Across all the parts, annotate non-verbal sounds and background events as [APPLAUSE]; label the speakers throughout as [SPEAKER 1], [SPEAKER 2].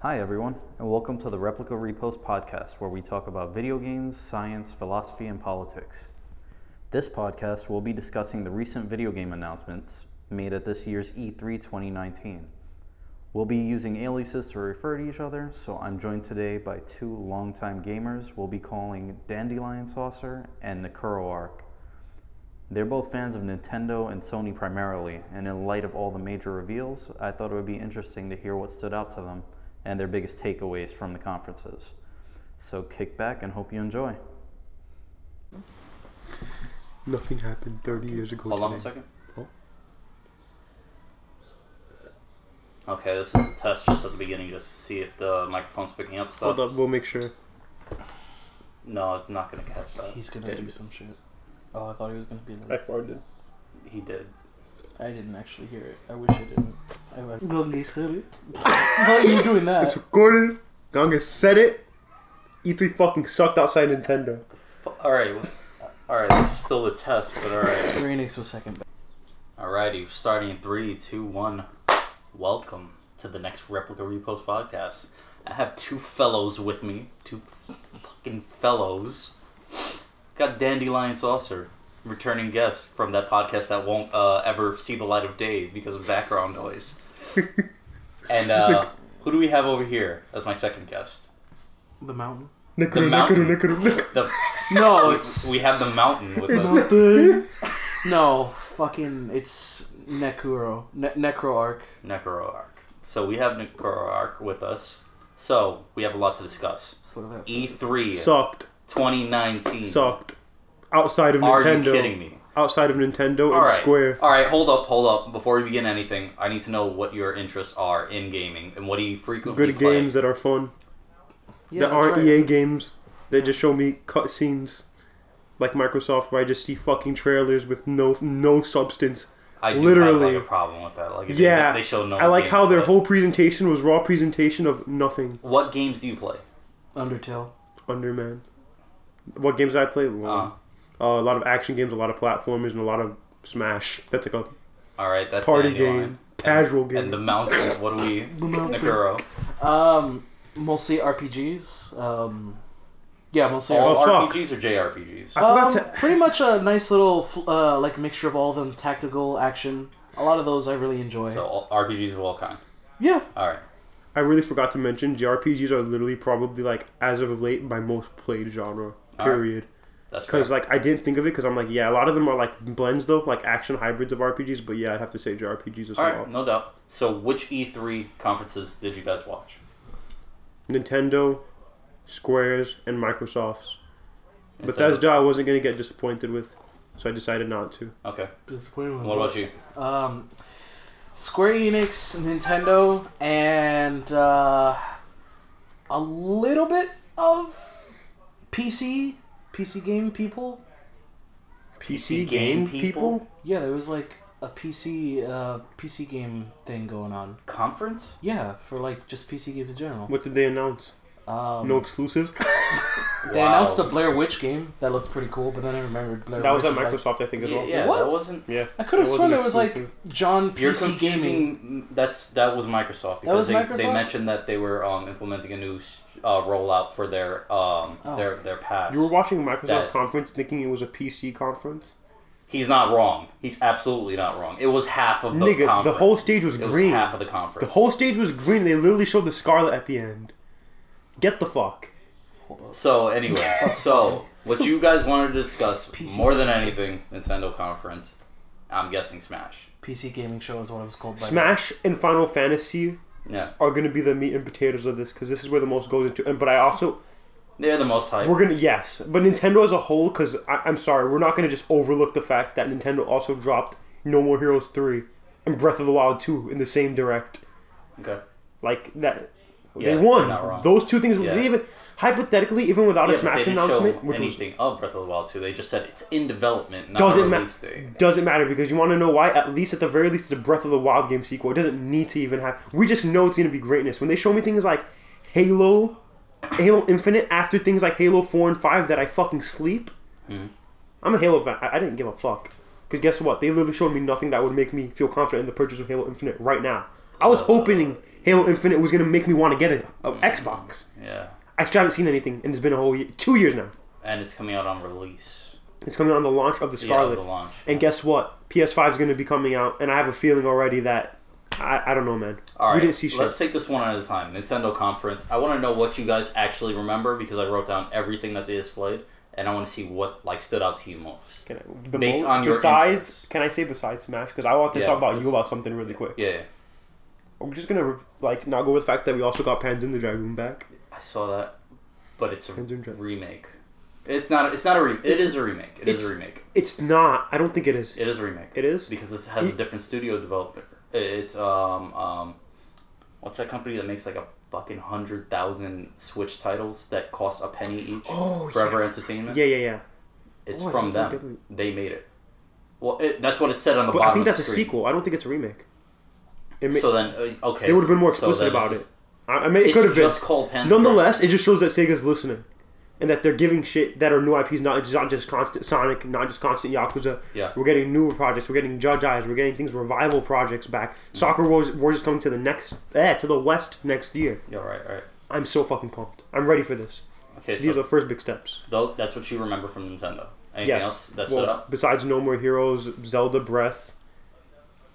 [SPEAKER 1] Hi, everyone, and welcome to the Replica Repost podcast, where we talk about video games, science, philosophy, and politics. This podcast will be discussing the recent video game announcements made at this year's E E3 2019. We'll be using aliases to refer to each other, so I'm joined today by two longtime gamers we'll be calling Dandelion Saucer and Nakuro Arc. They're both fans of Nintendo and Sony primarily, and in light of all the major reveals, I thought it would be interesting to hear what stood out to them and their biggest takeaways from the conferences. So kick back and hope you enjoy.
[SPEAKER 2] Nothing happened 30 years ago.
[SPEAKER 1] Hold on a
[SPEAKER 2] today.
[SPEAKER 1] second.
[SPEAKER 2] Oh.
[SPEAKER 1] Okay, this is a test just at the beginning, just to see if the microphone's picking up stuff.
[SPEAKER 2] Hold up, we'll make sure.
[SPEAKER 1] No, it's not gonna catch that.
[SPEAKER 3] He's gonna
[SPEAKER 2] Damn
[SPEAKER 3] do
[SPEAKER 2] it.
[SPEAKER 3] some shit. Oh, I thought he was gonna be
[SPEAKER 2] I
[SPEAKER 3] like.
[SPEAKER 2] farted.
[SPEAKER 1] He did.
[SPEAKER 3] I didn't actually hear it. I wish I didn't. I was. Gonna said it. [LAUGHS] Why are you doing
[SPEAKER 2] It's
[SPEAKER 3] that?
[SPEAKER 2] recorded. Gonga said it. E3 fucking sucked outside Nintendo.
[SPEAKER 1] F- all right, well, all right. This is still a test, but all right.
[SPEAKER 3] Square Enix was second. best.
[SPEAKER 1] Alrighty, we're starting in three, two, one. Welcome to the next Replica Repost podcast. I have two fellows with me, two fucking fellows. Got Dandelion Saucer, returning guest from that podcast that won't uh, ever see the light of day because of background noise. and uh, who do we have over here as my second guest?
[SPEAKER 3] The mountain.
[SPEAKER 2] Nikuru,
[SPEAKER 1] mountain.
[SPEAKER 2] Nikuru, Nikuru, Nikuru.
[SPEAKER 1] The,
[SPEAKER 3] No, it's.
[SPEAKER 1] we
[SPEAKER 3] [LAUGHS]
[SPEAKER 1] have the mountain with
[SPEAKER 2] It's
[SPEAKER 1] us.
[SPEAKER 2] nothing.
[SPEAKER 3] No, fucking. It's Necuro. Ne- Necro Arc.
[SPEAKER 1] Necro Arc. So we have Necro Arc with us. So we have a lot to discuss.
[SPEAKER 3] Slur that.
[SPEAKER 1] E- E3
[SPEAKER 2] Sucked.
[SPEAKER 1] 2019.
[SPEAKER 2] Sucked. Outside of
[SPEAKER 1] Hmm. Are
[SPEAKER 2] Nintendo.
[SPEAKER 1] you kidding me?
[SPEAKER 2] Outside of Nintendo
[SPEAKER 1] All
[SPEAKER 2] and
[SPEAKER 1] right.
[SPEAKER 2] Square.
[SPEAKER 1] All right, hold up, hold up. Before we begin anything, I need to know what your interests are in gaming and what do you frequently
[SPEAKER 2] Good
[SPEAKER 1] play.
[SPEAKER 2] games that are fun.
[SPEAKER 3] yeah,
[SPEAKER 2] that
[SPEAKER 3] that's
[SPEAKER 2] aren't
[SPEAKER 1] E
[SPEAKER 3] right.
[SPEAKER 2] EA games. They just show me cutscenes. Like Microsoft, where I just see fucking trailers with no no substance.
[SPEAKER 1] I do
[SPEAKER 2] literally-
[SPEAKER 1] have like, a problem with that. Like, they-
[SPEAKER 2] Yeah,
[SPEAKER 1] they, show no.
[SPEAKER 2] I like how their
[SPEAKER 1] gameplay.
[SPEAKER 2] whole presentation was raw presentation of nothing.
[SPEAKER 1] What games do you play?
[SPEAKER 3] Undertale.
[SPEAKER 2] Underman. What games I play?
[SPEAKER 1] Uh,
[SPEAKER 2] Uh, a lot of action games, a lot of platformers, and a lot of Smash. That's like a
[SPEAKER 1] all right, that's
[SPEAKER 2] party
[SPEAKER 1] Dandelion.
[SPEAKER 2] game, casual
[SPEAKER 1] and,
[SPEAKER 2] game.
[SPEAKER 1] And the mountain. What do we?
[SPEAKER 3] [LAUGHS] The mountain.
[SPEAKER 1] Nakuro.
[SPEAKER 3] Um, mostly RPGs. Um, yeah, mostly.
[SPEAKER 1] All
[SPEAKER 2] Oh, fuck.
[SPEAKER 1] RPGs or JRPGs?
[SPEAKER 2] I forgot
[SPEAKER 3] Um,
[SPEAKER 2] to-
[SPEAKER 3] pretty much a nice little fl- uh, like mixture of all of them tactical action a lot of those i really enjoy
[SPEAKER 1] so all, RPGs of all kind.
[SPEAKER 3] yeah
[SPEAKER 1] All right.
[SPEAKER 2] I really forgot to mention JRPGs are literally probably like as of late my most played genre.
[SPEAKER 1] Alright.
[SPEAKER 2] Period.
[SPEAKER 1] That's fair.
[SPEAKER 2] Because like I didn't think of it because I'm like yeah a lot of them are like blends though like action hybrids of RPGs but yeah I'd have to say JRPGs as
[SPEAKER 1] All
[SPEAKER 2] well.
[SPEAKER 1] right, no doubt. So, which E3 conferences did you guys watch?
[SPEAKER 2] Nintendo, Squares, and Microsoft's.
[SPEAKER 1] Nintendo.
[SPEAKER 2] Bethesda I wasn't gonna get disappointed with, so I decided not to.
[SPEAKER 1] Okay.
[SPEAKER 3] what
[SPEAKER 1] What about you?
[SPEAKER 3] Um, Square Enix, Nintendo, and uh, a little bit of PC PC game people.
[SPEAKER 1] PC game people?
[SPEAKER 3] Yeah, there was like a PC uh, PC game thing going on.
[SPEAKER 1] Conference?
[SPEAKER 3] Yeah, for like just PC games in general.
[SPEAKER 2] What did they announce?
[SPEAKER 3] Um,
[SPEAKER 2] No exclusives.
[SPEAKER 3] they
[SPEAKER 1] Wow.
[SPEAKER 3] announced a Blair Witch game that looked pretty cool, but then I remembered Blair
[SPEAKER 2] that
[SPEAKER 3] Witch
[SPEAKER 2] was at
[SPEAKER 3] is, like-
[SPEAKER 2] Microsoft I think as
[SPEAKER 1] Yeah,
[SPEAKER 2] well.
[SPEAKER 1] yeah,
[SPEAKER 3] It was?
[SPEAKER 1] that wasn't.
[SPEAKER 2] Yeah.
[SPEAKER 3] I could have
[SPEAKER 2] It
[SPEAKER 3] sworn
[SPEAKER 2] wasn't
[SPEAKER 3] it was like
[SPEAKER 2] exclusive.
[SPEAKER 3] John
[SPEAKER 1] You're
[SPEAKER 3] PC gaming.
[SPEAKER 1] confusing. That's that was Microsoft because
[SPEAKER 3] That was
[SPEAKER 1] they, they
[SPEAKER 3] Microsoft?
[SPEAKER 1] mentioned that they were um, implementing a new uh, rollout for their um
[SPEAKER 3] Oh.
[SPEAKER 1] their their pass.
[SPEAKER 2] You were watching a Microsoft
[SPEAKER 1] That-
[SPEAKER 2] conference thinking it was a PC conference.
[SPEAKER 1] He's not wrong. He's absolutely not wrong. It was half of the
[SPEAKER 2] Nigga,
[SPEAKER 1] conference.
[SPEAKER 2] the whole stage was
[SPEAKER 1] it was
[SPEAKER 2] green.
[SPEAKER 1] half of the conference.
[SPEAKER 2] the whole stage was green. They literally showed the scarlet at the end. Get the fuck.
[SPEAKER 1] So
[SPEAKER 2] [LAUGHS]
[SPEAKER 1] anyway, so what you guys wanted to discuss
[SPEAKER 3] PC
[SPEAKER 1] more than anything, Nintendo conference. I'm guessing Smash.
[SPEAKER 3] PC gaming show is what it was called. By
[SPEAKER 2] Smash and Final Fantasy
[SPEAKER 1] Yeah,
[SPEAKER 2] are gonna be the meat and potatoes of this because this is where the most goes into. And but I also
[SPEAKER 1] they're the most hype.
[SPEAKER 2] we're gonna yes, but Nintendo as a whole because I'm sorry, we're not gonna just overlook the fact that Nintendo also dropped No More Heroes three and Breath of the Wild two in the same direct.
[SPEAKER 1] okay.
[SPEAKER 2] Like that,
[SPEAKER 1] Yeah, you're
[SPEAKER 2] they won.
[SPEAKER 1] not wrong.
[SPEAKER 2] Those two things.
[SPEAKER 1] Yeah.
[SPEAKER 2] They even hypothetically, even without
[SPEAKER 1] Yeah, but
[SPEAKER 2] a
[SPEAKER 1] they
[SPEAKER 2] Smash
[SPEAKER 1] didn't show
[SPEAKER 2] announcement, which was
[SPEAKER 1] anything of Breath of the Wild 2. They just said it's in development, not
[SPEAKER 2] Doesn't ma-
[SPEAKER 1] release date.
[SPEAKER 2] doesn't matter because you want to know why. At least at the very least, it's a Breath of the Wild game sequel. It doesn't need to even have. We just know it's gonna be greatness. When they show me things like Halo, Halo Infinite, after things like Halo Four and Five that I fucking sleep.
[SPEAKER 1] Hmm.
[SPEAKER 2] I'm a Halo fan. I, I didn't give a fuck because guess what? They literally showed me nothing that would make me feel confident in the purchase of Halo Infinite right now. I
[SPEAKER 1] Uh,
[SPEAKER 2] was hoping Halo Infinite was gonna make me want to get an
[SPEAKER 1] hmm.
[SPEAKER 2] Xbox.
[SPEAKER 1] Yeah,
[SPEAKER 2] I still haven't seen anything, and it's been a whole year, two years now.
[SPEAKER 1] and it's coming out on release.
[SPEAKER 2] It's coming on the launch of the Scarlet.
[SPEAKER 1] yeah, the launch.
[SPEAKER 2] And guess what? PS5 is going to be coming out, and I have a feeling already that I, I don't know, man.
[SPEAKER 1] All right,
[SPEAKER 2] we didn't see shit.
[SPEAKER 1] let's take this one at a time. Nintendo conference. I want to know what you guys actually remember because I wrote down everything that they displayed, and I want to see what like stood out to you most.
[SPEAKER 2] Can I, the
[SPEAKER 1] Based
[SPEAKER 2] mo-
[SPEAKER 1] on your
[SPEAKER 2] besides,
[SPEAKER 1] insights.
[SPEAKER 2] can I say besides Smash? Because I want to
[SPEAKER 1] Yeah,
[SPEAKER 2] talk about
[SPEAKER 1] let's-
[SPEAKER 2] you about something really quick.
[SPEAKER 1] Yeah, yeah.
[SPEAKER 2] We're just gonna like not go with the fact that we also got Panzer the Dragoon back.
[SPEAKER 1] I saw that, but it's a
[SPEAKER 2] Phantom Thread.
[SPEAKER 1] remake. It's not. It's not a. Re- it
[SPEAKER 2] It's-
[SPEAKER 1] is a remake. It is a
[SPEAKER 2] it's-
[SPEAKER 1] remake.
[SPEAKER 2] It's not. I don't think it is.
[SPEAKER 1] It is a remake.
[SPEAKER 2] It is.
[SPEAKER 1] because it has a different studio developer. It- It's um um, what's that company that makes like a fucking hundred thousand Switch titles that cost a penny each?
[SPEAKER 2] Oh,
[SPEAKER 1] Forever
[SPEAKER 2] yeah.
[SPEAKER 1] Entertainment.
[SPEAKER 2] Yeah, yeah, yeah.
[SPEAKER 1] It's
[SPEAKER 2] Oh, I
[SPEAKER 1] from
[SPEAKER 2] thought they
[SPEAKER 1] them. They made it. Well, it, that's what it said on the
[SPEAKER 2] But
[SPEAKER 1] bottom.
[SPEAKER 2] I think
[SPEAKER 1] of
[SPEAKER 2] that's
[SPEAKER 1] the
[SPEAKER 2] a
[SPEAKER 1] screen.
[SPEAKER 2] sequel. I don't think it's a remake. It may,
[SPEAKER 1] So then, uh, okay,
[SPEAKER 2] they would have been more
[SPEAKER 1] so
[SPEAKER 2] explicit
[SPEAKER 1] then
[SPEAKER 2] about
[SPEAKER 1] it's
[SPEAKER 2] it. I, I mean, it
[SPEAKER 1] It's
[SPEAKER 2] could have been.
[SPEAKER 1] just called Panzer.
[SPEAKER 2] Nonetheless, it just shows that Sega's listening, and that they're giving shit that are new IPs. Not it's not just constant Sonic, not just constant Yakuza.
[SPEAKER 1] Yeah.
[SPEAKER 2] we're getting newer projects. We're getting Judge Eyes. We're getting things revival projects back. Soccer Wars, Wars is coming to the next, eh, to the West next year.
[SPEAKER 1] Yeah, right, right.
[SPEAKER 2] I'm so fucking pumped. I'm ready for this.
[SPEAKER 1] Okay,
[SPEAKER 2] These are
[SPEAKER 1] so
[SPEAKER 2] the first big steps.
[SPEAKER 1] tho- that's what you remember from Nintendo. Anything
[SPEAKER 2] yes.
[SPEAKER 1] else that stood
[SPEAKER 2] well,
[SPEAKER 1] out?
[SPEAKER 2] besides No More Heroes, Zelda Breath.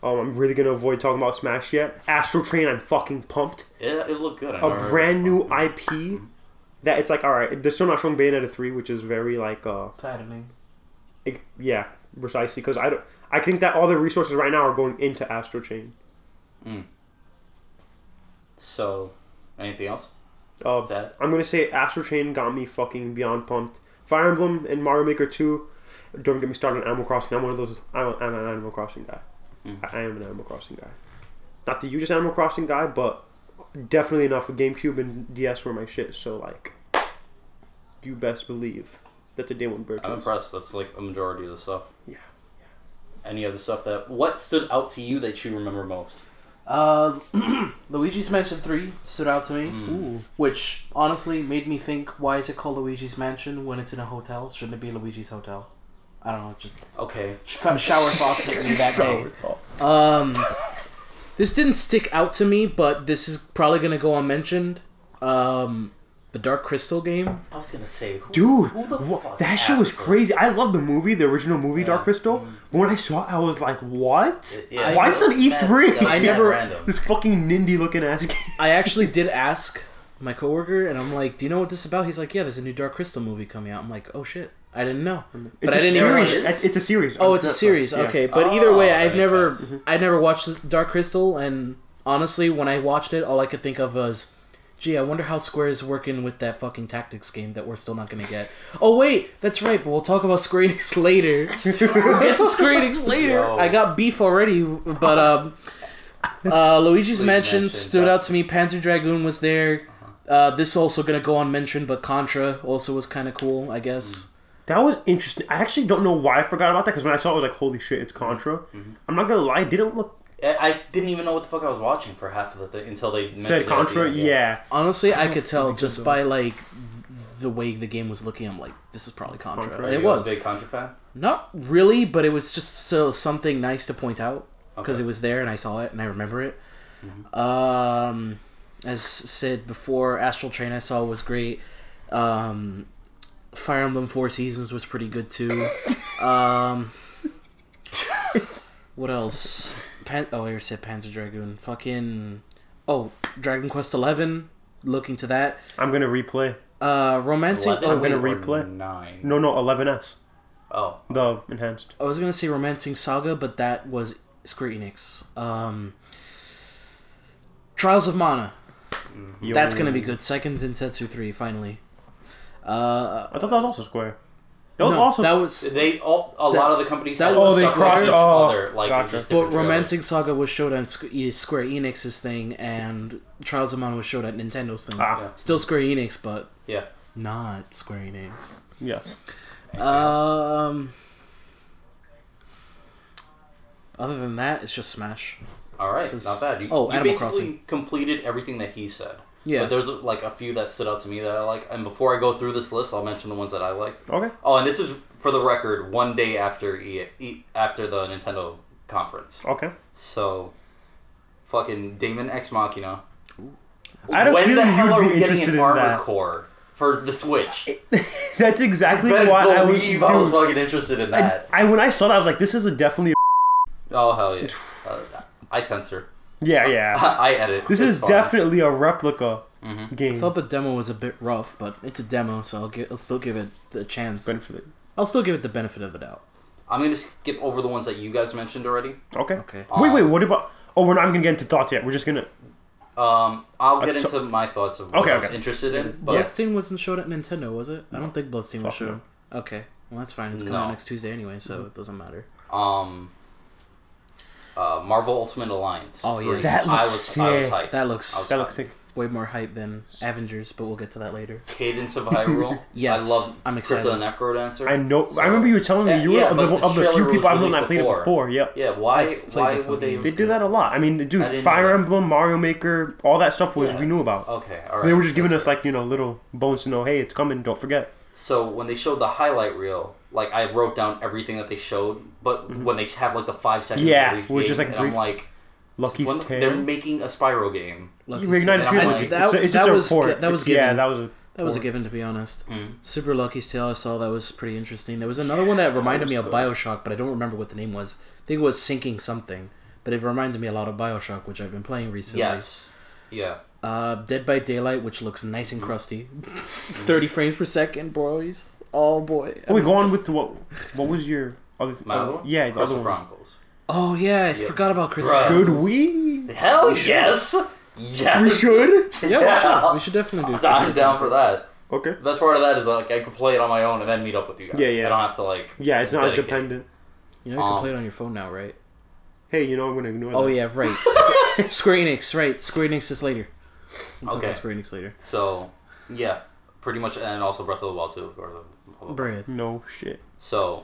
[SPEAKER 2] Um, I'm really gonna avoid talking about Smash yet. Astro Train, I'm fucking pumped.
[SPEAKER 1] Yeah, it looked good. I
[SPEAKER 2] a
[SPEAKER 1] remember it
[SPEAKER 2] brand new
[SPEAKER 1] was fun.
[SPEAKER 2] IP that it's like, all right, they're still not showing Bayonetta three, which is very like, uh,
[SPEAKER 3] Tightening.
[SPEAKER 2] it, yeah, precisely because I don't, I think that all the resources right now are going into Astro Chain.
[SPEAKER 1] So, anything else?
[SPEAKER 2] Uh,
[SPEAKER 1] Is that?
[SPEAKER 2] I'm gonna say Astro Chain got me fucking beyond pumped. Fire Emblem and Mario Maker two. Don't get me started on Animal Crossing. I'm one of those. I'm, I'm an Animal Crossing guy.
[SPEAKER 1] Hmm.
[SPEAKER 2] I, I am an Animal Crossing guy. Not the hugest Animal Crossing guy, but definitely enough. GameCube and DS were my shit. So like, you best believe that the day when Bird.
[SPEAKER 1] I'm impressed. That's like a majority of the stuff.
[SPEAKER 2] Yeah.
[SPEAKER 1] Any other stuff that what stood out to you that you remember most?
[SPEAKER 3] Uh, [CLEARS THROAT] Luigi's Mansion 3 stood out to me,
[SPEAKER 2] Ooh.
[SPEAKER 3] which honestly made me think why is it called Luigi's Mansion when it's in a hotel? Shouldn't it be Luigi's Hotel? I don't know,
[SPEAKER 2] [LAUGHS]
[SPEAKER 3] just
[SPEAKER 1] Okay.
[SPEAKER 3] sh- shower thoughts hit me that day.
[SPEAKER 2] Oh.
[SPEAKER 3] Um, [LAUGHS] this didn't stick out to me, but this is probably gonna go unmentioned. Um, the Dark Crystal game.
[SPEAKER 1] I was gonna say, who,
[SPEAKER 2] Dude,
[SPEAKER 1] who the
[SPEAKER 2] wha-
[SPEAKER 1] fuck
[SPEAKER 2] that shit was
[SPEAKER 1] asked for-
[SPEAKER 2] crazy. I love the movie, the original movie, Dark
[SPEAKER 1] Yeah. Mm.
[SPEAKER 2] Crystal. But when I saw it, I was like, what?
[SPEAKER 1] Yeah,
[SPEAKER 2] Why
[SPEAKER 1] that
[SPEAKER 2] is it E
[SPEAKER 1] was mad-
[SPEAKER 2] E3? [LAUGHS]
[SPEAKER 1] that was
[SPEAKER 3] I
[SPEAKER 1] mad
[SPEAKER 3] never-
[SPEAKER 1] Random.
[SPEAKER 2] This fucking nindy looking ass [LAUGHS] game.
[SPEAKER 3] I actually did ask my coworker, and I'm like, "Do you know what this is about?" He's like, "Yeah, there's a new Dark Crystal movie coming out." I'm like, "Oh shit, I didn't know," but
[SPEAKER 2] It's
[SPEAKER 3] I
[SPEAKER 2] a
[SPEAKER 3] didn't even.
[SPEAKER 2] series.
[SPEAKER 1] realize it.
[SPEAKER 2] It's a series.
[SPEAKER 3] Oh, it's a series.
[SPEAKER 2] Yeah.
[SPEAKER 3] Okay, but
[SPEAKER 1] Oh,
[SPEAKER 3] either way,
[SPEAKER 1] that
[SPEAKER 3] I've
[SPEAKER 1] makes
[SPEAKER 3] never,
[SPEAKER 1] sense. Mm-hmm.
[SPEAKER 3] I never watched Dark Crystal, and honestly, when I watched it, all I could think of was, "Gee, I wonder how Square is working with that fucking tactics game that we're still not gonna get." Oh wait, that's right. But we'll talk about Square Enix [LAUGHS] later. we'll get to
[SPEAKER 1] [LAUGHS]
[SPEAKER 3] Square Enix later.
[SPEAKER 1] Yo.
[SPEAKER 3] I got beef already, but um, uh, Luigi's
[SPEAKER 1] Luigi
[SPEAKER 3] Mansion
[SPEAKER 1] Mansion,
[SPEAKER 3] stood
[SPEAKER 1] yeah. Uh-huh.
[SPEAKER 3] out to me. Panzer Dragoon was there. Uh, this also gonna go unmentioned, but Contra also was kind of cool, I
[SPEAKER 1] Mm.
[SPEAKER 3] guess.
[SPEAKER 2] That was interesting. I actually don't know why I forgot about that because when I saw it, I was like, holy shit, it's Contra.
[SPEAKER 1] Mm-hmm.
[SPEAKER 2] I'm not gonna lie, it didn't look.
[SPEAKER 1] I, I didn't even know what the fuck I was watching for half of the thing until they mentioned it
[SPEAKER 2] Said
[SPEAKER 1] at the
[SPEAKER 2] Contra?
[SPEAKER 1] end,
[SPEAKER 2] Yeah.
[SPEAKER 3] Honestly, I could tell just by like the way the game was looking. I'm like, this is probably Contra,
[SPEAKER 2] Contra.
[SPEAKER 3] and
[SPEAKER 1] You
[SPEAKER 3] it
[SPEAKER 1] was
[SPEAKER 3] was
[SPEAKER 1] a big Contra fan.
[SPEAKER 3] not really, but it was just so something nice to point out because
[SPEAKER 1] Okay.
[SPEAKER 3] it was there and I saw it and I remember it. Um, as said before, Astral Train I saw was great. Um, Fire Emblem Four Seasons was pretty good too. um, what else? Pan- oh, I already said Panzer Dragoon. Fucking oh, Dragon Quest Eleven. Looking to that.
[SPEAKER 2] I'm gonna replay.
[SPEAKER 3] Uh, romancing.
[SPEAKER 1] Eleven
[SPEAKER 3] Oh,
[SPEAKER 2] I'm gonna
[SPEAKER 3] wait.
[SPEAKER 1] or
[SPEAKER 2] replay.
[SPEAKER 1] nine.
[SPEAKER 2] No, no, 11S.
[SPEAKER 1] Oh,
[SPEAKER 2] The enhanced.
[SPEAKER 3] I was gonna say romancing saga, but that was Square Enix. Um, Trials of Mana. That's
[SPEAKER 2] Yo.
[SPEAKER 3] gonna be good. Second Densetsu three finally. Uh,
[SPEAKER 2] I thought that was also Square. That was
[SPEAKER 3] no,
[SPEAKER 2] also.
[SPEAKER 3] that was.
[SPEAKER 1] they all a lot of the companies
[SPEAKER 3] that
[SPEAKER 1] had
[SPEAKER 3] was-
[SPEAKER 1] stuff
[SPEAKER 3] Oh, they
[SPEAKER 1] on
[SPEAKER 2] crossed-
[SPEAKER 1] each
[SPEAKER 2] oh,
[SPEAKER 1] other, like it was just
[SPEAKER 2] gotcha.
[SPEAKER 3] But
[SPEAKER 1] different trailers.
[SPEAKER 3] romancing saga was showed on Squ- e- Square Enix's thing, and Trials of Mana was showed at Nintendo's thing.
[SPEAKER 2] ah,
[SPEAKER 1] Yeah.
[SPEAKER 3] Still Square Enix, but
[SPEAKER 1] Yeah.
[SPEAKER 3] not Square Enix.
[SPEAKER 2] yes.
[SPEAKER 1] Anything else?
[SPEAKER 3] Um. Other than that, it's just Smash.
[SPEAKER 1] All right,
[SPEAKER 3] Cause-
[SPEAKER 1] not bad. You,
[SPEAKER 3] oh,
[SPEAKER 1] you
[SPEAKER 3] Animal
[SPEAKER 1] basically
[SPEAKER 3] Crossing.
[SPEAKER 1] completed everything that he said.
[SPEAKER 3] Yeah.
[SPEAKER 1] But there's like a few that stood out to me that I like. And before I go through this list, I'll mention the ones that I liked.
[SPEAKER 2] Okay.
[SPEAKER 1] Oh, and this is for the record, one day after e, e after the Nintendo conference.
[SPEAKER 2] Okay.
[SPEAKER 1] So, fucking Damon Ex Machina.
[SPEAKER 2] I don't
[SPEAKER 1] when
[SPEAKER 2] feel
[SPEAKER 1] the
[SPEAKER 2] you'd
[SPEAKER 1] hell are
[SPEAKER 2] be
[SPEAKER 1] we getting
[SPEAKER 2] interested
[SPEAKER 1] an
[SPEAKER 2] in
[SPEAKER 1] armor
[SPEAKER 2] that.
[SPEAKER 1] core for the Switch?
[SPEAKER 2] That's exactly
[SPEAKER 1] Better
[SPEAKER 2] why I was.
[SPEAKER 1] believe I was
[SPEAKER 2] dude,
[SPEAKER 1] fucking interested in that.
[SPEAKER 2] I when I saw that, I was like, "This is a definitely." A
[SPEAKER 1] Oh hell
[SPEAKER 2] [SIGHS]
[SPEAKER 1] yeah! Uh, I censor. [LAUGHS]
[SPEAKER 2] yeah, yeah.
[SPEAKER 1] I edit. [LAUGHS]
[SPEAKER 2] This
[SPEAKER 1] It's
[SPEAKER 2] is
[SPEAKER 1] fine. Mm-hmm.
[SPEAKER 2] definitely a replica game.
[SPEAKER 3] I thought the demo was a bit rough, but it's a demo, so I'll, gi- I'll still give it the chance.
[SPEAKER 2] But it's really-
[SPEAKER 3] I'll still give it the benefit of the doubt.
[SPEAKER 1] I'm gonna skip over the ones that you guys mentioned already.
[SPEAKER 2] Okay.
[SPEAKER 3] Okay.
[SPEAKER 2] Wait, wait. What about? Oh, we're not even gonna get into thoughts yet. We're just gonna.
[SPEAKER 1] Um, I'll get
[SPEAKER 2] Uh, so-
[SPEAKER 1] into my thoughts of what
[SPEAKER 2] Okay,
[SPEAKER 1] I was
[SPEAKER 2] okay.
[SPEAKER 1] interested in, but
[SPEAKER 3] Bloodstained wasn't shown at Nintendo, was it? I don't think Bloodstained was
[SPEAKER 2] Fuck no.
[SPEAKER 3] shown. Okay. Well, that's fine. It's coming
[SPEAKER 1] No. Mm-hmm.
[SPEAKER 3] out next Tuesday anyway, so it doesn't matter.
[SPEAKER 1] um, uh, Marvel Ultimate Alliance.
[SPEAKER 3] Oh, yeah.
[SPEAKER 1] three.
[SPEAKER 3] That
[SPEAKER 1] I was
[SPEAKER 2] looks
[SPEAKER 1] I was
[SPEAKER 2] sick.
[SPEAKER 1] hyped.
[SPEAKER 3] That looks
[SPEAKER 2] That looks sick.
[SPEAKER 3] way more hype than Avengers, but we'll get to that later.
[SPEAKER 1] Cadence of
[SPEAKER 3] [LAUGHS]
[SPEAKER 1] Hyrule.
[SPEAKER 3] Yes,
[SPEAKER 1] I love.
[SPEAKER 3] I'm excited.
[SPEAKER 1] Crypto and Necro Dancer.
[SPEAKER 2] I know. I remember you were telling me
[SPEAKER 1] Yeah,
[SPEAKER 2] you were
[SPEAKER 1] yeah,
[SPEAKER 2] of, the,
[SPEAKER 1] but
[SPEAKER 2] of
[SPEAKER 1] this
[SPEAKER 2] the few
[SPEAKER 1] trailer was
[SPEAKER 2] people I know
[SPEAKER 1] released
[SPEAKER 2] that played it
[SPEAKER 1] before.
[SPEAKER 2] before. Yep.
[SPEAKER 1] Yeah, why?
[SPEAKER 3] I've played
[SPEAKER 1] Why
[SPEAKER 3] the
[SPEAKER 1] would they?
[SPEAKER 3] fucking-
[SPEAKER 2] They do that a lot. I mean,
[SPEAKER 1] I
[SPEAKER 2] dude,
[SPEAKER 1] didn't
[SPEAKER 2] Fire
[SPEAKER 1] know that.
[SPEAKER 2] Emblem, Mario Maker, all that stuff was
[SPEAKER 1] Yeah.
[SPEAKER 2] we knew about.
[SPEAKER 1] Okay, all right.
[SPEAKER 2] they were just giving
[SPEAKER 1] that's
[SPEAKER 2] us like you know little bones to know, hey, it's coming. Don't forget.
[SPEAKER 1] So when they showed the highlight reel, like I wrote down everything that they showed, but when they have like the five seconds,
[SPEAKER 2] Mm-hmm. Yeah,
[SPEAKER 1] of each
[SPEAKER 2] we're
[SPEAKER 1] game,
[SPEAKER 2] just, like,
[SPEAKER 1] and
[SPEAKER 2] brief-
[SPEAKER 1] I'm like,
[SPEAKER 2] Lucky's
[SPEAKER 1] when-
[SPEAKER 2] Tale.
[SPEAKER 1] They're making a Spyro game.
[SPEAKER 3] Lucky
[SPEAKER 2] You
[SPEAKER 3] Star-
[SPEAKER 2] reignited
[SPEAKER 1] And I'm
[SPEAKER 2] trilogy.
[SPEAKER 1] like-
[SPEAKER 3] That-
[SPEAKER 2] it's, a- it's
[SPEAKER 3] that
[SPEAKER 2] just
[SPEAKER 3] was-
[SPEAKER 2] a report.
[SPEAKER 3] that was
[SPEAKER 2] It's- yeah.
[SPEAKER 3] given.
[SPEAKER 2] That was a
[SPEAKER 3] That was a given, to be honest. Super Lucky's Tale, I saw that was pretty interesting. There was another one that reminded me of Bioshock, but I don't remember what the name was. I think it was Sinking Something, but it reminded me a lot of Bioshock, which I've been playing recently.
[SPEAKER 1] Yes. Yeah.
[SPEAKER 3] Uh, Dead by Daylight, which looks nice and crusty. [LAUGHS] 30 frames per second, boys. Oh, boy.
[SPEAKER 2] Oh, wait, go on with what? What was your other? Th- oh,
[SPEAKER 1] My other one?
[SPEAKER 2] yeah, the
[SPEAKER 1] Crystal
[SPEAKER 2] other one.
[SPEAKER 1] Chronicles.
[SPEAKER 3] Oh, yeah, I forgot about Chris.
[SPEAKER 1] Bruh.
[SPEAKER 2] Should
[SPEAKER 3] [LAUGHS]
[SPEAKER 2] we?
[SPEAKER 1] Hell yes. Yes.
[SPEAKER 2] We should.
[SPEAKER 3] Yeah, we should. We should definitely do
[SPEAKER 1] [LAUGHS]
[SPEAKER 3] Chris
[SPEAKER 1] I'm down for that.
[SPEAKER 2] Okay.
[SPEAKER 1] The best part of that is like I can play it on my own and then meet up with you guys.
[SPEAKER 2] Yeah, yeah.
[SPEAKER 1] I don't have to like.
[SPEAKER 2] Yeah, it's not as
[SPEAKER 1] dedicate.
[SPEAKER 2] dependent.
[SPEAKER 3] You know you can
[SPEAKER 1] Um,
[SPEAKER 3] play it on your phone now, right?
[SPEAKER 2] Hey, you know I'm gonna ignore.
[SPEAKER 3] Oh,
[SPEAKER 2] that.
[SPEAKER 3] yeah, right. Square Enix, right. Square Enix is later. We'll talk
[SPEAKER 1] Okay.
[SPEAKER 3] about Square Enix later.
[SPEAKER 1] So yeah, pretty much, and also Breath of the Wild too. Breath of the Wild.
[SPEAKER 3] Bread.
[SPEAKER 2] No shit.
[SPEAKER 1] So,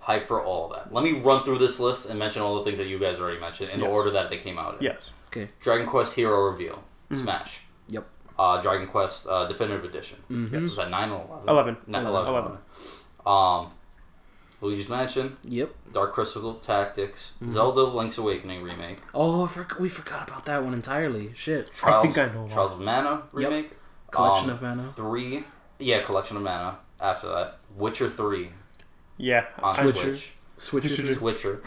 [SPEAKER 1] hype for all of that. Let me run through this list and mention all the things that you guys already mentioned in the
[SPEAKER 2] Yes.
[SPEAKER 1] order that they came out in.
[SPEAKER 2] Yes.
[SPEAKER 3] Okay.
[SPEAKER 1] Dragon Quest Hero Reveal, Smash,
[SPEAKER 3] Yep.
[SPEAKER 1] uh, Dragon Quest uh, Definitive Edition. Was that 9 or 11?
[SPEAKER 2] Eleven.
[SPEAKER 1] Nine- 11.
[SPEAKER 2] Eleven.
[SPEAKER 1] Um, Luigi's Mansion,
[SPEAKER 3] Yep.
[SPEAKER 1] Dark Crystal Tactics, Zelda Link's Awakening Remake,
[SPEAKER 3] Oh, Mm-hmm. I forg- we forgot about that one entirely. Shit.
[SPEAKER 1] Trials,
[SPEAKER 2] think I know about
[SPEAKER 1] Trials of Mana
[SPEAKER 3] Yep.
[SPEAKER 1] Remake,
[SPEAKER 3] Collection
[SPEAKER 1] um,
[SPEAKER 3] of Mana.
[SPEAKER 1] Three, yeah, Collection of Mana after that. Witcher 3
[SPEAKER 2] Yeah.
[SPEAKER 1] on
[SPEAKER 2] I-
[SPEAKER 3] Switcher.
[SPEAKER 1] Switch.
[SPEAKER 3] Switches.
[SPEAKER 1] Witcher,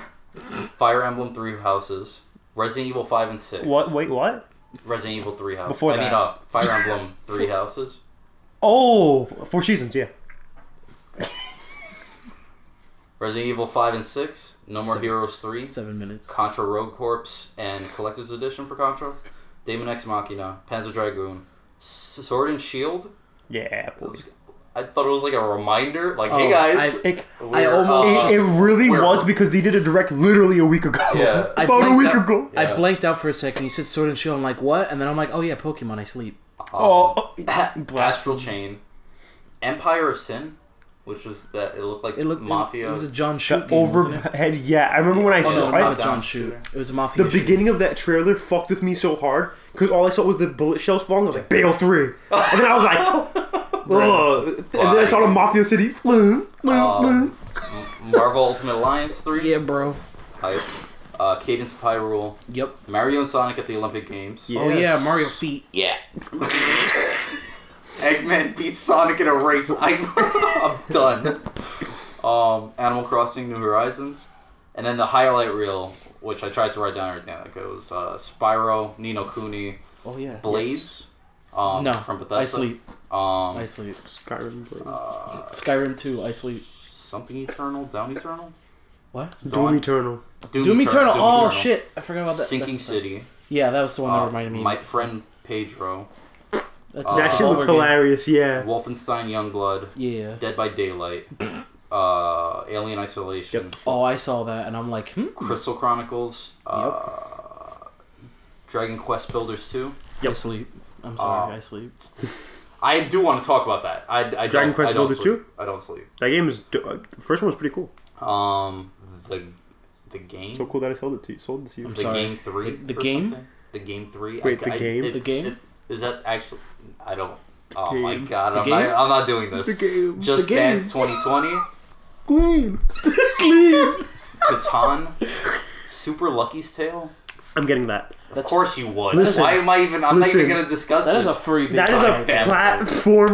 [SPEAKER 1] Fire Emblem Three Houses, Resident Evil Five and Six.
[SPEAKER 2] What? Wait, what?
[SPEAKER 1] Resident Evil Three Houses.
[SPEAKER 2] Before
[SPEAKER 1] I mean,
[SPEAKER 2] that.
[SPEAKER 1] uh, Fire
[SPEAKER 3] [LAUGHS]
[SPEAKER 1] Emblem Three Houses.
[SPEAKER 2] Oh, Four Seasons. Yeah.
[SPEAKER 1] Resident Evil Five and Six, No More
[SPEAKER 3] Seven.
[SPEAKER 1] Heroes Three,
[SPEAKER 3] Seven minutes.
[SPEAKER 1] Contra Rogue Corps, and Collector's Edition for Contra, Demon X Machina, Panzer Dragoon, S- Sword and Shield.
[SPEAKER 2] Yeah. boys.
[SPEAKER 1] I thought it was like a reminder, like, hey
[SPEAKER 3] Oh,
[SPEAKER 1] guys.
[SPEAKER 3] I-
[SPEAKER 2] It,
[SPEAKER 1] we're,
[SPEAKER 3] almost-
[SPEAKER 1] uh,
[SPEAKER 2] it, it really
[SPEAKER 1] we're-
[SPEAKER 2] was because they did a direct literally a week ago.
[SPEAKER 1] Yeah.
[SPEAKER 2] [LAUGHS]
[SPEAKER 3] I
[SPEAKER 2] About a
[SPEAKER 3] blanked
[SPEAKER 2] week
[SPEAKER 3] out-
[SPEAKER 2] ago.
[SPEAKER 3] I
[SPEAKER 1] Yeah.
[SPEAKER 3] blanked out for a second. You said Sword and Shield. I'm like, what? And then I'm like, oh yeah, Pokemon. I sleep.
[SPEAKER 2] Oh,
[SPEAKER 1] Astral Chain, Empire of Sin, which was that it looked like
[SPEAKER 3] It looked
[SPEAKER 1] mafia.
[SPEAKER 3] It, was a John
[SPEAKER 2] the
[SPEAKER 3] Shoot game. wasn't it?
[SPEAKER 2] overhead. Yeah, I remember when I
[SPEAKER 3] Oh
[SPEAKER 2] saw
[SPEAKER 3] no,
[SPEAKER 1] Right.
[SPEAKER 3] not
[SPEAKER 2] I,
[SPEAKER 3] the John Shoot. It was a mafia.
[SPEAKER 2] the
[SPEAKER 3] shoot.
[SPEAKER 2] beginning of that trailer fucked with me so hard because all I saw was the bullet shells falling. I was like, Bale three, and then I
[SPEAKER 3] [LAUGHS]
[SPEAKER 2] was like, Ugh. and then I saw the Mafia City. Bloom, bloom, bloom.
[SPEAKER 1] Um, M- Marvel Ultimate Alliance 3.
[SPEAKER 3] Yeah, bro.
[SPEAKER 1] Hype. Uh, Cadence of Hyrule.
[SPEAKER 3] Yep.
[SPEAKER 1] Mario and Sonic at the Olympic Games.
[SPEAKER 3] Oh
[SPEAKER 2] Yes.
[SPEAKER 3] yeah, Mario feet.
[SPEAKER 1] Yeah. Eggman beats Sonic in a race. [LAUGHS] I, I'm done. Um, Animal Crossing New Horizons. And then the highlight reel, which I tried to write down everything that goes uh, Spyro, Nino Cooney,
[SPEAKER 3] Oh yeah.
[SPEAKER 1] Blaze. Um,
[SPEAKER 3] No,
[SPEAKER 1] from Bethesda. Uh,
[SPEAKER 3] I sleep.
[SPEAKER 1] Um,
[SPEAKER 3] I sleep.
[SPEAKER 2] Skyrim.
[SPEAKER 3] Uh,
[SPEAKER 2] Blade.
[SPEAKER 3] Skyrim 2, I sleep.
[SPEAKER 1] Something Eternal? Down Eternal?
[SPEAKER 3] What?
[SPEAKER 2] Doom Eternal.
[SPEAKER 3] Doom Eternal.
[SPEAKER 1] Doom
[SPEAKER 3] Oh
[SPEAKER 1] Eternal.
[SPEAKER 3] shit, I forgot about that.
[SPEAKER 1] Sinking
[SPEAKER 3] That's-
[SPEAKER 1] City.
[SPEAKER 3] Yeah, that was the one that
[SPEAKER 1] Uh,
[SPEAKER 3] reminded me.
[SPEAKER 1] My friend Pedro,
[SPEAKER 3] That's
[SPEAKER 1] uh,
[SPEAKER 3] a
[SPEAKER 2] That shit looked
[SPEAKER 3] Devolver game.
[SPEAKER 2] hilarious. Yeah.
[SPEAKER 1] Wolfenstein Youngblood,
[SPEAKER 3] Yeah.
[SPEAKER 1] Dead by
[SPEAKER 3] [COUGHS]
[SPEAKER 1] Daylight, uh, Alien Isolation,
[SPEAKER 3] Oh, I saw that, and I'm like, hmm.
[SPEAKER 1] Crystal Chronicles, uh, Dragon Quest Builders 2.
[SPEAKER 3] I sleep. I'm sorry, I sleep.
[SPEAKER 1] I do want to talk about that. I, I don't-
[SPEAKER 2] Dragon Quest
[SPEAKER 1] I don't
[SPEAKER 2] Builders
[SPEAKER 1] sleep. I don't sleep.
[SPEAKER 2] That game is. do- uh, The first one was pretty cool.
[SPEAKER 1] Um, the the game,
[SPEAKER 2] So cool that I sold it to you. Sold it to you.
[SPEAKER 1] the
[SPEAKER 3] sorry.
[SPEAKER 1] game three,
[SPEAKER 3] The- the
[SPEAKER 1] or
[SPEAKER 3] game?
[SPEAKER 1] something? the game three.
[SPEAKER 2] Wait, the game?
[SPEAKER 3] The game?
[SPEAKER 1] it- Is that actually? I don't. Oh my
[SPEAKER 2] game.
[SPEAKER 1] god! I'm,
[SPEAKER 3] game?
[SPEAKER 1] Not, I'm not doing this.
[SPEAKER 2] The game.
[SPEAKER 1] Just
[SPEAKER 3] The game.
[SPEAKER 1] Dance 2020.
[SPEAKER 2] Clean. [LAUGHS] Clean.
[SPEAKER 3] [LAUGHS]
[SPEAKER 1] Catan, Super Lucky's Tale,
[SPEAKER 2] I'm getting that.
[SPEAKER 1] Of course you would.
[SPEAKER 2] Listen.
[SPEAKER 1] Why am I even? I'm not
[SPEAKER 2] Listen.
[SPEAKER 1] even gonna discuss
[SPEAKER 3] That is a
[SPEAKER 1] this.
[SPEAKER 3] free big
[SPEAKER 2] That is
[SPEAKER 3] time.
[SPEAKER 1] Sorry,
[SPEAKER 2] a
[SPEAKER 1] family.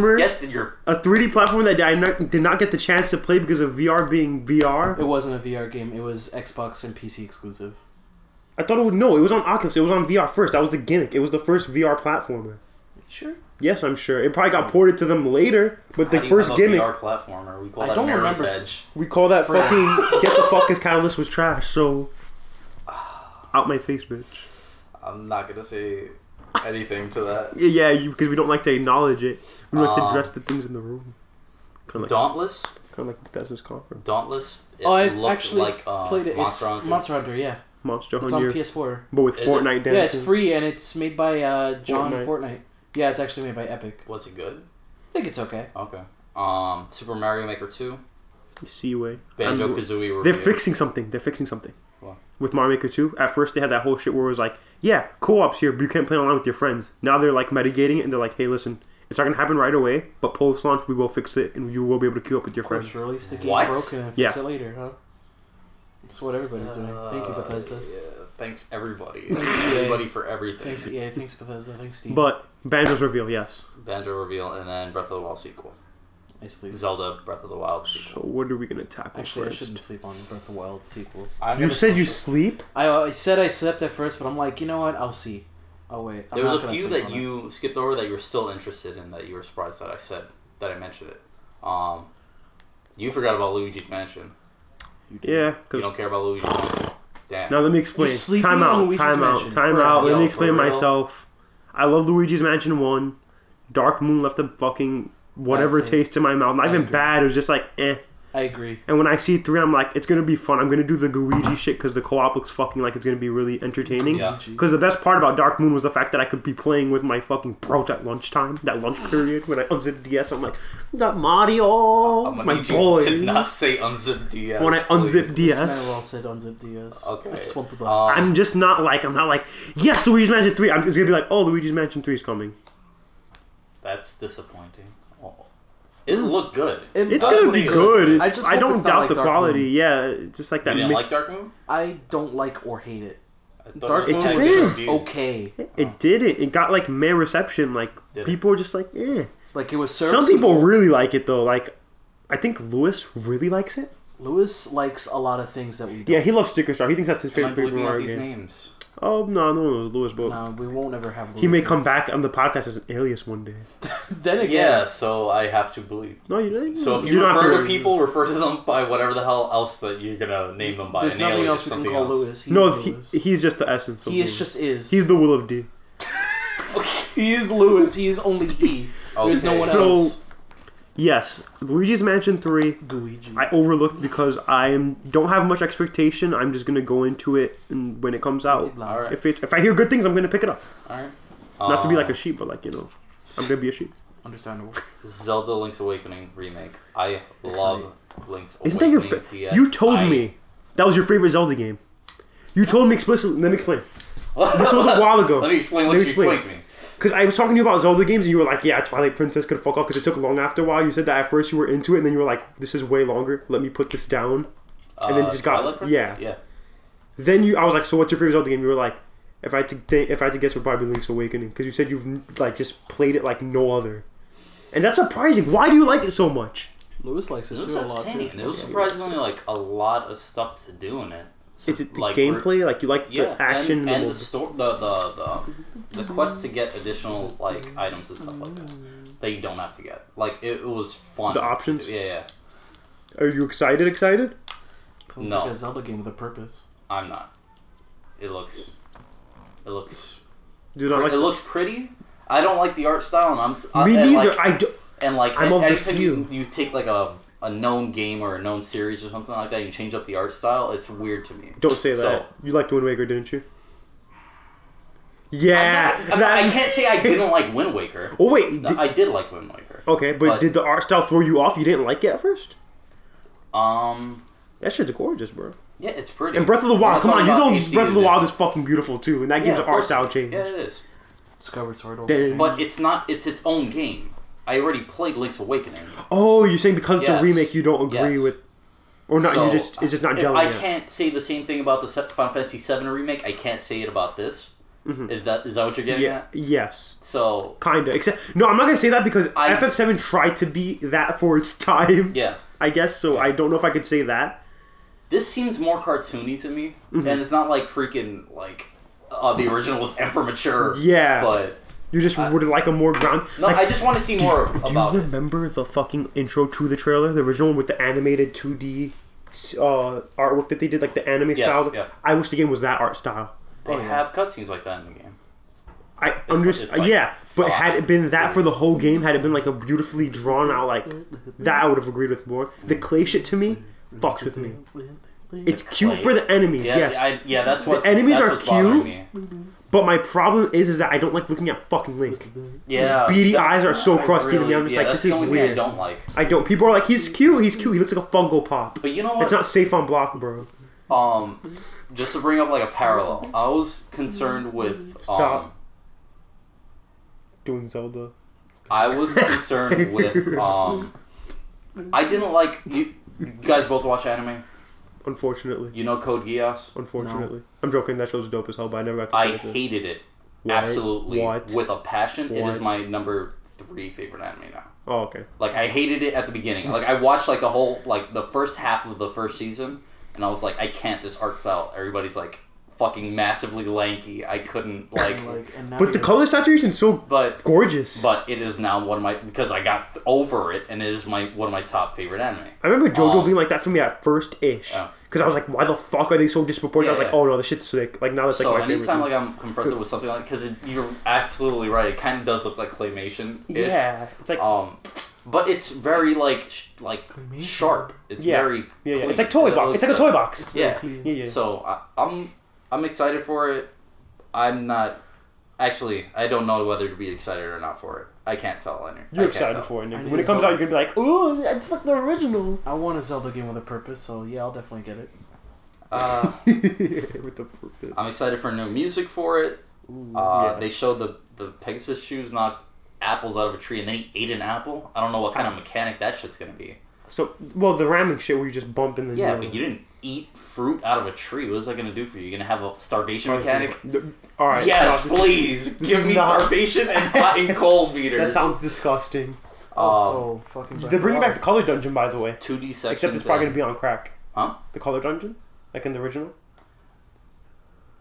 [SPEAKER 2] platformer,
[SPEAKER 1] Get your
[SPEAKER 2] a 3D platform that I not, did not get the chance to play because of VR being
[SPEAKER 3] It
[SPEAKER 2] VR.
[SPEAKER 3] wasn't a VR game. It was Xbox and PC exclusive.
[SPEAKER 2] I thought it would no. It was on Oculus. It was on VR first. That was the gimmick. It was the first VR platformer.
[SPEAKER 3] Sure.
[SPEAKER 2] Yes, I'm sure. It probably got ported to them later, but the
[SPEAKER 1] How do you
[SPEAKER 2] first
[SPEAKER 1] have a
[SPEAKER 2] gimmick
[SPEAKER 1] VR platformer. We call
[SPEAKER 3] I
[SPEAKER 1] that
[SPEAKER 3] don't
[SPEAKER 1] Mirror's
[SPEAKER 3] remember s-
[SPEAKER 1] Edge.
[SPEAKER 2] we call that
[SPEAKER 3] [LAUGHS]
[SPEAKER 2] fucking get the fuck as Catalyst was trash. So out my face, bitch.
[SPEAKER 1] I'm not gonna say anything to
[SPEAKER 3] [LAUGHS]
[SPEAKER 1] that.
[SPEAKER 2] Yeah, Yeah, you because we don't like to acknowledge it. We don't like to
[SPEAKER 1] Um,
[SPEAKER 3] Ah.
[SPEAKER 2] address the things in the room. Kind of like,
[SPEAKER 1] Dauntless.
[SPEAKER 2] kind of like Bethesda's conference.
[SPEAKER 1] Dauntless. It
[SPEAKER 3] Oh, I've
[SPEAKER 1] looked
[SPEAKER 3] actually
[SPEAKER 1] like, um,
[SPEAKER 3] Played it.
[SPEAKER 1] Monster
[SPEAKER 3] it's
[SPEAKER 1] Hunter.
[SPEAKER 3] Monster Hunter. Yeah,
[SPEAKER 2] Monster
[SPEAKER 3] it's on
[SPEAKER 2] Hunter,
[SPEAKER 3] PS4.
[SPEAKER 2] but with
[SPEAKER 1] Is it?
[SPEAKER 2] Fortnite
[SPEAKER 3] Yeah, it's
[SPEAKER 2] dances.
[SPEAKER 3] free and it's made by uh, John
[SPEAKER 2] Fortnite.
[SPEAKER 3] Fortnite. Yeah, it's actually made by Epic.
[SPEAKER 1] Was it good?
[SPEAKER 3] I think it's okay.
[SPEAKER 1] Okay. Um, Super Mario Maker Two.
[SPEAKER 2] Seaway.
[SPEAKER 1] Banjo
[SPEAKER 2] I'm-
[SPEAKER 1] Kazooie.
[SPEAKER 2] They're fixing something. They're fixing something.
[SPEAKER 1] Wow.
[SPEAKER 2] With Mario Maker 2, at first they had that whole shit where it was like, yeah, co-op's here, but you can't play online with your friends. Now they're like mitigating it and they're like, hey, listen, it's not gonna happen right away, but post-launch we will fix it and you will be able to queue up with your
[SPEAKER 3] Of course,
[SPEAKER 2] friends.
[SPEAKER 3] release the game
[SPEAKER 1] What?
[SPEAKER 3] broken and fix
[SPEAKER 2] Yeah.
[SPEAKER 3] it later, huh? That's what everybody's doing. Thank you,
[SPEAKER 1] Uh,
[SPEAKER 3] Bethesda.
[SPEAKER 1] yeah, thanks everybody.
[SPEAKER 3] Thanks,
[SPEAKER 1] Thanks
[SPEAKER 3] EA.
[SPEAKER 1] everybody for everything.
[SPEAKER 3] Thanks EA. Thanks Bethesda. Thanks Steam.
[SPEAKER 2] But Banjo's reveal, yes.
[SPEAKER 1] Banjo reveal and then Breath of the Wild sequel.
[SPEAKER 3] I sleep.
[SPEAKER 1] Zelda Breath of the Wild sequel.
[SPEAKER 2] So what are we gonna tackle
[SPEAKER 3] Actually, I
[SPEAKER 2] first?
[SPEAKER 3] shouldn't sleep on Breath of the Wild sequel.
[SPEAKER 1] I'm
[SPEAKER 2] You
[SPEAKER 1] gonna
[SPEAKER 2] said you
[SPEAKER 1] push it.
[SPEAKER 2] sleep?
[SPEAKER 3] I, uh, I said I slept at first, but I'm like, you know what? I'll see. Oh wait. I'm
[SPEAKER 1] There
[SPEAKER 3] not
[SPEAKER 1] was a
[SPEAKER 3] gonna
[SPEAKER 1] few
[SPEAKER 3] sleep
[SPEAKER 1] that
[SPEAKER 3] on it.
[SPEAKER 1] you skipped over that you were still interested in that you were surprised that I said that I mentioned it. Um, you forgot about Luigi's Mansion.
[SPEAKER 2] Yeah,
[SPEAKER 1] You
[SPEAKER 2] because
[SPEAKER 1] don't care about Luigi's Mansion. Damn.
[SPEAKER 2] now let me explain.
[SPEAKER 3] You're sleeping
[SPEAKER 2] Time
[SPEAKER 3] on
[SPEAKER 2] out,
[SPEAKER 3] Luigi's
[SPEAKER 2] time
[SPEAKER 3] Mansion.
[SPEAKER 2] out, time
[SPEAKER 3] Bro,
[SPEAKER 2] out. Let
[SPEAKER 1] yo,
[SPEAKER 2] me explain
[SPEAKER 1] for real?
[SPEAKER 2] myself. I love Luigi's Mansion 1. Dark Moon left a fucking whatever
[SPEAKER 3] taste.
[SPEAKER 2] taste. in my mouth. Not
[SPEAKER 3] I
[SPEAKER 2] even
[SPEAKER 3] agree.
[SPEAKER 2] bad, it was just like eh.
[SPEAKER 3] I agree.
[SPEAKER 2] And when I see three, I'm like, it's gonna be fun. I'm gonna do the Luigi shit because the co-op looks fucking like it's gonna be really entertaining.
[SPEAKER 1] Yeah.
[SPEAKER 2] Because the best part about Dark Moon was the fact that I could be playing with my fucking bro at lunchtime, that lunch period when I unzip DS. I'm like, I got Mario,
[SPEAKER 1] I'm gonna
[SPEAKER 2] my
[SPEAKER 1] need you [LAUGHS]
[SPEAKER 2] boy.
[SPEAKER 1] to not say unzip DS.
[SPEAKER 2] When I unzip
[SPEAKER 1] please.
[SPEAKER 3] This man
[SPEAKER 2] DS,
[SPEAKER 3] well said unzip DS.
[SPEAKER 1] Okay.
[SPEAKER 3] I just want the
[SPEAKER 1] Um,
[SPEAKER 3] button.
[SPEAKER 2] I'm just not like, I'm not like, yes, Luigi's Mansion 3. I'm just gonna be like, oh, Luigi's Mansion 3 is coming.
[SPEAKER 1] that's disappointing. Oh. It looked good.
[SPEAKER 3] And
[SPEAKER 2] It's
[SPEAKER 1] I
[SPEAKER 2] gonna
[SPEAKER 1] don't
[SPEAKER 2] be
[SPEAKER 1] think it
[SPEAKER 2] good.
[SPEAKER 1] looked-
[SPEAKER 2] It's, I,
[SPEAKER 3] I just hope
[SPEAKER 2] don't
[SPEAKER 3] it's not
[SPEAKER 2] doubt
[SPEAKER 3] like
[SPEAKER 2] the
[SPEAKER 3] Dark
[SPEAKER 2] quality.
[SPEAKER 3] Moon.
[SPEAKER 2] Yeah, it's just like
[SPEAKER 1] You
[SPEAKER 2] that.
[SPEAKER 1] didn't
[SPEAKER 2] mix-
[SPEAKER 1] like Dark Moon?
[SPEAKER 3] I don't like or hate it.
[SPEAKER 1] I thought
[SPEAKER 3] Dark
[SPEAKER 1] it
[SPEAKER 3] Moon
[SPEAKER 1] was
[SPEAKER 2] It's
[SPEAKER 3] is
[SPEAKER 2] just
[SPEAKER 1] confused.
[SPEAKER 3] just okay.
[SPEAKER 2] it did it. It got like meh reception. Like
[SPEAKER 1] Did it?
[SPEAKER 2] people were just like, eh.
[SPEAKER 3] Like it was
[SPEAKER 2] Some
[SPEAKER 3] serviceable.
[SPEAKER 2] people really like it though. Like, I think Lewis really likes it.
[SPEAKER 3] Lewis likes a lot of things that we don't.
[SPEAKER 2] Yeah, he loves Sticker Star. He thinks that's his
[SPEAKER 1] Am I
[SPEAKER 2] favorite Paper
[SPEAKER 1] bleeping out
[SPEAKER 2] Mario
[SPEAKER 1] these
[SPEAKER 2] game.
[SPEAKER 1] names?
[SPEAKER 2] Oh no, no, it was Lewis, but
[SPEAKER 3] No, we won't ever have Lewis.
[SPEAKER 2] he may come back on the podcast as an alias one day.
[SPEAKER 3] Then again,
[SPEAKER 1] Yeah, so I have to bleep.
[SPEAKER 2] No, you.
[SPEAKER 1] So if
[SPEAKER 2] you
[SPEAKER 1] you,
[SPEAKER 2] don't have
[SPEAKER 1] refer to
[SPEAKER 2] worry.
[SPEAKER 1] people, refer to them by whatever the hell else that you're gonna name them by.
[SPEAKER 3] there's
[SPEAKER 1] an
[SPEAKER 3] nothing
[SPEAKER 1] alias,
[SPEAKER 3] else we can
[SPEAKER 1] something
[SPEAKER 3] call
[SPEAKER 1] else.
[SPEAKER 3] Lewis. He
[SPEAKER 2] no,
[SPEAKER 3] is
[SPEAKER 2] he,
[SPEAKER 3] Lewis.
[SPEAKER 2] he's just the essence. Of
[SPEAKER 3] He is
[SPEAKER 2] Lewis.
[SPEAKER 3] just is.
[SPEAKER 2] He's the will of D.
[SPEAKER 3] he is Lewis. He is only he.
[SPEAKER 1] [LAUGHS] Oh.
[SPEAKER 3] There's no one
[SPEAKER 2] So-
[SPEAKER 3] else.
[SPEAKER 2] Yes, Luigi's Mansion Three.
[SPEAKER 3] Guiji.
[SPEAKER 2] I overlooked because I don't have much expectation. I'm just gonna go into it and when it comes out.
[SPEAKER 1] All right,
[SPEAKER 2] If, it's, if I hear good things, I'm gonna pick it up.
[SPEAKER 1] all right.
[SPEAKER 2] Not to be
[SPEAKER 1] Uh, Ah.
[SPEAKER 2] like a sheep, but like you know, I'm gonna be a sheep.
[SPEAKER 3] Understandable.
[SPEAKER 1] Zelda Link's Awakening remake. I love
[SPEAKER 3] Excellent.
[SPEAKER 1] Link's Awakening.
[SPEAKER 2] Isn't that your? Fa-
[SPEAKER 1] DS.
[SPEAKER 2] you told
[SPEAKER 1] I-
[SPEAKER 2] me that was your favorite Zelda game. You told me explicitly. Let me explain.
[SPEAKER 1] [LAUGHS]
[SPEAKER 2] This was a while ago.
[SPEAKER 1] Let me explain what
[SPEAKER 2] Let
[SPEAKER 1] you
[SPEAKER 2] me explain.
[SPEAKER 1] explained to me.
[SPEAKER 2] Because I was talking to you about Zelda games, and you were like, "Yeah, Twilight Princess could fuck off." Because it took long after a while. You said that at first you were into it, and then you were like, "This is way longer. Let me put this down." And then
[SPEAKER 1] Uh,
[SPEAKER 2] just got-
[SPEAKER 1] Twilight Princess? yeah.
[SPEAKER 2] Then you, I was like, "So what's your favorite Zelda game?" You were like, "If I had to, think, if I had to guess, it would probably be Link's Awakening." Because you said you've like just played it like no other, and that's surprising. Why do you like it so much?
[SPEAKER 3] Lewis likes it
[SPEAKER 1] It
[SPEAKER 3] too
[SPEAKER 1] was
[SPEAKER 3] a lot
[SPEAKER 1] entertaining.
[SPEAKER 3] too.
[SPEAKER 1] There was surprisingly like a lot of stuff to do in it. So,
[SPEAKER 2] Is it the
[SPEAKER 1] like, we're-
[SPEAKER 2] gameplay? Like you like
[SPEAKER 1] Yeah,
[SPEAKER 2] the action
[SPEAKER 1] and,
[SPEAKER 2] the
[SPEAKER 1] and the,
[SPEAKER 2] mobile-
[SPEAKER 1] sto- the, the the the quest to get additional like items and stuff like that that you don't have to get. Like it, it was fun.
[SPEAKER 2] The options?
[SPEAKER 1] Yeah, yeah.
[SPEAKER 2] Are you excited? Excited?
[SPEAKER 3] Sounds
[SPEAKER 1] No.
[SPEAKER 3] like a Zelda game with a purpose.
[SPEAKER 1] I'm not. It looks. It looks.
[SPEAKER 2] Do you not like
[SPEAKER 1] it looks pretty. I don't like the art style, and I'm. T-
[SPEAKER 2] me
[SPEAKER 1] and
[SPEAKER 2] neither.
[SPEAKER 1] Like,
[SPEAKER 2] I do.
[SPEAKER 1] and like
[SPEAKER 2] I'm of the
[SPEAKER 1] anytime you,
[SPEAKER 2] few.
[SPEAKER 1] you take like a a known game or a known series or something like that, you change up the art style. It's weird to me.
[SPEAKER 2] Don't say that.
[SPEAKER 1] So-
[SPEAKER 2] you liked Wind Waker, didn't you? [LAUGHS] Yeah.
[SPEAKER 1] I'm not- I'm-
[SPEAKER 2] that-
[SPEAKER 1] I can't say I didn't like Wind Waker.
[SPEAKER 2] [LAUGHS] Oh wait.
[SPEAKER 1] No,
[SPEAKER 2] did-
[SPEAKER 1] I did like Wind Waker.
[SPEAKER 2] okay, but,
[SPEAKER 1] but-
[SPEAKER 2] did the art style throw you off? You didn't like it at first.
[SPEAKER 1] Um.
[SPEAKER 2] That shit's gorgeous, bro.
[SPEAKER 1] Yeah, it's pretty.
[SPEAKER 2] And Breath of the
[SPEAKER 1] We're not
[SPEAKER 2] Wild, come
[SPEAKER 1] talking
[SPEAKER 2] on, you
[SPEAKER 1] about
[SPEAKER 2] know
[SPEAKER 1] HD
[SPEAKER 2] Breath of the
[SPEAKER 1] edition.
[SPEAKER 2] Wild is fucking beautiful too, and that
[SPEAKER 1] Yeah,
[SPEAKER 2] game's
[SPEAKER 1] of
[SPEAKER 2] art
[SPEAKER 1] course
[SPEAKER 2] style
[SPEAKER 1] it is.
[SPEAKER 2] change.
[SPEAKER 1] Yeah, it is.
[SPEAKER 3] Skyward Sword. also
[SPEAKER 2] Then-
[SPEAKER 3] changed.
[SPEAKER 1] But it's not. It's its own game. I already played Link's Awakening.
[SPEAKER 2] Oh, you're saying because it's
[SPEAKER 1] Yes.
[SPEAKER 2] a remake, you don't agree
[SPEAKER 1] Yes.
[SPEAKER 2] with? Or not? Oh, you
[SPEAKER 1] So,
[SPEAKER 2] just it's just not
[SPEAKER 1] if
[SPEAKER 2] gelling.
[SPEAKER 1] I
[SPEAKER 2] yeah.
[SPEAKER 1] can't say the same thing about the Se- Final Fantasy VII remake. I can't say it about this. Is that is that what you're getting
[SPEAKER 2] Mm-hmm. Yeah.
[SPEAKER 1] at?
[SPEAKER 2] Yes.
[SPEAKER 1] So
[SPEAKER 2] Kinda. Except no, I'm not gonna say that because
[SPEAKER 1] I-
[SPEAKER 2] FF7 tried to be that [LAUGHS] for its time.
[SPEAKER 1] yeah,
[SPEAKER 2] I guess so. I don't know if I could say that.
[SPEAKER 1] this seems more cartoony to me,
[SPEAKER 2] Mm-hmm.
[SPEAKER 1] and it's not like freaking like uh, the original was [LAUGHS] M for mature.
[SPEAKER 2] Yeah.
[SPEAKER 1] but
[SPEAKER 2] You just would like a more ground.
[SPEAKER 1] no,
[SPEAKER 2] like,
[SPEAKER 1] I just want to see more
[SPEAKER 2] do
[SPEAKER 1] about
[SPEAKER 2] you
[SPEAKER 1] it.
[SPEAKER 2] remember the fucking intro to the trailer, the original one with the animated 2D uh, artwork that they did, like the anime style?
[SPEAKER 1] yeah.
[SPEAKER 2] I wish the game was that art style.
[SPEAKER 1] They have cutscenes like that in the game.
[SPEAKER 2] I
[SPEAKER 1] it's
[SPEAKER 2] understand.
[SPEAKER 1] like
[SPEAKER 2] yeah, but
[SPEAKER 1] five
[SPEAKER 2] had it been that for the whole game, had it been like a beautifully drawn out like that, I would have agreed with more. The clay shit to me fucks with me. It's cute
[SPEAKER 1] clay.
[SPEAKER 2] for the enemies,
[SPEAKER 1] Yeah,
[SPEAKER 2] yes.
[SPEAKER 1] I, yeah, that's what
[SPEAKER 2] enemies
[SPEAKER 1] that's
[SPEAKER 2] are
[SPEAKER 1] what's bothering
[SPEAKER 2] cute.
[SPEAKER 1] Me.
[SPEAKER 2] but my problem is, is that I don't like looking at fucking Link.
[SPEAKER 1] Mm-hmm. Yeah,
[SPEAKER 2] beady
[SPEAKER 1] that-
[SPEAKER 2] eyes are so
[SPEAKER 1] I
[SPEAKER 2] crusty to me,
[SPEAKER 1] really-
[SPEAKER 2] I'm just
[SPEAKER 1] yeah,
[SPEAKER 2] like,
[SPEAKER 1] that's
[SPEAKER 2] this
[SPEAKER 1] the
[SPEAKER 2] is
[SPEAKER 1] only Thing I
[SPEAKER 2] weird.
[SPEAKER 1] don't like.
[SPEAKER 2] I don't. People are like, he's cute, he's cute. He looks like a Funko Pop.
[SPEAKER 1] But you know what?
[SPEAKER 2] It's not safe on block, bro.
[SPEAKER 1] um, just to bring up like a parallel, I was concerned with. Um,
[SPEAKER 2] Stop. Doing Zelda.
[SPEAKER 1] I
[SPEAKER 2] [LAUGHS]
[SPEAKER 1] was concerned with. Um, I didn't like you. You guys both watch anime.
[SPEAKER 2] Unfortunately.
[SPEAKER 1] You know Code Geass.
[SPEAKER 2] Unfortunately. I'm joking. That show's dope as hell, but I never got to
[SPEAKER 1] I
[SPEAKER 2] finish it.
[SPEAKER 1] hated it
[SPEAKER 2] Why?
[SPEAKER 1] absolutely
[SPEAKER 2] What?
[SPEAKER 1] with a passion. It is
[SPEAKER 2] What?
[SPEAKER 1] my number three favorite anime now.
[SPEAKER 2] Oh, okay.
[SPEAKER 1] Like I hated it at the beginning. Like I watched like the whole like the first half of the first season, and I was like, I can't. This arcs out. Everybody's like fucking massively lanky. I
[SPEAKER 2] [LAUGHS]
[SPEAKER 1] couldn't like.
[SPEAKER 4] Like, and now
[SPEAKER 2] But the
[SPEAKER 4] you're-
[SPEAKER 2] color saturation's so
[SPEAKER 1] but
[SPEAKER 2] gorgeous.
[SPEAKER 1] but it is now one of my because I got over it, and it is my one of my top favorite anime.
[SPEAKER 2] I remember JoJo
[SPEAKER 1] Um,
[SPEAKER 2] being like that for me at first ish.
[SPEAKER 1] Yeah.
[SPEAKER 2] Because I was like, why the fuck are they so disproportionate? I was
[SPEAKER 1] Yeah,
[SPEAKER 2] like,
[SPEAKER 1] yeah.
[SPEAKER 2] oh no, this shit's sick. Like now that's like
[SPEAKER 1] so
[SPEAKER 2] my favorite.
[SPEAKER 1] anytime like I'm confronted with something like because you're absolutely right, it kind of does look like claymation.
[SPEAKER 2] yeah. It's like,
[SPEAKER 1] Um, but it's very like sh- like sharp. It's
[SPEAKER 2] Yeah.
[SPEAKER 1] very
[SPEAKER 2] yeah, yeah.
[SPEAKER 1] clean.
[SPEAKER 2] It's like toy
[SPEAKER 1] It
[SPEAKER 2] box.
[SPEAKER 1] looks
[SPEAKER 2] It's like a
[SPEAKER 1] good.
[SPEAKER 2] toy box.
[SPEAKER 1] Yeah.
[SPEAKER 4] clean.
[SPEAKER 2] Yeah, yeah.
[SPEAKER 1] So I, I'm I'm excited for it. I'm not actually. I don't know whether to be excited or not for it. I can't tell. Leonard.
[SPEAKER 2] You're excited for it.
[SPEAKER 4] I
[SPEAKER 2] Nick.
[SPEAKER 4] need
[SPEAKER 2] When it
[SPEAKER 4] a
[SPEAKER 2] comes out,
[SPEAKER 4] Zelda.
[SPEAKER 2] you're gonna be like, ooh, it's like the original. [LAUGHS]
[SPEAKER 3] I want a Zelda game with a purpose, so yeah, I'll definitely get it.
[SPEAKER 1] Uh,
[SPEAKER 2] With the purpose.
[SPEAKER 1] I'm excited for new music for
[SPEAKER 2] [LAUGHS]
[SPEAKER 1] it.
[SPEAKER 2] Ooh,
[SPEAKER 1] Uh,
[SPEAKER 2] yes.
[SPEAKER 1] They showed the the Pegasus shoes knocked apples out of a tree, and then he ate an apple. I don't know what kind of mechanic that shit's gonna be.
[SPEAKER 2] So, well, the ramming shit where you just bump and then
[SPEAKER 1] Yeah,
[SPEAKER 2] you
[SPEAKER 1] but you didn't eat fruit out of a tree. What is that gonna do for you? You gonna have a starvation mechanic?
[SPEAKER 2] All right.
[SPEAKER 1] Yes,
[SPEAKER 2] stop. [LAUGHS]
[SPEAKER 1] please
[SPEAKER 2] this
[SPEAKER 1] give
[SPEAKER 2] is
[SPEAKER 1] me
[SPEAKER 2] not-
[SPEAKER 1] starvation and hot and cold meters.
[SPEAKER 2] [LAUGHS] That sounds disgusting.
[SPEAKER 1] um,
[SPEAKER 3] Oh, so fucking.
[SPEAKER 2] They're bringing back the color dungeon, by the way.
[SPEAKER 1] two D sections.
[SPEAKER 2] Except it's probably
[SPEAKER 1] and-
[SPEAKER 2] gonna be on crack.
[SPEAKER 1] Huh?
[SPEAKER 2] The color dungeon, like in the original.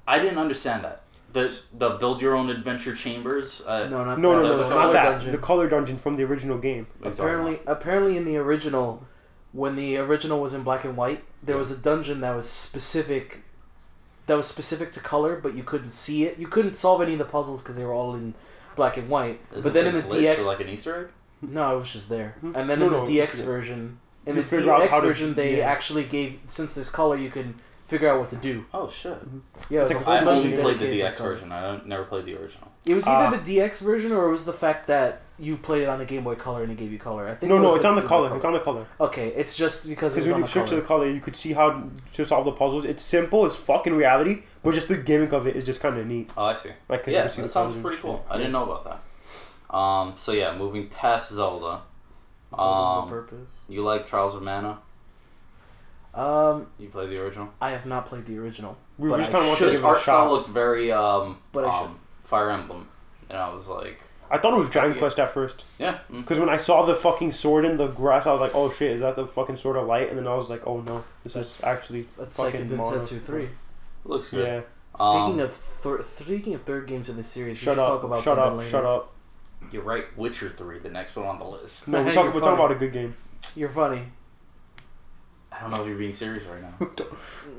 [SPEAKER 1] I didn't understand that. The the build your own adventure chambers. Uh,
[SPEAKER 3] No, not
[SPEAKER 2] No, no,
[SPEAKER 3] that.
[SPEAKER 2] no,
[SPEAKER 1] the
[SPEAKER 2] no,
[SPEAKER 1] color
[SPEAKER 2] not that.
[SPEAKER 3] Dungeon.
[SPEAKER 2] The color dungeon from the original game.
[SPEAKER 1] I'm sorry.
[SPEAKER 3] Apparently, apparently, in the original, when the original was in black and white, there was a dungeon that was specific, that was specific to color, but you couldn't see it. You couldn't solve any of the puzzles because they were all in black and white.
[SPEAKER 1] Is
[SPEAKER 3] but
[SPEAKER 1] this
[SPEAKER 3] then in
[SPEAKER 1] a
[SPEAKER 3] the
[SPEAKER 1] glitch or
[SPEAKER 3] DX,
[SPEAKER 1] like an Easter egg.
[SPEAKER 3] no, it was just there. And
[SPEAKER 2] Hmm?
[SPEAKER 3] then
[SPEAKER 2] No,
[SPEAKER 3] in the
[SPEAKER 2] no,
[SPEAKER 3] DX
[SPEAKER 2] it's-
[SPEAKER 3] version, in
[SPEAKER 2] You
[SPEAKER 3] the
[SPEAKER 2] figure out how
[SPEAKER 3] DX
[SPEAKER 2] to-
[SPEAKER 3] version, they
[SPEAKER 2] yeah.
[SPEAKER 3] actually gave since there's color, you can figure out what to do.
[SPEAKER 1] Oh shit!
[SPEAKER 3] Yeah, it was
[SPEAKER 2] It's
[SPEAKER 3] a
[SPEAKER 2] like
[SPEAKER 3] whole
[SPEAKER 1] I only
[SPEAKER 3] dungeon
[SPEAKER 1] played the
[SPEAKER 3] dedicated to
[SPEAKER 1] DX
[SPEAKER 3] color.
[SPEAKER 1] version. I don't, never played the original.
[SPEAKER 3] It was either
[SPEAKER 2] Ah.
[SPEAKER 3] the DX version or it was the fact that you played it on the Game Boy Color and it gave you color. I think
[SPEAKER 2] No,
[SPEAKER 3] it
[SPEAKER 2] no,
[SPEAKER 3] was
[SPEAKER 2] it's on the
[SPEAKER 3] Game Boy
[SPEAKER 2] color. It's on the color.
[SPEAKER 3] Okay, it's just because
[SPEAKER 2] Because
[SPEAKER 3] it was
[SPEAKER 2] when
[SPEAKER 3] on the
[SPEAKER 2] you switch to
[SPEAKER 3] color.
[SPEAKER 2] the color, you could see how to solve the puzzles. It's simple as fuck in reality, but just the gimmick of it is just kind of neat.
[SPEAKER 1] Oh, I see.
[SPEAKER 2] Like, 'cause you
[SPEAKER 1] Yeah,
[SPEAKER 2] can see
[SPEAKER 1] that sounds
[SPEAKER 2] the colors and
[SPEAKER 1] pretty
[SPEAKER 2] shit.
[SPEAKER 1] cool. I didn't know about that. Um, so yeah, moving past Zelda,
[SPEAKER 3] It's all
[SPEAKER 1] Um,
[SPEAKER 3] the purpose.
[SPEAKER 1] you like Trials of Mana?
[SPEAKER 3] Um,
[SPEAKER 1] You played the original.
[SPEAKER 3] I have not played the original.
[SPEAKER 2] We
[SPEAKER 3] But
[SPEAKER 2] just
[SPEAKER 3] I
[SPEAKER 2] kind of want to
[SPEAKER 3] should-
[SPEAKER 2] give
[SPEAKER 1] This
[SPEAKER 2] it a
[SPEAKER 1] art style
[SPEAKER 2] shot.
[SPEAKER 1] looked very um,
[SPEAKER 3] But I
[SPEAKER 1] um, Fire Emblem, and I was like,
[SPEAKER 2] I thought it was Dragon
[SPEAKER 1] Yeah.
[SPEAKER 2] Quest at first.
[SPEAKER 1] yeah, mm.
[SPEAKER 2] Because when I saw the fucking sword in the grass, I was like, "Oh shit, is that the fucking sword of light?" And then I was like, "Oh no, this
[SPEAKER 3] That's-
[SPEAKER 2] is actually
[SPEAKER 3] That's
[SPEAKER 2] fucking
[SPEAKER 3] second
[SPEAKER 2] mono.
[SPEAKER 3] Densetsu three.
[SPEAKER 1] looks good.
[SPEAKER 2] Yeah,
[SPEAKER 1] Um,
[SPEAKER 3] speaking of thir- speaking of third games in the series, we
[SPEAKER 2] shut
[SPEAKER 3] should
[SPEAKER 2] up,
[SPEAKER 3] talk about
[SPEAKER 2] shut
[SPEAKER 3] something
[SPEAKER 2] up,
[SPEAKER 3] later.
[SPEAKER 2] shut up.
[SPEAKER 1] you're right, Witcher three, the next one on the list.
[SPEAKER 2] No,
[SPEAKER 3] Hey,
[SPEAKER 2] we're, talking,
[SPEAKER 3] you're
[SPEAKER 2] we're
[SPEAKER 3] funny.
[SPEAKER 2] talking about a good
[SPEAKER 3] [LAUGHS]
[SPEAKER 2] game.
[SPEAKER 3] You're funny.
[SPEAKER 1] I don't know if you're being serious right
[SPEAKER 3] [LAUGHS]
[SPEAKER 1] now.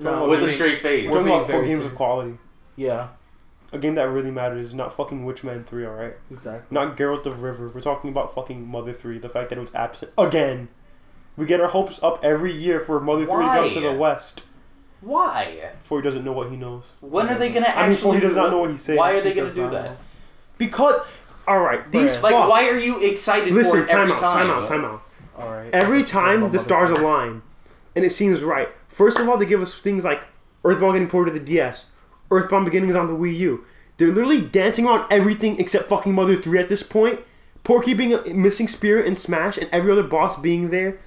[SPEAKER 3] No,
[SPEAKER 2] Oh,
[SPEAKER 1] With
[SPEAKER 3] we-
[SPEAKER 1] a straight face.
[SPEAKER 2] We're talking
[SPEAKER 3] being
[SPEAKER 2] about four
[SPEAKER 3] very
[SPEAKER 2] games
[SPEAKER 3] serious.
[SPEAKER 2] of quality.
[SPEAKER 3] Yeah,
[SPEAKER 2] A game that really matters, not fucking Witchman three, all right?
[SPEAKER 3] exactly.
[SPEAKER 2] Not Geralt of River. We're talking about fucking Mother three. The fact that it was absent again. We get our hopes up every year for Mother three to come to
[SPEAKER 1] Why?
[SPEAKER 2] the West.
[SPEAKER 1] Why?
[SPEAKER 2] Before he doesn't know what he knows.
[SPEAKER 1] When are they gonna
[SPEAKER 2] I mean,
[SPEAKER 1] actually?
[SPEAKER 2] he does not know
[SPEAKER 1] do-
[SPEAKER 2] what he's saying.
[SPEAKER 1] Why are they
[SPEAKER 3] He
[SPEAKER 1] gonna
[SPEAKER 3] does
[SPEAKER 1] do
[SPEAKER 3] not
[SPEAKER 1] that?
[SPEAKER 3] know.
[SPEAKER 2] Because, all right, these
[SPEAKER 3] Bruh.
[SPEAKER 1] Like,
[SPEAKER 2] fucks-
[SPEAKER 1] why are you excited
[SPEAKER 2] Listen,
[SPEAKER 1] for it every
[SPEAKER 2] out,
[SPEAKER 1] time?
[SPEAKER 2] time out, time out.
[SPEAKER 3] All right.
[SPEAKER 2] Every
[SPEAKER 3] Let's talk
[SPEAKER 2] time
[SPEAKER 3] about
[SPEAKER 2] the
[SPEAKER 3] Mother
[SPEAKER 2] stars
[SPEAKER 3] Fuck.
[SPEAKER 2] align, and it seems right. First of all, they give us things like Earthbound getting ported to the DS, Earthbound Beginnings on the Wii U. They're literally dancing around everything except fucking Mother 3 at this point. Porky being a missing spirit in Smash, and every other boss being there.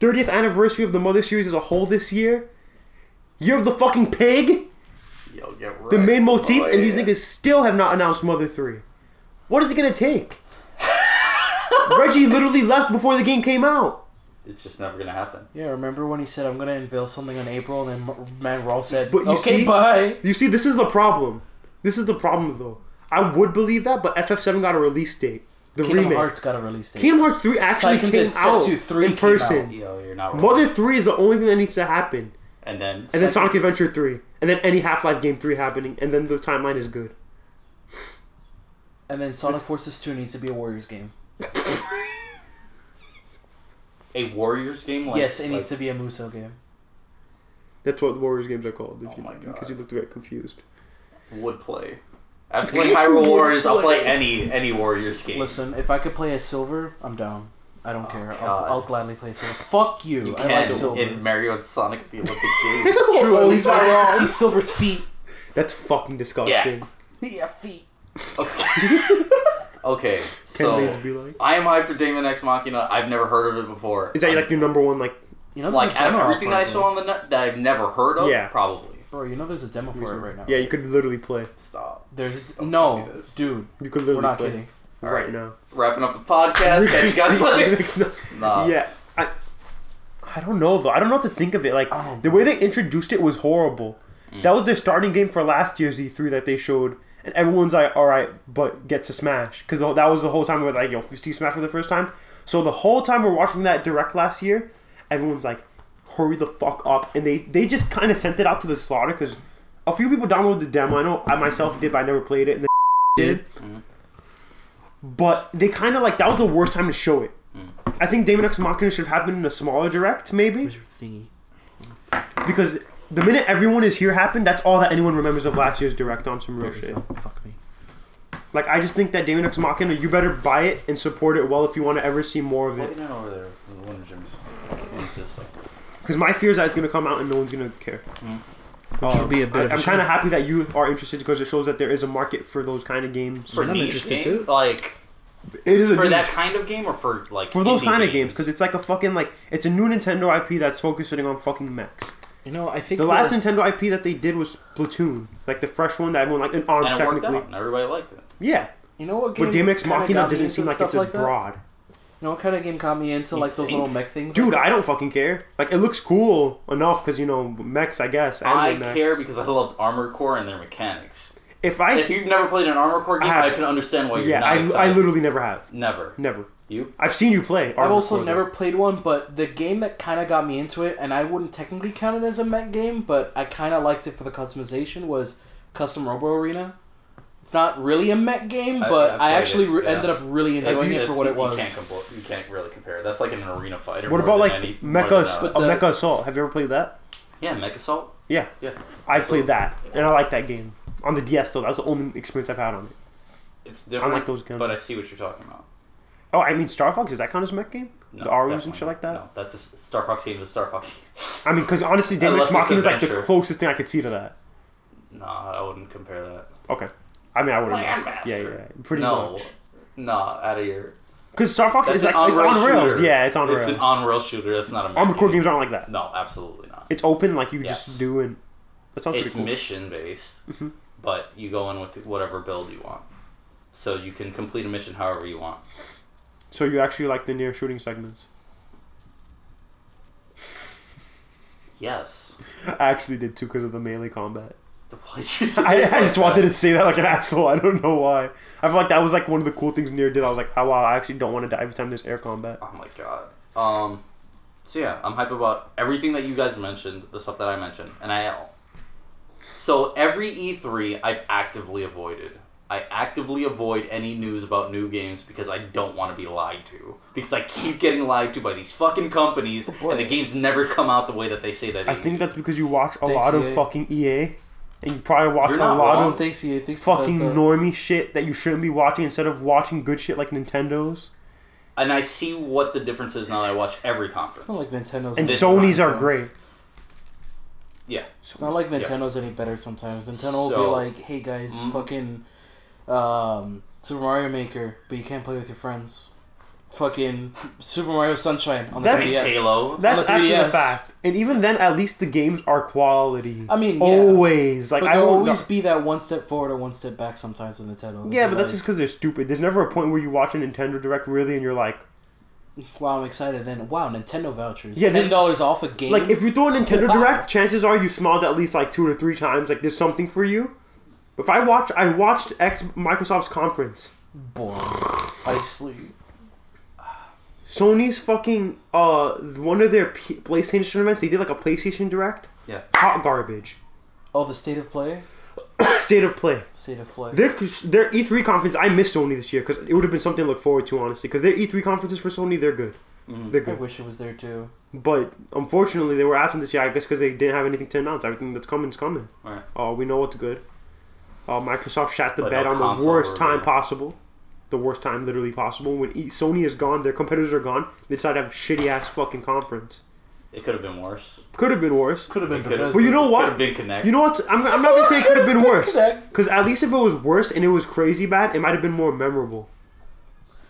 [SPEAKER 2] 30th anniversary of the Mother series as a whole this year. Year of the fucking pig.
[SPEAKER 1] Yo, get right. Oh,
[SPEAKER 2] The main motif,
[SPEAKER 1] boy.
[SPEAKER 2] and these niggas still have not announced Mother 3. What is it gonna take? Reggie literally left before the game came out.
[SPEAKER 1] It's just never gonna happen.
[SPEAKER 3] Yeah, remember when he said, I'm going to unveil something in April, and then M- Man Rawl said,
[SPEAKER 2] But you
[SPEAKER 3] okay,
[SPEAKER 2] see-
[SPEAKER 3] bye.
[SPEAKER 2] You see, this is the problem. This is the problem, though. I would believe that, but FF7 got a release date. The
[SPEAKER 3] Kingdom
[SPEAKER 2] remake.
[SPEAKER 3] Hearts got a release date.
[SPEAKER 2] Kingdom Hearts 3 actually
[SPEAKER 3] Seiken
[SPEAKER 2] came out
[SPEAKER 3] Densetsu 3
[SPEAKER 2] in
[SPEAKER 3] came
[SPEAKER 2] person.
[SPEAKER 1] Yo, you're not. Wrong.
[SPEAKER 2] Mother 3 is the only thing that needs to happen.
[SPEAKER 1] And then.
[SPEAKER 2] And then Sonic Adventure 3. And then any Half Life game 3 happening. And then the timeline is good.
[SPEAKER 3] and then Sonic Forces 2 needs to be a Warriors game.
[SPEAKER 1] a Warriors game. Like,
[SPEAKER 3] yes, it
[SPEAKER 1] like,
[SPEAKER 3] needs to be a Muso game.
[SPEAKER 2] That's what the Warriors games are called. If
[SPEAKER 1] Oh
[SPEAKER 2] you,
[SPEAKER 1] my God.
[SPEAKER 2] Because you looked a bit confused.
[SPEAKER 1] Would
[SPEAKER 2] [LAUGHS]
[SPEAKER 1] play. After playing Hyrule
[SPEAKER 2] Would
[SPEAKER 1] Warriors, I'll
[SPEAKER 2] play.
[SPEAKER 3] [LAUGHS]
[SPEAKER 1] play any any Warriors game.
[SPEAKER 3] Listen, if I could play as Silver, I'm down. I don't care. I'll,
[SPEAKER 1] God.
[SPEAKER 3] I'll gladly play Silver. Fuck you.
[SPEAKER 1] you
[SPEAKER 3] I
[SPEAKER 1] can
[SPEAKER 3] like Silver.
[SPEAKER 1] in Mario and Sonic at the Olympic
[SPEAKER 3] [LAUGHS]
[SPEAKER 1] Games.
[SPEAKER 3] True, at
[SPEAKER 2] Oh,
[SPEAKER 3] least
[SPEAKER 2] my
[SPEAKER 3] I can
[SPEAKER 2] God.
[SPEAKER 3] see Silver's feet.
[SPEAKER 2] That's fucking disgusting.
[SPEAKER 3] Yeah, feet.
[SPEAKER 1] Okay.
[SPEAKER 2] [LAUGHS]
[SPEAKER 3] [LAUGHS]
[SPEAKER 1] okay.
[SPEAKER 2] Ken Leeds
[SPEAKER 1] So
[SPEAKER 2] be like.
[SPEAKER 1] I am hyped for Damon X Machina. I've never heard of it before.
[SPEAKER 2] Is that like your number one? Like,
[SPEAKER 3] You know,
[SPEAKER 1] like
[SPEAKER 3] there's
[SPEAKER 1] out
[SPEAKER 3] a demo
[SPEAKER 1] of
[SPEAKER 3] out
[SPEAKER 1] everything
[SPEAKER 3] for
[SPEAKER 1] that I
[SPEAKER 3] it,
[SPEAKER 1] saw on the net that I've never heard of?
[SPEAKER 2] Yeah.
[SPEAKER 1] Probably.
[SPEAKER 3] Bro, you know there's a demo for it right now.
[SPEAKER 2] yeah, you could literally play.
[SPEAKER 1] Stop.
[SPEAKER 3] There's a,
[SPEAKER 1] Don't
[SPEAKER 3] no,
[SPEAKER 1] do this.
[SPEAKER 3] dude.
[SPEAKER 2] You could literally
[SPEAKER 3] We're not
[SPEAKER 2] play
[SPEAKER 3] kidding.
[SPEAKER 1] All
[SPEAKER 2] right
[SPEAKER 1] right.
[SPEAKER 2] now.
[SPEAKER 1] Wrapping up the podcast. Catch you
[SPEAKER 2] [LAUGHS]
[SPEAKER 1] guys later. [LAUGHS] Nah.
[SPEAKER 2] yeah, I, I don't know though. I don't know what to think of it. Like
[SPEAKER 3] Oh,
[SPEAKER 2] the way they introduced it was horrible. That was their starting game for last year's E3 that they showed, and everyone's like, "All right, but get to Smash," because that was the whole time we were like, "Yo, we see Smash for the first time." So the whole time we're watching that direct last year, everyone's like, "Hurry the fuck up!" And they they just kind of sent it out to the slaughter because a few people downloaded the demo. I know I myself did, but I never played it. And then [LAUGHS] did. But they kind of like that was the worst time to show it.
[SPEAKER 1] Mm.
[SPEAKER 2] I think Damon X Machina should have happened in a smaller direct, maybe,
[SPEAKER 3] Where's your thingy?
[SPEAKER 2] because the minute everyone is here happened, that's all that anyone remembers of last year's direct on some real
[SPEAKER 3] There's
[SPEAKER 2] shit.
[SPEAKER 3] some- Fuck me.
[SPEAKER 2] Like I just think that Damon X Machina, you better buy it and support it well if you want to ever see more of
[SPEAKER 1] What are
[SPEAKER 2] it.
[SPEAKER 1] you doing over there? The one in Jim's. What is this?
[SPEAKER 2] Because my fear is that it's gonna come out and no one's gonna care.
[SPEAKER 1] Mm.
[SPEAKER 3] Which would be a bit
[SPEAKER 2] I,
[SPEAKER 3] of a
[SPEAKER 2] am kind
[SPEAKER 3] shame.
[SPEAKER 2] of happy that you are interested because it shows that there is a market for those kind of games.
[SPEAKER 1] For
[SPEAKER 3] I'm
[SPEAKER 1] niche
[SPEAKER 3] interested
[SPEAKER 1] game?
[SPEAKER 3] too.
[SPEAKER 1] Like
[SPEAKER 2] It is a
[SPEAKER 1] for
[SPEAKER 2] niche.
[SPEAKER 1] that kind of game or for like
[SPEAKER 2] for those
[SPEAKER 1] indie
[SPEAKER 2] kind of games because it's like a fucking like it's a new Nintendo IP that's focusing on fucking mechs.
[SPEAKER 3] You know, I think
[SPEAKER 2] The last
[SPEAKER 3] we're-
[SPEAKER 2] Nintendo IP that they did was Splatoon, like the fresh one that everyone like an arm
[SPEAKER 1] and it worked
[SPEAKER 2] technically.
[SPEAKER 1] out. And everybody liked it.
[SPEAKER 2] Yeah,
[SPEAKER 3] you know what game
[SPEAKER 2] but Damon X
[SPEAKER 3] kinda
[SPEAKER 2] Machina
[SPEAKER 3] got me
[SPEAKER 2] doesn't
[SPEAKER 3] into
[SPEAKER 2] seem like
[SPEAKER 3] stuff
[SPEAKER 2] it's as
[SPEAKER 3] that?
[SPEAKER 2] broad.
[SPEAKER 3] You know what kind of game got me into
[SPEAKER 1] You
[SPEAKER 3] like those
[SPEAKER 1] think?
[SPEAKER 3] little mech things?
[SPEAKER 2] Dude, I don't fucking care. Like it looks cool enough because you know mechs, I guess. anime
[SPEAKER 1] I
[SPEAKER 2] mechs.
[SPEAKER 1] care because I loved Armored Core and their mechanics.
[SPEAKER 2] if I
[SPEAKER 1] If you've never played an Armored Core game,
[SPEAKER 2] I
[SPEAKER 1] I,
[SPEAKER 2] have.
[SPEAKER 1] can understand why you're
[SPEAKER 2] yeah,
[SPEAKER 1] not
[SPEAKER 2] I, I
[SPEAKER 1] excited.
[SPEAKER 2] literally never have,
[SPEAKER 1] never.
[SPEAKER 2] never.
[SPEAKER 1] You?
[SPEAKER 2] I've seen you play.
[SPEAKER 3] I've
[SPEAKER 2] Armored
[SPEAKER 3] also
[SPEAKER 2] Core,
[SPEAKER 3] never
[SPEAKER 2] though.
[SPEAKER 3] played one, but the game that kind of got me into it, and I wouldn't technically count it as a mech game, but I kind of liked it for the customization, was Custom Robo Arena. It's not really a mech game,
[SPEAKER 1] I-
[SPEAKER 3] but
[SPEAKER 1] I've
[SPEAKER 3] I,
[SPEAKER 1] played
[SPEAKER 3] actually
[SPEAKER 1] it,
[SPEAKER 3] re-
[SPEAKER 1] yeah.
[SPEAKER 3] ended up really
[SPEAKER 1] It's-
[SPEAKER 3] enjoying it for
[SPEAKER 1] it's-
[SPEAKER 3] what it
[SPEAKER 1] You can't,
[SPEAKER 3] was.
[SPEAKER 1] compl- you can't really compare. That's like an arena fighter.
[SPEAKER 2] What
[SPEAKER 1] more than
[SPEAKER 2] about like
[SPEAKER 1] any, more
[SPEAKER 2] mecha,
[SPEAKER 1] than
[SPEAKER 2] a
[SPEAKER 3] But the-
[SPEAKER 2] mecha assault? Have you ever played that?
[SPEAKER 1] a- yeah, Mech Assault.
[SPEAKER 2] Yeah,
[SPEAKER 1] Yeah,
[SPEAKER 2] I played that, and I like that game on the DS though. That was the only experience I've had on it.
[SPEAKER 1] it's different.
[SPEAKER 2] those guns.
[SPEAKER 1] but I see what you're talking about.
[SPEAKER 2] Oh, I mean, Star Fox is that count as a mech game?
[SPEAKER 1] No,
[SPEAKER 2] the ROMs and
[SPEAKER 1] definitely
[SPEAKER 2] shit like
[SPEAKER 1] not.
[SPEAKER 2] that.
[SPEAKER 1] No, that's a s- Star Fox game. Is a Star Fox.
[SPEAKER 2] I mean, because honestly, Damon X
[SPEAKER 1] Unless it's
[SPEAKER 2] Machina is like the
[SPEAKER 1] adventure.
[SPEAKER 2] closest thing I could see to that.
[SPEAKER 1] game. [LAUGHS] Nah, I wouldn't compare that.
[SPEAKER 2] Okay, I mean, I wouldn't.
[SPEAKER 1] Landmaster.
[SPEAKER 2] Yeah, yeah, yeah, pretty
[SPEAKER 1] no,
[SPEAKER 2] much.
[SPEAKER 1] nah, out of here.
[SPEAKER 2] Because Star Fox
[SPEAKER 1] That's
[SPEAKER 2] is
[SPEAKER 1] an
[SPEAKER 2] like it's on
[SPEAKER 1] on-rail
[SPEAKER 2] rails.
[SPEAKER 1] shooter.
[SPEAKER 2] Yeah, it's on
[SPEAKER 1] It's
[SPEAKER 2] rails.
[SPEAKER 1] an on-rail shooter. That's not a. mech
[SPEAKER 2] Armored Core
[SPEAKER 1] game.
[SPEAKER 2] games aren't like that.
[SPEAKER 1] No, absolutely not.
[SPEAKER 2] It's open, like you
[SPEAKER 1] Yes.
[SPEAKER 2] just do and that sounds
[SPEAKER 1] it's
[SPEAKER 2] pretty cool. Mm-hmm.
[SPEAKER 1] mission based, but you go in with whatever build you want. So you can complete a mission however you want.
[SPEAKER 2] so you actually like the near shooting segments?
[SPEAKER 1] Yes. [LAUGHS]
[SPEAKER 2] I actually did too because of the melee combat. [LAUGHS]
[SPEAKER 1] Why'd you say
[SPEAKER 2] I,
[SPEAKER 1] it
[SPEAKER 2] I
[SPEAKER 1] like
[SPEAKER 2] just wanted
[SPEAKER 1] that?
[SPEAKER 2] to say that like an asshole. I don't know why. I feel like that was like one of the cool things near did. I was like, oh, wow, I actually don't want to die every time there's air combat.
[SPEAKER 1] Oh my god. Um. So yeah, I'm hype about everything that you guys mentioned, the stuff that I mentioned, and I. So every E3 I've actively avoided. I actively avoid any news about new games because I don't want to be lied to. Because I keep getting lied to by these fucking companies,
[SPEAKER 3] boy.
[SPEAKER 1] and the games never come out the way that they say that.
[SPEAKER 2] I think that's because you watch a
[SPEAKER 3] Thanks,
[SPEAKER 2] lot of
[SPEAKER 3] EA.
[SPEAKER 2] fucking EA, and you probably watch
[SPEAKER 1] E You're
[SPEAKER 2] a
[SPEAKER 1] not
[SPEAKER 2] lot
[SPEAKER 1] wrong.
[SPEAKER 2] of
[SPEAKER 3] Thanks, EA. Thanks for
[SPEAKER 2] fucking
[SPEAKER 3] Bethesda.
[SPEAKER 2] normie shit that you shouldn't be watching instead of watching good shit like Nintendo's.
[SPEAKER 1] and I see what the difference is now. That I watch every conference.
[SPEAKER 3] It's not like Nintendo's.
[SPEAKER 2] And
[SPEAKER 1] This
[SPEAKER 2] Sony's are
[SPEAKER 3] sometimes.
[SPEAKER 2] great.
[SPEAKER 1] yeah,
[SPEAKER 3] It's not like Nintendo's any better sometimes. Nintendo will be
[SPEAKER 1] So- mm-hmm.
[SPEAKER 3] like, "Hey guys, fucking um, Super Mario Maker, but you can't play with your friends." fucking Super Mario Sunshine on the E
[SPEAKER 2] That's
[SPEAKER 3] 3DS.
[SPEAKER 1] Halo.
[SPEAKER 2] That's
[SPEAKER 3] the
[SPEAKER 2] after the
[SPEAKER 3] 3DS.
[SPEAKER 2] fact. And even then, at least the games are quality.
[SPEAKER 3] I mean, yeah.
[SPEAKER 2] always like
[SPEAKER 3] But
[SPEAKER 2] I
[SPEAKER 3] there'll
[SPEAKER 2] don't
[SPEAKER 3] always be that one step forward or one step back sometimes with Nintendo.
[SPEAKER 2] Yeah,
[SPEAKER 3] They're
[SPEAKER 2] but that's just
[SPEAKER 3] like,
[SPEAKER 2] because they're stupid. There's never a point where you watch a Nintendo Direct really and you're like,
[SPEAKER 3] wow, I'm excited. Then wow, Nintendo vouchers.
[SPEAKER 2] Yeah,
[SPEAKER 3] Yeah,
[SPEAKER 2] they-
[SPEAKER 3] ten dollars off a game.
[SPEAKER 2] like if you throw a Nintendo
[SPEAKER 3] Wow.
[SPEAKER 2] Direct, chances are you smiled at least like two or three times. Like there's something for you. If I watch, I watched X Microsoft's conference.
[SPEAKER 3] boring, I sleep.
[SPEAKER 2] Sony's fucking uh one of their P- PlayStation events. They did like a PlayStation Direct.
[SPEAKER 1] Yeah.
[SPEAKER 2] Hot garbage.
[SPEAKER 3] Oh, the state of play,
[SPEAKER 2] State of play.
[SPEAKER 3] state of play.
[SPEAKER 2] Their, their E3 conference, I miss Sony this year because it would have been something to look forward to, honestly. Because their E3 conferences for Sony, they're good.
[SPEAKER 1] Mm-hmm.
[SPEAKER 2] They're
[SPEAKER 3] I
[SPEAKER 2] good.
[SPEAKER 3] wish it was there too.
[SPEAKER 2] But unfortunately, they were absent this year, I guess, because they didn't have anything to announce. Everything that's coming is coming.
[SPEAKER 1] Right.
[SPEAKER 2] Uh, we know what's good. Uh, Microsoft shat the
[SPEAKER 1] But
[SPEAKER 2] bed
[SPEAKER 1] no
[SPEAKER 2] on the
[SPEAKER 1] console
[SPEAKER 2] worst
[SPEAKER 1] or-
[SPEAKER 2] time possible. The worst time literally possible. When e- Sony is gone, their competitors are gone, they decide to have a shitty ass fucking conference.
[SPEAKER 1] It could have been worse.
[SPEAKER 2] Could have been worse.
[SPEAKER 3] Could have been
[SPEAKER 1] It could've-
[SPEAKER 3] Bethesda.
[SPEAKER 2] Well, you know
[SPEAKER 1] Could
[SPEAKER 2] what?
[SPEAKER 1] have been Connect.
[SPEAKER 2] You know what? I'm, I'm not gonna say it could have been worse. Because at least if it was worse and it was crazy bad, it might have been more memorable.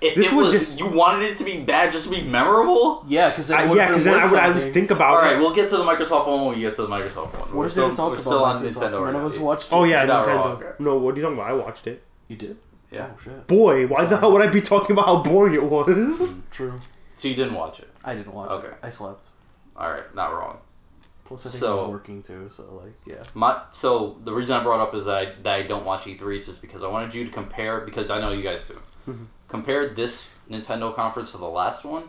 [SPEAKER 1] if
[SPEAKER 2] this
[SPEAKER 1] it
[SPEAKER 2] was
[SPEAKER 1] was,
[SPEAKER 2] just-
[SPEAKER 1] you wanted it to be bad just to be memorable.
[SPEAKER 3] Yeah, because
[SPEAKER 2] I, yeah, because then I would at least think about
[SPEAKER 1] All right,
[SPEAKER 2] it.
[SPEAKER 1] we'll get to the Microsoft one when we get to the Microsoft one.
[SPEAKER 3] What
[SPEAKER 1] We're
[SPEAKER 3] is
[SPEAKER 1] still,
[SPEAKER 3] it to talk
[SPEAKER 1] we're
[SPEAKER 3] about?
[SPEAKER 1] Still on
[SPEAKER 3] Microsoft?
[SPEAKER 1] Nintendo.
[SPEAKER 3] None
[SPEAKER 1] right
[SPEAKER 3] of us
[SPEAKER 1] now.
[SPEAKER 3] watched.
[SPEAKER 2] Oh yeah,
[SPEAKER 1] You're not
[SPEAKER 2] Nintendo.
[SPEAKER 1] wrong.
[SPEAKER 2] No, what are you talking about? I watched it.
[SPEAKER 3] you did.
[SPEAKER 1] Yeah.
[SPEAKER 3] Oh shit.
[SPEAKER 2] Boy, why the hell would I be talking about how boring it [LAUGHS] was?
[SPEAKER 3] True.
[SPEAKER 1] So you didn't watch it.
[SPEAKER 3] I didn't watch.
[SPEAKER 1] Okay.
[SPEAKER 3] It. I slept.
[SPEAKER 1] All right, not wrong.
[SPEAKER 3] Plus, I think I
[SPEAKER 1] So-
[SPEAKER 3] was working too. So like, yeah.
[SPEAKER 1] My so the reason I brought up is that I, that I don't watch E3s is because I wanted you to compare because I know you guys do.
[SPEAKER 2] Mm-hmm.
[SPEAKER 1] Compare this Nintendo conference to the last one,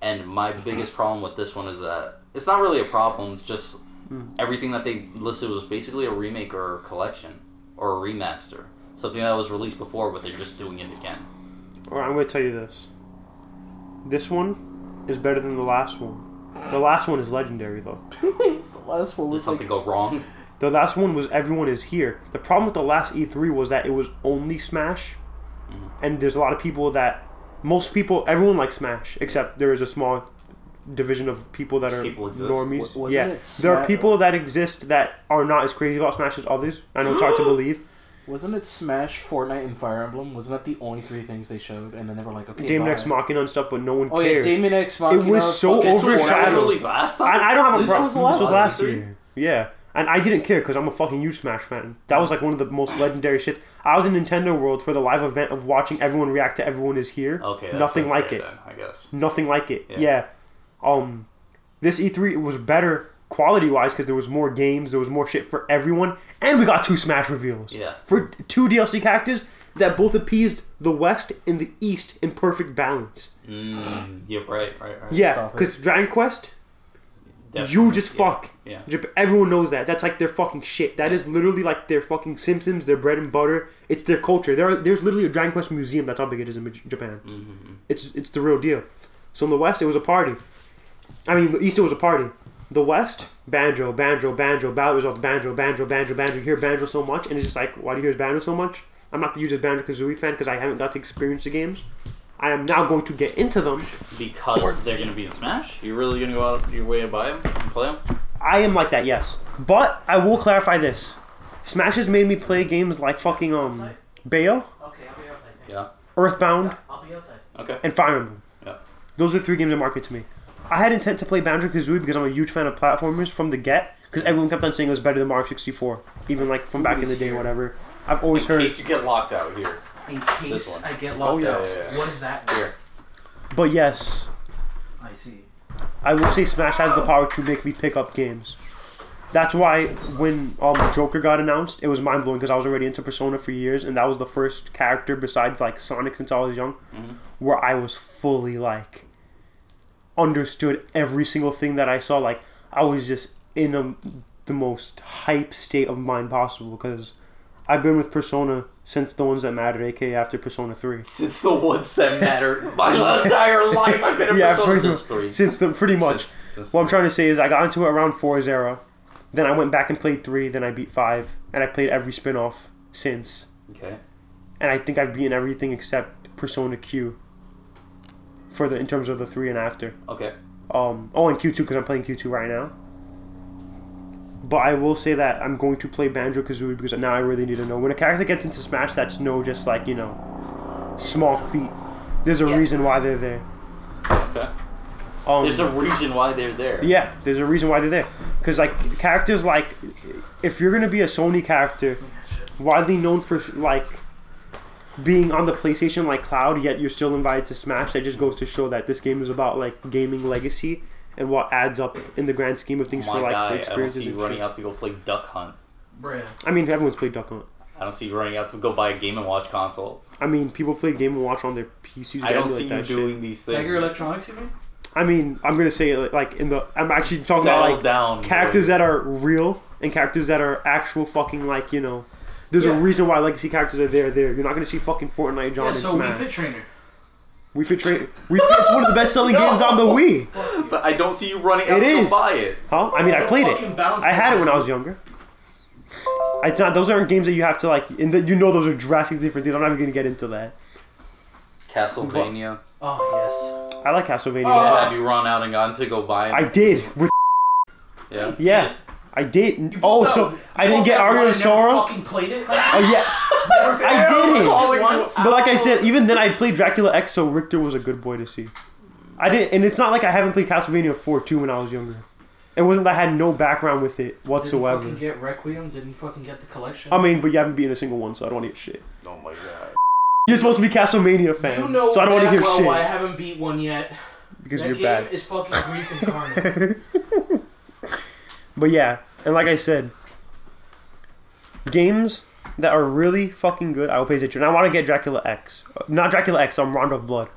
[SPEAKER 1] and my biggest problem with this one is that it's not really a problem. It's just
[SPEAKER 2] Mm-hmm.
[SPEAKER 1] everything that they listed was basically a remake or a collection or a remaster, something that was released before, but they're just doing it again.
[SPEAKER 2] Alright, I'm gonna tell you this. This one is better than the last one. The last one is legendary though.
[SPEAKER 3] The last one
[SPEAKER 1] Did
[SPEAKER 3] was
[SPEAKER 1] something
[SPEAKER 3] like
[SPEAKER 1] go
[SPEAKER 2] [LAUGHS]
[SPEAKER 1] wrong?
[SPEAKER 2] The last one was everyone is here. The problem with the last E3 was that it was only Smash,
[SPEAKER 1] Mm-hmm.
[SPEAKER 2] and there's a lot of people that most people everyone likes Smash except there is a small division of people that
[SPEAKER 1] Just
[SPEAKER 2] are
[SPEAKER 1] people exist.
[SPEAKER 2] normies.
[SPEAKER 3] W- wasn't
[SPEAKER 2] yeah,
[SPEAKER 3] it
[SPEAKER 2] there are
[SPEAKER 3] Sma-
[SPEAKER 2] people that exist that are not as crazy about Smash as others. I know it's
[SPEAKER 3] [GASPS]
[SPEAKER 2] hard to believe.
[SPEAKER 3] Wasn't it Smash, Fortnite, and Fire Emblem? Wasn't that the only three things they showed? And then they were like, okay,
[SPEAKER 2] Damon
[SPEAKER 3] bye.
[SPEAKER 2] X Machina and stuff, but no one
[SPEAKER 3] Oh yeah,
[SPEAKER 2] cares.
[SPEAKER 3] Damon X Machina.
[SPEAKER 2] was so
[SPEAKER 3] fucking
[SPEAKER 1] This was
[SPEAKER 2] overshadowed.
[SPEAKER 3] Fortnite.
[SPEAKER 1] released last time.
[SPEAKER 2] I, I don't have a
[SPEAKER 3] This
[SPEAKER 2] problem.
[SPEAKER 3] was the last
[SPEAKER 2] this was
[SPEAKER 3] one.
[SPEAKER 2] last year. Yeah, and I didn't care because I'm a fucking huge Smash fan. That was like one of the most legendary shits. I was in Nintendo World for the live event of watching everyone react to "Everyone Is Here."
[SPEAKER 1] Okay, that's
[SPEAKER 2] nothing
[SPEAKER 1] unfair
[SPEAKER 2] like it.
[SPEAKER 1] Then, I guess.
[SPEAKER 2] Nothing like it. Yeah.
[SPEAKER 1] Yeah.
[SPEAKER 2] Um, this E3 was better quality wise because there was more games, there was more shit for everyone, and we got two Smash reveals.
[SPEAKER 1] Yeah.
[SPEAKER 2] For two DLC characters that both appeased the West and the East in perfect balance.
[SPEAKER 1] Mm, yep. Right. Right. Right.
[SPEAKER 2] Yeah,
[SPEAKER 3] Stop it.
[SPEAKER 2] because Dragon Quest,
[SPEAKER 1] Definitely,
[SPEAKER 2] you just
[SPEAKER 1] yeah.
[SPEAKER 2] fuck.
[SPEAKER 1] Yeah.
[SPEAKER 2] Jap- Everyone knows that. That's like their fucking shit. That is literally like their fucking Simpsons, their bread and butter. It's their culture. There, are, there's literally a Dragon Quest museum. That's how big it is in J- Japan. It's it's the real deal. So in the West, it was a party. I mean, the East it was a party. The West, banjo, banjo, banjo, battle results, banjo, banjo, banjo, banjo. You hear banjo so much, and it's just like, why do you hear banjo so much? I'm not the hugest banjo kazooie fan because I haven't got to experience the games. I am now going to get into them.
[SPEAKER 1] Because they're gonna be in Smash? You're really gonna go out of your way and buy them and play them?
[SPEAKER 2] I am like that, yes. But I will clarify this: Smash has made me play games like fucking um, Bayo,
[SPEAKER 4] Okay, I'll be outside. Thank
[SPEAKER 1] Yeah.
[SPEAKER 2] Earthbound,
[SPEAKER 4] you. I'll be outside.
[SPEAKER 1] Okay.
[SPEAKER 2] and Fire Emblem.
[SPEAKER 1] Yeah.
[SPEAKER 2] Those are three games that market to me. I had intent to play Banjo Kazooie because I'm a huge fan of platformers from the get. Because everyone kept on saying it was better than Mario 64, even like from back in the day or whatever. I've always
[SPEAKER 1] In
[SPEAKER 2] heard.
[SPEAKER 1] case you get locked out here.
[SPEAKER 4] In
[SPEAKER 1] This
[SPEAKER 4] case
[SPEAKER 1] one.
[SPEAKER 4] I
[SPEAKER 2] Oh,
[SPEAKER 4] get locked
[SPEAKER 1] yeah,
[SPEAKER 4] out,
[SPEAKER 1] yeah, yeah.
[SPEAKER 4] what is that?
[SPEAKER 1] Here.
[SPEAKER 2] But yes,
[SPEAKER 4] I see.
[SPEAKER 2] I will say Smash has the power to make me pick up games. That's why when um, Joker got announced, it was mind blowing because I was already into Persona for years, and that was the first character besides like Sonic since I was young,
[SPEAKER 1] Mm-hmm.
[SPEAKER 2] where I was fully like understood every single thing that I saw. Like I was just in a, the most hype state of mind possible because I've been with Persona since the ones that mattered, aka after Persona Three.
[SPEAKER 1] It's the ones that matter. [LAUGHS] My entire life I've been a
[SPEAKER 2] [LAUGHS]
[SPEAKER 1] yeah,
[SPEAKER 2] Yeah,
[SPEAKER 1] Persona
[SPEAKER 2] pretty
[SPEAKER 1] since
[SPEAKER 2] much-
[SPEAKER 1] three.
[SPEAKER 2] Since the pretty much.
[SPEAKER 1] Since- since-
[SPEAKER 2] What I'm trying to say is I got into it around 4 0. Then I went back and played 3, then I beat 5, and I played every spin off since.
[SPEAKER 1] okay.
[SPEAKER 2] And I think I've beaten everything except Persona Q for the in terms of the 3 and after.
[SPEAKER 1] Okay.
[SPEAKER 2] Um, oh, and Q2 because I'm playing Q2 right now. But I will say that I'm going to play Banjo Kazooie because now I really need to know. When a character gets into Smash, that's no just like, you know, small feat. There's a
[SPEAKER 1] Yeah.
[SPEAKER 2] reason why they're there.
[SPEAKER 1] Okay.
[SPEAKER 2] Um,
[SPEAKER 1] There's a reason why they're there.
[SPEAKER 2] Yeah, there's a reason why they're there. Because like characters like, if you're gonna be a Sony character, widely known for like being on the PlayStation like cloud, yet you're still invited to Smash. That just goes to show that this game is about like gaming legacy and what adds up in the grand scheme of
[SPEAKER 1] Oh
[SPEAKER 2] things
[SPEAKER 1] my
[SPEAKER 2] for like
[SPEAKER 1] guy,
[SPEAKER 2] the
[SPEAKER 1] I don't
[SPEAKER 2] experiences.
[SPEAKER 1] see you
[SPEAKER 2] and
[SPEAKER 1] running
[SPEAKER 2] shit.
[SPEAKER 1] out to go play Duck Hunt.
[SPEAKER 4] Bruh.
[SPEAKER 2] I mean, everyone's played Duck Hunt.
[SPEAKER 1] I don't see you running out to go buy a Game and Watch console.
[SPEAKER 2] I mean, people play Game and Watch on their PCs.
[SPEAKER 1] I
[SPEAKER 2] they
[SPEAKER 1] don't
[SPEAKER 2] emulate
[SPEAKER 1] see you
[SPEAKER 2] that shit.
[SPEAKER 1] doing these things.
[SPEAKER 4] Tiger Electronics, you mean?
[SPEAKER 2] I mean, I'm gonna say it like in the. I'm actually talking
[SPEAKER 1] Settle
[SPEAKER 2] about like
[SPEAKER 1] down.
[SPEAKER 2] characters
[SPEAKER 1] boy.
[SPEAKER 2] that are real and characters that are actual fucking like you know. There's a
[SPEAKER 4] Yeah.
[SPEAKER 2] reason why legacy characters are there. There, you're not gonna see fucking Fortnite, John,
[SPEAKER 4] Yeah,
[SPEAKER 2] and
[SPEAKER 4] so we
[SPEAKER 2] Smash.
[SPEAKER 4] Fit Trainer.
[SPEAKER 2] we fit. Tra- we fit. It's one of the best
[SPEAKER 4] [LAUGHS]
[SPEAKER 2] selling games on the Wii.
[SPEAKER 1] But I don't see you running out
[SPEAKER 2] It
[SPEAKER 1] to
[SPEAKER 2] is.
[SPEAKER 1] go buy it.
[SPEAKER 2] Huh? I mean, I played it. I had it when I was younger. It's not. Those aren't games that you have to like. And that you know, those are drastically different things. I'm not even gonna get into that.
[SPEAKER 1] Castlevania.
[SPEAKER 4] Oh,
[SPEAKER 2] I like Castlevania.
[SPEAKER 4] Oh.
[SPEAKER 1] Have you run out and gone to go buy
[SPEAKER 2] Uh, I
[SPEAKER 1] it?
[SPEAKER 2] did with
[SPEAKER 1] Yeah.
[SPEAKER 2] yeah. I did. Oh,
[SPEAKER 4] pulled
[SPEAKER 2] so
[SPEAKER 4] out-
[SPEAKER 2] I didn't
[SPEAKER 4] Well,
[SPEAKER 2] get
[SPEAKER 4] that one,
[SPEAKER 2] Aria
[SPEAKER 4] I
[SPEAKER 2] and Sora.
[SPEAKER 4] Never fucking Oh, played it.
[SPEAKER 2] Oh yeah.
[SPEAKER 4] [LAUGHS]
[SPEAKER 2] I did it.
[SPEAKER 4] Once.
[SPEAKER 2] But like I said, even then I played Dracula X, so Richter was a good boy to see. I didn't, and it's not like I haven't played Castlevania 4 too when I was younger. It wasn't that I had no background with it
[SPEAKER 4] Didn't fucking
[SPEAKER 2] whatsoever.
[SPEAKER 4] get Requiem. Didn't fucking get the collection.
[SPEAKER 2] I mean, but you haven't beaten a single one, so I don't want to get shit.
[SPEAKER 1] Oh my god.
[SPEAKER 2] You're supposed to be Castlevania fan,
[SPEAKER 4] you know
[SPEAKER 2] so I don't want to
[SPEAKER 4] damn
[SPEAKER 2] hear
[SPEAKER 4] well
[SPEAKER 2] shit
[SPEAKER 4] I haven't beat one yet.
[SPEAKER 2] because
[SPEAKER 4] that
[SPEAKER 2] you're
[SPEAKER 4] game
[SPEAKER 2] bad.
[SPEAKER 4] is fucking grief incarnate.
[SPEAKER 2] [LAUGHS] But yeah, and like I said, games that are really fucking good, I will pay attention. And I want to get Dracula X, Uh, not Dracula X, I'm Rondo of Blood.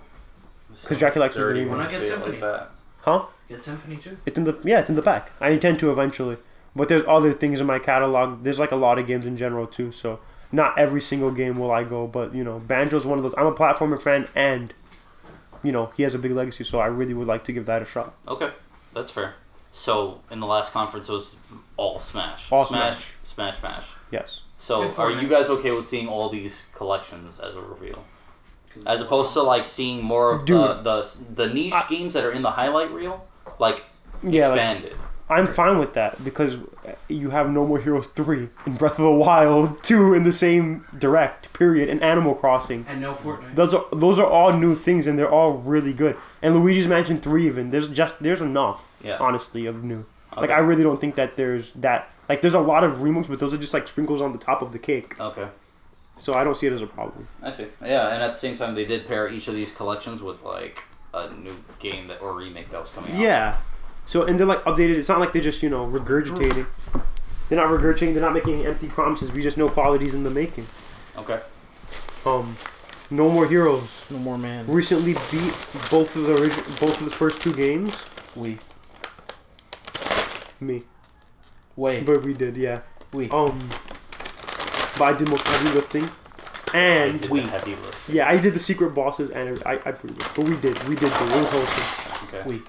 [SPEAKER 1] Because
[SPEAKER 2] Dracula X was the new
[SPEAKER 4] one. When I get Symphony.
[SPEAKER 1] Like that.
[SPEAKER 2] Huh?
[SPEAKER 4] Get Symphony too.
[SPEAKER 2] It's in the yeah, it's in the pack. I intend to eventually, but there's other things in my catalog. There's like a lot of games in general too, so not every single game will I go. But you know, Banjo's one of those. I'm a platformer fan, and you know he has a big legacy, so I really would like to give that a shot.
[SPEAKER 1] Okay, that's fair. So in the last conference, it was all Smash,
[SPEAKER 2] All
[SPEAKER 1] Smash, Smash, Smash.
[SPEAKER 2] Yes,
[SPEAKER 1] So
[SPEAKER 4] Good for
[SPEAKER 1] are
[SPEAKER 4] me.
[SPEAKER 1] you guys okay with seeing all these collections as a reveal, as opposed to like seeing more of the,
[SPEAKER 2] Dude.
[SPEAKER 1] the the niche
[SPEAKER 2] I-
[SPEAKER 1] games that are in the highlight reel, like
[SPEAKER 2] yeah, like,
[SPEAKER 1] expanded?
[SPEAKER 2] I'm fine with that because you have No More Heroes three and Breath of the Wild two in the same direct period, and Animal Crossing.
[SPEAKER 4] And no Fortnite.
[SPEAKER 2] Those are those are all new things, and they're all really good. And Luigi's Mansion three even there's just there's enough
[SPEAKER 1] yeah.
[SPEAKER 2] honestly of new. Like
[SPEAKER 1] Okay.
[SPEAKER 2] I really don't think that there's that like there's a lot of remakes, but those are just like sprinkles on the top of the cake.
[SPEAKER 1] okay.
[SPEAKER 2] So I don't see it as a problem.
[SPEAKER 1] I see. Yeah, and at the same time, they did pair each of these collections with like a new game that or remake that was coming out.
[SPEAKER 2] Yeah. So and they're like updated. It's not like they're just you know regurgitating. They're not regurgitating. They're not making any empty promises. We just know qualities in the making.
[SPEAKER 1] Okay.
[SPEAKER 2] Um, no more heroes.
[SPEAKER 3] No more man.
[SPEAKER 2] Recently beat both of the orig- both of the first two games.
[SPEAKER 3] We
[SPEAKER 2] Me,
[SPEAKER 3] wait.
[SPEAKER 2] but we did. Yeah.
[SPEAKER 3] We.
[SPEAKER 2] Um. But I did most heavy lifting, and
[SPEAKER 1] Did
[SPEAKER 3] We-
[SPEAKER 1] the heavy lift.
[SPEAKER 2] Yeah, I did the secret bosses and I, I, I pretty much, but we did, we did the whole thing.
[SPEAKER 1] Okay.
[SPEAKER 3] We.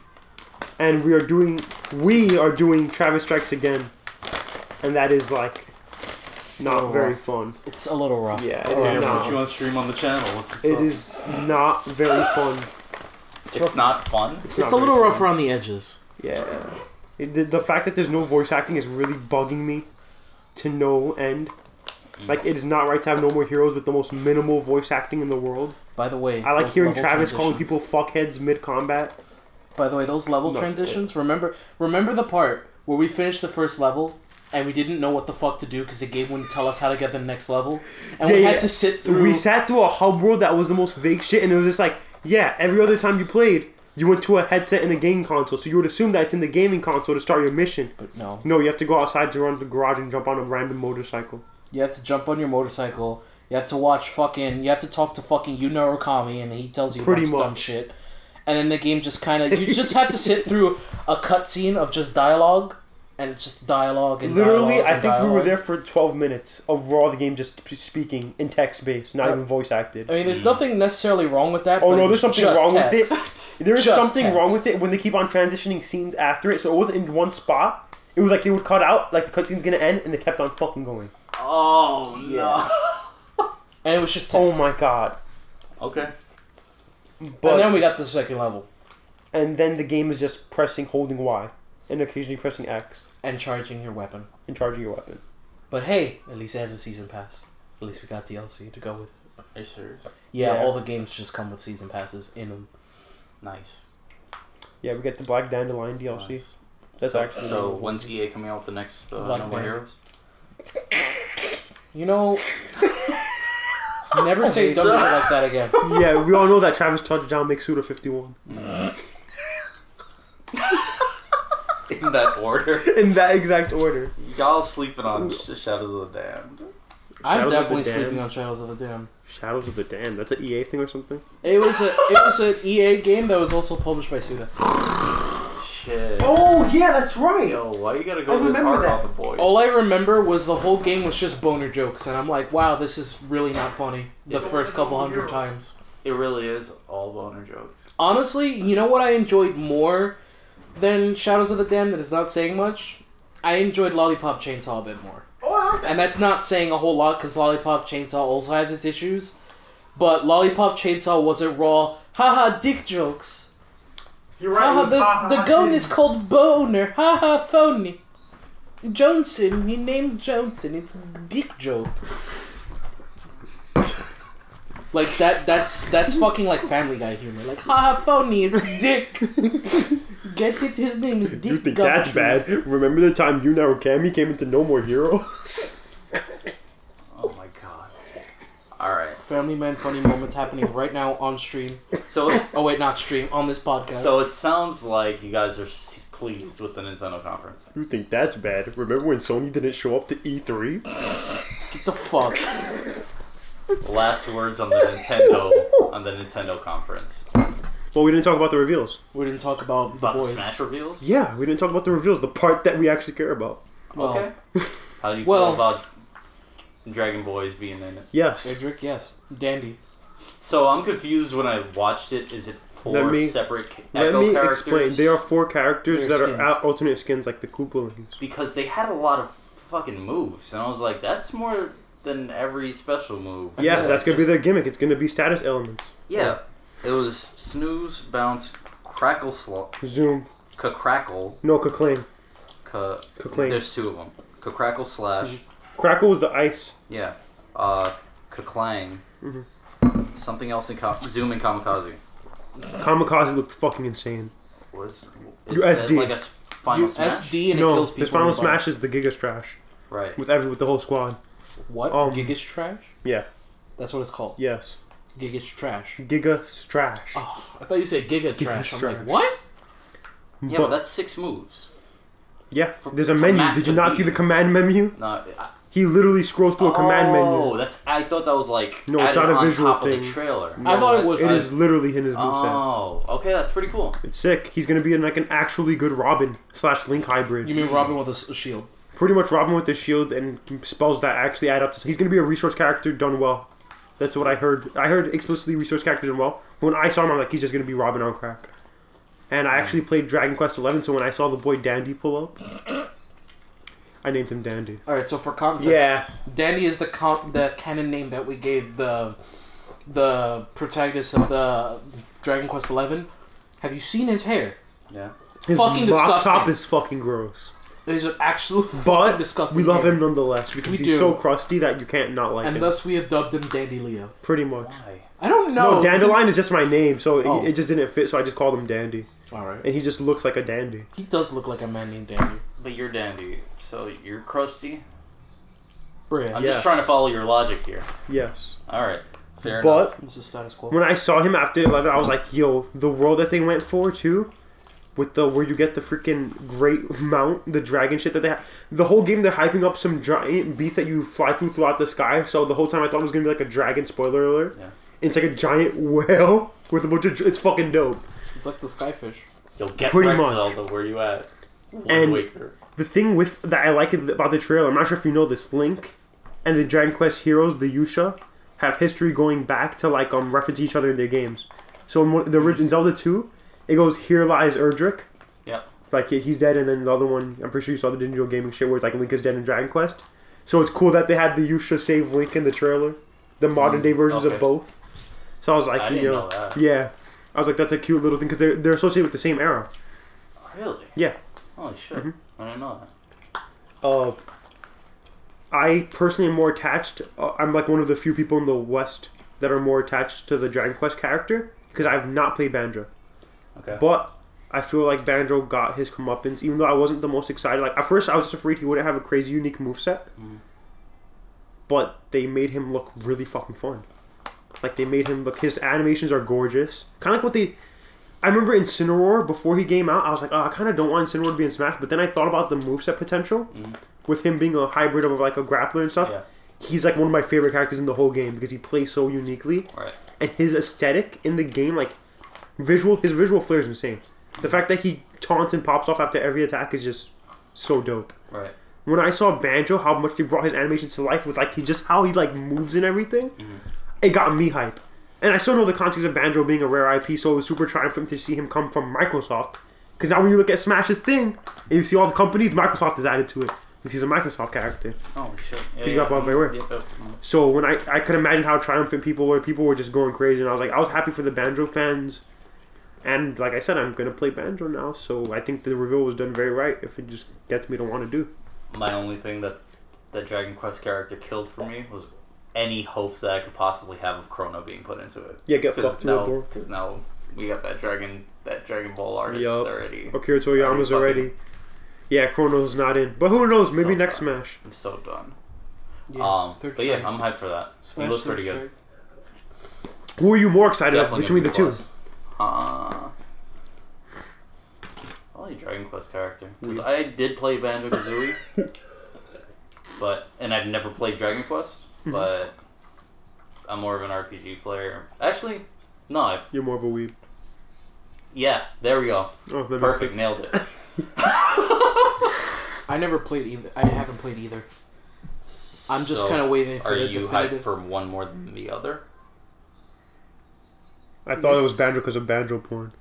[SPEAKER 2] And we are doing, we are doing Travis Strikes Again, and that is like not
[SPEAKER 3] Oh,
[SPEAKER 2] very
[SPEAKER 3] wow.
[SPEAKER 2] fun.
[SPEAKER 3] It's a little rough.
[SPEAKER 2] Yeah,
[SPEAKER 1] Hey,
[SPEAKER 2] it
[SPEAKER 1] I
[SPEAKER 2] is
[SPEAKER 1] put you on
[SPEAKER 2] not.
[SPEAKER 1] stream on the channel. What's
[SPEAKER 2] It
[SPEAKER 1] up?
[SPEAKER 2] is not very fun.
[SPEAKER 1] It's not fun.
[SPEAKER 2] not
[SPEAKER 3] It's a
[SPEAKER 2] very
[SPEAKER 3] little
[SPEAKER 2] fun.
[SPEAKER 3] rough around the edges.
[SPEAKER 2] Yeah. It, the, the fact that there's no voice acting is really bugging me to no end. Like it is not right to have no more heroes with the most minimal voice acting in the world.
[SPEAKER 3] By the way,
[SPEAKER 2] I like
[SPEAKER 3] those
[SPEAKER 2] hearing
[SPEAKER 3] level
[SPEAKER 2] Travis calling people
[SPEAKER 3] transitions-
[SPEAKER 2] fuckheads mid combat.
[SPEAKER 3] By the way, those level
[SPEAKER 2] No.
[SPEAKER 3] transitions. Remember, remember the part where we finished the first level and we didn't know what the fuck to do because the game wouldn't tell us how to get the next level, and we
[SPEAKER 2] Yeah,
[SPEAKER 3] had
[SPEAKER 2] yeah.
[SPEAKER 3] to sit through.
[SPEAKER 2] We sat through a hub world that was the most vague shit, and it was just like, yeah, every other time you played, you went to a headset and a game console, so you would assume that it's in the gaming console to start your mission.
[SPEAKER 3] but no,
[SPEAKER 2] No, you have to go outside to run to the garage and jump on a random motorcycle.
[SPEAKER 3] you have to jump on your motorcycle. You have to watch fucking. You have to talk to fucking Yu Narukami, and he tells you a
[SPEAKER 2] Pretty
[SPEAKER 3] bunch of dumb
[SPEAKER 2] much.
[SPEAKER 3] shit. And then the game just kind of. You just have to sit through a cutscene of just dialogue, and it's just dialogue and
[SPEAKER 2] Literally,
[SPEAKER 3] dialogue
[SPEAKER 2] I
[SPEAKER 3] and
[SPEAKER 2] think we were
[SPEAKER 3] dialogue.
[SPEAKER 2] there for 12 minutes of raw the game just p- speaking in text based, not
[SPEAKER 3] Yeah.
[SPEAKER 2] even voice acted.
[SPEAKER 3] I mean, there's nothing necessarily wrong with that.
[SPEAKER 2] Oh
[SPEAKER 3] but it
[SPEAKER 2] no,
[SPEAKER 3] was
[SPEAKER 2] there's something
[SPEAKER 3] Uh, just
[SPEAKER 2] wrong
[SPEAKER 3] text.
[SPEAKER 2] with it. [LAUGHS] There is
[SPEAKER 3] Just
[SPEAKER 2] something wrong
[SPEAKER 3] text.
[SPEAKER 2] with it when they keep on transitioning scenes after it, so it wasn't in one spot. It was like they would cut out, like the cutscene's gonna end, and they kept on fucking going.
[SPEAKER 1] Oh no.
[SPEAKER 3] Yeah. And it was just
[SPEAKER 2] Oh
[SPEAKER 3] text.
[SPEAKER 2] my god.
[SPEAKER 1] Okay.
[SPEAKER 2] But
[SPEAKER 3] and then we got to the second level
[SPEAKER 2] and then the game is just pressing holding Y and occasionally pressing X
[SPEAKER 3] and charging your weapon.
[SPEAKER 2] and charging your weapon.
[SPEAKER 3] But hey, at least it has a season pass. At least we got DLC to go with it.
[SPEAKER 1] Are you serious?
[SPEAKER 3] Yeah,
[SPEAKER 2] Yeah.
[SPEAKER 3] all the games just come with season passes in them.
[SPEAKER 1] Nice.
[SPEAKER 2] Yeah, we get the Black Dandelion DLC.
[SPEAKER 1] Nice.
[SPEAKER 2] That's
[SPEAKER 1] so,
[SPEAKER 2] actually
[SPEAKER 1] so. When's EA coming out with the next uh,
[SPEAKER 3] Black
[SPEAKER 1] No More
[SPEAKER 3] Band.
[SPEAKER 1] Heroes?
[SPEAKER 2] [LAUGHS]
[SPEAKER 3] You know, never say dumb shit like that again.
[SPEAKER 2] yeah, we all know that Travis touchdown makes Suda fifty one
[SPEAKER 1] Mm. [LAUGHS] In that order.
[SPEAKER 2] [LAUGHS] in that exact order.
[SPEAKER 1] Y'all sleeping on Sh- Shadows of the Damned.
[SPEAKER 3] I'm
[SPEAKER 2] Shadows of the
[SPEAKER 3] definitely
[SPEAKER 2] Dam.
[SPEAKER 3] sleeping on Shadows of the Dam.
[SPEAKER 2] Shadows of the Dam. That's an EA thing or something.
[SPEAKER 3] It was a it was an EA game that was also published by Suda.
[SPEAKER 1] Shit.
[SPEAKER 2] Oh yeah, that's right.
[SPEAKER 1] Yo, why you gotta
[SPEAKER 2] I
[SPEAKER 1] go this hard
[SPEAKER 2] remember that. Oh.
[SPEAKER 1] on the boy?
[SPEAKER 3] All I remember was the whole game was just boner jokes, and I'm like, wow, this is really not funny. The first couple hundred times.
[SPEAKER 1] It really is all boner jokes.
[SPEAKER 3] Honestly, you know what I enjoyed more than Shadows of the Dam that is not saying much? I enjoyed Lollipop Chainsaw a bit more.
[SPEAKER 4] Oh, I like that.
[SPEAKER 3] And that's not saying a whole lot because Lollipop Chainsaw also has its issues. But Lollipop Chainsaw wasn't raw, haha, dick jokes.
[SPEAKER 4] You're right. it
[SPEAKER 3] Haha,
[SPEAKER 4] was
[SPEAKER 3] this,
[SPEAKER 4] ha, ha,
[SPEAKER 3] the
[SPEAKER 4] ha,
[SPEAKER 3] gun
[SPEAKER 4] dude.
[SPEAKER 3] is called Boner. Haha, phony. Johnson, he named Johnson. It's dick joke. like that. That's that's fucking like Family Guy humor. Like haha, phony. It's dick. Get it? His name is Dick.
[SPEAKER 2] You think
[SPEAKER 3] Gumtree.
[SPEAKER 2] that's bad? Remember the time you Narukami came into No More Heroes?
[SPEAKER 1] Oh my god. Alright.
[SPEAKER 3] Family Man funny moments happening right now on stream.
[SPEAKER 1] So it's,
[SPEAKER 3] Oh wait, not stream on this podcast.
[SPEAKER 1] so it sounds like you guys are s- pleased with the Nintendo conference.
[SPEAKER 2] [LAUGHS] you think that's bad? Remember when Sony didn't show up to E E3?
[SPEAKER 3] Get the fuck.
[SPEAKER 1] Last words on the Nintendo on the Nintendo conference.
[SPEAKER 2] Well, we didn't talk about the reveals.
[SPEAKER 3] We didn't talk about the
[SPEAKER 1] About the
[SPEAKER 3] boys.
[SPEAKER 1] Smash reveals?
[SPEAKER 2] Yeah, we didn't talk about the reveals, the part that we actually care about.
[SPEAKER 3] Well,
[SPEAKER 1] okay.
[SPEAKER 2] [LAUGHS]
[SPEAKER 1] How do you feel
[SPEAKER 3] Well-
[SPEAKER 1] about Dragon Boys being in it?
[SPEAKER 2] Yes.
[SPEAKER 3] Cedric, yes, Dandy.
[SPEAKER 1] So I'm confused when I watched it. Is it four
[SPEAKER 2] Let me-
[SPEAKER 1] separate ca-
[SPEAKER 2] Let
[SPEAKER 1] Echo
[SPEAKER 2] me
[SPEAKER 1] characters?
[SPEAKER 2] explain. They are four characters
[SPEAKER 3] They're
[SPEAKER 2] that
[SPEAKER 3] skins.
[SPEAKER 2] are out alternate skins like the Koopalings.
[SPEAKER 1] because they had a lot of fucking moves, and I was like, that's more than every special move.
[SPEAKER 3] I
[SPEAKER 2] Yeah,
[SPEAKER 3] think
[SPEAKER 2] that's
[SPEAKER 3] that's
[SPEAKER 2] gonna be
[SPEAKER 3] just-
[SPEAKER 2] their gimmick. It's gonna be status elements.
[SPEAKER 1] Yeah, it was snooze, bounce, crackle, slop,
[SPEAKER 2] Zoom.
[SPEAKER 1] ka crackle,
[SPEAKER 2] No, Kakling.
[SPEAKER 1] ka.
[SPEAKER 2] Kakling. Mm-hmm.
[SPEAKER 1] There's two of them. Ka crackle slash.
[SPEAKER 2] Crackle was the ice.
[SPEAKER 1] Yeah. Uh, ka clang.
[SPEAKER 2] Mhm.
[SPEAKER 1] Something else in com- zoom and kamikaze.
[SPEAKER 2] Kamikaze looked fucking insane.
[SPEAKER 1] Was
[SPEAKER 2] USD.
[SPEAKER 1] like a s- final smash?
[SPEAKER 3] USD and it
[SPEAKER 2] no,
[SPEAKER 3] kills people.
[SPEAKER 2] his final
[SPEAKER 3] with a button.
[SPEAKER 2] smash is the Gigas Trash
[SPEAKER 1] Right.
[SPEAKER 2] with every with the whole squad.
[SPEAKER 3] What?
[SPEAKER 2] Um,
[SPEAKER 3] Gigas trash?
[SPEAKER 2] Yeah.
[SPEAKER 3] That's what it's called.
[SPEAKER 2] Yes.
[SPEAKER 3] Gigas trash.
[SPEAKER 2] Gigas Trash.
[SPEAKER 3] Oh, I thought you said giga trash. I'm
[SPEAKER 2] trash. [LAUGHS]
[SPEAKER 3] like, what?
[SPEAKER 1] Yeah, but that's six moves.
[SPEAKER 2] yeah.
[SPEAKER 1] for-
[SPEAKER 2] There's a
[SPEAKER 1] it's a
[SPEAKER 2] menu.
[SPEAKER 1] map
[SPEAKER 2] Did
[SPEAKER 1] to
[SPEAKER 2] you not
[SPEAKER 1] beat.
[SPEAKER 2] see the command menu?
[SPEAKER 1] No, I,
[SPEAKER 2] He literally scrolls through a command
[SPEAKER 1] Oh,
[SPEAKER 2] menu.
[SPEAKER 1] that's. I thought that was like
[SPEAKER 2] No, it's
[SPEAKER 1] added
[SPEAKER 2] not a
[SPEAKER 1] on
[SPEAKER 2] visual
[SPEAKER 1] top
[SPEAKER 2] thing.
[SPEAKER 1] of the trailer.
[SPEAKER 3] I thought it was.
[SPEAKER 2] It is literally in his moveset.
[SPEAKER 1] Oh, okay, that's pretty cool.
[SPEAKER 2] It's sick. He's gonna be in like an actually good Robin slash Link hybrid.
[SPEAKER 3] You mean Robin with a s- shield?
[SPEAKER 2] Pretty much Robin with the shield and spells that actually add up to. He's gonna be a resource character done well. That's what I heard. I heard explicitly resource character done well. But when I saw him, I'm like, he's just gonna be Robin on crack. And I actually played Dragon Quest Eleven, so when I saw the boy Dandy pull up, I named him Dandy.
[SPEAKER 3] All right. So for context,
[SPEAKER 2] Yeah.
[SPEAKER 3] Dandy is the con- the canon name that we gave the the protagonist of the Dragon Quest Eleven. Have you seen his hair?
[SPEAKER 1] Yeah.
[SPEAKER 2] His
[SPEAKER 3] Fucking
[SPEAKER 2] mop top
[SPEAKER 3] disgusting.
[SPEAKER 2] is fucking gross.
[SPEAKER 3] It is an absolute fucking
[SPEAKER 2] But
[SPEAKER 3] disgusting.
[SPEAKER 2] we love
[SPEAKER 3] hair.
[SPEAKER 2] him nonetheless because
[SPEAKER 3] We
[SPEAKER 2] he's
[SPEAKER 3] do.
[SPEAKER 2] so crusty that you can't not like
[SPEAKER 3] and
[SPEAKER 2] him.
[SPEAKER 3] thus we have dubbed him Dandy Leo.
[SPEAKER 2] Pretty much.
[SPEAKER 3] I don't know.
[SPEAKER 2] No, Dandelion
[SPEAKER 3] this-
[SPEAKER 2] is just my name, so it-
[SPEAKER 3] Oh.
[SPEAKER 2] it, just didn't fit, so I just called him Dandy.
[SPEAKER 3] All right.
[SPEAKER 2] And he just looks like a dandy.
[SPEAKER 3] He does look like a man named Dandy.
[SPEAKER 1] But you're dandy, so you're crusty.
[SPEAKER 3] Bruh.
[SPEAKER 1] I'm
[SPEAKER 2] Yes.
[SPEAKER 1] just trying to follow your logic here.
[SPEAKER 2] Yes.
[SPEAKER 1] All right, fair
[SPEAKER 2] but
[SPEAKER 1] enough.
[SPEAKER 3] This is status quo.
[SPEAKER 2] when I saw him after 11, I was like, yo, the world that they went for, too, with the where you get the freaking great mount, the dragon shit that they have. The whole game, they're hyping up some giant beast that you fly through throughout the sky, so the whole time I thought it was gonna be like a dragon, spoiler alert.
[SPEAKER 1] Yeah.
[SPEAKER 2] It's like a giant [LAUGHS] whale with a bunch of. dr- It's fucking dope.
[SPEAKER 3] It's like the skyfish.
[SPEAKER 1] You'll get
[SPEAKER 2] Pretty
[SPEAKER 1] wrecked,
[SPEAKER 2] much.
[SPEAKER 1] Zelda. Where you at? Wind
[SPEAKER 2] And-
[SPEAKER 1] Waker.
[SPEAKER 2] The thing with that I like about the trailer, I'm not sure if you know this, Link and the Dragon Quest heroes, the Yusha, have history going back to like um reference each other in their games. So in one- the original Zelda 2, it goes here lies Erdrick,
[SPEAKER 1] Yep.
[SPEAKER 2] like he- he's dead, and then the other one, I'm pretty sure you saw the digital gaming shit where it's like Link is dead in Dragon Quest. So it's cool that they had the Yusha save Link in the trailer, the modern day versions
[SPEAKER 1] Mm, okay.
[SPEAKER 2] of both. So I was like,
[SPEAKER 1] I
[SPEAKER 2] you
[SPEAKER 1] didn't
[SPEAKER 2] know,
[SPEAKER 1] know that.
[SPEAKER 2] yeah, I was like, that's a cute little thing because they're they're associated with the same era.
[SPEAKER 1] Really?
[SPEAKER 2] Yeah. Mm-hmm.
[SPEAKER 1] Holy shit! I didn't know that.
[SPEAKER 2] uh, I personally am more attached. Uh, I'm like one of the few people in the West that are more attached to the Dragon Quest character because I've not played Banjo.
[SPEAKER 1] Okay.
[SPEAKER 2] But I feel like Banjo got his comeuppance, even though I wasn't the most excited. Like at first, I was just afraid he wouldn't have a crazy unique moveset. But they made him look really fucking fun. Like they made him look. His animations are gorgeous. Kind of like what they. I remember Incineroar before he came out. I was like, oh, I kind of don't want Incineroar to be in Smash. But then I thought about the moveset potential with him being a hybrid of like a grappler and stuff.
[SPEAKER 1] Yeah.
[SPEAKER 2] He's like one of my favorite characters in the whole game because he plays so uniquely
[SPEAKER 1] Right.
[SPEAKER 2] and his aesthetic in the game, like visual, his visual flair is insane. The fact that he taunts and pops off after every attack is just so dope.
[SPEAKER 1] Right.
[SPEAKER 2] When I saw Banjo, how much they brought his animations to life with like he just how he like moves and everything, it got me hype. And I still know the context of Banjo being a rare IP, so it was super triumphant to see him come from Microsoft. Because now when you look at Smash's thing, and you see all the companies, Microsoft is added to it. Because he's a Microsoft character.
[SPEAKER 1] Oh shit. Yeah,
[SPEAKER 2] You got Bob Beware.
[SPEAKER 1] Yep, yep.
[SPEAKER 2] So when I, I could imagine how triumphant people were, people were just going crazy, and I was like, I was happy for the banjo fans, and like I said, I'm gonna play banjo now. So I think the reveal was done very right. If it just gets me to want to do,
[SPEAKER 1] My only thing that that Dragon Quest character killed for me was any hopes that I could possibly have of Chrono being put into it.
[SPEAKER 2] yeah, get fucked
[SPEAKER 1] Because
[SPEAKER 2] to
[SPEAKER 1] now,
[SPEAKER 2] the door.
[SPEAKER 1] 'cause now we got that dragon, that Dragon Ball artist
[SPEAKER 2] Yup.
[SPEAKER 1] already.
[SPEAKER 2] Akira Toriyama's
[SPEAKER 1] Already
[SPEAKER 2] already. Yeah, Chrono's not in, but who knows?
[SPEAKER 1] So
[SPEAKER 2] Maybe next
[SPEAKER 1] fun.
[SPEAKER 2] Smash.
[SPEAKER 1] I'm so done.
[SPEAKER 3] Yeah,
[SPEAKER 1] um,
[SPEAKER 3] Third
[SPEAKER 1] but yeah,
[SPEAKER 3] Strike.
[SPEAKER 1] I'm hyped for that.
[SPEAKER 3] Smash
[SPEAKER 1] he looks
[SPEAKER 3] Third
[SPEAKER 1] pretty good.
[SPEAKER 3] Strike.
[SPEAKER 2] Who are you more excited of
[SPEAKER 1] Definitely
[SPEAKER 2] between the
[SPEAKER 1] gonna be
[SPEAKER 2] two?
[SPEAKER 1] Quest. Uh, probably Dragon Quest character because I did play Banjo Kazooie, [LAUGHS] but and I've never played Dragon Quest,
[SPEAKER 2] Mm-hmm.
[SPEAKER 1] but I'm more of an RPG player. Actually, no, I,
[SPEAKER 2] You're more of a weeb.
[SPEAKER 1] yeah, there we go,
[SPEAKER 2] Oh, that makes sense.
[SPEAKER 1] perfect,
[SPEAKER 2] [LAUGHS]
[SPEAKER 1] nailed it.
[SPEAKER 3] I never played either. I haven't played either. I'm just
[SPEAKER 1] So,
[SPEAKER 3] kind of waiting for
[SPEAKER 1] Are
[SPEAKER 3] the
[SPEAKER 1] you hyped
[SPEAKER 3] definitive.
[SPEAKER 1] for one more than the other?
[SPEAKER 2] I thought it was
[SPEAKER 3] Yes.
[SPEAKER 2] banjo because of banjo porn.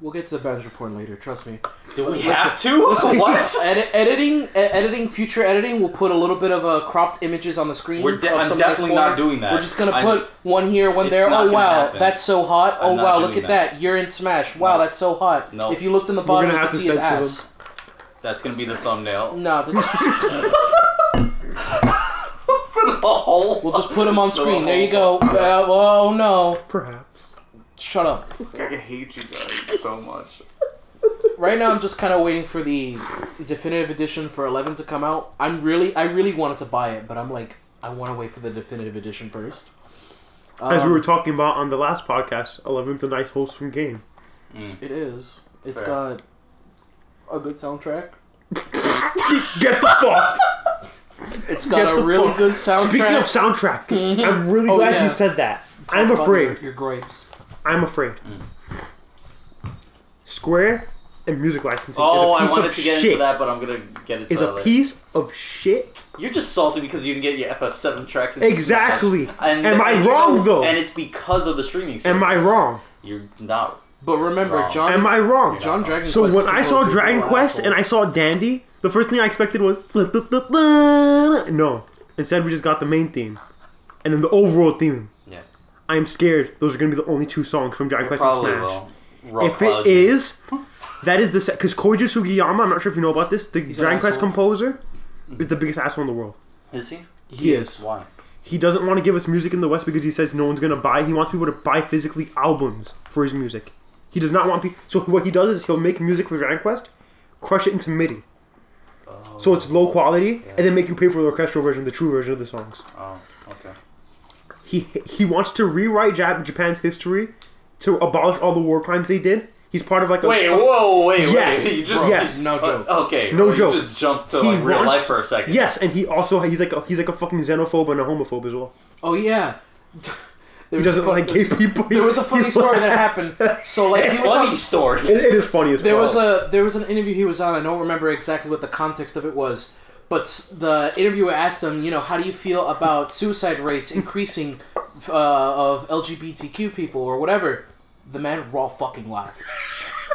[SPEAKER 3] We'll get to the banjo porn later. Trust me.
[SPEAKER 1] Do we
[SPEAKER 3] Listen,
[SPEAKER 1] have to? [LAUGHS]
[SPEAKER 2] [LAUGHS]
[SPEAKER 1] what?
[SPEAKER 3] Edi- editing, e- editing, future editing. We'll put a little bit of uh, cropped images on the screen.
[SPEAKER 1] We're de-
[SPEAKER 3] of
[SPEAKER 1] I'm
[SPEAKER 3] some nice
[SPEAKER 1] definitely
[SPEAKER 3] porn.
[SPEAKER 1] not doing that.
[SPEAKER 3] We're just gonna
[SPEAKER 1] I'm-
[SPEAKER 3] put one here, one
[SPEAKER 1] It's
[SPEAKER 3] there.
[SPEAKER 1] not
[SPEAKER 3] Oh
[SPEAKER 1] gonna
[SPEAKER 3] wow,
[SPEAKER 1] happen.
[SPEAKER 3] that's so hot.
[SPEAKER 1] I'm
[SPEAKER 3] oh
[SPEAKER 1] not
[SPEAKER 3] wow,
[SPEAKER 1] doing
[SPEAKER 3] look at
[SPEAKER 1] that.
[SPEAKER 3] that. You're in Smash. Wow,
[SPEAKER 1] No.
[SPEAKER 3] that's so hot.
[SPEAKER 1] No.
[SPEAKER 3] If you looked in the bottom, you
[SPEAKER 2] gonna
[SPEAKER 3] could
[SPEAKER 2] have to
[SPEAKER 3] see his
[SPEAKER 2] censor
[SPEAKER 3] ass.
[SPEAKER 1] That's gonna be the
[SPEAKER 2] [LAUGHS]
[SPEAKER 1] thumbnail
[SPEAKER 3] No, that's,
[SPEAKER 1] for the whole.
[SPEAKER 3] [LAUGHS] we'll just put him
[SPEAKER 1] [LAUGHS]
[SPEAKER 3] on screen. There you go. Uh, oh no.
[SPEAKER 2] Perhaps.
[SPEAKER 3] Shut up.
[SPEAKER 1] I hate you guys so much.
[SPEAKER 3] Right now, I'm just kind of waiting for the definitive edition for Eleven to come out. I'm really, I really wanted to buy it, but I'm like, I want to wait for the definitive edition first.
[SPEAKER 2] As we
[SPEAKER 3] Um,
[SPEAKER 2] were talking about on the last podcast, 11's a nice wholesome game.
[SPEAKER 3] It is. It's
[SPEAKER 1] Fair.
[SPEAKER 3] got a good soundtrack.
[SPEAKER 2] Get the fuck.
[SPEAKER 3] It's
[SPEAKER 2] Get
[SPEAKER 3] got a
[SPEAKER 2] the
[SPEAKER 3] really
[SPEAKER 2] fuck-
[SPEAKER 3] good
[SPEAKER 2] [LAUGHS] Speaking of soundtrack,
[SPEAKER 3] soundtrack.
[SPEAKER 1] Mm-hmm.
[SPEAKER 2] I'm really
[SPEAKER 3] Oh,
[SPEAKER 2] glad
[SPEAKER 3] yeah.
[SPEAKER 2] you said that. I'm
[SPEAKER 3] Talk about
[SPEAKER 2] afraid.
[SPEAKER 3] Your, your gripes.
[SPEAKER 2] I'm afraid. Square and music licensing
[SPEAKER 1] Oh,
[SPEAKER 2] is a
[SPEAKER 1] I
[SPEAKER 2] piece
[SPEAKER 1] wanted
[SPEAKER 2] of
[SPEAKER 1] to get
[SPEAKER 2] shit.
[SPEAKER 1] into that, but I'm gonna get it.
[SPEAKER 2] is a
[SPEAKER 1] later.
[SPEAKER 2] piece of shit.
[SPEAKER 1] You're just salty because you didn't get your FF7 tracks. in-
[SPEAKER 2] Exactly.
[SPEAKER 1] And,
[SPEAKER 2] Am I
[SPEAKER 1] and you
[SPEAKER 2] wrong,
[SPEAKER 1] know-
[SPEAKER 2] though?
[SPEAKER 1] And it's because of the streaming. Service.
[SPEAKER 2] Am I wrong?
[SPEAKER 1] You're not.
[SPEAKER 3] But remember,
[SPEAKER 1] Wrong.
[SPEAKER 3] John.
[SPEAKER 2] Am I wrong?
[SPEAKER 3] John Dragon
[SPEAKER 2] So
[SPEAKER 3] Quest
[SPEAKER 2] when I
[SPEAKER 3] people
[SPEAKER 2] saw
[SPEAKER 3] are
[SPEAKER 2] Dragon
[SPEAKER 3] people
[SPEAKER 2] Quest and I
[SPEAKER 3] assholes.
[SPEAKER 2] saw Dandy, the first thing I expected was no. Instead, we just got the main theme, and then the overall theme.
[SPEAKER 1] Yeah.
[SPEAKER 2] I am scared. Those are gonna be the only two songs from Dragon Quest and
[SPEAKER 1] Probably
[SPEAKER 2] Smash.
[SPEAKER 1] will. Raw
[SPEAKER 2] if
[SPEAKER 1] Cloud
[SPEAKER 2] it is, that is the set. Because Koji Sugiyama, I'm not sure if you know about this, the
[SPEAKER 3] an
[SPEAKER 2] Dragon Quest
[SPEAKER 3] asshole.
[SPEAKER 2] composer, is the biggest asshole in the world.
[SPEAKER 1] is he?
[SPEAKER 3] he is.
[SPEAKER 1] Why?
[SPEAKER 2] He doesn't want to give us music in the West because he says no one's gonna buy. He wants people to buy physically albums for his music. He does not want people. So what he does is he'll make music for Dragon Quest, crush it into MIDI,
[SPEAKER 1] Oh,
[SPEAKER 2] so it's low quality, and then make you pay for the orchestral version, the true version of the songs.
[SPEAKER 1] oh, okay.
[SPEAKER 2] He he wants to rewrite Jap- Japan's history to abolish all the war crimes they did. He's part of like a
[SPEAKER 1] Wait, whoa, wait,
[SPEAKER 2] Yes.
[SPEAKER 1] wait. [LAUGHS] You just,
[SPEAKER 2] Bro, yes.
[SPEAKER 3] [LAUGHS] No joke.
[SPEAKER 1] Uh, [LAUGHS] okay.
[SPEAKER 2] No
[SPEAKER 1] you
[SPEAKER 2] joke.
[SPEAKER 1] just jumped to like real
[SPEAKER 2] wants-
[SPEAKER 1] life for a second.
[SPEAKER 2] Yes, and he also he's like a, he's like a fucking xenophobe and a homophobe as well.
[SPEAKER 3] Oh yeah. [LAUGHS] There
[SPEAKER 2] He
[SPEAKER 3] was a
[SPEAKER 2] doesn't
[SPEAKER 3] fu-
[SPEAKER 2] like gay people. [LAUGHS]
[SPEAKER 3] There was a funny story that happened. So like he was
[SPEAKER 1] Funny
[SPEAKER 3] on-
[SPEAKER 1] story.
[SPEAKER 2] It, it is funny as
[SPEAKER 3] There
[SPEAKER 2] well.
[SPEAKER 3] was a there was an interview he was on. I don't remember exactly what the context of it was, but s- the interviewer asked him, you know, how do you feel about suicide rates increasing f- uh, of LGBTQ people or whatever? The man raw fucking laughed.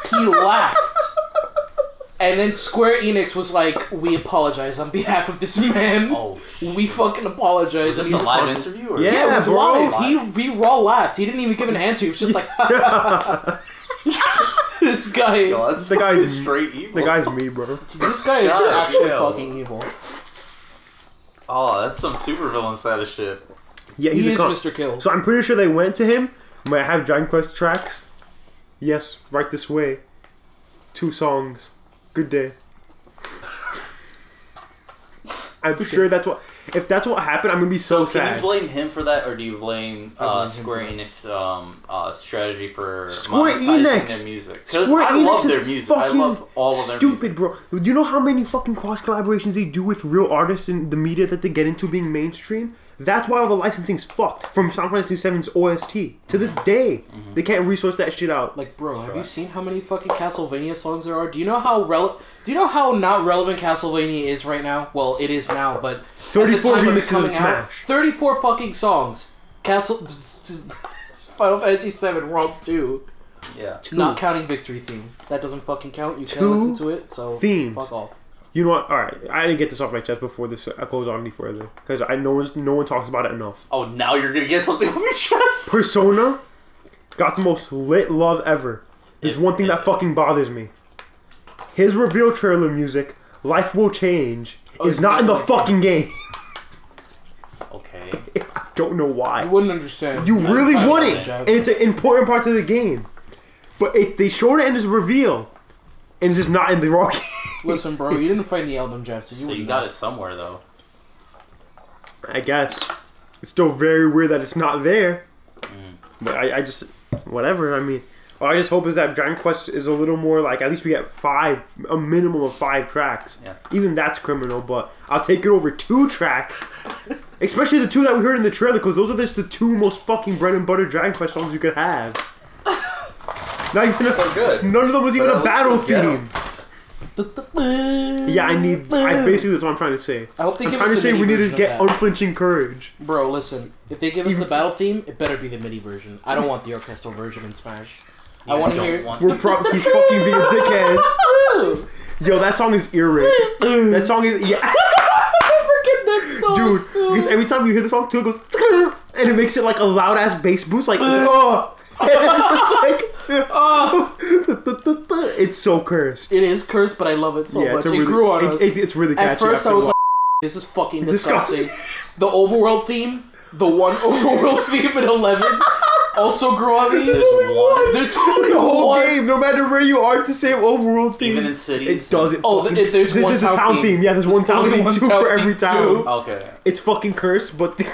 [SPEAKER 3] He laughed. And then Square Enix was like, "We apologize on behalf of this man.
[SPEAKER 1] [LAUGHS] Oh,
[SPEAKER 3] we fucking apologize."
[SPEAKER 1] is this
[SPEAKER 3] And
[SPEAKER 1] a
[SPEAKER 3] he's-
[SPEAKER 1] live interview? Or
[SPEAKER 2] Yeah,
[SPEAKER 3] Yeah, it was
[SPEAKER 2] bro.
[SPEAKER 1] [LAUGHS]
[SPEAKER 3] live. He, he raw laughed. He didn't even give an answer. He was just like, [LAUGHS] "This guy."
[SPEAKER 1] Yo, Oh, that's
[SPEAKER 2] The guy's-
[SPEAKER 1] straight evil.
[SPEAKER 2] the guy's me, bro.
[SPEAKER 3] This guy is
[SPEAKER 1] God,
[SPEAKER 3] actually
[SPEAKER 1] yeah.
[SPEAKER 3] fucking evil.
[SPEAKER 1] Oh, that's some supervillain status shit.
[SPEAKER 2] Yeah, he's
[SPEAKER 3] he
[SPEAKER 2] a
[SPEAKER 3] is
[SPEAKER 2] cunt.
[SPEAKER 3] Mr. Kill.
[SPEAKER 2] So I'm pretty sure they went to him. May I have Dragon Quest tracks? Yes, right this way. Two songs. Good
[SPEAKER 3] [LAUGHS]
[SPEAKER 2] day. I'm sure that's what. If that's what happened, I'm gonna be so,
[SPEAKER 1] So can
[SPEAKER 2] sad.
[SPEAKER 1] you blame him for that, or do you blame
[SPEAKER 4] I blame
[SPEAKER 1] uh,
[SPEAKER 4] him
[SPEAKER 1] Square
[SPEAKER 4] for that.
[SPEAKER 1] Enix um, uh, strategy for
[SPEAKER 2] Square
[SPEAKER 1] monetizing
[SPEAKER 2] Enix!
[SPEAKER 1] their music? Because
[SPEAKER 2] Square
[SPEAKER 1] I
[SPEAKER 2] Enix
[SPEAKER 1] love
[SPEAKER 2] is
[SPEAKER 1] their music. I love
[SPEAKER 2] fucking
[SPEAKER 1] all of their
[SPEAKER 2] stupid,
[SPEAKER 1] music.
[SPEAKER 2] bro. Do you know how many fucking cross collaborations they do with real artists and the media that they get into being mainstream? That's why all the licensing's fucked from Final Fantasy VII's OST to this day.
[SPEAKER 1] Mm-hmm.
[SPEAKER 2] They can't resource that shit out.
[SPEAKER 3] Like, bro, have you seen how many fucking Castlevania songs there are? Do you know how rele- Do you know how not relevant Castlevania is right now? Well, it is now, but at the
[SPEAKER 2] 34
[SPEAKER 3] time of it
[SPEAKER 2] remixes of
[SPEAKER 3] coming out,
[SPEAKER 2] Smash.
[SPEAKER 3] thirty-four fucking songs. Castle, [LAUGHS] Final Fantasy VII, Romp Two,
[SPEAKER 1] Yeah.
[SPEAKER 3] not counting Victory Theme. That doesn't fucking count. You
[SPEAKER 2] Two
[SPEAKER 3] can't listen to it, so
[SPEAKER 2] themes.
[SPEAKER 3] fuck off.
[SPEAKER 2] You know what? All right, I didn't get this off my chest before this goes on any further because I no one no one talks about it enough.
[SPEAKER 1] Oh, now you're gonna get something off your chest.
[SPEAKER 2] Persona got the most lit love ever. There's
[SPEAKER 1] It-
[SPEAKER 2] one thing
[SPEAKER 1] it-
[SPEAKER 2] that fucking bothers me. His reveal trailer music, "Life Will Change," is
[SPEAKER 3] it's
[SPEAKER 2] not in the
[SPEAKER 3] not like-
[SPEAKER 2] fucking game. [LAUGHS]
[SPEAKER 1] Okay.
[SPEAKER 2] I don't know why.
[SPEAKER 3] I wouldn't understand.
[SPEAKER 2] You really
[SPEAKER 1] I- I
[SPEAKER 2] wouldn't,
[SPEAKER 3] don't
[SPEAKER 2] and it's an important part of the game. But it, they showed it in his reveal, and it's just not in the [LAUGHS] raw game.
[SPEAKER 3] listen, bro. You didn't find the album, Jeff, so you
[SPEAKER 1] So
[SPEAKER 3] wouldn't.
[SPEAKER 1] you got it somewhere though.
[SPEAKER 2] I guess. It's still very weird that it's not there.
[SPEAKER 3] Mm.
[SPEAKER 2] But I, I just, whatever. I mean, all I just hope is that Dragon Quest is a little more like, at least we get five, a minimum of five tracks.
[SPEAKER 1] Yeah.
[SPEAKER 2] Even that's criminal, but I'll take it over two
[SPEAKER 3] [LAUGHS]
[SPEAKER 2] tracks. Especially the two that we heard in the trailer, because those are just the two most fucking bread and butter Dragon Quest songs you could
[SPEAKER 3] [LAUGHS]
[SPEAKER 2] have. Not even a,
[SPEAKER 1] So good.
[SPEAKER 2] None of them was even
[SPEAKER 1] But
[SPEAKER 2] a
[SPEAKER 1] at least
[SPEAKER 2] battle
[SPEAKER 1] it's ghetto.
[SPEAKER 2] theme. Yeah, I need. I basically that's what I'm trying to say.
[SPEAKER 3] I hope they
[SPEAKER 2] I'm
[SPEAKER 3] give us
[SPEAKER 2] trying to
[SPEAKER 3] the
[SPEAKER 2] say we
[SPEAKER 3] mini
[SPEAKER 2] need to
[SPEAKER 3] version of
[SPEAKER 2] get
[SPEAKER 3] that.
[SPEAKER 2] unflinching courage.
[SPEAKER 3] Bro, listen. If they give us the battle theme, it better be the MIDI version. I don't want the orchestral version in Smash. I want to
[SPEAKER 1] don't
[SPEAKER 3] hear.
[SPEAKER 1] want
[SPEAKER 2] We're prob- he's fucking being a
[SPEAKER 3] [LAUGHS]
[SPEAKER 2] dickhead. Yo, that song is earrig. That song is
[SPEAKER 3] [LAUGHS]
[SPEAKER 2] yeah,
[SPEAKER 3] Forget that song,
[SPEAKER 2] dude. Because every time you hear the song, too, it goes [LAUGHS] and it makes it like a loud ass bass boost,
[SPEAKER 3] [LAUGHS]
[SPEAKER 2] like [LAUGHS] oh. It's like, it's so cursed.
[SPEAKER 3] It is cursed, but I love it so
[SPEAKER 2] Yeah, it's
[SPEAKER 3] much.
[SPEAKER 2] a
[SPEAKER 3] It
[SPEAKER 2] really,
[SPEAKER 3] grew on
[SPEAKER 2] it-
[SPEAKER 3] us.
[SPEAKER 2] it- it's really catchy.
[SPEAKER 3] At first,
[SPEAKER 2] after
[SPEAKER 3] I
[SPEAKER 2] a
[SPEAKER 3] was
[SPEAKER 2] while.
[SPEAKER 3] like, [LAUGHS] "This is fucking
[SPEAKER 2] Disgusting.
[SPEAKER 3] disgusting." the overworld theme, the one [LAUGHS] overworld theme in eleven, also grew on me.
[SPEAKER 1] one.
[SPEAKER 3] There's only
[SPEAKER 2] the whole
[SPEAKER 3] one.
[SPEAKER 2] game, no matter where you are, it's the same overall theme.
[SPEAKER 1] Even in cities?
[SPEAKER 2] it does it.
[SPEAKER 3] Oh,
[SPEAKER 2] fucking-
[SPEAKER 3] th- there's one
[SPEAKER 2] a
[SPEAKER 3] town
[SPEAKER 2] town
[SPEAKER 3] theme.
[SPEAKER 2] theme. Yeah, there's,
[SPEAKER 3] There's
[SPEAKER 2] one town
[SPEAKER 3] only
[SPEAKER 2] theme,
[SPEAKER 3] one
[SPEAKER 2] two
[SPEAKER 3] town
[SPEAKER 2] for every
[SPEAKER 3] theme,
[SPEAKER 2] town.
[SPEAKER 3] too.
[SPEAKER 1] Okay.
[SPEAKER 2] It's fucking cursed, but the,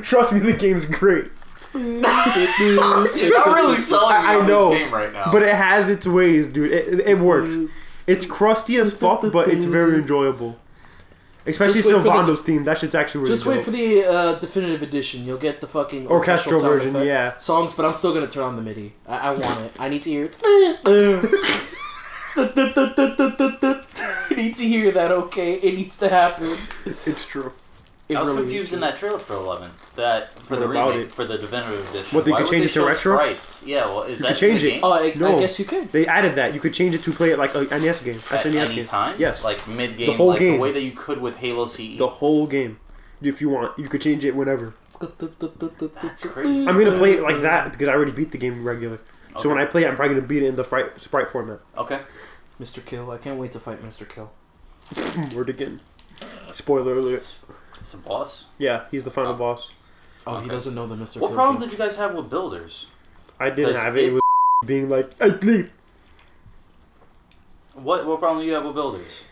[SPEAKER 2] [LAUGHS] trust me, the
[SPEAKER 1] [LAUGHS]
[SPEAKER 2] game's great.
[SPEAKER 1] You're not really selling me
[SPEAKER 2] I, I
[SPEAKER 1] on
[SPEAKER 2] know,
[SPEAKER 1] this game right now.
[SPEAKER 2] but it has its ways, dude. It, it, it works.
[SPEAKER 3] Mm.
[SPEAKER 2] It's crusty as fuck, but it's very enjoyable. Especially
[SPEAKER 3] Just wait for the-
[SPEAKER 2] Silvando's theme. That shit's actually really
[SPEAKER 3] Just wait
[SPEAKER 2] dope.
[SPEAKER 3] for the uh, definitive edition. You'll get the fucking
[SPEAKER 2] Orchestral
[SPEAKER 3] sound
[SPEAKER 2] version,
[SPEAKER 3] effect
[SPEAKER 2] yeah.
[SPEAKER 3] Songs, but I'm still gonna turn on the MIDI. I, I want it. I need to hear it. I need to hear that. Okay, it needs to happen.
[SPEAKER 2] It's true.
[SPEAKER 3] It
[SPEAKER 1] I was
[SPEAKER 3] really
[SPEAKER 1] confused
[SPEAKER 3] is.
[SPEAKER 1] in that trailer for Eleven that for
[SPEAKER 2] What
[SPEAKER 1] the
[SPEAKER 2] about
[SPEAKER 1] remake
[SPEAKER 2] it?
[SPEAKER 1] for the definitive edition.
[SPEAKER 2] What, they
[SPEAKER 1] Why
[SPEAKER 2] could
[SPEAKER 1] would
[SPEAKER 2] change it to
[SPEAKER 1] show
[SPEAKER 2] retro?
[SPEAKER 1] Sprites? Yeah. Well, is
[SPEAKER 2] You
[SPEAKER 1] that
[SPEAKER 2] could change
[SPEAKER 1] in
[SPEAKER 2] it.
[SPEAKER 1] the game?
[SPEAKER 3] Oh, I,
[SPEAKER 2] No.
[SPEAKER 3] I guess you could.
[SPEAKER 2] They added that. You could change it to play it like a NES game.
[SPEAKER 1] at
[SPEAKER 2] That's NES
[SPEAKER 1] any
[SPEAKER 2] game.
[SPEAKER 1] time?
[SPEAKER 2] Yes.
[SPEAKER 1] Like mid game,
[SPEAKER 2] The whole
[SPEAKER 1] like
[SPEAKER 2] game.
[SPEAKER 1] the way that you could with Halo E? CE.
[SPEAKER 2] the whole game. If you want, you could change it whenever.
[SPEAKER 1] That's crazy.
[SPEAKER 2] I'm gonna play it like that because I already beat the game regular.
[SPEAKER 1] Okay.
[SPEAKER 2] So when I play it, I'm probably gonna beat it in the sprite, sprite format.
[SPEAKER 1] Okay.
[SPEAKER 3] Mr. Kill. I can't wait to fight Mr. Kill. Mm,
[SPEAKER 2] Word again. Spoiler alert.
[SPEAKER 1] It's a boss.
[SPEAKER 2] Yeah, he's the final boss.
[SPEAKER 3] Oh,
[SPEAKER 1] Okay.
[SPEAKER 3] he doesn't know the Mr.
[SPEAKER 1] What
[SPEAKER 3] Kill.
[SPEAKER 1] problem
[SPEAKER 3] joke.
[SPEAKER 1] did you guys have with builders?
[SPEAKER 2] I didn't
[SPEAKER 1] Does
[SPEAKER 2] have it. It
[SPEAKER 1] it-
[SPEAKER 2] was being like, I sleep.
[SPEAKER 1] What what problem do you have with builders?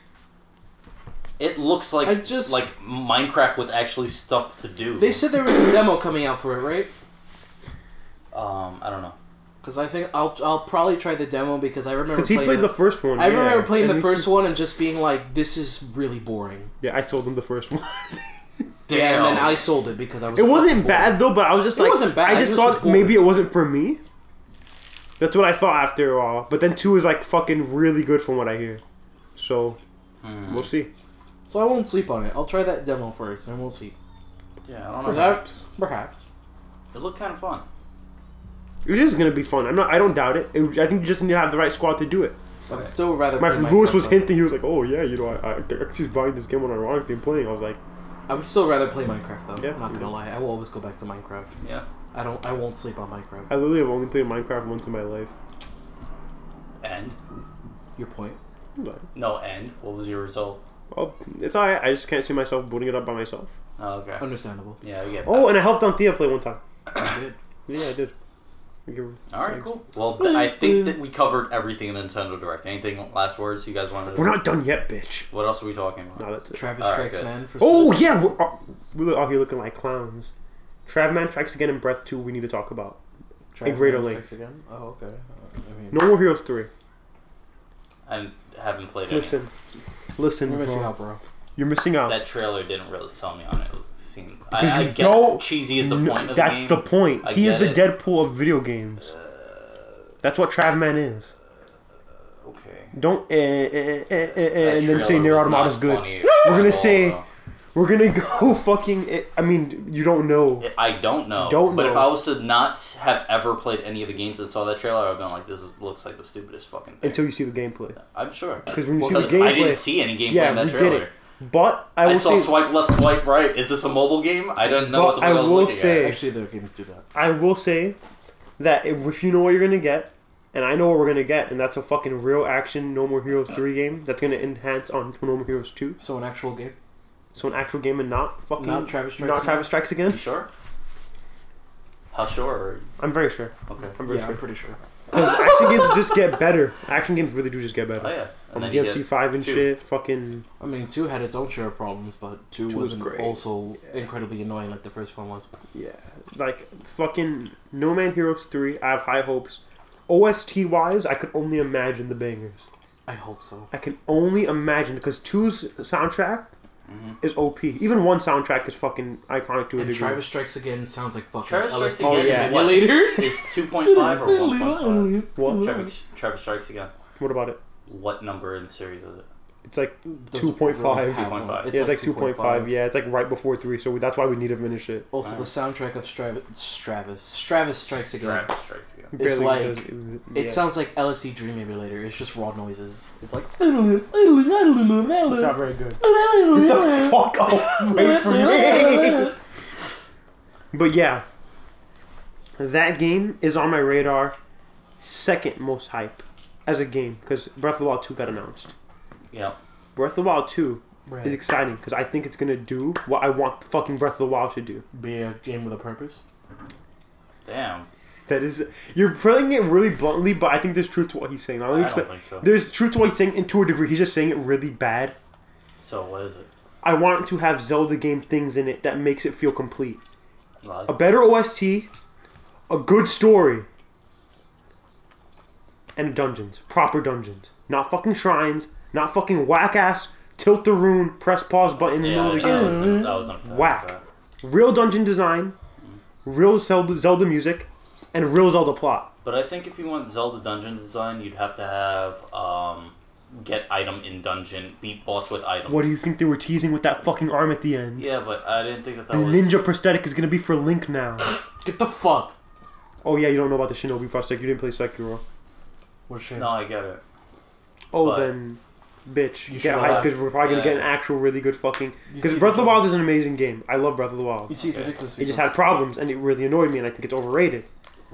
[SPEAKER 1] It looks like
[SPEAKER 3] I just-
[SPEAKER 1] like Minecraft with actually stuff to do.
[SPEAKER 3] They said there was a demo coming out for it, right?
[SPEAKER 1] um, I don't know.
[SPEAKER 3] Because I think I'll I'll probably try the demo because I remember
[SPEAKER 2] Because he
[SPEAKER 3] playing
[SPEAKER 2] played
[SPEAKER 3] it-
[SPEAKER 2] the first one.
[SPEAKER 3] I remember
[SPEAKER 2] yeah.
[SPEAKER 3] playing
[SPEAKER 2] And
[SPEAKER 3] the
[SPEAKER 2] he-
[SPEAKER 3] first one and just being like, "This is really boring."
[SPEAKER 2] Yeah, I sold him the first one.
[SPEAKER 3] Yeah, and then
[SPEAKER 1] Damn.
[SPEAKER 3] I sold it because I was.
[SPEAKER 2] It
[SPEAKER 3] fucking
[SPEAKER 2] wasn't [LAUGHS]
[SPEAKER 3] bored.
[SPEAKER 2] bad though, but I was just
[SPEAKER 3] It
[SPEAKER 2] like,
[SPEAKER 3] wasn't bad,
[SPEAKER 2] I
[SPEAKER 3] it
[SPEAKER 2] just
[SPEAKER 3] just was
[SPEAKER 2] thought
[SPEAKER 3] boring.
[SPEAKER 2] maybe it wasn't for me. That's what I thought after a while. But then two is like fucking really good from what I hear. So we'll see.
[SPEAKER 3] So I won't sleep on it. I'll try that demo first, and we'll see.
[SPEAKER 1] Yeah, I don't know.
[SPEAKER 3] Perhaps, perhaps.
[SPEAKER 1] It looked kind of fun.
[SPEAKER 2] It is gonna be fun. I'm not. I don't doubt it. It- I think you just need to have the right squad to do it.
[SPEAKER 3] I would still rather.
[SPEAKER 2] My
[SPEAKER 3] play
[SPEAKER 2] friend Lewis was
[SPEAKER 3] Minecraft.
[SPEAKER 2] hinting. He was like, "Oh yeah, you know, I, I, I just buying this game on ironically and playing." I was like,
[SPEAKER 3] I would still rather play Minecraft though.
[SPEAKER 2] Yeah.
[SPEAKER 3] I'm not gonna lie. I will always go back to Minecraft.
[SPEAKER 1] Yeah.
[SPEAKER 3] I don't. I won't sleep on Minecraft.
[SPEAKER 2] "I literally have only played Minecraft once in my life."
[SPEAKER 1] And
[SPEAKER 3] Your point.
[SPEAKER 2] I'm like,
[SPEAKER 1] no end. What was your result?
[SPEAKER 2] Well, it's alright. I just can't see myself booting it up by myself.
[SPEAKER 1] Oh, okay.
[SPEAKER 3] Understandable.
[SPEAKER 1] Yeah, we get
[SPEAKER 2] Oh, and I helped Anthea play one time.
[SPEAKER 3] I did.
[SPEAKER 2] Yeah, I did. I give her-
[SPEAKER 1] that. All right, cool. Well, th- I think that we covered everything in Nintendo Direct. Anything last words you guys wanted to
[SPEAKER 2] We're not done yet, bitch.
[SPEAKER 1] What else are we talking about?
[SPEAKER 2] No, that's it.
[SPEAKER 3] Travis
[SPEAKER 1] All right,
[SPEAKER 3] Strikes
[SPEAKER 1] good.
[SPEAKER 3] Man for
[SPEAKER 2] Oh yeah, we're all, we're all here looking like clowns. Travman strikes again in Breath Two. We need to talk about
[SPEAKER 3] Travis
[SPEAKER 2] Greater
[SPEAKER 3] Man
[SPEAKER 2] Link.
[SPEAKER 3] Strikes Again. Oh okay. Uh, I mean,
[SPEAKER 2] No More Heroes Three.
[SPEAKER 1] I haven't played it.
[SPEAKER 2] Listen, listen,
[SPEAKER 3] we're
[SPEAKER 2] bro.
[SPEAKER 3] missing out, bro.
[SPEAKER 2] You're missing out.
[SPEAKER 1] That trailer didn't really sell me on it. It seemed
[SPEAKER 2] Because
[SPEAKER 1] I, I
[SPEAKER 2] you
[SPEAKER 1] get
[SPEAKER 2] don't
[SPEAKER 1] cheesy is the
[SPEAKER 2] No,
[SPEAKER 1] point. Of
[SPEAKER 2] that's
[SPEAKER 1] the,
[SPEAKER 2] the
[SPEAKER 1] game.
[SPEAKER 2] point.
[SPEAKER 1] I
[SPEAKER 2] he is
[SPEAKER 1] get
[SPEAKER 2] the
[SPEAKER 1] it. Uh,
[SPEAKER 2] Deadpool of video games. that's what Travman is.
[SPEAKER 1] Okay.
[SPEAKER 2] Don't eh, eh, eh, eh, eh,
[SPEAKER 1] That
[SPEAKER 2] and then say
[SPEAKER 1] trailer
[SPEAKER 2] Nier
[SPEAKER 1] was
[SPEAKER 2] Automata's
[SPEAKER 1] not
[SPEAKER 2] good.
[SPEAKER 1] funny
[SPEAKER 2] We're
[SPEAKER 1] at
[SPEAKER 2] gonna
[SPEAKER 1] all,
[SPEAKER 2] say-
[SPEAKER 1] though.
[SPEAKER 2] We're gonna [LAUGHS] go fucking. eh, I mean, you don't know.
[SPEAKER 1] I don't know.
[SPEAKER 2] Don't
[SPEAKER 1] but if
[SPEAKER 2] know.
[SPEAKER 1] I was to not have ever played any of the games and saw that trailer, I would have been like, "This is, looks like the stupidest fucking thing."
[SPEAKER 2] until you see the gameplay.
[SPEAKER 1] I'm sure.
[SPEAKER 2] 'Cause when you see the
[SPEAKER 1] Because I
[SPEAKER 2] gameplay-
[SPEAKER 1] didn't see any gameplay
[SPEAKER 2] Yeah,
[SPEAKER 1] in that
[SPEAKER 2] we
[SPEAKER 1] trailer.
[SPEAKER 2] did it. But I
[SPEAKER 1] I,
[SPEAKER 2] will
[SPEAKER 1] saw
[SPEAKER 2] say,
[SPEAKER 1] swipe left, swipe right. Is this a mobile game? I don't know
[SPEAKER 2] But
[SPEAKER 1] what the
[SPEAKER 2] I
[SPEAKER 1] fuck I was
[SPEAKER 2] will
[SPEAKER 1] looking
[SPEAKER 2] say-
[SPEAKER 1] at.
[SPEAKER 3] Actually, their games do that.
[SPEAKER 2] I will say that if, if you know what you're gonna get, and I know what we're gonna get, and that's a fucking real action No More Heroes three game that's gonna enhance on No More Heroes two.
[SPEAKER 3] So an actual game.
[SPEAKER 2] So an actual game and not fucking
[SPEAKER 3] Not Travis Strikes
[SPEAKER 2] not Travis Strikes
[SPEAKER 1] You
[SPEAKER 2] again.
[SPEAKER 1] sure? How sure? Are you?
[SPEAKER 2] I'm very sure.
[SPEAKER 1] Okay.
[SPEAKER 2] I'm very
[SPEAKER 3] yeah,
[SPEAKER 2] sure.
[SPEAKER 3] I'm pretty sure.
[SPEAKER 2] Because action games just get better. Action games really do just get
[SPEAKER 1] Oh
[SPEAKER 2] better.
[SPEAKER 1] yeah. And
[SPEAKER 2] From
[SPEAKER 1] then you
[SPEAKER 2] DMC
[SPEAKER 1] get
[SPEAKER 2] five and
[SPEAKER 1] two.
[SPEAKER 2] shit, fucking
[SPEAKER 3] I mean, two had its own share of problems, but two,
[SPEAKER 2] Two was
[SPEAKER 3] was not
[SPEAKER 2] great.
[SPEAKER 3] also incredibly annoying like the first one was.
[SPEAKER 2] yeah, like fucking No Man Heroes three. I have high hopes. OST wise, I could only imagine the bangers.
[SPEAKER 3] I hope so.
[SPEAKER 2] I can only imagine because two's soundtrack is OP. Even one soundtrack is fucking iconic to a
[SPEAKER 3] Mm-hmm. And
[SPEAKER 2] degree.
[SPEAKER 3] Travis Strikes Again sounds like fucking
[SPEAKER 1] Travis Strikes
[SPEAKER 3] LSD
[SPEAKER 1] Again
[SPEAKER 2] yeah.
[SPEAKER 1] is what?
[SPEAKER 3] emulator.
[SPEAKER 2] [LAUGHS]
[SPEAKER 1] Is 2.5 [LAUGHS] or 1.5?
[SPEAKER 2] what?
[SPEAKER 1] Travis, Travis Strikes Again.
[SPEAKER 2] What about it?
[SPEAKER 1] What number in series is it?
[SPEAKER 2] It's like
[SPEAKER 3] Doesn't
[SPEAKER 2] 2.5.
[SPEAKER 3] have one.
[SPEAKER 1] 2.5.
[SPEAKER 2] yeah, it's like two point five. Yeah, it's like right before three. So that's why we need to finish it.
[SPEAKER 3] Also, the soundtrack of Stravis, Stravis, Stravis Strikes Again.
[SPEAKER 1] Travis Strikes Again.
[SPEAKER 3] It's like-
[SPEAKER 2] because yeah.
[SPEAKER 3] It sounds like LSD Dream Emulator. It's just raw noises.
[SPEAKER 2] [LAUGHS]
[SPEAKER 3] It's like. It's
[SPEAKER 2] It's not very good. the fuck away from me. But yeah, that game is on my radar. Second most hype as a game because Breath of the Wild two got announced.
[SPEAKER 1] Yeah.
[SPEAKER 2] Breath of the Wild two is exciting because I think it's gonna do what I want fucking Breath of the Wild to do.
[SPEAKER 3] Be a game with a purpose.
[SPEAKER 1] Damn.
[SPEAKER 2] That is, you're playing it really bluntly, but I think there's truth to what he's saying. I,
[SPEAKER 1] I
[SPEAKER 2] don't
[SPEAKER 1] don't
[SPEAKER 2] expect,
[SPEAKER 1] think so.
[SPEAKER 2] There's truth to what he's saying, and to a degree, he's just saying it really bad.
[SPEAKER 1] So what is it?
[SPEAKER 2] I want to have Zelda game things in it that makes it feel complete.
[SPEAKER 1] Like,
[SPEAKER 2] A better OST, a good story, and dungeons. Proper dungeons. Not fucking shrines, not fucking whack ass, tilt the rune, press pause button,
[SPEAKER 1] yeah,
[SPEAKER 2] middle
[SPEAKER 1] I
[SPEAKER 2] of the
[SPEAKER 1] think
[SPEAKER 2] game.
[SPEAKER 1] that was, that was unfair.
[SPEAKER 2] Whack.
[SPEAKER 1] but-
[SPEAKER 2] real dungeon design, real Zelda, Zelda music, and real Zelda plot.
[SPEAKER 1] But I think if you want Zelda dungeon design, you'd have to have um, get item in dungeon, beat boss with item.
[SPEAKER 2] What do you think they were teasing with that fucking arm at the end?
[SPEAKER 1] Yeah, but I didn't think that that
[SPEAKER 2] The
[SPEAKER 1] was.
[SPEAKER 2] ninja prosthetic is gonna be for Link now.
[SPEAKER 3] Get the fuck.
[SPEAKER 2] oh yeah, you don't know about the Shinobi prosthetic. You didn't play Sekiro.
[SPEAKER 3] What a shame.
[SPEAKER 1] No, I get it.
[SPEAKER 2] Oh
[SPEAKER 1] But-
[SPEAKER 2] then, bitch,
[SPEAKER 3] You
[SPEAKER 2] get
[SPEAKER 3] should've
[SPEAKER 2] hyped
[SPEAKER 3] left.
[SPEAKER 2] because we're probably gonna get an
[SPEAKER 1] Yeah.
[SPEAKER 2] actual really good fucking.
[SPEAKER 3] You
[SPEAKER 2] Because
[SPEAKER 3] see
[SPEAKER 2] Breath of the
[SPEAKER 3] the-
[SPEAKER 2] Wild is an amazing game. I love Breath of the
[SPEAKER 3] You
[SPEAKER 2] Wild.
[SPEAKER 3] see, it's
[SPEAKER 1] Okay.
[SPEAKER 3] ridiculous.
[SPEAKER 2] It just
[SPEAKER 3] because-
[SPEAKER 2] had problems and it really annoyed me, and I think it's overrated.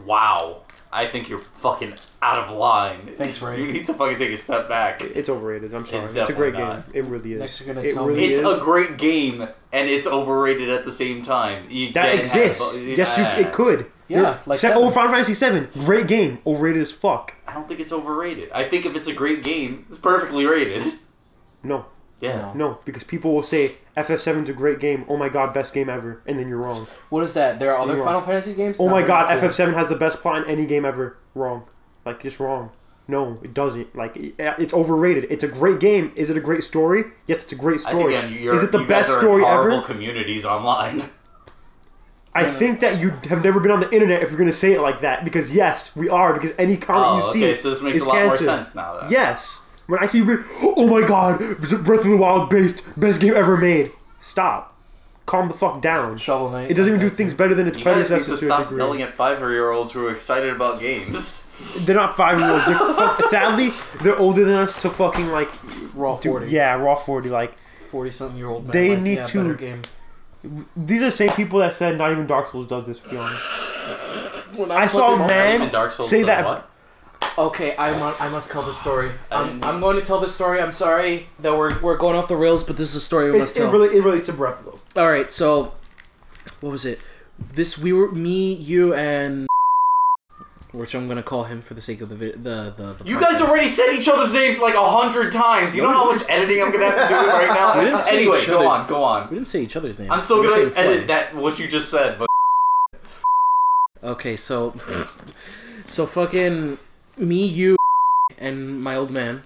[SPEAKER 1] Wow. I think you're fucking out of line.
[SPEAKER 3] Thanks,
[SPEAKER 1] [LAUGHS]
[SPEAKER 3] Ray.
[SPEAKER 1] You need to fucking take a step back.
[SPEAKER 2] It's overrated. I'm sorry. It's, a
[SPEAKER 1] definitely
[SPEAKER 2] great
[SPEAKER 1] not.
[SPEAKER 2] game. It really is.
[SPEAKER 3] Next, you're gonna
[SPEAKER 2] it
[SPEAKER 3] tell
[SPEAKER 2] really
[SPEAKER 3] me-
[SPEAKER 1] It's
[SPEAKER 2] is.
[SPEAKER 1] a great game, and it's overrated at the same time. You
[SPEAKER 2] that
[SPEAKER 1] can't have
[SPEAKER 2] exists.
[SPEAKER 1] bo-
[SPEAKER 2] Yes, you.
[SPEAKER 1] Yeah.
[SPEAKER 2] It could.
[SPEAKER 3] Yeah,
[SPEAKER 2] There-
[SPEAKER 3] like
[SPEAKER 2] except
[SPEAKER 3] seven.
[SPEAKER 2] oh, Final Fantasy Seven. Great game. Overrated as fuck.
[SPEAKER 1] I don't think it's overrated. I think if it's a great game, it's perfectly rated. [LAUGHS]
[SPEAKER 2] No,
[SPEAKER 1] Yeah.
[SPEAKER 3] No.
[SPEAKER 2] no, because people will say FF7's a great game. Oh my god, best game ever, and then you're wrong.
[SPEAKER 3] What is that? There are other
[SPEAKER 2] You are-
[SPEAKER 3] Final Fantasy games.
[SPEAKER 2] Oh
[SPEAKER 3] Not
[SPEAKER 2] my
[SPEAKER 3] very
[SPEAKER 2] god,
[SPEAKER 3] cool.
[SPEAKER 2] FF7 has the best plot in any game ever. Wrong, like just wrong. No, it doesn't. Like it- it's overrated. It's a great game. Is it a great story? Yes, it's a great
[SPEAKER 1] I think
[SPEAKER 2] story.
[SPEAKER 1] again, you're,
[SPEAKER 2] Is it the
[SPEAKER 1] you
[SPEAKER 2] best
[SPEAKER 1] guys are in
[SPEAKER 2] story ever?
[SPEAKER 1] horrible communities
[SPEAKER 2] [LAUGHS]
[SPEAKER 1] online.
[SPEAKER 2] I think that you have never been on the internet if you're gonna say it like that. Because yes, we are. Because any comment
[SPEAKER 1] Oh,
[SPEAKER 2] you see
[SPEAKER 1] okay, so this makes
[SPEAKER 2] is
[SPEAKER 1] a lot
[SPEAKER 2] canceled.
[SPEAKER 1] more sense now. Then.
[SPEAKER 2] Yes. When I see, re- oh my god, Breath of the Wild based best game ever made. Stop. Calm the fuck down.
[SPEAKER 3] Shovel Knight.
[SPEAKER 2] It doesn't even do
[SPEAKER 3] That's
[SPEAKER 2] things better than its
[SPEAKER 1] You guys need
[SPEAKER 2] predecessor
[SPEAKER 1] to
[SPEAKER 2] to a
[SPEAKER 1] stop yelling
[SPEAKER 2] degree.
[SPEAKER 1] at five-year-olds who are excited about
[SPEAKER 2] [LAUGHS]
[SPEAKER 1] games.
[SPEAKER 2] They're not five year [LAUGHS] olds. They're fuck- Sadly, they're older than us. So fucking like,
[SPEAKER 3] raw
[SPEAKER 2] dude,
[SPEAKER 3] forty.
[SPEAKER 2] yeah, raw forty. Like
[SPEAKER 3] forty something year old man.
[SPEAKER 2] They
[SPEAKER 3] like,
[SPEAKER 2] need
[SPEAKER 3] yeah,
[SPEAKER 2] to-
[SPEAKER 3] better game.
[SPEAKER 2] these are the same people that said not even Dark Souls does this. To be honest,
[SPEAKER 3] When
[SPEAKER 2] I saw
[SPEAKER 3] fucking-
[SPEAKER 2] man-
[SPEAKER 1] Even Dark Souls
[SPEAKER 2] say [LAUGHS]
[SPEAKER 1] does
[SPEAKER 2] that-
[SPEAKER 1] What?
[SPEAKER 3] Okay, I mu- I must tell the story.
[SPEAKER 1] I
[SPEAKER 3] I'm,
[SPEAKER 1] didn't-
[SPEAKER 3] I'm going to tell the story. I'm sorry that we're we're going off the rails, but this is a story we
[SPEAKER 2] It's,
[SPEAKER 3] must
[SPEAKER 2] it
[SPEAKER 3] tell.
[SPEAKER 2] really it relates to Breath though.
[SPEAKER 3] All right, so what was it? This we were me, you, and which I'm gonna call him for the sake of the vi- the the. the
[SPEAKER 1] You guys
[SPEAKER 3] podcast.
[SPEAKER 1] already said each other's names like a hundred times. Do you know how much editing I'm gonna have to do right
[SPEAKER 2] [LAUGHS]
[SPEAKER 1] now?
[SPEAKER 3] We didn't say
[SPEAKER 1] anyway,
[SPEAKER 3] each
[SPEAKER 1] go
[SPEAKER 3] other's-
[SPEAKER 1] on, go on.
[SPEAKER 3] We didn't say each other's names.
[SPEAKER 1] I'm still
[SPEAKER 3] We
[SPEAKER 1] gonna
[SPEAKER 3] said Flynn.
[SPEAKER 1] edit that what you just said, but
[SPEAKER 3] Okay, so so fucking me, you, and my old man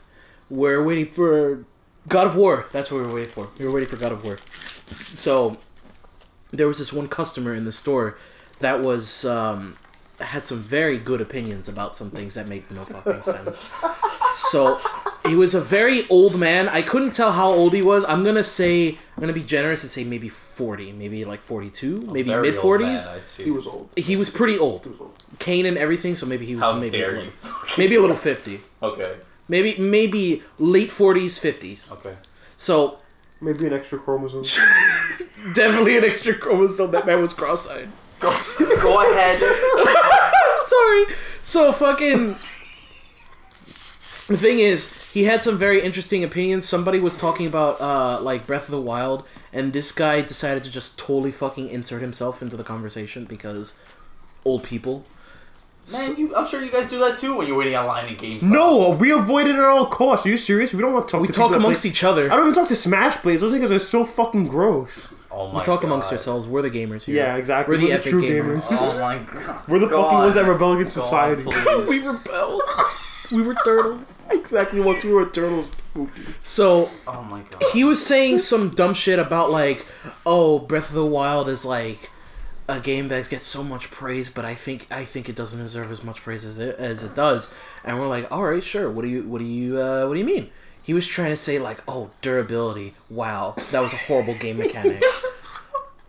[SPEAKER 3] were waiting for God of War. That's what we were waiting for. We were waiting for God of War. So there was this one customer in the store that was um, had some very good opinions about some things that made no fucking [LAUGHS] sense. So he was a very old man. I couldn't tell how old he was. I'm gonna say I'm gonna be generous and say maybe 40, maybe like 42, maybe
[SPEAKER 1] Very
[SPEAKER 3] mid 40s.
[SPEAKER 1] old man, I see.
[SPEAKER 2] He was old.
[SPEAKER 3] He was pretty old. Kane and everything, so maybe he was
[SPEAKER 1] How
[SPEAKER 3] maybe
[SPEAKER 1] dare
[SPEAKER 3] a little,
[SPEAKER 1] you.
[SPEAKER 3] [LAUGHS] maybe a little fifty,
[SPEAKER 1] [LAUGHS] Okay.
[SPEAKER 3] maybe maybe late forties, fifties.
[SPEAKER 1] Okay.
[SPEAKER 3] So
[SPEAKER 2] Maybe an extra chromosome.
[SPEAKER 3] definitely an extra chromosome. That man was cross-eyed. [LAUGHS]
[SPEAKER 1] Go, go [LAUGHS] ahead.
[SPEAKER 3] I'm sorry.
[SPEAKER 1] [LAUGHS]
[SPEAKER 3] So fucking. The thing is, he had some very interesting opinions. Somebody was talking about uh, like Breath of the Wild, and this guy decided to just totally fucking insert himself into the conversation because old people.
[SPEAKER 1] Man, you, I'm sure you guys do that too when you're waiting online in games.
[SPEAKER 2] No, we avoid it at all costs. Are you serious? We don't want to talk.
[SPEAKER 3] We
[SPEAKER 2] to
[SPEAKER 3] talk
[SPEAKER 2] people that
[SPEAKER 3] amongst
[SPEAKER 2] play-
[SPEAKER 3] each other.
[SPEAKER 2] I don't even talk to Smash players. Those niggas are so fucking gross.
[SPEAKER 1] Oh my
[SPEAKER 3] We talk amongst
[SPEAKER 1] God.
[SPEAKER 3] ourselves. We're the gamers here.
[SPEAKER 2] Yeah, exactly.
[SPEAKER 3] We're the,
[SPEAKER 2] We're the
[SPEAKER 3] epic
[SPEAKER 2] true
[SPEAKER 3] gamers.
[SPEAKER 2] gamers.
[SPEAKER 1] Oh my god.
[SPEAKER 2] [LAUGHS] We're the
[SPEAKER 1] Go
[SPEAKER 2] fucking
[SPEAKER 1] on.
[SPEAKER 2] ones that rebel against
[SPEAKER 1] Go on,
[SPEAKER 2] society.
[SPEAKER 1] please.
[SPEAKER 3] [LAUGHS] we rebelled. we were turtles.
[SPEAKER 2] [LAUGHS] exactly once we were turtles.
[SPEAKER 3] So
[SPEAKER 1] Oh my god.
[SPEAKER 3] he was saying some dumb shit about like, oh, Breath of the Wild is like a game that gets so much praise, but I think I think it doesn't deserve as much praise as it as it does. And we're like, all right, sure. What do you what do you uh, what do you mean? He was trying to say like, oh, durability. Wow, that was a horrible game mechanic.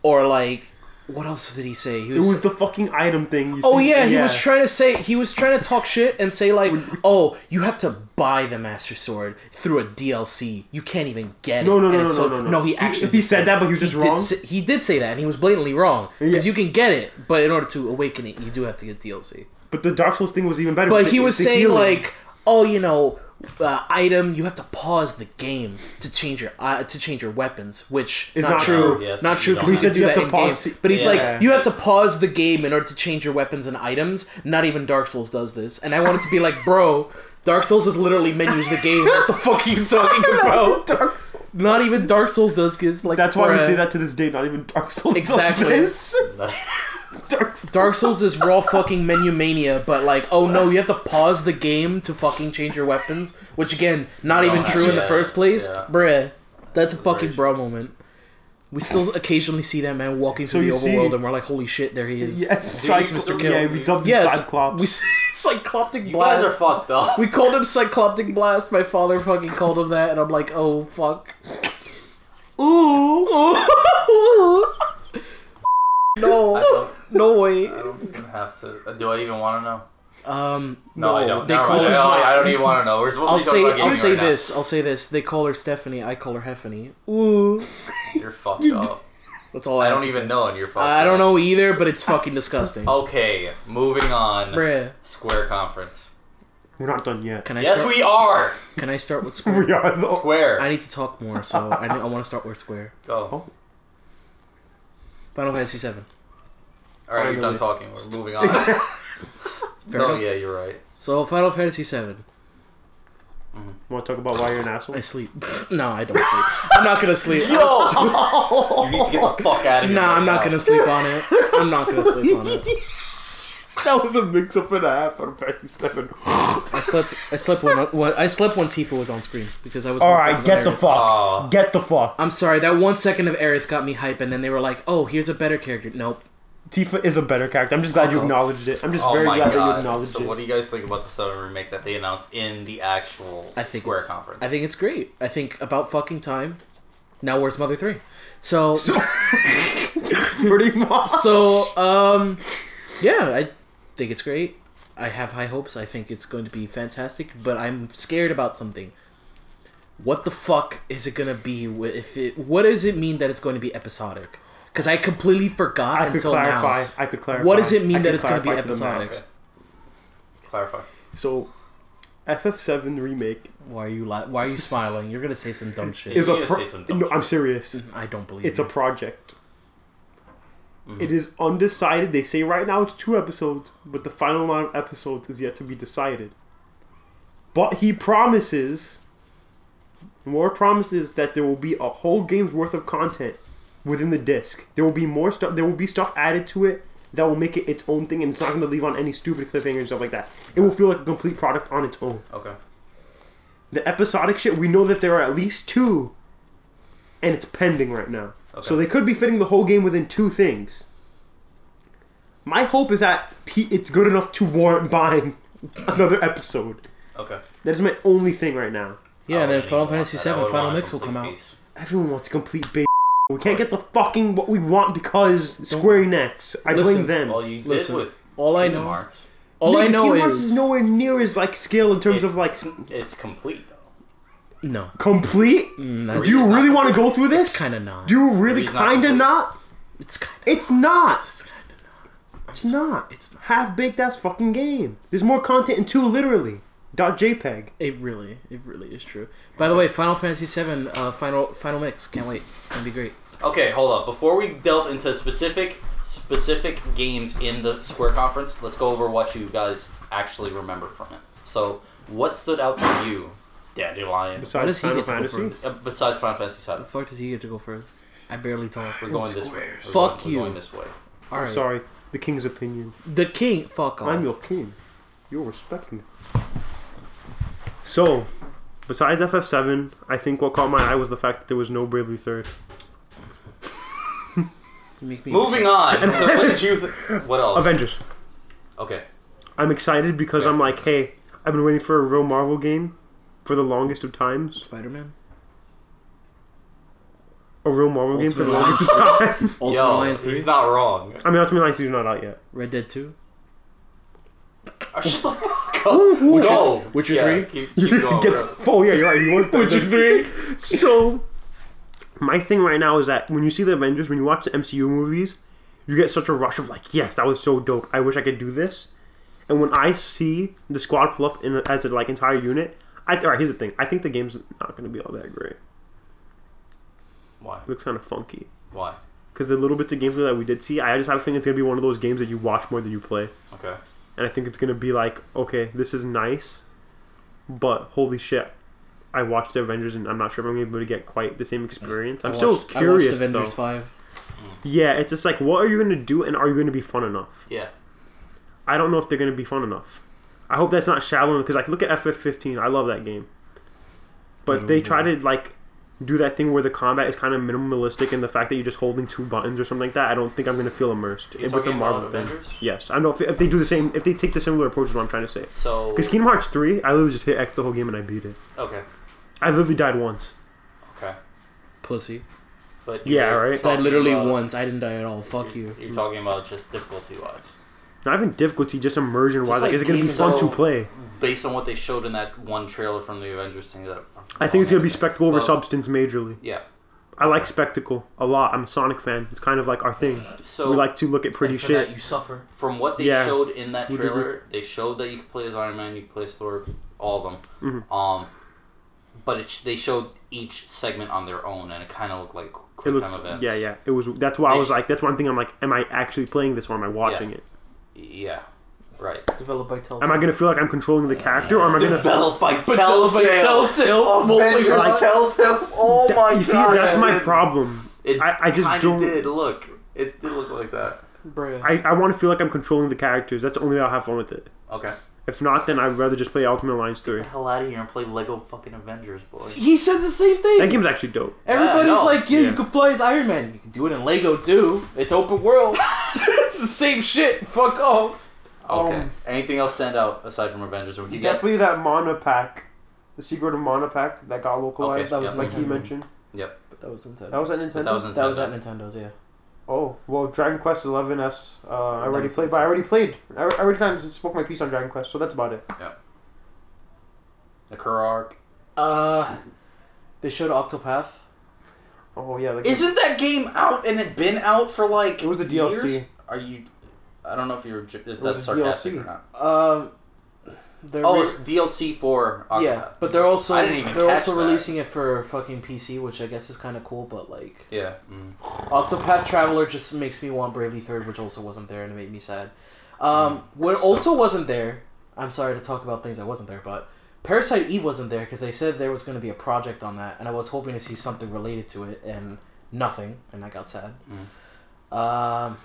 [SPEAKER 3] or like, what else did he say? He
[SPEAKER 2] It was the fucking item thing. You
[SPEAKER 3] Oh
[SPEAKER 2] see-
[SPEAKER 3] yeah, he was trying to say he was trying to talk shit and
[SPEAKER 2] [LAUGHS]
[SPEAKER 3] say like, "Oh, you have to buy the Master Sword through a DLC. You can't even get
[SPEAKER 2] No,
[SPEAKER 3] it."
[SPEAKER 2] no,
[SPEAKER 3] And
[SPEAKER 2] no,
[SPEAKER 3] it's
[SPEAKER 2] no,
[SPEAKER 3] so-
[SPEAKER 2] no, no, no.
[SPEAKER 3] He
[SPEAKER 2] He-
[SPEAKER 3] actually
[SPEAKER 2] he said that, but he was just
[SPEAKER 3] did
[SPEAKER 2] wrong?
[SPEAKER 3] say- he did say that, and he was blatantly wrong because
[SPEAKER 2] Yeah.
[SPEAKER 3] you can get it, but in order to awaken it, you do have to get DLC.
[SPEAKER 2] But the Dark Souls thing was even better.
[SPEAKER 3] But
[SPEAKER 2] It's-
[SPEAKER 3] he was
[SPEAKER 2] it's the
[SPEAKER 3] saying
[SPEAKER 2] healing.
[SPEAKER 3] like, "Oh, you know." Uh, item you have to pause the game to change your uh, to change your weapons, which
[SPEAKER 2] It's
[SPEAKER 3] not,
[SPEAKER 2] not
[SPEAKER 3] true,
[SPEAKER 2] true.
[SPEAKER 1] Yes,
[SPEAKER 3] not
[SPEAKER 1] you
[SPEAKER 3] true
[SPEAKER 1] don't.
[SPEAKER 3] because
[SPEAKER 1] He
[SPEAKER 3] you
[SPEAKER 2] said
[SPEAKER 3] can do
[SPEAKER 2] you
[SPEAKER 3] that
[SPEAKER 2] have to
[SPEAKER 3] in game.
[SPEAKER 2] pause-
[SPEAKER 3] But he's
[SPEAKER 1] Yeah.
[SPEAKER 3] like, you have to pause the game in order to change your weapons and items. Not even Dark Souls does this, and I wanted to be like, bro, Dark Souls is literally menus the game. What the fuck are
[SPEAKER 2] [LAUGHS]
[SPEAKER 3] you talking about?
[SPEAKER 2] Dark Souls.
[SPEAKER 3] Not even Dark Souls does this. Like
[SPEAKER 2] That's why we
[SPEAKER 3] bruh.
[SPEAKER 2] see that to this day. Not even Dark Souls. does [LAUGHS]
[SPEAKER 3] Exactly.
[SPEAKER 2] this.
[SPEAKER 1] [LAUGHS]
[SPEAKER 2] Dark Souls.
[SPEAKER 3] Dark Souls is raw fucking menu mania, but like, oh no, you have to pause the game to fucking change your weapons, which again, not even
[SPEAKER 1] that's-
[SPEAKER 3] true in the
[SPEAKER 1] yeah,
[SPEAKER 3] first place,
[SPEAKER 1] yeah.
[SPEAKER 3] bruh. That's a fucking
[SPEAKER 1] Inspiration.
[SPEAKER 3] bro moment. We still occasionally see that man walking
[SPEAKER 2] So
[SPEAKER 3] through the
[SPEAKER 2] you see-
[SPEAKER 3] overworld, and we're like, holy shit, there he is.
[SPEAKER 2] Yes,
[SPEAKER 1] Dude,
[SPEAKER 2] Cyclops.
[SPEAKER 1] Mr. Kill.
[SPEAKER 2] Yeah, we dubbed him
[SPEAKER 3] Yes,
[SPEAKER 2] Cyclops.
[SPEAKER 3] we s- [LAUGHS] cycloptic
[SPEAKER 1] You
[SPEAKER 3] blast.
[SPEAKER 1] guys are fucked
[SPEAKER 3] [LAUGHS]
[SPEAKER 1] up.
[SPEAKER 3] we called him cycloptic blast. My father fucking called him that, and I'm like, oh fuck.
[SPEAKER 2] Ooh.
[SPEAKER 1] I
[SPEAKER 3] [LAUGHS] no,
[SPEAKER 1] don't,
[SPEAKER 3] no way.
[SPEAKER 1] I don't have to. uh, Do I even want to know?
[SPEAKER 3] Um,
[SPEAKER 1] No, I
[SPEAKER 2] No,
[SPEAKER 1] don't.
[SPEAKER 3] they
[SPEAKER 1] Never
[SPEAKER 3] call
[SPEAKER 1] mind.
[SPEAKER 3] us
[SPEAKER 1] I don't,
[SPEAKER 3] not-
[SPEAKER 1] I don't even want to know. We're supposed
[SPEAKER 3] [LAUGHS] I'll
[SPEAKER 1] to be talking
[SPEAKER 3] say
[SPEAKER 1] about
[SPEAKER 3] I'll
[SPEAKER 1] games
[SPEAKER 3] say
[SPEAKER 1] right now.
[SPEAKER 3] this. I'll say this. They call her Stephanie. I call her Heffany. Ooh,
[SPEAKER 1] You're fucked up.
[SPEAKER 3] that's all I.
[SPEAKER 1] I
[SPEAKER 3] have
[SPEAKER 1] don't
[SPEAKER 3] to
[SPEAKER 1] even Oh,
[SPEAKER 3] say.
[SPEAKER 1] know, and you're fucked.
[SPEAKER 3] I don't
[SPEAKER 1] up.
[SPEAKER 3] know either, but it's
[SPEAKER 1] [LAUGHS]
[SPEAKER 3] fucking disgusting.
[SPEAKER 1] Okay, moving on.
[SPEAKER 3] Bruh.
[SPEAKER 1] Square conference.
[SPEAKER 2] We're not done yet. [LAUGHS]
[SPEAKER 3] Can I
[SPEAKER 1] Yes,
[SPEAKER 3] start?
[SPEAKER 1] we are.
[SPEAKER 3] Can I start with Square?
[SPEAKER 2] We are though.
[SPEAKER 1] Square.
[SPEAKER 3] Oh, I Oh, need to talk more, so I, I want to start with Square.
[SPEAKER 1] Go.
[SPEAKER 3] Final Fantasy VII.
[SPEAKER 1] All right, you're done
[SPEAKER 3] Finally.
[SPEAKER 1] talking. We're
[SPEAKER 3] [LAUGHS]
[SPEAKER 1] moving on.
[SPEAKER 3] Fair
[SPEAKER 1] no,
[SPEAKER 3] enough.
[SPEAKER 1] yeah, you're
[SPEAKER 3] [LAUGHS]
[SPEAKER 1] right.
[SPEAKER 3] So Final Fantasy VII.
[SPEAKER 2] Want to talk about why you're an asshole?
[SPEAKER 3] I sleep. [LAUGHS] No, I don't sleep. I'm not gonna sleep.
[SPEAKER 1] You
[SPEAKER 2] [LAUGHS]
[SPEAKER 1] need to get the fuck out of here.
[SPEAKER 3] Nah,
[SPEAKER 1] right
[SPEAKER 3] I'm not
[SPEAKER 1] now.
[SPEAKER 3] gonna sleep on it. I'm not gonna sleep on it.
[SPEAKER 2] [LAUGHS] That was a mix-up and a half on Fantasy Seven.
[SPEAKER 3] I slept. I slept when, when I slept when Tifa was on screen because I was.
[SPEAKER 2] All
[SPEAKER 3] I
[SPEAKER 2] right,
[SPEAKER 3] was
[SPEAKER 2] get the
[SPEAKER 3] Aerith.
[SPEAKER 1] Aw.
[SPEAKER 2] fuck. Get the fuck.
[SPEAKER 3] I'm sorry. That one second of Aerith got me hype, and then they were like, "Oh, here's a better character." Nope.
[SPEAKER 2] Tifa is a better character. I'm just glad you
[SPEAKER 3] Uh-huh.
[SPEAKER 2] acknowledged it. I'm just
[SPEAKER 1] Oh
[SPEAKER 2] very
[SPEAKER 1] my
[SPEAKER 2] glad that you
[SPEAKER 1] god.
[SPEAKER 2] acknowledged
[SPEAKER 1] So,
[SPEAKER 2] it. [LAUGHS]
[SPEAKER 1] what do you guys think about the seven remake that they announced in the actual
[SPEAKER 3] I think
[SPEAKER 1] Square
[SPEAKER 3] it's,
[SPEAKER 1] conference?
[SPEAKER 3] I think it's great. I think about fucking time. Now where's Mother Three? So so,
[SPEAKER 2] Pretty much.
[SPEAKER 3] um yeah, I think it's great. I have high hopes. I think it's going to be fantastic, but I'm scared about something. What the fuck is it gonna be? wi- If it, what does it mean that it's going to be episodic? Because I completely forgot
[SPEAKER 2] I could
[SPEAKER 3] until
[SPEAKER 2] clarify.
[SPEAKER 3] now.
[SPEAKER 2] I could clarify.
[SPEAKER 3] What does it mean
[SPEAKER 2] I
[SPEAKER 3] that
[SPEAKER 2] could
[SPEAKER 3] it's gonna be
[SPEAKER 2] clarify to them now.
[SPEAKER 3] episodic?
[SPEAKER 1] Clarify.
[SPEAKER 2] So FF7 remake
[SPEAKER 3] Why are you li- Why are you smiling? You're gonna say some dumb shit.
[SPEAKER 2] is
[SPEAKER 1] You
[SPEAKER 2] a
[SPEAKER 1] gotta
[SPEAKER 2] pro-
[SPEAKER 1] say some dumb
[SPEAKER 2] no.
[SPEAKER 1] shit.
[SPEAKER 2] I'm serious.
[SPEAKER 3] I don't believe
[SPEAKER 2] It's a
[SPEAKER 3] you.
[SPEAKER 2] project. It is undecided. They say right now it's two episodes, but the final amount of episodes is yet to be decided. But he promises, more promises that there will be a whole game's worth of content within the disc. There will be more stuff. There will be stuff added to it that will make it its own thing, and it's not going to leave on any stupid cliffhanger and stuff like that. It will feel like a complete product on its own.
[SPEAKER 1] Okay.
[SPEAKER 2] The episodic shit, we know that there are at least two, and it's pending right now. So they could be fitting the whole game within two things. My hope is that P- it's good enough to warrant buying [LAUGHS] another episode.
[SPEAKER 1] Okay. Oh,
[SPEAKER 2] That is my only thing right now.
[SPEAKER 3] yeah, and
[SPEAKER 1] I
[SPEAKER 3] then
[SPEAKER 1] would
[SPEAKER 3] Final
[SPEAKER 1] want
[SPEAKER 3] Fantasy
[SPEAKER 1] that. I
[SPEAKER 3] VII
[SPEAKER 1] would
[SPEAKER 3] Final
[SPEAKER 1] want a
[SPEAKER 3] Mix will come
[SPEAKER 1] complete
[SPEAKER 3] out.
[SPEAKER 1] piece.
[SPEAKER 2] Everyone wants complete big. We can't get the fucking what we want because Square Enix. I blame
[SPEAKER 3] Listen,
[SPEAKER 2] them.
[SPEAKER 1] Well, you
[SPEAKER 3] Listen,
[SPEAKER 1] did with
[SPEAKER 3] All I
[SPEAKER 1] Kingdom
[SPEAKER 3] know,
[SPEAKER 1] Hearts.
[SPEAKER 3] all I
[SPEAKER 2] Nigga,
[SPEAKER 3] know
[SPEAKER 2] Kingdom Hearts
[SPEAKER 3] is
[SPEAKER 2] nowhere near as like scale in terms
[SPEAKER 1] It-
[SPEAKER 2] of like
[SPEAKER 1] It's complete though.
[SPEAKER 3] no.
[SPEAKER 2] complete.
[SPEAKER 3] Mm,
[SPEAKER 2] Do
[SPEAKER 3] that's
[SPEAKER 2] you
[SPEAKER 1] not
[SPEAKER 2] really want to go through this?
[SPEAKER 3] kind of not.
[SPEAKER 2] Do you really
[SPEAKER 1] Three's not
[SPEAKER 2] kind of
[SPEAKER 1] complete.
[SPEAKER 2] not?
[SPEAKER 3] It's kind of.
[SPEAKER 2] It's not.
[SPEAKER 3] It's kind of not.
[SPEAKER 2] It's not.
[SPEAKER 3] It's not.
[SPEAKER 2] Half baked ass fucking game. There's more content in two literally. Dot JPEG.
[SPEAKER 3] It really, it really is true. By the way, Final Fantasy VII, uh, final final mix. Can't wait. Gonna be great.
[SPEAKER 1] Okay, hold up. Before we delve into specific specific games in the Square Conference, let's go over what you guys actually remember from it. So, what stood out to you, Dandelion,
[SPEAKER 2] Besides
[SPEAKER 3] Why does he
[SPEAKER 2] Final
[SPEAKER 3] get to go
[SPEAKER 2] Fantasy?
[SPEAKER 3] first?
[SPEAKER 1] uh, besides Final Fantasy VII?
[SPEAKER 3] The fuck does he get to go first? I barely talk.
[SPEAKER 1] We're going this way.
[SPEAKER 4] Squares.
[SPEAKER 1] We're going-
[SPEAKER 3] Fuck
[SPEAKER 1] we're
[SPEAKER 3] you.
[SPEAKER 1] going this way.
[SPEAKER 3] All right.
[SPEAKER 2] Sorry, the king's opinion.
[SPEAKER 3] The king. Fuck off.
[SPEAKER 2] I'm your king. You're respecting me. So, besides FF7, I think what caught my eye was the fact that there was no Bravely Third.
[SPEAKER 3] You make me
[SPEAKER 1] Moving on.
[SPEAKER 3] [LAUGHS]
[SPEAKER 1] So, what did you? Th- what else?
[SPEAKER 2] Avengers.
[SPEAKER 1] Okay.
[SPEAKER 2] I'm excited because I'm like, hey, I've been waiting for a real Marvel game for the longest of times.
[SPEAKER 3] Spider Man.
[SPEAKER 2] A real Marvel game for the
[SPEAKER 3] Ultimate
[SPEAKER 2] longest of time.
[SPEAKER 3] Ultimate
[SPEAKER 1] Yo,
[SPEAKER 3] Alliance Three.
[SPEAKER 1] he's not wrong.
[SPEAKER 2] [LAUGHS]
[SPEAKER 1] [LAUGHS]
[SPEAKER 2] I mean, Ultimate Alliance is not out yet.
[SPEAKER 3] Red Dead Two.
[SPEAKER 1] Uh, Shut the fuck up. Go.
[SPEAKER 3] Witcher
[SPEAKER 1] Yeah,
[SPEAKER 3] three?
[SPEAKER 1] Keep,
[SPEAKER 3] [LAUGHS]
[SPEAKER 1] keep
[SPEAKER 2] [LAUGHS]
[SPEAKER 1] going.
[SPEAKER 2] Get-
[SPEAKER 1] bro.
[SPEAKER 2] oh yeah, you're right. You want
[SPEAKER 3] Witcher three.
[SPEAKER 2] [LAUGHS] So, my thing right now is that when you see the Avengers, when you watch the MCU movies, you get such a rush of like, yes, that was so dope. I wish I could do this. And when I see the squad pull up in, as a like entire unit, I all right. Here's the thing. I think the game's not going to be all that great.
[SPEAKER 1] Why?
[SPEAKER 2] It looks kind of funky
[SPEAKER 1] Why?
[SPEAKER 2] because the little bits of gameplay that we did see, I just have a thing it's going to be one of those games that you watch more than you play.
[SPEAKER 1] Okay.
[SPEAKER 2] And I think it's going to be like, okay, this is nice, but holy shit. I watched the Avengers and I'm not sure if I'm gonna be able to get quite the same experience. I'm
[SPEAKER 3] I
[SPEAKER 2] still
[SPEAKER 3] watched-
[SPEAKER 2] curious.
[SPEAKER 3] I watched Avengers
[SPEAKER 2] though.
[SPEAKER 3] Five.
[SPEAKER 2] Yeah, it's just like, what are you going to do and are you going to be fun enough?
[SPEAKER 1] Yeah.
[SPEAKER 2] I don't know if they're going to be fun enough. I hope that's not shallow because, like, look at FF15. I love that game. But if they try to, like, do that thing where the combat is kind of minimalistic and the fact that you're just holding two buttons or something like that, I don't think I'm going to feel immersed
[SPEAKER 1] You're
[SPEAKER 2] with the
[SPEAKER 1] talking
[SPEAKER 2] Marvel
[SPEAKER 1] about
[SPEAKER 2] thing.
[SPEAKER 1] Avengers?
[SPEAKER 2] Yes. I don't know if, if they do the same, if they take the similar approach, is what I'm trying to say.
[SPEAKER 1] So.
[SPEAKER 2] Because Kingdom Hearts 3, I literally just hit X the whole game and I beat it.
[SPEAKER 1] Okay.
[SPEAKER 2] I literally died once.
[SPEAKER 1] Okay.
[SPEAKER 3] Pussy.
[SPEAKER 1] But
[SPEAKER 2] Yeah,
[SPEAKER 1] you're
[SPEAKER 2] right.
[SPEAKER 3] I
[SPEAKER 1] talking
[SPEAKER 3] died literally
[SPEAKER 1] about-
[SPEAKER 3] once. I didn't die at all. Fuck
[SPEAKER 1] you're,
[SPEAKER 3] you.
[SPEAKER 1] You're talking about just difficulty wise.
[SPEAKER 2] Not even difficulty, just immersion wise.
[SPEAKER 3] Just
[SPEAKER 2] Like,
[SPEAKER 3] like
[SPEAKER 2] is it going to be
[SPEAKER 3] games
[SPEAKER 2] fun
[SPEAKER 1] though-
[SPEAKER 2] to play?
[SPEAKER 1] Based on what they showed in that one trailer from the Avengers thing, that
[SPEAKER 2] I think it's going to be spectacle over
[SPEAKER 1] Well-
[SPEAKER 2] substance majorly.
[SPEAKER 1] Yeah.
[SPEAKER 2] I like spectacle a lot. I'm a Sonic fan. It's kind of like our thing.
[SPEAKER 1] So
[SPEAKER 2] we like to look at pretty
[SPEAKER 3] And for
[SPEAKER 2] shit.
[SPEAKER 3] that, you suffer.
[SPEAKER 1] from what they
[SPEAKER 2] Yeah.
[SPEAKER 1] showed in that
[SPEAKER 2] We did
[SPEAKER 1] trailer, they showed that you could play as Iron Man, you could play as Thor, all of them.
[SPEAKER 2] Mm-hmm.
[SPEAKER 1] Um, but it, sh- they showed each segment on their own, and it kind of looked like
[SPEAKER 2] It
[SPEAKER 1] quick
[SPEAKER 2] looked-
[SPEAKER 1] time events.
[SPEAKER 2] yeah, yeah. It was. That's why I
[SPEAKER 1] They
[SPEAKER 2] was
[SPEAKER 1] sh-
[SPEAKER 2] like. That's one thing. I'm like, am I actually playing this or am I watching it?
[SPEAKER 1] yeah, [LAUGHS] right.
[SPEAKER 3] Developed by Telltale.
[SPEAKER 2] Am I gonna feel like I'm controlling the character or am I gonna?
[SPEAKER 1] Developed by
[SPEAKER 3] Developed by Telltale.
[SPEAKER 1] Avengers
[SPEAKER 3] Multiplayer-
[SPEAKER 1] Telltale. Oh my
[SPEAKER 2] you see,
[SPEAKER 1] god!
[SPEAKER 2] that's my
[SPEAKER 1] it-
[SPEAKER 2] problem.
[SPEAKER 1] It
[SPEAKER 2] I- I just
[SPEAKER 1] kinda
[SPEAKER 2] don't-
[SPEAKER 1] did look. It did look like that.
[SPEAKER 3] Bruh.
[SPEAKER 2] I, I want to feel like I'm controlling the characters. That's the only way I'll have fun with it.
[SPEAKER 1] Okay.
[SPEAKER 2] If not, then I'd rather just play Ultimate Alliance Three.
[SPEAKER 1] Get the hell out of here and play Lego fucking Avengers, boy.
[SPEAKER 3] He says the same thing.
[SPEAKER 2] That game's actually dope.
[SPEAKER 3] Everybody's
[SPEAKER 1] Yeah, I know.
[SPEAKER 3] like, yeah,
[SPEAKER 2] Yeah.
[SPEAKER 3] you can play as Iron Man. You can do it in Lego too. It's open [LAUGHS] world. it's the same shit. Fuck off.
[SPEAKER 1] Okay.
[SPEAKER 3] Um,
[SPEAKER 1] Anything else stand out aside from Avengers? We could get.
[SPEAKER 2] that Mana Pack, the Secret of Mana Pack that got
[SPEAKER 1] localized,
[SPEAKER 3] that was like he
[SPEAKER 2] mentioned.
[SPEAKER 1] Yep.
[SPEAKER 3] That was Nintendo.
[SPEAKER 2] was
[SPEAKER 1] But
[SPEAKER 2] at
[SPEAKER 1] that was
[SPEAKER 3] That was
[SPEAKER 1] Nintendo.
[SPEAKER 3] at Nintendo's, yeah.
[SPEAKER 2] Oh well, Dragon Quest Eleven S. Uh, I
[SPEAKER 3] already played,
[SPEAKER 2] but I already played. I, I already kind of spoke my piece on Dragon Quest, so that's about it.
[SPEAKER 1] The Kerr arc.
[SPEAKER 3] Uh, they showed Octopath.
[SPEAKER 2] Oh yeah, like
[SPEAKER 1] Isn't that game out and it been out for like?
[SPEAKER 2] It was a DLC.
[SPEAKER 1] Years? Are you? I don't know if you're j- if
[SPEAKER 2] was
[SPEAKER 1] that's
[SPEAKER 2] a
[SPEAKER 1] sarcastic
[SPEAKER 2] DLC.
[SPEAKER 1] or not.
[SPEAKER 3] Um, They're
[SPEAKER 1] Oh,
[SPEAKER 3] re-
[SPEAKER 1] it's DLC for Octopath.
[SPEAKER 3] yeah, but they're also
[SPEAKER 1] I didn't even
[SPEAKER 3] they're
[SPEAKER 1] catch
[SPEAKER 3] also
[SPEAKER 1] that.
[SPEAKER 3] releasing it for fucking PC, which I guess is kind of cool. But like
[SPEAKER 1] Yeah. Mm.
[SPEAKER 3] Octopath Traveler just makes me want Bravely Third, which also wasn't there, and it made me sad. Um, what also wasn't there. I'm sorry to talk about things I wasn't there, but Parasite Eve wasn't there because they said there was going to be a project on that, and I was hoping to see something related to it, and nothing, and I got sad. Um,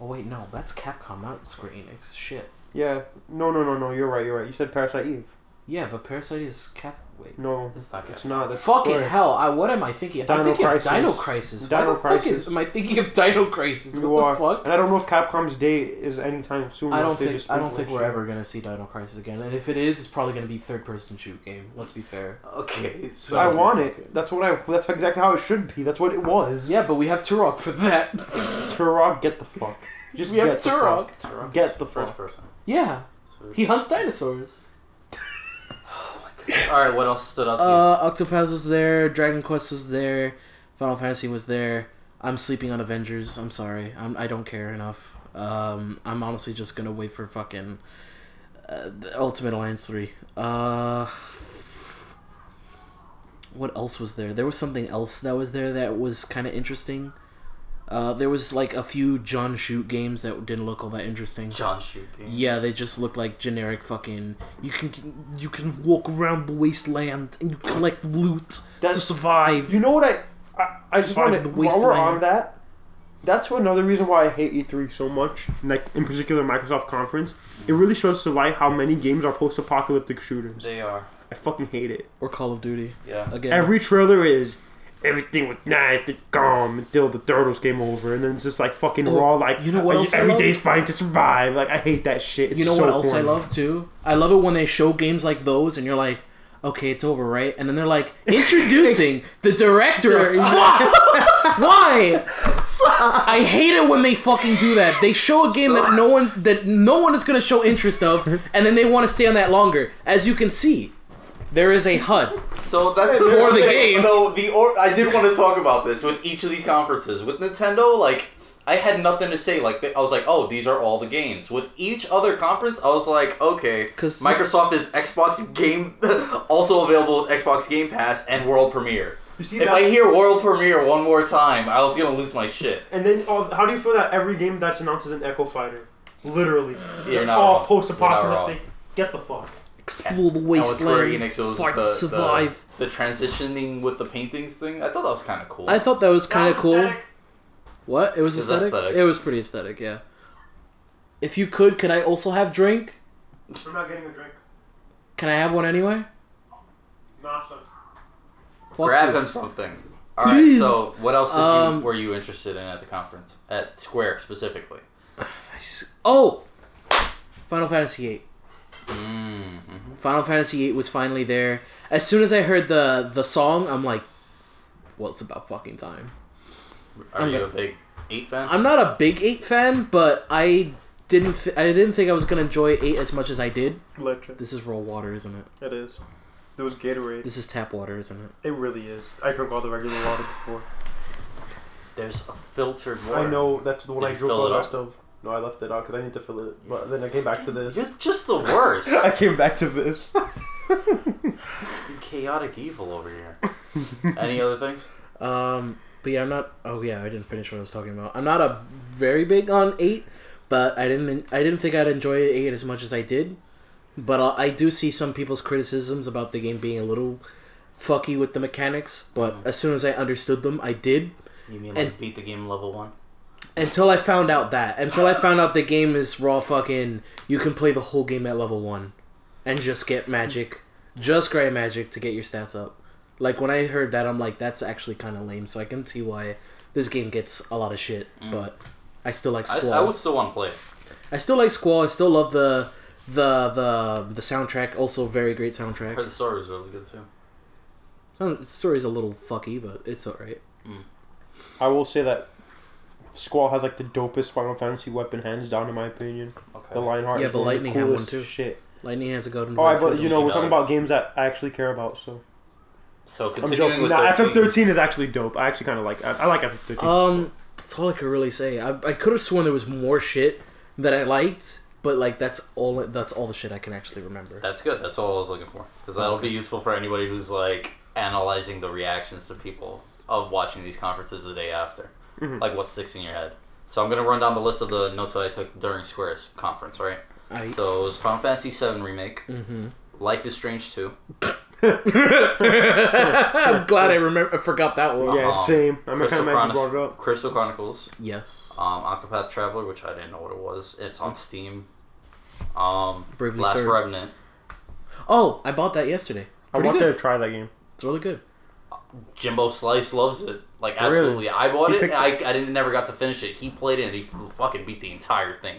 [SPEAKER 3] oh wait, no, that's Capcom, not Square Enix. Shit.
[SPEAKER 2] Yeah. No, no, no, no. You're right. You're right. You said Parasite Eve.
[SPEAKER 3] Yeah, but Parasite is Cap. Wait.
[SPEAKER 2] No,
[SPEAKER 1] It's not
[SPEAKER 2] it's not. That's
[SPEAKER 3] Fucking
[SPEAKER 2] Square.
[SPEAKER 3] hell! I what am I thinking? I'm
[SPEAKER 2] Dino
[SPEAKER 3] thinking
[SPEAKER 2] Crisis.
[SPEAKER 3] of Dino Crisis. Why
[SPEAKER 2] Dino
[SPEAKER 3] the fuck
[SPEAKER 2] Crisis.
[SPEAKER 3] is am I thinking of Dino Crisis?
[SPEAKER 2] You
[SPEAKER 3] What
[SPEAKER 2] are.
[SPEAKER 3] the fuck?
[SPEAKER 2] And I don't know if Capcom's day is anytime soon.
[SPEAKER 3] I
[SPEAKER 2] or
[SPEAKER 3] don't
[SPEAKER 2] if they
[SPEAKER 3] think
[SPEAKER 2] just
[SPEAKER 3] I don't
[SPEAKER 2] wait
[SPEAKER 3] think
[SPEAKER 2] till
[SPEAKER 3] we're
[SPEAKER 2] next
[SPEAKER 3] ever gonna see Dino Crisis again. And if it is, it's probably gonna be third person shoot game. Let's be fair.
[SPEAKER 1] Okay.
[SPEAKER 2] year.
[SPEAKER 1] So
[SPEAKER 2] I want
[SPEAKER 3] Fuck
[SPEAKER 2] it.
[SPEAKER 3] it.
[SPEAKER 2] That's what I. That's exactly how it should be. That's what it was.
[SPEAKER 3] Yeah, but we have Turok for that.
[SPEAKER 2] Turok, get the
[SPEAKER 3] [LAUGHS]
[SPEAKER 2] fuck. Just
[SPEAKER 3] we have
[SPEAKER 2] get the
[SPEAKER 3] Turok.
[SPEAKER 2] fuck. Get the
[SPEAKER 1] first
[SPEAKER 2] fuck.
[SPEAKER 1] person.
[SPEAKER 3] Yeah,
[SPEAKER 1] So-
[SPEAKER 3] he hunts dinosaurs.
[SPEAKER 1] All right. What else stood out to you?
[SPEAKER 3] Uh, Octopath was there. Dragon Quest was there. Final Fantasy was there. I'm sleeping on Avengers. I'm sorry. I'm, I don't care enough. Um, I'm honestly just gonna wait for fucking uh, the Ultimate Alliance three. Uh, what else was there? There was something else that was there that was kind of interesting. Uh, there was like a few John Shoot games that didn't look all that interesting.
[SPEAKER 1] John shooting.
[SPEAKER 3] Yeah, they just look like generic fucking. You can you can walk around the wasteland and you collect loot to
[SPEAKER 2] That's-
[SPEAKER 3] survive.
[SPEAKER 2] You know what I? I, I just
[SPEAKER 3] Survive
[SPEAKER 2] want to.
[SPEAKER 3] the
[SPEAKER 2] While we're
[SPEAKER 3] wasteland.
[SPEAKER 2] on that, that's another reason why I hate E3 so much. Like in particular, Microsoft conference. It really shows to light how many games are post-apocalyptic shooters.
[SPEAKER 1] They are.
[SPEAKER 2] I fucking hate it.
[SPEAKER 3] Or Call of Duty
[SPEAKER 1] Yeah.
[SPEAKER 3] again.
[SPEAKER 2] Every trailer is everything with knife and calm until the turtles came over, and then it's just like fucking
[SPEAKER 3] Oh,
[SPEAKER 2] raw. Like
[SPEAKER 3] you know what
[SPEAKER 2] I-
[SPEAKER 3] else I
[SPEAKER 2] every
[SPEAKER 3] love?
[SPEAKER 2] day's fighting to survive. Like I hate that shit. It's
[SPEAKER 3] you know
[SPEAKER 2] so
[SPEAKER 3] what else
[SPEAKER 2] corny.
[SPEAKER 3] I love too? I love it when they show games like those and you're like, okay, it's over, right? And then they're
[SPEAKER 2] [LAUGHS]
[SPEAKER 3] like, introducing the director. of- Fuck! [LAUGHS]
[SPEAKER 2] [LAUGHS]
[SPEAKER 3] Why? I hate it when they fucking do that. They show a game that no one that no one is gonna show interest of, and then they want to stay on that longer. As you can see, there is a HUD.
[SPEAKER 1] So that's
[SPEAKER 3] For the
[SPEAKER 1] okay,
[SPEAKER 3] game.
[SPEAKER 1] So the or I did want to talk about this with each of these conferences with Nintendo. Like I had nothing to say. Like I was like, oh, these are all the games. With each other conference, I was like, okay,
[SPEAKER 3] 'Cause-
[SPEAKER 1] Microsoft is Xbox Game, [LAUGHS] also available with Xbox Game Pass and World Premiere.
[SPEAKER 2] You see
[SPEAKER 1] If
[SPEAKER 2] that-
[SPEAKER 1] I hear World Premiere one more time, I was gonna lose my shit.
[SPEAKER 2] [LAUGHS] And then, oh, how do you feel that every game that's announced is an Echo Fighter? Literally,
[SPEAKER 1] You're not
[SPEAKER 2] all
[SPEAKER 1] wrong.
[SPEAKER 2] post-apocalyptic. Get the fuck.
[SPEAKER 3] Explore
[SPEAKER 1] You're not wrong.
[SPEAKER 3] the
[SPEAKER 1] And with Square
[SPEAKER 3] wasteland.
[SPEAKER 1] Enix, it was
[SPEAKER 3] Fight
[SPEAKER 1] the,
[SPEAKER 3] to survive.
[SPEAKER 1] The, the transitioning with the paintings thing. I thought that was kind of cool.
[SPEAKER 3] I thought that was kind of cool. What? It was
[SPEAKER 1] It was
[SPEAKER 3] aesthetic?
[SPEAKER 1] aesthetic.
[SPEAKER 3] It was pretty aesthetic, yeah. If you could, could I also have drink?
[SPEAKER 2] I'm not getting a drink.
[SPEAKER 3] Can I have one anyway?
[SPEAKER 2] Nah, son.
[SPEAKER 3] Fuck
[SPEAKER 1] Grab
[SPEAKER 3] you.
[SPEAKER 1] him something. All right.
[SPEAKER 3] Please.
[SPEAKER 1] So, what else did
[SPEAKER 3] Um,
[SPEAKER 1] you were you interested in at the conference at Square specifically?
[SPEAKER 3] Oh, Final Fantasy VIII.
[SPEAKER 1] Mm.
[SPEAKER 3] Final Fantasy VIII was finally there. As soon as I heard the the song, I'm like, well, it's about fucking time.
[SPEAKER 1] Are
[SPEAKER 3] I'm
[SPEAKER 1] you
[SPEAKER 3] gonna-
[SPEAKER 1] a big eight fan?
[SPEAKER 3] I'm not a big eight fan, but I didn't th- I didn't think I was gonna enjoy eight as much as I did.
[SPEAKER 2] Electric.
[SPEAKER 3] This is raw water, isn't it?
[SPEAKER 2] It is. It was Gatorade.
[SPEAKER 3] This is tap water, isn't it?
[SPEAKER 2] It really is. I drank all the regular water before.
[SPEAKER 1] There's a filtered water.
[SPEAKER 2] I know that's the one
[SPEAKER 1] Did
[SPEAKER 2] I
[SPEAKER 1] you
[SPEAKER 2] drank
[SPEAKER 1] fill
[SPEAKER 2] all
[SPEAKER 1] it
[SPEAKER 2] the
[SPEAKER 1] up?
[SPEAKER 2] rest of. No, I left it out because I need to fill it. But then I came back to this. [LAUGHS]
[SPEAKER 1] You're just the worst.
[SPEAKER 2] I came back to this.
[SPEAKER 1] Chaotic evil over here. Any other things?
[SPEAKER 3] Um, but yeah, I'm not. Oh yeah, I didn't finish what I was talking about. I'm not a very big on eight, but I didn't. I didn't think I'd enjoy eight as much as I did. But uh, I do see some people's criticisms about the game being a little fucky with the mechanics. But as soon as I understood them, I did.
[SPEAKER 1] You mean like
[SPEAKER 3] And-
[SPEAKER 1] beat the game level one?
[SPEAKER 3] Until I found out that. Until I found out the game is raw fucking. You can play the whole game at level one, and just get magic, just grab magic to get your stats up. Like when I heard that, I'm like, that's actually kind of lame. So I can see why this game gets a lot of shit. But I still like
[SPEAKER 1] Mm. I,
[SPEAKER 3] Squall.
[SPEAKER 1] I would still want to play it.
[SPEAKER 3] I still like Squall. I still love the the the the soundtrack. Also, very great
[SPEAKER 1] I
[SPEAKER 3] soundtrack.
[SPEAKER 1] heard the story was really good too.
[SPEAKER 3] Some- The story's a little fucky, but it's alright.
[SPEAKER 2] I will say that Squall has like the dopest Final Fantasy weapon, hands down, in my opinion.
[SPEAKER 1] Okay.
[SPEAKER 2] The Lionheart.
[SPEAKER 3] Yeah,
[SPEAKER 2] is
[SPEAKER 3] but
[SPEAKER 2] one of the
[SPEAKER 3] Lightning had one
[SPEAKER 2] coolest
[SPEAKER 3] too.
[SPEAKER 2] Shit.
[SPEAKER 3] Lightning has a golden.
[SPEAKER 2] All right,
[SPEAKER 3] Rod
[SPEAKER 2] but
[SPEAKER 3] too.
[SPEAKER 2] you know we're
[SPEAKER 1] $15.
[SPEAKER 2] talking about games that I actually care about, so
[SPEAKER 1] So
[SPEAKER 2] I'm
[SPEAKER 1] continuing
[SPEAKER 2] joking.
[SPEAKER 1] with
[SPEAKER 2] Nah,
[SPEAKER 1] those games.
[SPEAKER 2] FF13 is actually dope. I actually kind of like. I, I like FF13.
[SPEAKER 3] Um, that's all I could really say. I, I could have sworn there was more shit that I liked, but like that's all that's all the shit I can actually remember.
[SPEAKER 1] That's good. That's all I was looking for. Because that'll be useful for anybody who's like analyzing the reactions to people of watching these conferences the day after. Like what sticks in your head. So I'm gonna run down the list of the notes that I took during Square's conference, right?
[SPEAKER 3] I
[SPEAKER 1] So it was Final Fantasy VII remake, Life is Strange two,
[SPEAKER 3] [LAUGHS] I'm glad I remember I forgot that one.
[SPEAKER 2] Yeah, same. I'm kind
[SPEAKER 1] Crystal,
[SPEAKER 2] of mad you
[SPEAKER 1] Chronicles,
[SPEAKER 2] brought it up.
[SPEAKER 1] Crystal Chronicles,
[SPEAKER 3] Yes.
[SPEAKER 1] um, Octopath Traveler, which I didn't know what it was. It's on Steam. Um,
[SPEAKER 3] Bravely
[SPEAKER 1] Last
[SPEAKER 3] Third.
[SPEAKER 1] Remnant.
[SPEAKER 3] Oh, I bought that yesterday.
[SPEAKER 2] I
[SPEAKER 3] Pretty
[SPEAKER 2] want
[SPEAKER 3] good.
[SPEAKER 2] to try that game.
[SPEAKER 3] It's really good.
[SPEAKER 1] Jimbo Slice loves it. Like absolutely.
[SPEAKER 2] Really?
[SPEAKER 1] I bought
[SPEAKER 2] He
[SPEAKER 1] it. and
[SPEAKER 2] picked
[SPEAKER 1] I, I didn't never got to finish it. He played it and he fucking beat the entire thing.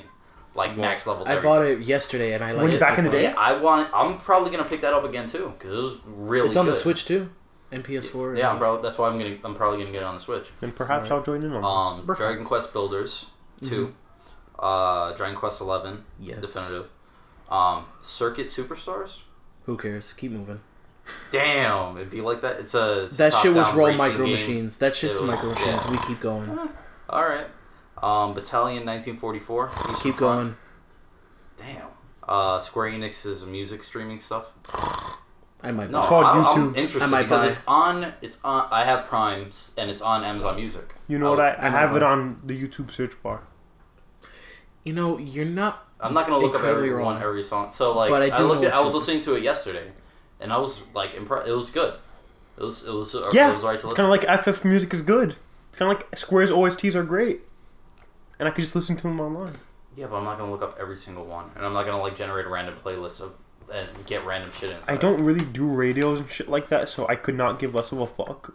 [SPEAKER 1] Like max level.
[SPEAKER 3] I bought it yesterday and I like
[SPEAKER 2] When
[SPEAKER 3] it.
[SPEAKER 2] back in the day?
[SPEAKER 1] Yeah, I want. I'm probably gonna pick that up again too because it was really.
[SPEAKER 3] It's on the
[SPEAKER 1] good.
[SPEAKER 3] Switch too, and PS4.
[SPEAKER 1] Yeah, I'm
[SPEAKER 3] and-
[SPEAKER 1] probably. That's why I'm gonna. I'm probably gonna get it on the Switch.
[SPEAKER 2] Then perhaps I'll join in on
[SPEAKER 1] Um,
[SPEAKER 2] this.
[SPEAKER 1] Dragon Quest Builders two, uh, Dragon Quest Eleven,
[SPEAKER 3] Mm-hmm. Yes.
[SPEAKER 1] definitive, um, Circuit Superstars.
[SPEAKER 3] Who cares? Keep moving.
[SPEAKER 1] Damn, it'd be like that. It's a it's a
[SPEAKER 3] That shit was
[SPEAKER 1] top-down
[SPEAKER 3] raw
[SPEAKER 1] racing
[SPEAKER 3] micro
[SPEAKER 1] game.
[SPEAKER 3] machines. That shit's
[SPEAKER 1] It was-
[SPEAKER 3] micro machines.
[SPEAKER 1] yeah.
[SPEAKER 3] We keep going.
[SPEAKER 1] All right. Um, Battalion 1944. Eastern
[SPEAKER 3] Keep
[SPEAKER 1] Front.
[SPEAKER 3] going.
[SPEAKER 1] Damn. Uh, Square Enix's music streaming stuff.
[SPEAKER 3] I might.
[SPEAKER 1] No,
[SPEAKER 3] buy it.
[SPEAKER 2] called
[SPEAKER 1] I, I'm
[SPEAKER 2] YouTube.
[SPEAKER 1] interested
[SPEAKER 3] I might
[SPEAKER 1] because
[SPEAKER 3] buy.
[SPEAKER 1] it's on. It's on. I have Prime s- and it's on Amazon Music.
[SPEAKER 2] You know what? I, I
[SPEAKER 3] I'm
[SPEAKER 2] have
[SPEAKER 3] not
[SPEAKER 2] it on the YouTube search bar.
[SPEAKER 3] You know, you're not.
[SPEAKER 1] I'm not gonna look up
[SPEAKER 3] Incredibly
[SPEAKER 1] every
[SPEAKER 3] wrong.
[SPEAKER 1] one every song. So like,
[SPEAKER 3] But I
[SPEAKER 1] I,
[SPEAKER 3] do
[SPEAKER 1] looked.
[SPEAKER 3] know
[SPEAKER 1] At, I was
[SPEAKER 3] what
[SPEAKER 1] listening to it yesterday, and I was like impressed. It was good. It was. It was. uh,
[SPEAKER 2] Yeah,
[SPEAKER 1] It was alright to listen.
[SPEAKER 2] kind of like FF music is good. Kind of like Square's OSTs are great, and I could just listen to them online.
[SPEAKER 1] Yeah, but I'm not gonna look up every single one, and I'm not gonna like generate random playlists of and get random shit in.
[SPEAKER 2] I don't really do radios and shit like that, so I could not give less of a fuck.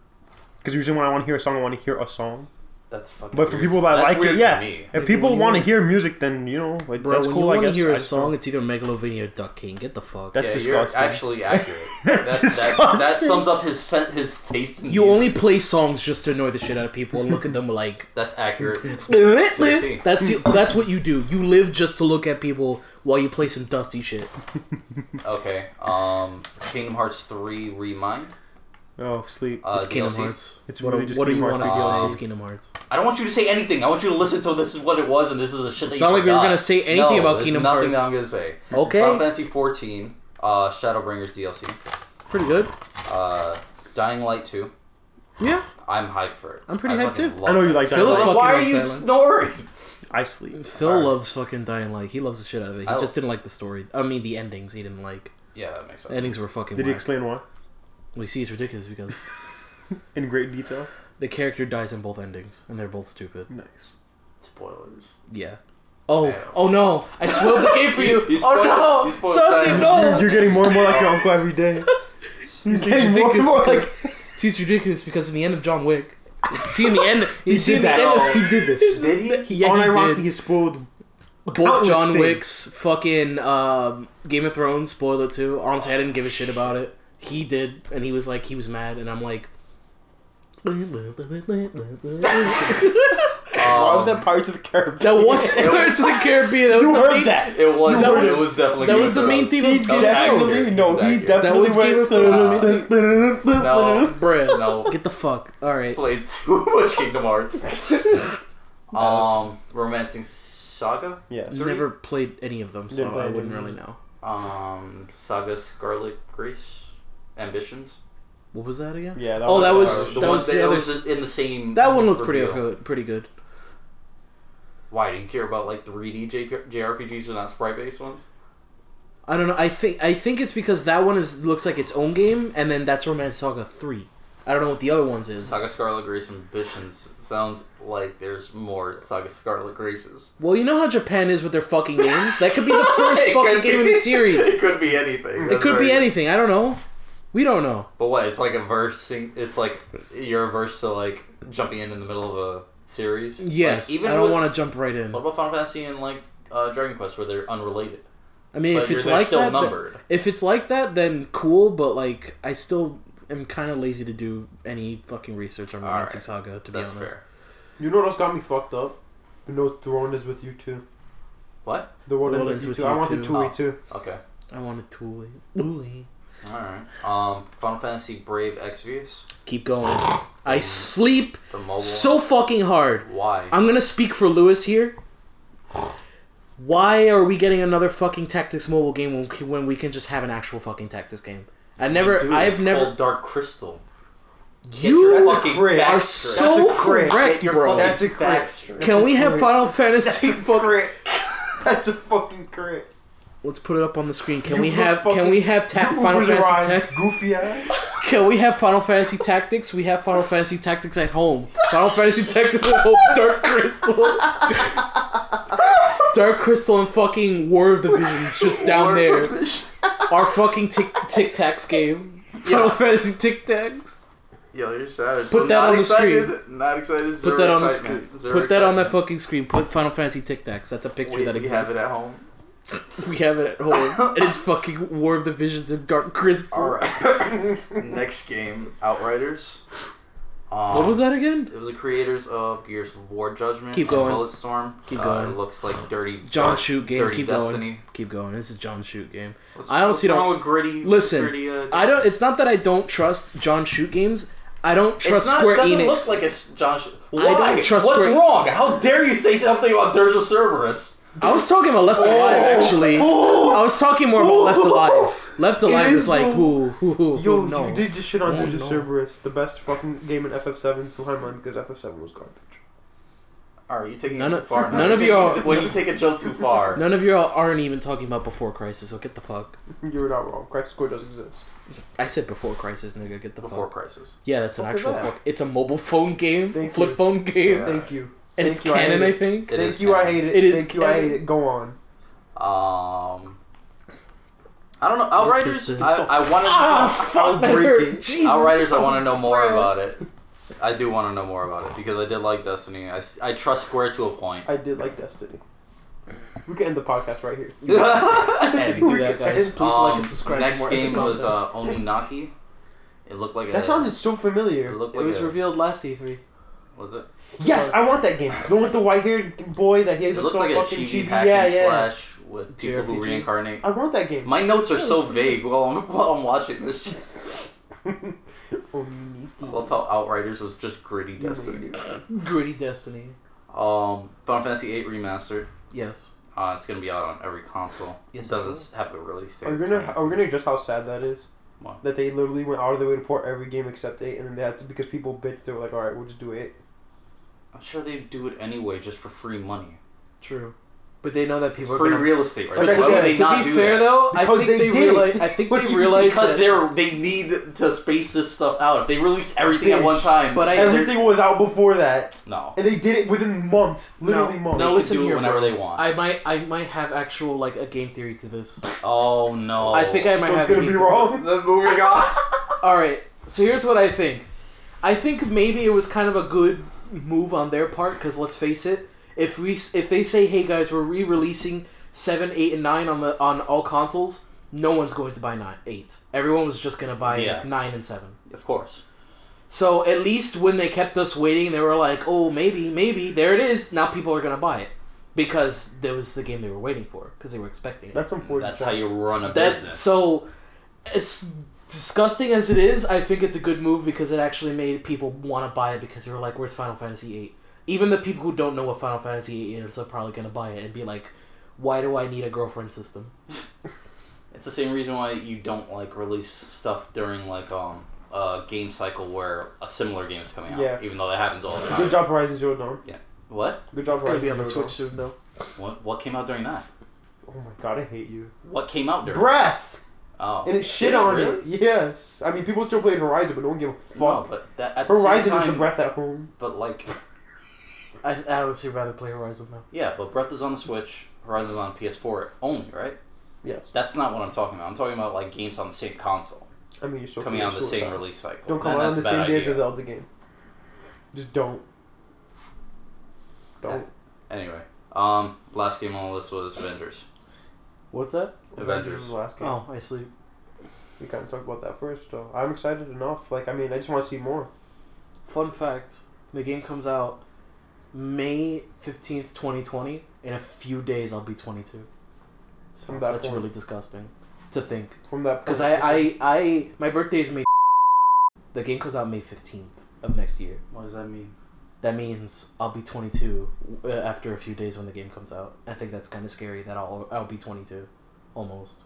[SPEAKER 2] Because usually when I want to hear a song, I want to hear a song.
[SPEAKER 1] That's fucking.
[SPEAKER 2] But for
[SPEAKER 1] weird.
[SPEAKER 2] people that
[SPEAKER 1] That's
[SPEAKER 2] like
[SPEAKER 1] weird
[SPEAKER 2] it,
[SPEAKER 1] to
[SPEAKER 2] yeah.
[SPEAKER 1] me.
[SPEAKER 2] If
[SPEAKER 3] Like,
[SPEAKER 2] people
[SPEAKER 3] when you
[SPEAKER 2] want to
[SPEAKER 3] wanna-
[SPEAKER 2] hear music, then you know like,
[SPEAKER 3] Bro,
[SPEAKER 2] that's
[SPEAKER 3] when
[SPEAKER 2] cool.
[SPEAKER 3] you
[SPEAKER 2] I
[SPEAKER 3] want to
[SPEAKER 2] guess.
[SPEAKER 3] hear
[SPEAKER 2] I
[SPEAKER 3] a
[SPEAKER 2] just
[SPEAKER 3] song,
[SPEAKER 2] don't-
[SPEAKER 3] it's either Megalovania or Duck King. Get the fuck.
[SPEAKER 2] that's
[SPEAKER 1] yeah, you're
[SPEAKER 2] disgusting.
[SPEAKER 1] actually
[SPEAKER 2] [LAUGHS]
[SPEAKER 1] accurate. That,
[SPEAKER 2] That's
[SPEAKER 1] that, that
[SPEAKER 2] disgusting.
[SPEAKER 1] sums up his sen- his taste in
[SPEAKER 3] you
[SPEAKER 1] music.
[SPEAKER 3] only play songs just to annoy the shit out of people and look at
[SPEAKER 2] [LAUGHS]
[SPEAKER 3] them like.
[SPEAKER 1] That's accurate.
[SPEAKER 3] [LAUGHS]
[SPEAKER 1] Seriously.
[SPEAKER 3] that's you, that's what you do. You live just to look at people while you play some dusty shit.
[SPEAKER 1] okay. Um, Kingdom Hearts three remind.
[SPEAKER 2] oh sleep.
[SPEAKER 1] Uh,
[SPEAKER 3] It's Kingdom
[SPEAKER 1] DLC.
[SPEAKER 3] Hearts.
[SPEAKER 2] It's
[SPEAKER 3] what
[SPEAKER 2] really
[SPEAKER 3] do-
[SPEAKER 2] just
[SPEAKER 3] what do you
[SPEAKER 2] Kingdom
[SPEAKER 3] want to
[SPEAKER 2] Hearts
[SPEAKER 3] say?
[SPEAKER 1] DLC.
[SPEAKER 3] It's Kingdom Hearts.
[SPEAKER 1] I don't want you to say anything. I want you to listen to this is what it was and this is the shit that
[SPEAKER 3] It's
[SPEAKER 1] you
[SPEAKER 3] not like we were
[SPEAKER 1] forgot.
[SPEAKER 3] gonna say anything
[SPEAKER 1] No,
[SPEAKER 3] about
[SPEAKER 1] there's
[SPEAKER 3] Kingdom
[SPEAKER 1] nothing that
[SPEAKER 3] Hearts.
[SPEAKER 1] I'm gonna say. Final
[SPEAKER 3] Okay,
[SPEAKER 1] Fantasy fourteen. Uh, Shadowbringers DLC.
[SPEAKER 3] pretty good.
[SPEAKER 1] Uh, Dying Light two.
[SPEAKER 3] Yeah,
[SPEAKER 1] I'm hyped for it.
[SPEAKER 3] I'm pretty
[SPEAKER 1] I
[SPEAKER 3] hyped
[SPEAKER 1] fucking
[SPEAKER 3] too.
[SPEAKER 1] love
[SPEAKER 2] I know
[SPEAKER 1] it.
[SPEAKER 2] you like
[SPEAKER 3] Phil
[SPEAKER 1] So
[SPEAKER 2] that.
[SPEAKER 1] then
[SPEAKER 3] fucking
[SPEAKER 1] why are
[SPEAKER 3] loves
[SPEAKER 1] you
[SPEAKER 3] Silent.
[SPEAKER 1] snoring?
[SPEAKER 2] I sleep.
[SPEAKER 3] Phil
[SPEAKER 1] Alright.
[SPEAKER 3] loves fucking Dying Light. He loves the shit out of it. He
[SPEAKER 1] I-
[SPEAKER 3] just didn't like the story. I mean, the endings he didn't like.
[SPEAKER 1] Yeah, that makes
[SPEAKER 3] The
[SPEAKER 1] sense.
[SPEAKER 3] endings were fucking.
[SPEAKER 2] Did he
[SPEAKER 3] whack.
[SPEAKER 2] explain why
[SPEAKER 3] we see it's ridiculous because
[SPEAKER 2] in great detail?
[SPEAKER 3] the character dies in both endings, and they're both stupid. [LAUGHS]
[SPEAKER 2] Nice.
[SPEAKER 1] Spoilers.
[SPEAKER 3] Yeah. Oh,
[SPEAKER 1] Yeah.
[SPEAKER 3] oh no! I spoiled the game for you.
[SPEAKER 1] [LAUGHS] You spoiled-
[SPEAKER 3] oh
[SPEAKER 1] you
[SPEAKER 3] no!
[SPEAKER 1] spoiled
[SPEAKER 3] Dante,
[SPEAKER 1] Dying
[SPEAKER 3] no!
[SPEAKER 2] You're getting more and more like your uncle every
[SPEAKER 3] [LAUGHS]
[SPEAKER 2] day. He's getting more and
[SPEAKER 3] ridiculous [LAUGHS]
[SPEAKER 2] more like.
[SPEAKER 3] See, it's ridiculous because in the end of John Wick, see in the end, you see in the
[SPEAKER 2] that.
[SPEAKER 3] end of
[SPEAKER 2] He did this.
[SPEAKER 1] Did he?
[SPEAKER 3] yeah, he
[SPEAKER 2] Unironically,
[SPEAKER 3] did.
[SPEAKER 2] he spoiled
[SPEAKER 3] both
[SPEAKER 2] countless
[SPEAKER 3] John
[SPEAKER 2] things.
[SPEAKER 3] Wick's fucking um, Game of Thrones spoiler too. Honestly, I didn't give a shit about it. He did, and he was like, he was mad, and I'm [LAUGHS] like. that
[SPEAKER 2] Why
[SPEAKER 1] Um,
[SPEAKER 2] was that Pirates of the Caribbean? [LAUGHS]
[SPEAKER 3] was [LAUGHS] Pirates of the Caribbean. That was
[SPEAKER 2] you
[SPEAKER 3] the
[SPEAKER 2] heard
[SPEAKER 3] main,
[SPEAKER 2] that.
[SPEAKER 1] It was.
[SPEAKER 3] That
[SPEAKER 1] That
[SPEAKER 3] was-
[SPEAKER 1] was, it was definitely.
[SPEAKER 3] That was the main
[SPEAKER 1] thing.
[SPEAKER 3] theme
[SPEAKER 2] He
[SPEAKER 3] of Game of Thrones.
[SPEAKER 2] definitely
[SPEAKER 1] accurate.
[SPEAKER 2] no.
[SPEAKER 1] He's
[SPEAKER 2] He
[SPEAKER 1] accurate.
[SPEAKER 2] definitely
[SPEAKER 3] That was Game of Thrones.
[SPEAKER 2] went.
[SPEAKER 1] No.
[SPEAKER 3] Bruh,
[SPEAKER 1] No.
[SPEAKER 3] get the fuck. All right.
[SPEAKER 1] Played too [LAUGHS] much Kingdom Hearts. um, Romancing Saga.
[SPEAKER 2] Yes.
[SPEAKER 1] Three?
[SPEAKER 3] Never played any of them, so
[SPEAKER 2] Didn't play
[SPEAKER 3] I wouldn't
[SPEAKER 2] any of
[SPEAKER 3] really know.
[SPEAKER 1] Um, Saga Scarlet Grace. Ambitions.
[SPEAKER 3] What was that again?
[SPEAKER 2] Yeah.
[SPEAKER 3] Oh, that was-
[SPEAKER 1] Uh, the
[SPEAKER 3] that
[SPEAKER 1] one
[SPEAKER 3] was the
[SPEAKER 1] that
[SPEAKER 3] other
[SPEAKER 1] was in the same.
[SPEAKER 3] That one looks pretty
[SPEAKER 1] review.
[SPEAKER 3] okay, pretty good.
[SPEAKER 1] Why do you care about like 3D J- JRPGs and not sprite based ones?
[SPEAKER 3] I don't know. I think I think it's because that one is looks like its own game, and then that's Romance Saga three. I don't know what the other ones is.
[SPEAKER 1] Saga Scarlet Grace Ambitions sounds like there's more Saga Scarlet Graces.
[SPEAKER 3] Well, you know how Japan is with their fucking games. That could
[SPEAKER 1] [LAUGHS]
[SPEAKER 3] be the first
[SPEAKER 1] It
[SPEAKER 3] fucking
[SPEAKER 1] could
[SPEAKER 3] game in
[SPEAKER 1] be- [LAUGHS]
[SPEAKER 3] the series.
[SPEAKER 1] It could be anything.
[SPEAKER 3] It could be anything. I don't know. We don't know.
[SPEAKER 1] But what? It's like a versing. It's like you're averse to like jumping in in the middle of a series.
[SPEAKER 3] Yes,
[SPEAKER 1] Like, even
[SPEAKER 3] I don't
[SPEAKER 1] with- Oh,
[SPEAKER 3] want to jump right in.
[SPEAKER 1] What about Final Fantasy and like uh, Dragon Quest where they're unrelated?
[SPEAKER 3] I mean,
[SPEAKER 1] but
[SPEAKER 3] if it's
[SPEAKER 1] they're
[SPEAKER 3] like
[SPEAKER 1] still
[SPEAKER 3] that, th-
[SPEAKER 1] numbered.
[SPEAKER 3] if it's like that, then cool. But like, I still am kind of lazy to do any fucking research on
[SPEAKER 1] All
[SPEAKER 3] Romancing
[SPEAKER 1] right.
[SPEAKER 3] Saga. To be
[SPEAKER 1] That's
[SPEAKER 3] honest,
[SPEAKER 1] fair.
[SPEAKER 2] You know what else got me fucked up? You know throne is with you too.
[SPEAKER 1] What?
[SPEAKER 2] The world,
[SPEAKER 3] The world
[SPEAKER 2] ends with you too. I
[SPEAKER 3] Ends
[SPEAKER 2] wanted
[SPEAKER 3] With You
[SPEAKER 2] two way too.
[SPEAKER 1] Okay.
[SPEAKER 3] I wanted to. Ooh.
[SPEAKER 1] All right. Um, Final Fantasy Brave Exvius,
[SPEAKER 3] Keep going. I sleep
[SPEAKER 1] the mobile.
[SPEAKER 3] so fucking hard.
[SPEAKER 1] why?
[SPEAKER 3] I'm gonna speak for Lewis here. why are we getting another fucking tactics mobile game when we- when we can just have an actual fucking tactics game? I never,
[SPEAKER 1] Dude, it's
[SPEAKER 3] I've never.
[SPEAKER 1] Called Dark Crystal.
[SPEAKER 3] You
[SPEAKER 5] That's a crit.
[SPEAKER 1] back
[SPEAKER 3] are
[SPEAKER 1] straight.
[SPEAKER 3] so
[SPEAKER 5] That's a crit.
[SPEAKER 3] correct,
[SPEAKER 1] Your
[SPEAKER 3] bro.
[SPEAKER 1] fucking
[SPEAKER 5] That's a crit.
[SPEAKER 1] back straight.
[SPEAKER 3] Can we have Final Fantasy? [LAUGHS]
[SPEAKER 5] crit.
[SPEAKER 2] [LAUGHS]
[SPEAKER 5] That's a fucking crit.
[SPEAKER 3] Let's put it up on the screen. Can
[SPEAKER 5] You
[SPEAKER 3] we
[SPEAKER 5] little
[SPEAKER 3] have? Can
[SPEAKER 5] fucking-
[SPEAKER 3] we have ta-
[SPEAKER 5] You
[SPEAKER 3] Final
[SPEAKER 5] was right,
[SPEAKER 3] Fantasy? Tac-
[SPEAKER 5] goofy ass.
[SPEAKER 3] Can we have Final Fantasy Tactics? We have Final Fantasy Tactics at home. Final Fantasy Tactics at home. [LAUGHS] Dark Crystal. Dark Crystal and fucking War of the Visions just down there.
[SPEAKER 1] [LAUGHS]
[SPEAKER 3] Our fucking Tic Tic Tacs game. Final Fantasy Tic Tacs.
[SPEAKER 1] Yo, you're savage.
[SPEAKER 3] Put
[SPEAKER 1] I'm
[SPEAKER 3] that
[SPEAKER 1] not
[SPEAKER 3] on the
[SPEAKER 1] excited, Not excited.
[SPEAKER 3] Put
[SPEAKER 1] zero
[SPEAKER 3] that on the
[SPEAKER 1] excitement,
[SPEAKER 3] screen.
[SPEAKER 1] zero
[SPEAKER 3] Put that on that
[SPEAKER 1] excitement.
[SPEAKER 3] fucking screen. Put Final Fantasy Tic Tacs. That's a picture
[SPEAKER 1] We,
[SPEAKER 3] that
[SPEAKER 1] we have
[SPEAKER 3] exists.
[SPEAKER 1] it at home.
[SPEAKER 3] we have it
[SPEAKER 1] [LAUGHS]
[SPEAKER 3] at home. and it's fucking War of the Visions and Dark Crystal.
[SPEAKER 1] All right. [LAUGHS] Next game, Outriders. Um,
[SPEAKER 3] What was that again?
[SPEAKER 1] It was the creators of Gears of War Judgment.
[SPEAKER 3] Keep going.
[SPEAKER 1] And Bulletstorm.
[SPEAKER 3] Keep
[SPEAKER 1] Uh,
[SPEAKER 3] going.
[SPEAKER 1] it looks like dirty.
[SPEAKER 3] John
[SPEAKER 1] dark,
[SPEAKER 3] Shoot game.
[SPEAKER 1] Dirty
[SPEAKER 3] Keep
[SPEAKER 1] Destiny.
[SPEAKER 3] going. Keep going. This is John Shoot game.
[SPEAKER 1] What's-
[SPEAKER 3] I honestly
[SPEAKER 1] what's
[SPEAKER 3] don't-
[SPEAKER 1] wrong with gritty.
[SPEAKER 3] Listen,
[SPEAKER 1] gritty, uh,
[SPEAKER 3] I don't. It's not that I don't trust John Shoot games. I don't trust
[SPEAKER 1] it's not,
[SPEAKER 3] Square
[SPEAKER 1] it doesn't
[SPEAKER 3] Enix.
[SPEAKER 1] look like it's Josh. Why?
[SPEAKER 3] don't trust
[SPEAKER 1] What's
[SPEAKER 3] Square-
[SPEAKER 1] wrong? How dare you say something about Dirge of
[SPEAKER 3] [LAUGHS]
[SPEAKER 1] Cerberus?
[SPEAKER 3] I was talking about Left Alive actually. I was talking more about Left Alive. Left Alive
[SPEAKER 2] is
[SPEAKER 3] is like
[SPEAKER 2] though.
[SPEAKER 3] who who who
[SPEAKER 2] Yo,
[SPEAKER 3] who no.
[SPEAKER 2] you did just shit on
[SPEAKER 3] Oh,
[SPEAKER 2] Ninja
[SPEAKER 3] no.
[SPEAKER 2] Cerberus, the best fucking game in FF7's timeline because FF7 was garbage. [LAUGHS]
[SPEAKER 1] All right, you taking
[SPEAKER 3] None
[SPEAKER 1] it
[SPEAKER 3] of-
[SPEAKER 1] too far. now.
[SPEAKER 3] none
[SPEAKER 1] You're
[SPEAKER 3] of
[SPEAKER 1] taking-
[SPEAKER 3] y'all-
[SPEAKER 1] [LAUGHS] When you take a joke too
[SPEAKER 3] [LAUGHS]
[SPEAKER 1] far.
[SPEAKER 3] None of y'all aren't even talking about Before Crisis. So get the fuck.
[SPEAKER 2] You were not wrong. Crisis Core does exist.
[SPEAKER 3] I said Before Crisis, nigga. Get the
[SPEAKER 1] Before
[SPEAKER 3] fuck.
[SPEAKER 1] Crisis.
[SPEAKER 3] Yeah, that's an
[SPEAKER 2] Fuck is
[SPEAKER 3] actual
[SPEAKER 2] that?
[SPEAKER 3] fuck. It's a mobile phone game,
[SPEAKER 2] Thank
[SPEAKER 3] flip
[SPEAKER 2] you.
[SPEAKER 3] phone game,
[SPEAKER 1] Yeah.
[SPEAKER 2] Thank you.
[SPEAKER 3] and
[SPEAKER 2] Thank
[SPEAKER 3] it's
[SPEAKER 2] you, I
[SPEAKER 3] canon.
[SPEAKER 2] hate
[SPEAKER 3] I
[SPEAKER 2] it.
[SPEAKER 3] [LAUGHS] think.
[SPEAKER 1] It
[SPEAKER 2] Thank
[SPEAKER 1] is
[SPEAKER 2] you, I
[SPEAKER 1] canon.
[SPEAKER 2] hate it.
[SPEAKER 3] It is
[SPEAKER 2] Thank you, I hate
[SPEAKER 3] canon.
[SPEAKER 2] it. Go on.
[SPEAKER 1] Um, I don't know. Outriders. I, I want to.
[SPEAKER 3] Ah, fuck
[SPEAKER 1] [LAUGHS]
[SPEAKER 3] that hurt. Jesus.
[SPEAKER 1] Outriders. I want to know more about it. I do want to know more about it because I did like Destiny. I, s- I trust Square to a point. [LAUGHS]
[SPEAKER 2] I did like Destiny. We can end the podcast right here.
[SPEAKER 1] And,
[SPEAKER 3] Do that, guys. Please like
[SPEAKER 1] um,
[SPEAKER 3] and subscribe.
[SPEAKER 1] Next
[SPEAKER 3] for more
[SPEAKER 1] game
[SPEAKER 3] epic
[SPEAKER 1] was
[SPEAKER 3] content.
[SPEAKER 1] uh, Oninaki. It looked like a.
[SPEAKER 2] That sounded so
[SPEAKER 1] It
[SPEAKER 2] familiar.
[SPEAKER 1] looked
[SPEAKER 3] It
[SPEAKER 1] like
[SPEAKER 3] was
[SPEAKER 1] a,
[SPEAKER 3] revealed last E E3.
[SPEAKER 1] Was it?
[SPEAKER 2] Yes, I want that game. The one with the white haired boy that he
[SPEAKER 1] It
[SPEAKER 2] had
[SPEAKER 1] looks
[SPEAKER 2] so
[SPEAKER 1] like a
[SPEAKER 2] fucking
[SPEAKER 1] chibi
[SPEAKER 2] cheap.
[SPEAKER 1] hack
[SPEAKER 2] Yeah,
[SPEAKER 1] and
[SPEAKER 2] yeah.
[SPEAKER 1] slash with people who
[SPEAKER 3] JRPG.
[SPEAKER 1] reincarnate.
[SPEAKER 2] I want that game.
[SPEAKER 1] My notes are so vague while I'm [LAUGHS] while I'm watching this. shit.
[SPEAKER 2] [LAUGHS] Oh,
[SPEAKER 1] I love how Outriders was just gritty Destiny.
[SPEAKER 3] [LAUGHS] Gritty Destiny.
[SPEAKER 1] Um, Final Fantasy VIII remastered.
[SPEAKER 3] Yes.
[SPEAKER 1] Uh, it's gonna be out on every console.
[SPEAKER 3] Yes,
[SPEAKER 1] it doesn't have a release date.
[SPEAKER 2] Are we gonna are we gonna just how sad that is?
[SPEAKER 1] What?
[SPEAKER 2] That they literally went out of their way to port every game except eight, and then they had to because people bitched. They were like, "All right, we'll just do eight.
[SPEAKER 1] I'm sure they do it anyway, just for free money.
[SPEAKER 3] True. But they know that
[SPEAKER 1] It's
[SPEAKER 3] people are
[SPEAKER 1] free
[SPEAKER 3] gonna-
[SPEAKER 1] real estate, right?
[SPEAKER 2] But
[SPEAKER 1] Why
[SPEAKER 2] to-
[SPEAKER 1] would they
[SPEAKER 3] to
[SPEAKER 1] not
[SPEAKER 3] be
[SPEAKER 1] do
[SPEAKER 3] fair,
[SPEAKER 1] that?
[SPEAKER 3] though, I
[SPEAKER 2] Because
[SPEAKER 3] think
[SPEAKER 2] they
[SPEAKER 3] they,
[SPEAKER 2] did.
[SPEAKER 3] realize. I
[SPEAKER 2] [LAUGHS]
[SPEAKER 3] think
[SPEAKER 2] What
[SPEAKER 3] they
[SPEAKER 2] do you mean?
[SPEAKER 3] realized
[SPEAKER 1] Because
[SPEAKER 3] that-
[SPEAKER 1] they're they need to space this stuff out. If they release everything at
[SPEAKER 2] Bitch.
[SPEAKER 1] one time,
[SPEAKER 3] But I-
[SPEAKER 1] they're-
[SPEAKER 2] Everything was out before that,
[SPEAKER 1] no.
[SPEAKER 2] and they did it within months, literally
[SPEAKER 3] No,
[SPEAKER 1] They
[SPEAKER 2] months.
[SPEAKER 3] no,
[SPEAKER 1] can
[SPEAKER 3] listen
[SPEAKER 1] do it
[SPEAKER 3] here,
[SPEAKER 1] whenever
[SPEAKER 3] bro.
[SPEAKER 1] they want.
[SPEAKER 3] I might, I might have actual like a game theory to this.
[SPEAKER 1] oh no!
[SPEAKER 3] I think I might
[SPEAKER 2] so it's
[SPEAKER 3] have.
[SPEAKER 2] gonna
[SPEAKER 3] a
[SPEAKER 2] be
[SPEAKER 3] game
[SPEAKER 2] wrong.
[SPEAKER 1] Then moving
[SPEAKER 3] [LAUGHS]
[SPEAKER 1] on.
[SPEAKER 3] theory. All right. So here's what I think. I think maybe it was kind of a good move on their part because let's face it, if we s- if they say, hey guys, we're re-releasing seven, eight, and nine on the on all consoles, no one's going to buy nine, eight. Everyone was just gonna buy
[SPEAKER 1] Yeah.
[SPEAKER 3] nine and seven.
[SPEAKER 1] Of course.
[SPEAKER 3] So at least when they kept us waiting, they were like, "Oh, maybe, maybe there it is." Now people are gonna buy it because there was the game they were waiting for because they were expecting it.
[SPEAKER 2] That's unfortunate.
[SPEAKER 1] That's how you run a
[SPEAKER 3] That-
[SPEAKER 1] business.
[SPEAKER 3] So, as disgusting as it is, I think it's a good move because it actually made people want to buy it because they were like, "Where's Final Fantasy VIII?" Even the people who don't know what Final Fantasy VIII is are probably gonna buy it and be like, "Why do I need a girlfriend system?"
[SPEAKER 1] It's the same reason why you don't like release stuff during like um a game cycle where a similar game is coming out.
[SPEAKER 2] Yeah.
[SPEAKER 1] Even though that happens all the
[SPEAKER 2] Good
[SPEAKER 1] time.
[SPEAKER 2] job, Horizon Zero Dawn.
[SPEAKER 1] what?
[SPEAKER 2] Good job,
[SPEAKER 3] It's gonna be on the
[SPEAKER 2] Horizon Zero
[SPEAKER 3] Switch soon, though.
[SPEAKER 1] What what came out during that?
[SPEAKER 2] Dawn. Oh my god, I hate you.
[SPEAKER 1] What came out during
[SPEAKER 2] Breath,
[SPEAKER 1] Oh.
[SPEAKER 2] and it shit on it. Yes, I mean people still play Horizon, but don't give a
[SPEAKER 1] No,
[SPEAKER 2] fuck.
[SPEAKER 1] but that at
[SPEAKER 2] Horizon
[SPEAKER 1] the same
[SPEAKER 2] is
[SPEAKER 1] time,
[SPEAKER 2] the breath at home.
[SPEAKER 1] But like
[SPEAKER 3] I, I honestly rather play Horizon though.
[SPEAKER 1] yeah, but Breath is on the Switch, Horizon's on PS4 only, right?
[SPEAKER 2] Yes,
[SPEAKER 1] That's not what I'm talking about. I'm talking about like games on the same console
[SPEAKER 2] I mean you're still
[SPEAKER 1] coming out on the
[SPEAKER 2] committing
[SPEAKER 1] same
[SPEAKER 2] suicide.
[SPEAKER 1] release cycle.
[SPEAKER 2] Don't come
[SPEAKER 1] and
[SPEAKER 2] out on the
[SPEAKER 1] that's a
[SPEAKER 2] same
[SPEAKER 1] bad
[SPEAKER 2] day as a
[SPEAKER 1] idea.
[SPEAKER 2] Zelda game. Just don't. Don't.
[SPEAKER 1] Anyway, um last game on the list was Avengers.
[SPEAKER 3] What's that?
[SPEAKER 1] Avengers.
[SPEAKER 2] was the last game.
[SPEAKER 3] Oh, I sleep.
[SPEAKER 2] We kind of talked about that first, though. I'm excited enough. Like, I mean, I just want to see more.
[SPEAKER 3] Fun fact: the game comes out May fifteenth, twenty twenty. In a few days, I'll be twenty two.
[SPEAKER 2] From that
[SPEAKER 3] That's
[SPEAKER 2] point.
[SPEAKER 3] really disgusting to think.
[SPEAKER 2] From that point.
[SPEAKER 3] Because I, I, I, my birthday is May. The game comes out May fifteenth of next year.
[SPEAKER 1] What does that mean?
[SPEAKER 3] that means I'll be 22 uh, after a few days when the game comes out. I think that's kind of scary that I'll I'll be 22, almost.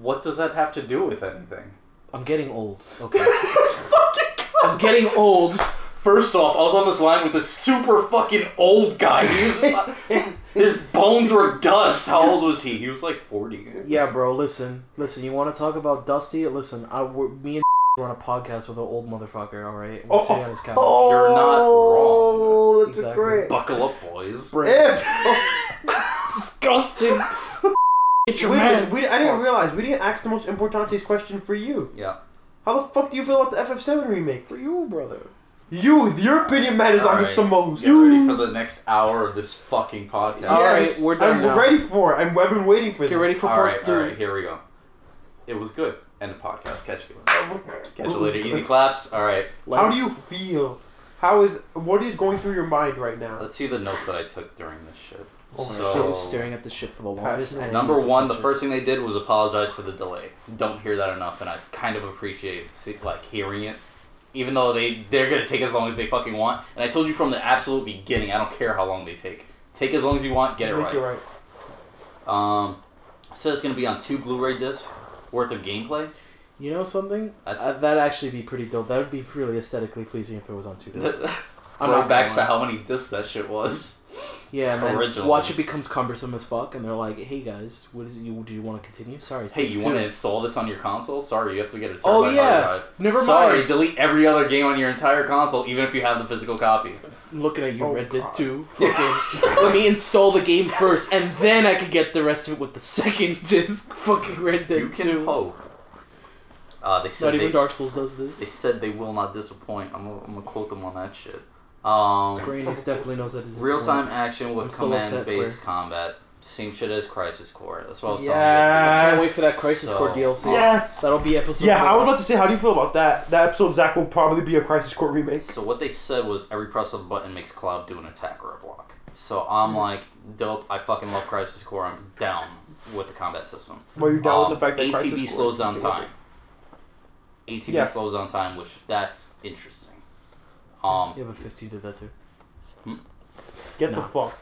[SPEAKER 1] What does that have to do with anything?
[SPEAKER 3] I'm getting old.
[SPEAKER 1] [LAUGHS]
[SPEAKER 3] Okay,
[SPEAKER 1] fucking
[SPEAKER 3] I'm getting old.
[SPEAKER 1] First off, I was on this line with this super fucking old guy. He was, uh, his bones were dust. How old was he? He was like 40.
[SPEAKER 3] Yeah, bro. Listen, listen. You want to talk about Dusty? Listen, I we're, me and [LAUGHS] were on a podcast with an old motherfucker. All right, we're sitting on his couch.
[SPEAKER 1] You're not
[SPEAKER 5] Oh, that's
[SPEAKER 3] Exactly.
[SPEAKER 5] great.
[SPEAKER 2] [LAUGHS]
[SPEAKER 1] Buckle up, boys.
[SPEAKER 3] Disgusting. [LAUGHS] Get your
[SPEAKER 2] Wait a minute,
[SPEAKER 3] man.
[SPEAKER 2] we, I didn't realize we didn't ask the most importantes question for you.
[SPEAKER 1] Yeah.
[SPEAKER 2] How the fuck do you feel about the FF7 remake?
[SPEAKER 3] For you, brother.
[SPEAKER 2] You, your opinion matters on
[SPEAKER 1] Alright.
[SPEAKER 2] this the most.
[SPEAKER 1] Get ready for the next hour of this fucking podcast.
[SPEAKER 3] All right, we're done
[SPEAKER 2] I'm
[SPEAKER 3] now.
[SPEAKER 2] ready for it. I'm, I've been waiting for
[SPEAKER 3] Get ready for
[SPEAKER 1] all
[SPEAKER 3] part
[SPEAKER 1] right,
[SPEAKER 3] two.
[SPEAKER 1] all right, here we go. It was good. End of podcast. Catch you later. Catch you later. Easy claps. All right.
[SPEAKER 2] How do you feel? How is what is going through your mind right now?
[SPEAKER 1] Let's see the notes that I took during this shit.
[SPEAKER 3] Oh, shit, I was
[SPEAKER 1] so,
[SPEAKER 3] staring at the shit for the longest. and I didn't
[SPEAKER 1] number
[SPEAKER 3] even
[SPEAKER 1] one, the
[SPEAKER 3] touch it.
[SPEAKER 1] first thing they did was apologize for the delay. Don't hear that enough, and I kind of appreciate see, like hearing it, even though they they're gonna take as long as they fucking want. And I told you from the absolute beginning, I don't care how long they take. Take as long as you want. Get it
[SPEAKER 2] Make
[SPEAKER 1] right.
[SPEAKER 2] it right.
[SPEAKER 1] Um, says it's gonna be on two Blu-ray discs worth of gameplay.
[SPEAKER 3] You know something?
[SPEAKER 1] That's-
[SPEAKER 3] Uh, that'd actually be pretty dope. That would be really aesthetically pleasing if it was on
[SPEAKER 1] [LAUGHS]
[SPEAKER 3] two discs. I'm not
[SPEAKER 1] Throwbacks
[SPEAKER 3] gonna
[SPEAKER 1] to how many discs that shit was.
[SPEAKER 3] [LAUGHS] Yeah, and then
[SPEAKER 1] Originally.
[SPEAKER 3] watch it becomes cumbersome as fuck, and they're like, "Hey guys, what is you? Do you want to continue? Sorry, it's
[SPEAKER 1] Hey,
[SPEAKER 3] disc
[SPEAKER 1] you
[SPEAKER 3] two."
[SPEAKER 1] want to install this on your console? Sorry, you have to get a terabyte
[SPEAKER 3] Oh, yeah.
[SPEAKER 1] hard drive.
[SPEAKER 3] Never
[SPEAKER 1] Sorry,
[SPEAKER 3] mind.
[SPEAKER 1] delete every other game on your entire console, even if you have the physical copy.
[SPEAKER 3] looking at you,
[SPEAKER 2] Oh,
[SPEAKER 3] Red Dead
[SPEAKER 2] God.
[SPEAKER 3] Two.
[SPEAKER 1] [LAUGHS]
[SPEAKER 3] Fucking, let me install the game first, and then I could get the rest of it with the second [LAUGHS] disc. Fucking Red
[SPEAKER 1] you
[SPEAKER 3] Dead
[SPEAKER 1] can
[SPEAKER 3] Two.
[SPEAKER 1] hope. Uh, they said
[SPEAKER 3] Not
[SPEAKER 1] they,
[SPEAKER 3] even Dark Souls does
[SPEAKER 1] they
[SPEAKER 3] this.
[SPEAKER 1] said they will not disappoint. I'm gonna, I'm gonna quote them on that shit. Um,
[SPEAKER 3] Square Enix definitely knows that. This is
[SPEAKER 1] real time
[SPEAKER 3] one.
[SPEAKER 1] action
[SPEAKER 3] I'm
[SPEAKER 1] with
[SPEAKER 3] still upset,
[SPEAKER 1] command based combat. Same shit as Crisis Core. That's what I was
[SPEAKER 2] Yeah.
[SPEAKER 3] Can't wait for that Crisis
[SPEAKER 1] So-
[SPEAKER 3] Core DLC.
[SPEAKER 1] Oh.
[SPEAKER 2] Yes.
[SPEAKER 3] That'll be episode.
[SPEAKER 2] Yeah,
[SPEAKER 3] four.
[SPEAKER 2] I was about to say, how do you feel about that? That episode, Zach, will probably be a Crisis Court remake.
[SPEAKER 1] telling you. So what they said was every press of a button makes Cloud do an attack or a block. So
[SPEAKER 2] Mm.
[SPEAKER 1] I'm like, dope. I fucking love Crisis Core. I'm down with the combat system.
[SPEAKER 2] Were you down
[SPEAKER 1] Um,
[SPEAKER 2] with the fact that
[SPEAKER 1] ATV
[SPEAKER 2] Crisis Core is
[SPEAKER 1] slows down
[SPEAKER 2] a
[SPEAKER 1] time. ATV
[SPEAKER 2] Yeah.
[SPEAKER 1] slows down time, which that's interesting. Um,
[SPEAKER 3] Yeah, but 15 did that too.
[SPEAKER 2] Get
[SPEAKER 3] No.
[SPEAKER 2] the fuck.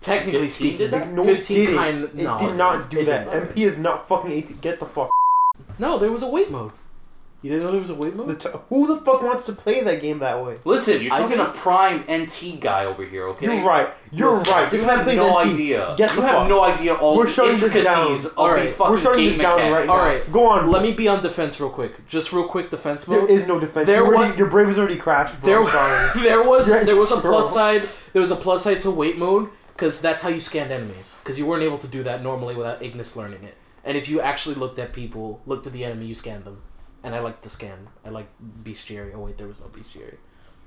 [SPEAKER 3] Technically
[SPEAKER 1] 15
[SPEAKER 3] speaking,
[SPEAKER 1] did that?
[SPEAKER 2] No, it
[SPEAKER 3] 15
[SPEAKER 2] didn't.
[SPEAKER 3] kind
[SPEAKER 2] It
[SPEAKER 3] no,
[SPEAKER 2] did not do
[SPEAKER 3] it
[SPEAKER 2] that.
[SPEAKER 3] didn't.
[SPEAKER 2] MP is not fucking AT. Get the fuck.
[SPEAKER 3] No, there was a wait mode. You didn't know there was a wait mode?
[SPEAKER 2] The t- who the fuck wants to play that game that way?
[SPEAKER 1] listen, you're
[SPEAKER 3] I
[SPEAKER 1] talking a
[SPEAKER 3] think-
[SPEAKER 1] prime NT guy over here, okay?
[SPEAKER 2] You're right. You're
[SPEAKER 1] Listen,
[SPEAKER 2] right. This
[SPEAKER 1] you
[SPEAKER 2] man
[SPEAKER 1] have
[SPEAKER 2] plays
[SPEAKER 1] no
[SPEAKER 2] NT.
[SPEAKER 1] idea.
[SPEAKER 2] Get
[SPEAKER 1] you
[SPEAKER 2] the
[SPEAKER 1] have
[SPEAKER 2] fuck.
[SPEAKER 1] no idea all
[SPEAKER 2] We're
[SPEAKER 1] the
[SPEAKER 2] shutting this
[SPEAKER 1] intricacies
[SPEAKER 2] down.
[SPEAKER 1] of
[SPEAKER 3] All right,
[SPEAKER 1] these fucking
[SPEAKER 2] We're shutting
[SPEAKER 1] game
[SPEAKER 2] this down right
[SPEAKER 1] mechanics.
[SPEAKER 2] now.
[SPEAKER 3] All right.
[SPEAKER 2] Go on.
[SPEAKER 3] Let me be on defense real quick. Just real quick defense
[SPEAKER 2] There
[SPEAKER 3] mode.
[SPEAKER 2] is no defense.
[SPEAKER 3] There
[SPEAKER 2] There
[SPEAKER 3] wa-
[SPEAKER 2] already, your Brave is already crashed. Bro.
[SPEAKER 3] there,
[SPEAKER 2] I'm sorry.
[SPEAKER 3] [LAUGHS] there was
[SPEAKER 2] Yes,
[SPEAKER 3] there was a
[SPEAKER 2] bro.
[SPEAKER 3] plus side there was a plus side to wait mode because that's how you scanned enemies because you weren't able to do that normally without Ignis learning it. And if you actually looked at people, looked at the enemy, you scanned them. And I like to scan. I like bestiary. Oh wait, there was no bestiary.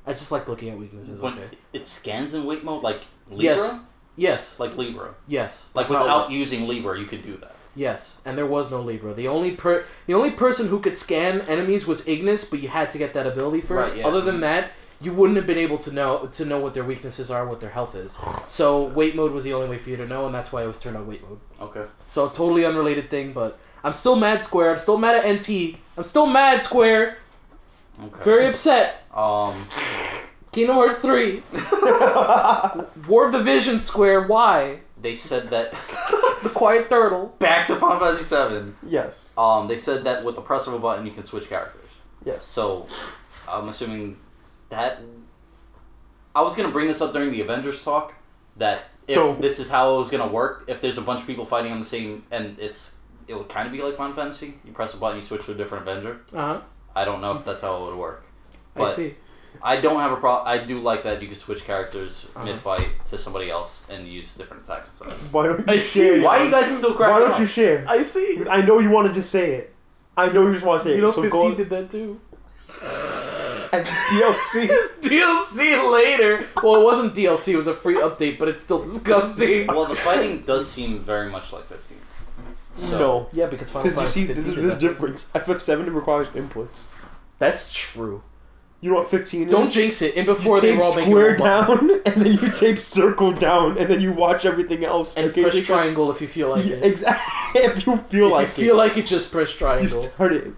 [SPEAKER 3] I just like looking at weaknesses.
[SPEAKER 1] When
[SPEAKER 3] Okay.
[SPEAKER 1] it scans in wait mode, like Libra?
[SPEAKER 3] Yes. Yes.
[SPEAKER 1] Like Libra.
[SPEAKER 3] Yes.
[SPEAKER 1] Like
[SPEAKER 3] That's how it works.
[SPEAKER 1] without using Libra, you could do that.
[SPEAKER 3] Yes, and there was no Libra. The only per the only person who could scan enemies was Ignis, but you had to get that ability first.
[SPEAKER 1] Right, yeah.
[SPEAKER 3] Other than that, you wouldn't have been able to know to know what their weaknesses are, what their health is. So wait mode was the only way for you to know, and that's why it was turned on wait mode.
[SPEAKER 1] Okay.
[SPEAKER 3] So totally unrelated thing, but I'm still mad Square. I'm still mad at NT. I'm still mad Square.
[SPEAKER 1] Okay.
[SPEAKER 3] Very upset.
[SPEAKER 1] [LAUGHS] Um,
[SPEAKER 3] Kingdom Hearts three. War of the Vision Square. Why
[SPEAKER 1] they said that.
[SPEAKER 3] the Quiet Turtle?
[SPEAKER 1] Back to Final Fantasy Seven.
[SPEAKER 2] [LAUGHS] Yes.
[SPEAKER 1] Um, they said that with the press of a button, you can switch characters.
[SPEAKER 2] Yes.
[SPEAKER 1] So, I'm assuming that. I was gonna bring this up during the Avengers talk. That if
[SPEAKER 2] Dope.
[SPEAKER 1] this is how it was gonna work, if there's a bunch of people fighting on the same, and it's it would kind of be like Final Fantasy. You press a button, you switch to a different Avenger.
[SPEAKER 3] Uh huh.
[SPEAKER 1] I don't know if that's how it would work.
[SPEAKER 3] I
[SPEAKER 1] But
[SPEAKER 3] see.
[SPEAKER 1] I don't have a problem. I do like that you can switch characters
[SPEAKER 3] Uh-huh.
[SPEAKER 1] mid fight to somebody else and use different attacks and stuff.
[SPEAKER 2] Why don't you
[SPEAKER 3] I see.
[SPEAKER 2] share?
[SPEAKER 1] Why are you guys still cracking
[SPEAKER 2] Why don't [LAUGHS]
[SPEAKER 1] up?
[SPEAKER 2] you share?
[SPEAKER 3] I see.
[SPEAKER 2] Because I know you want to just say it. I know you just want to say
[SPEAKER 3] You
[SPEAKER 2] it.
[SPEAKER 3] know,
[SPEAKER 2] so
[SPEAKER 3] fifteen
[SPEAKER 2] go
[SPEAKER 3] did that too.
[SPEAKER 2] and [LAUGHS] DLC.
[SPEAKER 3] It's DLC later. Well, it wasn't DLC. It was a free update, but it's still
[SPEAKER 2] [LAUGHS]
[SPEAKER 3] disgusting.
[SPEAKER 1] Well, the fighting does seem very much like 15. So-
[SPEAKER 2] No.
[SPEAKER 3] Yeah, because Final
[SPEAKER 2] Because you see,
[SPEAKER 3] Fantasy
[SPEAKER 2] there's,
[SPEAKER 3] 15
[SPEAKER 2] there's
[SPEAKER 3] did that.
[SPEAKER 2] difference. FF7 requires inputs.
[SPEAKER 3] That's true.
[SPEAKER 2] You know what 15
[SPEAKER 3] Don't
[SPEAKER 2] is?
[SPEAKER 3] jinx it. And
[SPEAKER 2] you
[SPEAKER 3] before they
[SPEAKER 2] tape
[SPEAKER 3] were all making
[SPEAKER 2] square
[SPEAKER 3] robot-
[SPEAKER 2] down, [LAUGHS] and then you tape circle down, and then you watch everything else.
[SPEAKER 3] and
[SPEAKER 2] okay?
[SPEAKER 3] press
[SPEAKER 2] Because-
[SPEAKER 3] triangle if you feel like
[SPEAKER 2] Yeah,
[SPEAKER 3] it.
[SPEAKER 2] exactly. [LAUGHS] If you feel
[SPEAKER 3] If
[SPEAKER 2] like
[SPEAKER 3] you feel like it, just press
[SPEAKER 2] it, you
[SPEAKER 3] triangle.
[SPEAKER 2] start it.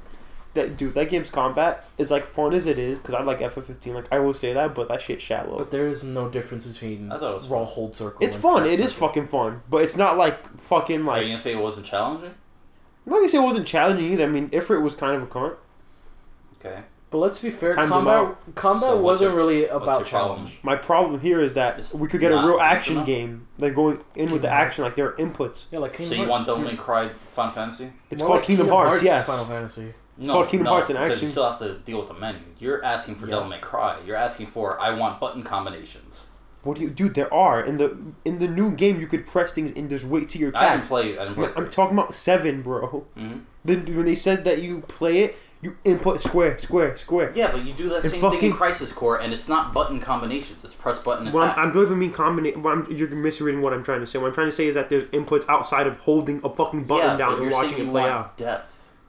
[SPEAKER 2] that dude, that game's combat is like fun as it is because I like FF15. Like I will say that, but that shit's shallow.
[SPEAKER 3] But there is no difference between
[SPEAKER 1] I thought it was
[SPEAKER 3] raw hold circle.
[SPEAKER 2] it's
[SPEAKER 3] and
[SPEAKER 2] fun.
[SPEAKER 3] crop
[SPEAKER 2] It is
[SPEAKER 3] circle.
[SPEAKER 2] fucking fun, but it's not like fucking
[SPEAKER 1] Are you
[SPEAKER 2] like.
[SPEAKER 1] gonna say it wasn't challenging?
[SPEAKER 2] I'm not gonna say it wasn't challenging either. I mean, Ifrit was kind of a cunt.
[SPEAKER 1] Okay.
[SPEAKER 3] But let's be fair,
[SPEAKER 2] Timed 'em
[SPEAKER 3] combat combat
[SPEAKER 1] So what's
[SPEAKER 3] wasn't
[SPEAKER 1] your-
[SPEAKER 3] really
[SPEAKER 1] What's
[SPEAKER 3] about
[SPEAKER 1] your
[SPEAKER 3] challenge.
[SPEAKER 2] My problem here is that
[SPEAKER 1] It's
[SPEAKER 2] we could get a
[SPEAKER 1] not
[SPEAKER 2] real
[SPEAKER 1] deep
[SPEAKER 2] action
[SPEAKER 1] enough.
[SPEAKER 2] game. They're going in with the
[SPEAKER 3] Kingdom Hearts.
[SPEAKER 2] action, like there are inputs.
[SPEAKER 3] Yeah, like Kingdom
[SPEAKER 1] so you
[SPEAKER 3] Hearts.
[SPEAKER 1] want the only cry Final Fantasy?
[SPEAKER 2] It's
[SPEAKER 3] More
[SPEAKER 2] called
[SPEAKER 3] like
[SPEAKER 2] Kingdom, Hearts. Yes.
[SPEAKER 3] Final Fantasy.
[SPEAKER 1] It's
[SPEAKER 2] called Kingdom Hearts in
[SPEAKER 1] You
[SPEAKER 2] action.
[SPEAKER 1] still have to deal with the menu. You're asking for
[SPEAKER 3] Yeah.
[SPEAKER 1] Devil May Cry. You're asking for I want button combinations.
[SPEAKER 2] What do you, dude? There are in the in the new game. You could press things and just wait till your
[SPEAKER 1] I didn't
[SPEAKER 2] attack.
[SPEAKER 1] play. I didn't play.
[SPEAKER 2] I'm talking about seven, bro.
[SPEAKER 1] Mhm.
[SPEAKER 2] Then when they said that you play it, you input square, square, square.
[SPEAKER 1] yeah, but you do that
[SPEAKER 2] It
[SPEAKER 1] same thing
[SPEAKER 2] fucking-
[SPEAKER 1] in Crisis Core, and it's not button combinations. It's press button
[SPEAKER 2] Well,
[SPEAKER 1] attack.
[SPEAKER 2] I'm, I'm don't even mean combinate. Well, I'm, you're misreading what I'm trying to say. What I'm trying to say is that there's inputs outside of holding a fucking button
[SPEAKER 1] yeah,
[SPEAKER 2] down
[SPEAKER 1] but
[SPEAKER 2] and
[SPEAKER 1] you're
[SPEAKER 2] watching
[SPEAKER 1] saying
[SPEAKER 2] it
[SPEAKER 1] you
[SPEAKER 2] play
[SPEAKER 1] want
[SPEAKER 2] out.
[SPEAKER 1] Depth.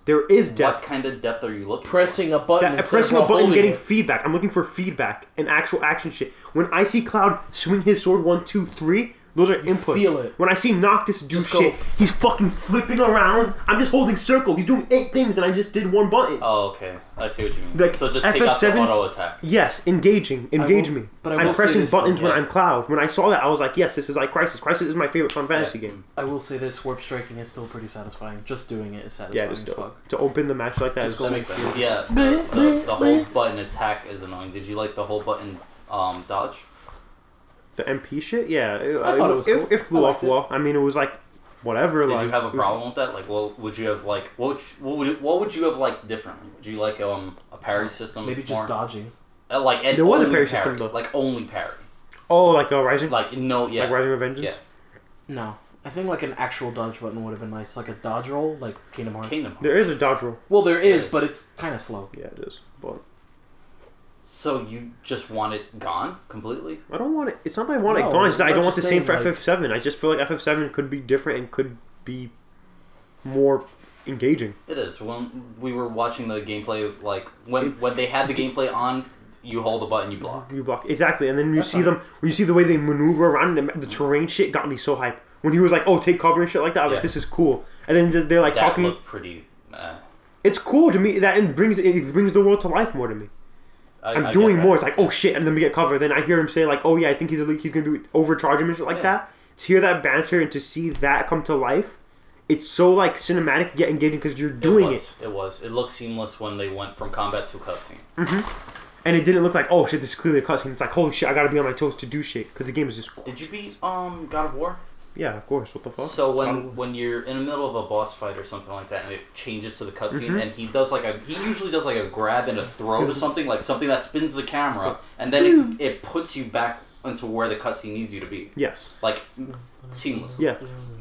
[SPEAKER 2] There is depth.
[SPEAKER 1] What kind of depth are you looking? for?
[SPEAKER 3] Pressing a button.
[SPEAKER 2] That-
[SPEAKER 3] instead
[SPEAKER 2] pressing
[SPEAKER 3] of
[SPEAKER 2] a button,
[SPEAKER 3] holding
[SPEAKER 2] getting
[SPEAKER 3] it.
[SPEAKER 2] feedback. I'm looking for feedback and actual action shit. When I see Cloud swing his sword one, two, three, those are inputs.
[SPEAKER 3] feel it.
[SPEAKER 2] When I see Noctis do
[SPEAKER 3] Just go-
[SPEAKER 2] shit, he's fucking flipping around. I'm just holding circle. He's doing eight things, and I just did one button.
[SPEAKER 1] Oh, okay. I see what you mean.
[SPEAKER 2] Like,
[SPEAKER 1] so just take out the
[SPEAKER 2] FF7
[SPEAKER 1] auto attack.
[SPEAKER 2] Yes, engaging, engage
[SPEAKER 3] will-
[SPEAKER 2] me.
[SPEAKER 3] but I
[SPEAKER 2] I'm
[SPEAKER 3] will say
[SPEAKER 2] pressing
[SPEAKER 3] this though,
[SPEAKER 2] buttons when
[SPEAKER 1] yeah.
[SPEAKER 2] I'm Cloud. When I saw that, I was like, yes, this is like Crisis. Crisis is my favorite Final Fantasy
[SPEAKER 1] Yeah.
[SPEAKER 2] game.
[SPEAKER 3] I will say this: warp striking is still pretty satisfying. Just doing it is
[SPEAKER 2] Yeah,
[SPEAKER 3] satisfying
[SPEAKER 2] just
[SPEAKER 3] as
[SPEAKER 2] to,
[SPEAKER 3] fuck.
[SPEAKER 2] to open the match like that
[SPEAKER 3] Just
[SPEAKER 2] is
[SPEAKER 3] go
[SPEAKER 1] That
[SPEAKER 2] cool.
[SPEAKER 1] makes sense. Yeah, the, the, the whole button attack is annoying. Did you like the whole button um, dodge?
[SPEAKER 2] The MP shit, yeah.
[SPEAKER 3] I thought it was cool.
[SPEAKER 2] It flew
[SPEAKER 3] I
[SPEAKER 2] off
[SPEAKER 3] liked it.
[SPEAKER 2] well. I mean, it was like, whatever.
[SPEAKER 1] Did
[SPEAKER 2] like,
[SPEAKER 1] you have a
[SPEAKER 2] it was-
[SPEAKER 1] problem with that? Like, well, would you have like what? Would you, what would what would you have liked differently? Would you like um a parry system?
[SPEAKER 3] Maybe just
[SPEAKER 1] more?
[SPEAKER 3] dodging.
[SPEAKER 1] Uh, Like and
[SPEAKER 2] There was a
[SPEAKER 1] only
[SPEAKER 2] parry system, though.
[SPEAKER 1] Like only parry.
[SPEAKER 2] Oh, like uh, Rising?
[SPEAKER 1] Like no, yeah,
[SPEAKER 2] Like Rising of Vengeance?
[SPEAKER 1] yeah.
[SPEAKER 3] No, I think like an actual dodge button would have been nice, like a dodge roll, like Kingdom Hearts.
[SPEAKER 1] Kingdom. Hearts.
[SPEAKER 2] There is a dodge roll.
[SPEAKER 3] Well, there is,
[SPEAKER 1] Yes.
[SPEAKER 3] but it's kind of slow.
[SPEAKER 2] Yeah, it is. But
[SPEAKER 1] So you just want it gone completely?
[SPEAKER 2] I don't want it. It's not that I want
[SPEAKER 3] No,
[SPEAKER 2] it gone. It's that I
[SPEAKER 3] I'm
[SPEAKER 2] don't
[SPEAKER 3] not
[SPEAKER 2] want the
[SPEAKER 3] just
[SPEAKER 2] same for
[SPEAKER 3] saying, like-
[SPEAKER 2] FF7. I just feel like FF7 could be different and could be more engaging.
[SPEAKER 1] It is. When we were watching the gameplay, like when when they had the gameplay on, you hold the button, you block.
[SPEAKER 2] You block exactly, and then you
[SPEAKER 3] That's
[SPEAKER 2] see
[SPEAKER 3] fine.
[SPEAKER 2] them when you see the way they maneuver around and the terrain. Shit got me so hyped when he was like, "Oh, take cover and shit like that." I was
[SPEAKER 1] Yeah.
[SPEAKER 2] like, "This is cool." And then just- they're like
[SPEAKER 1] That
[SPEAKER 2] talking.
[SPEAKER 1] looked pretty. Uh,
[SPEAKER 2] It's cool to me. That and brings it brings the world to life more to me.
[SPEAKER 1] I,
[SPEAKER 2] I'm
[SPEAKER 1] I get
[SPEAKER 2] doing
[SPEAKER 1] that.
[SPEAKER 2] more. It's like, oh shit, and then we get cover. Then I hear him say like, oh yeah, I think he's a leak. He's gonna be overcharge him and shit like
[SPEAKER 1] Yeah.
[SPEAKER 2] that. To hear that banter and to see that come to life, it's so like cinematic yet engaging because you're doing
[SPEAKER 1] it,
[SPEAKER 2] it,
[SPEAKER 1] was, it. was. It looked seamless when they went from combat to cutscene.
[SPEAKER 2] and it didn't look like oh shit, this is clearly a cutscene. It's like holy shit, I gotta be on my toes to do shit because the game is just.
[SPEAKER 1] Did you beat um God of War?
[SPEAKER 2] Yeah, of course. What the fuck?
[SPEAKER 1] So when
[SPEAKER 2] Um,
[SPEAKER 1] when you're in the middle of a boss fight or something like that, and it changes to the cutscene,
[SPEAKER 2] Mm-hmm.
[SPEAKER 1] and he does like a he usually does like a grab and a throw to something like something that spins the camera, and then
[SPEAKER 2] [CLEARS THROAT]
[SPEAKER 1] it, it puts you back into where the cutscene needs you to be,
[SPEAKER 2] yes,
[SPEAKER 1] like seamless.
[SPEAKER 2] yeah,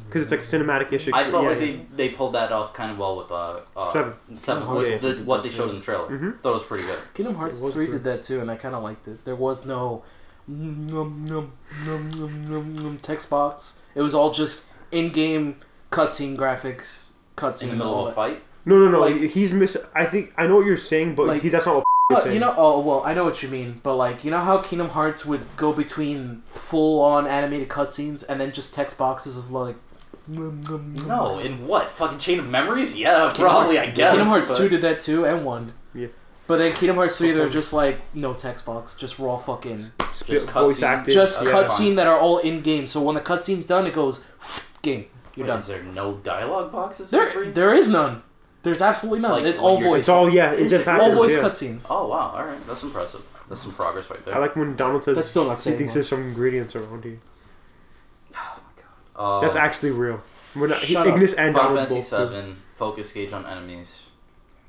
[SPEAKER 2] because it's like a cinematic issue.
[SPEAKER 1] I felt
[SPEAKER 2] yeah,
[SPEAKER 1] like
[SPEAKER 2] yeah.
[SPEAKER 1] they, they pulled that off kind of well with uh, uh
[SPEAKER 2] Seven. Oh,
[SPEAKER 1] seven
[SPEAKER 3] Yeah,
[SPEAKER 1] was
[SPEAKER 2] yeah. Mm-hmm.
[SPEAKER 1] the, what they showed in the trailer. Thought it was pretty good.
[SPEAKER 3] Kingdom Hearts
[SPEAKER 2] It was
[SPEAKER 3] three
[SPEAKER 2] good.
[SPEAKER 3] did that too, and I kind of liked it. There was no num, num, num, num, num, num text box. It was all just in-game cutscene graphics, cutscene
[SPEAKER 1] In the
[SPEAKER 3] and
[SPEAKER 1] middle
[SPEAKER 3] all
[SPEAKER 1] of a
[SPEAKER 3] that.
[SPEAKER 1] fight,
[SPEAKER 2] No, no, no.
[SPEAKER 3] like-
[SPEAKER 2] he's miss. I think I know what you're saying, but
[SPEAKER 3] Like-
[SPEAKER 2] he, that's not what
[SPEAKER 1] uh,
[SPEAKER 3] Well,
[SPEAKER 2] saying.
[SPEAKER 3] you know, oh well, I know what you mean, but like, you know how Kingdom Hearts would go between full-on animated cutscenes and then just text boxes of like. num, num, num.
[SPEAKER 1] no, in what fucking chain of memories? Yeah,
[SPEAKER 3] Kingdom
[SPEAKER 1] probably.
[SPEAKER 3] Hearts,
[SPEAKER 1] I guess
[SPEAKER 3] Kingdom Hearts
[SPEAKER 1] but-
[SPEAKER 3] two did that too, and one.
[SPEAKER 2] Yeah.
[SPEAKER 3] But then Kingdom Hearts three, they're just like no text box, just raw fucking,
[SPEAKER 1] just
[SPEAKER 2] voice
[SPEAKER 1] cutscene.
[SPEAKER 2] acted.
[SPEAKER 3] just
[SPEAKER 1] yeah.
[SPEAKER 3] cutscene that are all in game. So when the cutscene's done, it goes [SNIFFS] game. You're
[SPEAKER 1] Wait,
[SPEAKER 3] done.
[SPEAKER 1] Is there no dialogue boxes? for free?
[SPEAKER 3] There, there is none. There's absolutely none.
[SPEAKER 1] Like,
[SPEAKER 3] it's
[SPEAKER 1] when
[SPEAKER 3] all
[SPEAKER 1] you're-
[SPEAKER 3] voice.
[SPEAKER 2] it's all oh, yeah. It
[SPEAKER 1] Is
[SPEAKER 2] just
[SPEAKER 1] it all
[SPEAKER 2] happens.
[SPEAKER 3] all voice
[SPEAKER 2] yeah.
[SPEAKER 3] cutscenes.
[SPEAKER 1] Oh wow! All right, that's impressive. That's some progress right there.
[SPEAKER 2] I like when Donald says
[SPEAKER 3] That's still not
[SPEAKER 2] he
[SPEAKER 3] saying
[SPEAKER 2] thinks
[SPEAKER 3] much.
[SPEAKER 2] there's some ingredients around here.
[SPEAKER 1] Uh,
[SPEAKER 2] That's actually real. We're not, he,
[SPEAKER 3] Shut up.
[SPEAKER 2] Ignis and
[SPEAKER 1] Final
[SPEAKER 2] Donald
[SPEAKER 1] Fantasy
[SPEAKER 2] both. do.
[SPEAKER 1] Seven. Focus gauge on enemies.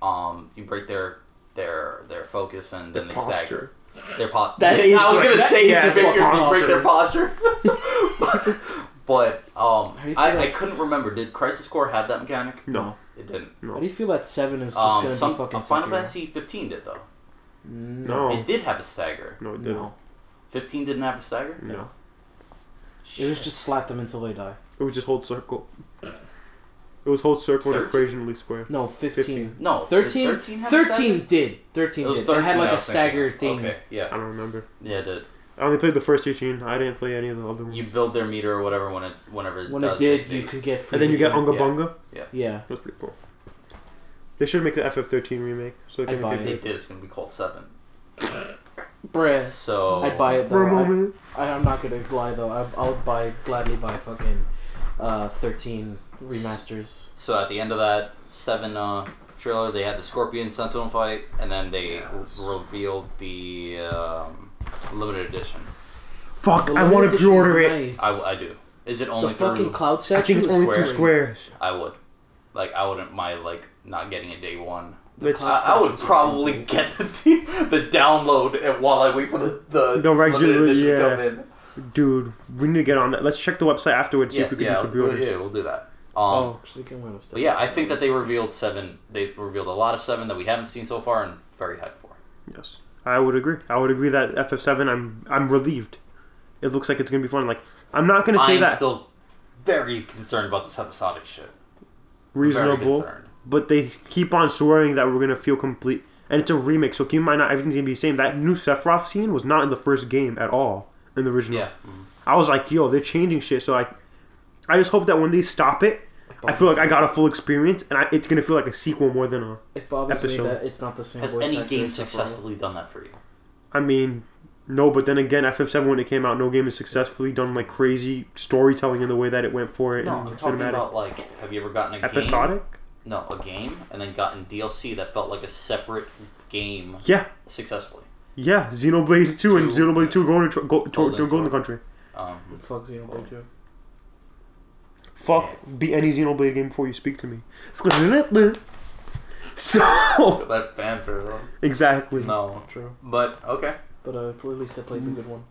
[SPEAKER 1] Um, you break their their their focus and
[SPEAKER 2] The
[SPEAKER 1] then they stagger.
[SPEAKER 2] posture.
[SPEAKER 1] Their posture.
[SPEAKER 3] That is
[SPEAKER 1] I was
[SPEAKER 3] right.
[SPEAKER 1] gonna
[SPEAKER 3] That
[SPEAKER 1] say
[SPEAKER 3] is
[SPEAKER 1] yeah,
[SPEAKER 3] the
[SPEAKER 1] break, your,
[SPEAKER 3] posture.
[SPEAKER 1] break their posture. [LAUGHS] but um,
[SPEAKER 3] How do you feel
[SPEAKER 1] I, I
[SPEAKER 3] like-
[SPEAKER 1] couldn't remember. Did Crisis Core have that mechanic?
[SPEAKER 2] No.
[SPEAKER 1] It didn't.
[SPEAKER 3] How do you feel that seven is just
[SPEAKER 1] Um,
[SPEAKER 3] gonna
[SPEAKER 1] some
[SPEAKER 3] be fucking
[SPEAKER 1] uh, Final
[SPEAKER 3] Sekiro?
[SPEAKER 1] Fantasy 15 did though.
[SPEAKER 2] No.
[SPEAKER 1] It did have a stagger.
[SPEAKER 2] No, it didn't.
[SPEAKER 3] No,
[SPEAKER 1] 15 didn't have a stagger.
[SPEAKER 2] No.
[SPEAKER 3] it was just slap them until they die.
[SPEAKER 2] It was just hold circle. It was hold circle and
[SPEAKER 1] Thirteen?
[SPEAKER 2] equationally square.
[SPEAKER 3] No, 15.
[SPEAKER 2] 15.
[SPEAKER 1] No, did
[SPEAKER 3] 13,
[SPEAKER 1] 13 Oh,
[SPEAKER 3] 13,
[SPEAKER 1] have a stagger?
[SPEAKER 3] did. 13
[SPEAKER 1] It was
[SPEAKER 3] did.
[SPEAKER 1] 13.
[SPEAKER 3] it had like
[SPEAKER 1] I
[SPEAKER 3] a
[SPEAKER 1] was thinking.
[SPEAKER 3] stagger thing.
[SPEAKER 1] Okay, yeah.
[SPEAKER 2] I don't remember.
[SPEAKER 1] Yeah, it did.
[SPEAKER 2] I only played the first 18. I didn't play any of the other ones.
[SPEAKER 1] You build their meter or whatever when it whenever it
[SPEAKER 3] When it
[SPEAKER 1] does
[SPEAKER 3] did,
[SPEAKER 1] take
[SPEAKER 3] you
[SPEAKER 1] the-
[SPEAKER 3] could get free.
[SPEAKER 2] and then you get
[SPEAKER 3] hits on-
[SPEAKER 2] Unga
[SPEAKER 1] yeah.
[SPEAKER 2] Bunga.
[SPEAKER 3] Yeah.
[SPEAKER 2] That's pretty cool. They should make the FF13 remake. So they
[SPEAKER 3] I'd
[SPEAKER 2] can
[SPEAKER 3] buy
[SPEAKER 2] make
[SPEAKER 1] If
[SPEAKER 2] it.
[SPEAKER 1] they did, it's gonna be called Seven.
[SPEAKER 3] Bruh.
[SPEAKER 1] So
[SPEAKER 3] I'd buy it though.
[SPEAKER 2] For a
[SPEAKER 3] I-
[SPEAKER 2] moment.
[SPEAKER 3] I, I'm not gonna lie though. I, I'll buy gladly buy fucking uh, 13 remasters.
[SPEAKER 1] So at the end of that Seven uh, trailer, they had the Scorpion Sentinel fight, and then they
[SPEAKER 4] Yes.
[SPEAKER 1] r- revealed the um, limited edition.
[SPEAKER 2] Fuck,
[SPEAKER 3] The
[SPEAKER 2] I
[SPEAKER 3] limited
[SPEAKER 2] want to
[SPEAKER 3] edition
[SPEAKER 2] pre-order
[SPEAKER 3] is
[SPEAKER 2] it.
[SPEAKER 3] nice.
[SPEAKER 1] I, I do. Is it
[SPEAKER 3] the
[SPEAKER 1] only
[SPEAKER 3] fucking
[SPEAKER 1] through?
[SPEAKER 3] cloud statue.
[SPEAKER 2] I think it's
[SPEAKER 3] is
[SPEAKER 2] only
[SPEAKER 3] great.
[SPEAKER 2] through squares.
[SPEAKER 1] I would. Like I wouldn't mind like not getting it day one.
[SPEAKER 2] Let's-
[SPEAKER 3] cloud-
[SPEAKER 1] I, I would probably get the [LAUGHS] the download and while I wait for the the,
[SPEAKER 2] The regular-
[SPEAKER 1] limited edition to
[SPEAKER 2] yeah.
[SPEAKER 1] come in.
[SPEAKER 2] dude, we need to get on that. Let's check the website afterwards. See
[SPEAKER 1] Yeah,
[SPEAKER 2] if we can
[SPEAKER 1] yeah,
[SPEAKER 2] do some
[SPEAKER 1] we'll,
[SPEAKER 2] pre-orders.
[SPEAKER 1] yeah, we'll do that. Um,
[SPEAKER 3] Oh, speaking of stuff.
[SPEAKER 1] But yeah, I think that they revealed seven. They've revealed a lot of seven that we haven't seen so far, and very hyped for.
[SPEAKER 2] Yes, I would agree. I would agree that FF7. I'm I'm relieved. It looks like it's gonna be fun. Like I'm not gonna say
[SPEAKER 1] I'm
[SPEAKER 2] that
[SPEAKER 1] still very concerned about this episodic shit. Very
[SPEAKER 2] reasonable,
[SPEAKER 1] concerned.
[SPEAKER 2] but they keep on swearing that we're gonna feel complete. And it's a remake, so keep in mind not everything's gonna be the same. That new Sephiroth scene was not in the first game at all in the original.
[SPEAKER 1] Yeah.
[SPEAKER 2] I was like, yo, they're changing shit. So I, I just hope that when they stop it, I feel like I got a full experience, and I, it's gonna feel like a sequel more than a.
[SPEAKER 3] It bothers
[SPEAKER 2] Episode.
[SPEAKER 3] me that it's not the same
[SPEAKER 1] Has
[SPEAKER 3] voice
[SPEAKER 1] any
[SPEAKER 3] actor
[SPEAKER 1] game
[SPEAKER 3] as Sephiroth.
[SPEAKER 1] successfully done that for you?
[SPEAKER 2] I mean, no, but then again, FF7 when it came out, no game has successfully done like crazy storytelling in the way that it went for it.
[SPEAKER 1] No,
[SPEAKER 2] and
[SPEAKER 1] I'm talking about like, have you ever gotten a game?
[SPEAKER 2] episodic.
[SPEAKER 1] No, a game, and then gotten DLC that felt like a separate game
[SPEAKER 2] Yeah,
[SPEAKER 1] successfully.
[SPEAKER 2] yeah, Xenoblade 2, and
[SPEAKER 1] Two.
[SPEAKER 2] Xenoblade 2 going to tr- go, to,
[SPEAKER 1] Golden
[SPEAKER 2] to Golden
[SPEAKER 1] Tor.
[SPEAKER 2] Country.
[SPEAKER 1] Um,
[SPEAKER 3] Fuck Xenoblade 2.
[SPEAKER 2] Fuck, beat any Xenoblade game before you speak to me. [LAUGHS] So
[SPEAKER 1] that banter. though.
[SPEAKER 2] exactly.
[SPEAKER 1] No,
[SPEAKER 3] True.
[SPEAKER 1] but okay.
[SPEAKER 3] But uh, at least I played the good one.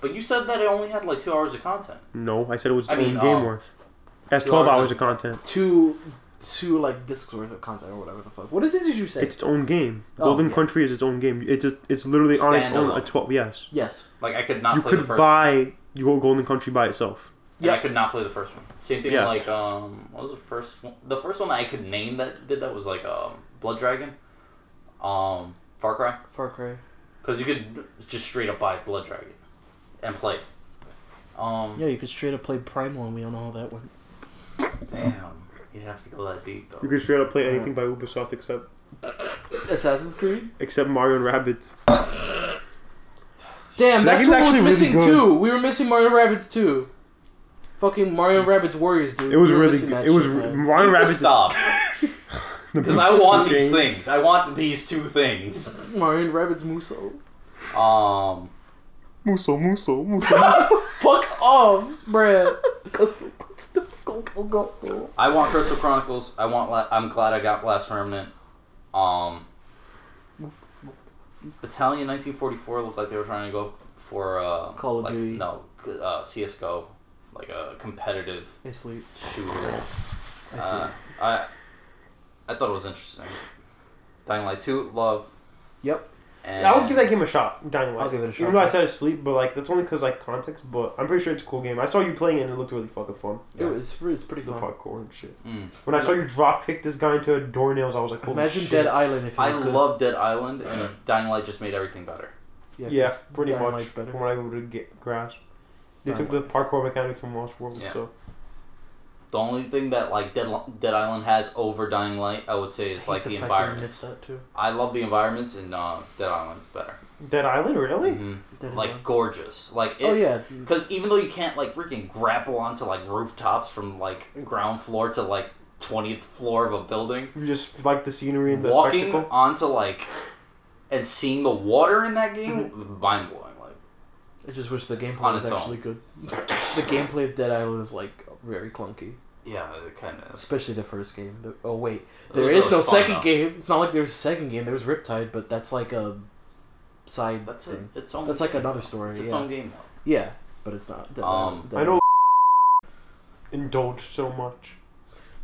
[SPEAKER 1] But you said that it only had like two hours of content.
[SPEAKER 2] No, I said it was
[SPEAKER 1] I
[SPEAKER 2] the
[SPEAKER 1] mean,
[SPEAKER 2] only game
[SPEAKER 1] um,
[SPEAKER 2] worth. That's
[SPEAKER 1] two
[SPEAKER 2] 12
[SPEAKER 1] hours
[SPEAKER 2] hours
[SPEAKER 1] of-
[SPEAKER 2] of content.
[SPEAKER 3] Two, two like discs worth of content or whatever the fuck. What is it? Did you say?
[SPEAKER 2] It's its own game.
[SPEAKER 3] Oh,
[SPEAKER 2] Golden
[SPEAKER 3] yes.
[SPEAKER 2] Country is its own game. It's a, it's literally on its own. A
[SPEAKER 1] Standalone.
[SPEAKER 2] twelve. Yes,
[SPEAKER 3] yes.
[SPEAKER 1] Like I could not
[SPEAKER 2] you
[SPEAKER 1] play the
[SPEAKER 2] could
[SPEAKER 1] first.
[SPEAKER 2] buy your Golden Country by itself.
[SPEAKER 1] and
[SPEAKER 3] Yeah.
[SPEAKER 1] I could not play the first one. Same thing
[SPEAKER 2] Yes.
[SPEAKER 1] like um, what was the first one? The first one I could name that did that was like um, Blood Dragon, um, Far Cry,
[SPEAKER 3] Far Cry.
[SPEAKER 1] because you could just straight up buy Blood Dragon and play. it. Um,
[SPEAKER 3] Yeah, you could straight up play Primal, and we don't know how that went.
[SPEAKER 1] damn, you have to go that deep
[SPEAKER 2] You
[SPEAKER 1] though.
[SPEAKER 2] could straight up play anything by Ubisoft except
[SPEAKER 3] Assassin's Creed.
[SPEAKER 2] except Mario and Rabbids. That
[SPEAKER 3] Damn, that's
[SPEAKER 2] game's
[SPEAKER 3] what was
[SPEAKER 2] actually really
[SPEAKER 3] missing
[SPEAKER 2] good.
[SPEAKER 3] too. We were missing Mario Rabbits too. Fucking Mario Rabbits Warriors, dude.
[SPEAKER 2] It was
[SPEAKER 3] we were
[SPEAKER 2] really
[SPEAKER 3] missing
[SPEAKER 2] good.
[SPEAKER 3] that
[SPEAKER 2] It was
[SPEAKER 3] shit,
[SPEAKER 2] re-
[SPEAKER 3] man.
[SPEAKER 2] Mario and
[SPEAKER 1] Just
[SPEAKER 2] Rabbids.
[SPEAKER 1] Stop,
[SPEAKER 2] the
[SPEAKER 1] because
[SPEAKER 2] [LAUGHS]
[SPEAKER 1] I
[SPEAKER 2] best
[SPEAKER 1] want these
[SPEAKER 2] game.
[SPEAKER 1] things. I want these two
[SPEAKER 2] [LAUGHS]
[SPEAKER 1] things.
[SPEAKER 3] Mario and Rabbits Muso.
[SPEAKER 1] Um,
[SPEAKER 2] Muso, Muso, Muso. Muso.
[SPEAKER 3] Fuck off, bruh.
[SPEAKER 1] I want Crystal Chronicles. I want. La- I'm glad I got Last Remnant. Um, Battalion 1944 looked like they were trying to go for uh,
[SPEAKER 3] Call of
[SPEAKER 1] like-
[SPEAKER 3] Duty.
[SPEAKER 1] No, c- uh, CS:GO, like a competitive
[SPEAKER 3] I sleep.
[SPEAKER 1] shooter.
[SPEAKER 3] I see.
[SPEAKER 1] Uh, I I thought it was interesting. Dying Light 2, love.
[SPEAKER 3] Yep.
[SPEAKER 1] And
[SPEAKER 2] I would give that game a shot. Dying Light.
[SPEAKER 3] I'll give it a shot.
[SPEAKER 2] Even though I said asleep, but like that's only because like context. But I'm pretty sure it's a cool game. I saw you playing it and it looked really fucking fun.
[SPEAKER 1] Yeah.
[SPEAKER 3] It was it's pretty
[SPEAKER 2] The
[SPEAKER 3] fun.
[SPEAKER 2] parkour and shit.
[SPEAKER 1] Mm.
[SPEAKER 2] When I saw you drop kick this guy into doornails, I was like, Holy
[SPEAKER 3] Imagine
[SPEAKER 2] shit.
[SPEAKER 3] Dead Island if it
[SPEAKER 1] I
[SPEAKER 3] was good.
[SPEAKER 1] love Dead Island, and Dying Light just made everything better.
[SPEAKER 2] Yeah,
[SPEAKER 3] 'cause
[SPEAKER 2] pretty
[SPEAKER 3] Dying
[SPEAKER 2] much
[SPEAKER 3] Light's better.
[SPEAKER 2] from what I would get grasp. They
[SPEAKER 3] Dying
[SPEAKER 2] took the parkour mechanic from Lost World,
[SPEAKER 1] Yeah.
[SPEAKER 2] so
[SPEAKER 1] The only thing that like Dead, Li- Dead Island has over Dying Light, I would say,
[SPEAKER 3] I
[SPEAKER 1] is
[SPEAKER 3] hate
[SPEAKER 1] like the,
[SPEAKER 3] fact that I
[SPEAKER 1] environments.
[SPEAKER 3] missed that too.
[SPEAKER 1] I love the environments in uh, Dead Island better.
[SPEAKER 2] Dead Island, really?
[SPEAKER 1] Mhm.
[SPEAKER 3] Dead
[SPEAKER 1] like
[SPEAKER 3] Island.
[SPEAKER 1] gorgeous. Like it,
[SPEAKER 3] oh yeah,
[SPEAKER 1] Because even though you can't like freaking grapple onto like rooftops from like ground floor to like twentieth floor of a building,
[SPEAKER 2] You just like the scenery and the
[SPEAKER 1] walking
[SPEAKER 2] spectacle.
[SPEAKER 1] onto like and seeing the water in that
[SPEAKER 3] [LAUGHS]
[SPEAKER 1] game, mind blowing. Like
[SPEAKER 3] I just wish the gameplay
[SPEAKER 1] On
[SPEAKER 3] was
[SPEAKER 1] its own.
[SPEAKER 3] actually good. the gameplay of Dead Island is like very clunky,
[SPEAKER 1] yeah, it kind of.
[SPEAKER 3] especially the first game. The- oh wait,
[SPEAKER 1] It
[SPEAKER 3] there
[SPEAKER 1] was
[SPEAKER 3] is
[SPEAKER 1] really fun,
[SPEAKER 3] no second
[SPEAKER 1] though.
[SPEAKER 3] game. It's not like there's a second game. There was Riptide, but that's like a side
[SPEAKER 1] That's it.
[SPEAKER 3] thing.
[SPEAKER 1] It's own.
[SPEAKER 3] That's like another story.
[SPEAKER 1] It's
[SPEAKER 3] Yeah.
[SPEAKER 1] its own game.
[SPEAKER 3] yeah, but it's not. Dead
[SPEAKER 1] Um,
[SPEAKER 3] Island. Dead
[SPEAKER 2] I know [LAUGHS] indulged so much.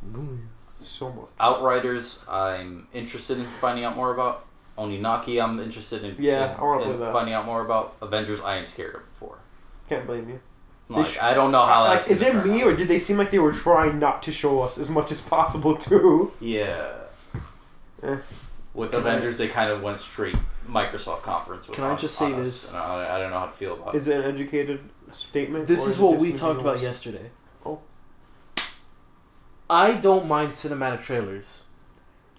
[SPEAKER 3] Island.
[SPEAKER 2] So much.
[SPEAKER 1] Outriders, I'm interested in finding out more about. Oninaki, I'm interested in,
[SPEAKER 2] Yeah,
[SPEAKER 1] in-
[SPEAKER 2] I wanna
[SPEAKER 1] in
[SPEAKER 2] play that.
[SPEAKER 1] finding out more about. Avengers, I am scared of for.
[SPEAKER 2] Can't blame you. They
[SPEAKER 1] Like,
[SPEAKER 2] sh-
[SPEAKER 1] I don't know
[SPEAKER 3] Oh,
[SPEAKER 1] how.
[SPEAKER 2] like
[SPEAKER 1] that's
[SPEAKER 2] is
[SPEAKER 1] gonna
[SPEAKER 2] it
[SPEAKER 1] turn
[SPEAKER 2] me
[SPEAKER 1] out.
[SPEAKER 2] or did they seem like they were trying not to show us as much as possible too?
[SPEAKER 1] Yeah.
[SPEAKER 2] Eh.
[SPEAKER 1] With
[SPEAKER 3] Can
[SPEAKER 1] Avengers, they kind of went straight Microsoft conference. With
[SPEAKER 3] Can I
[SPEAKER 1] on-
[SPEAKER 3] just say
[SPEAKER 1] on us,
[SPEAKER 3] this?
[SPEAKER 1] and I, I don't know how to feel about it.
[SPEAKER 2] Is it an educated statement?
[SPEAKER 3] This
[SPEAKER 2] or
[SPEAKER 3] is
[SPEAKER 2] it
[SPEAKER 3] what
[SPEAKER 2] just
[SPEAKER 3] we
[SPEAKER 2] making
[SPEAKER 3] talked about
[SPEAKER 2] noise?
[SPEAKER 3] yesterday.
[SPEAKER 2] Oh.
[SPEAKER 3] I don't mind cinematic trailers.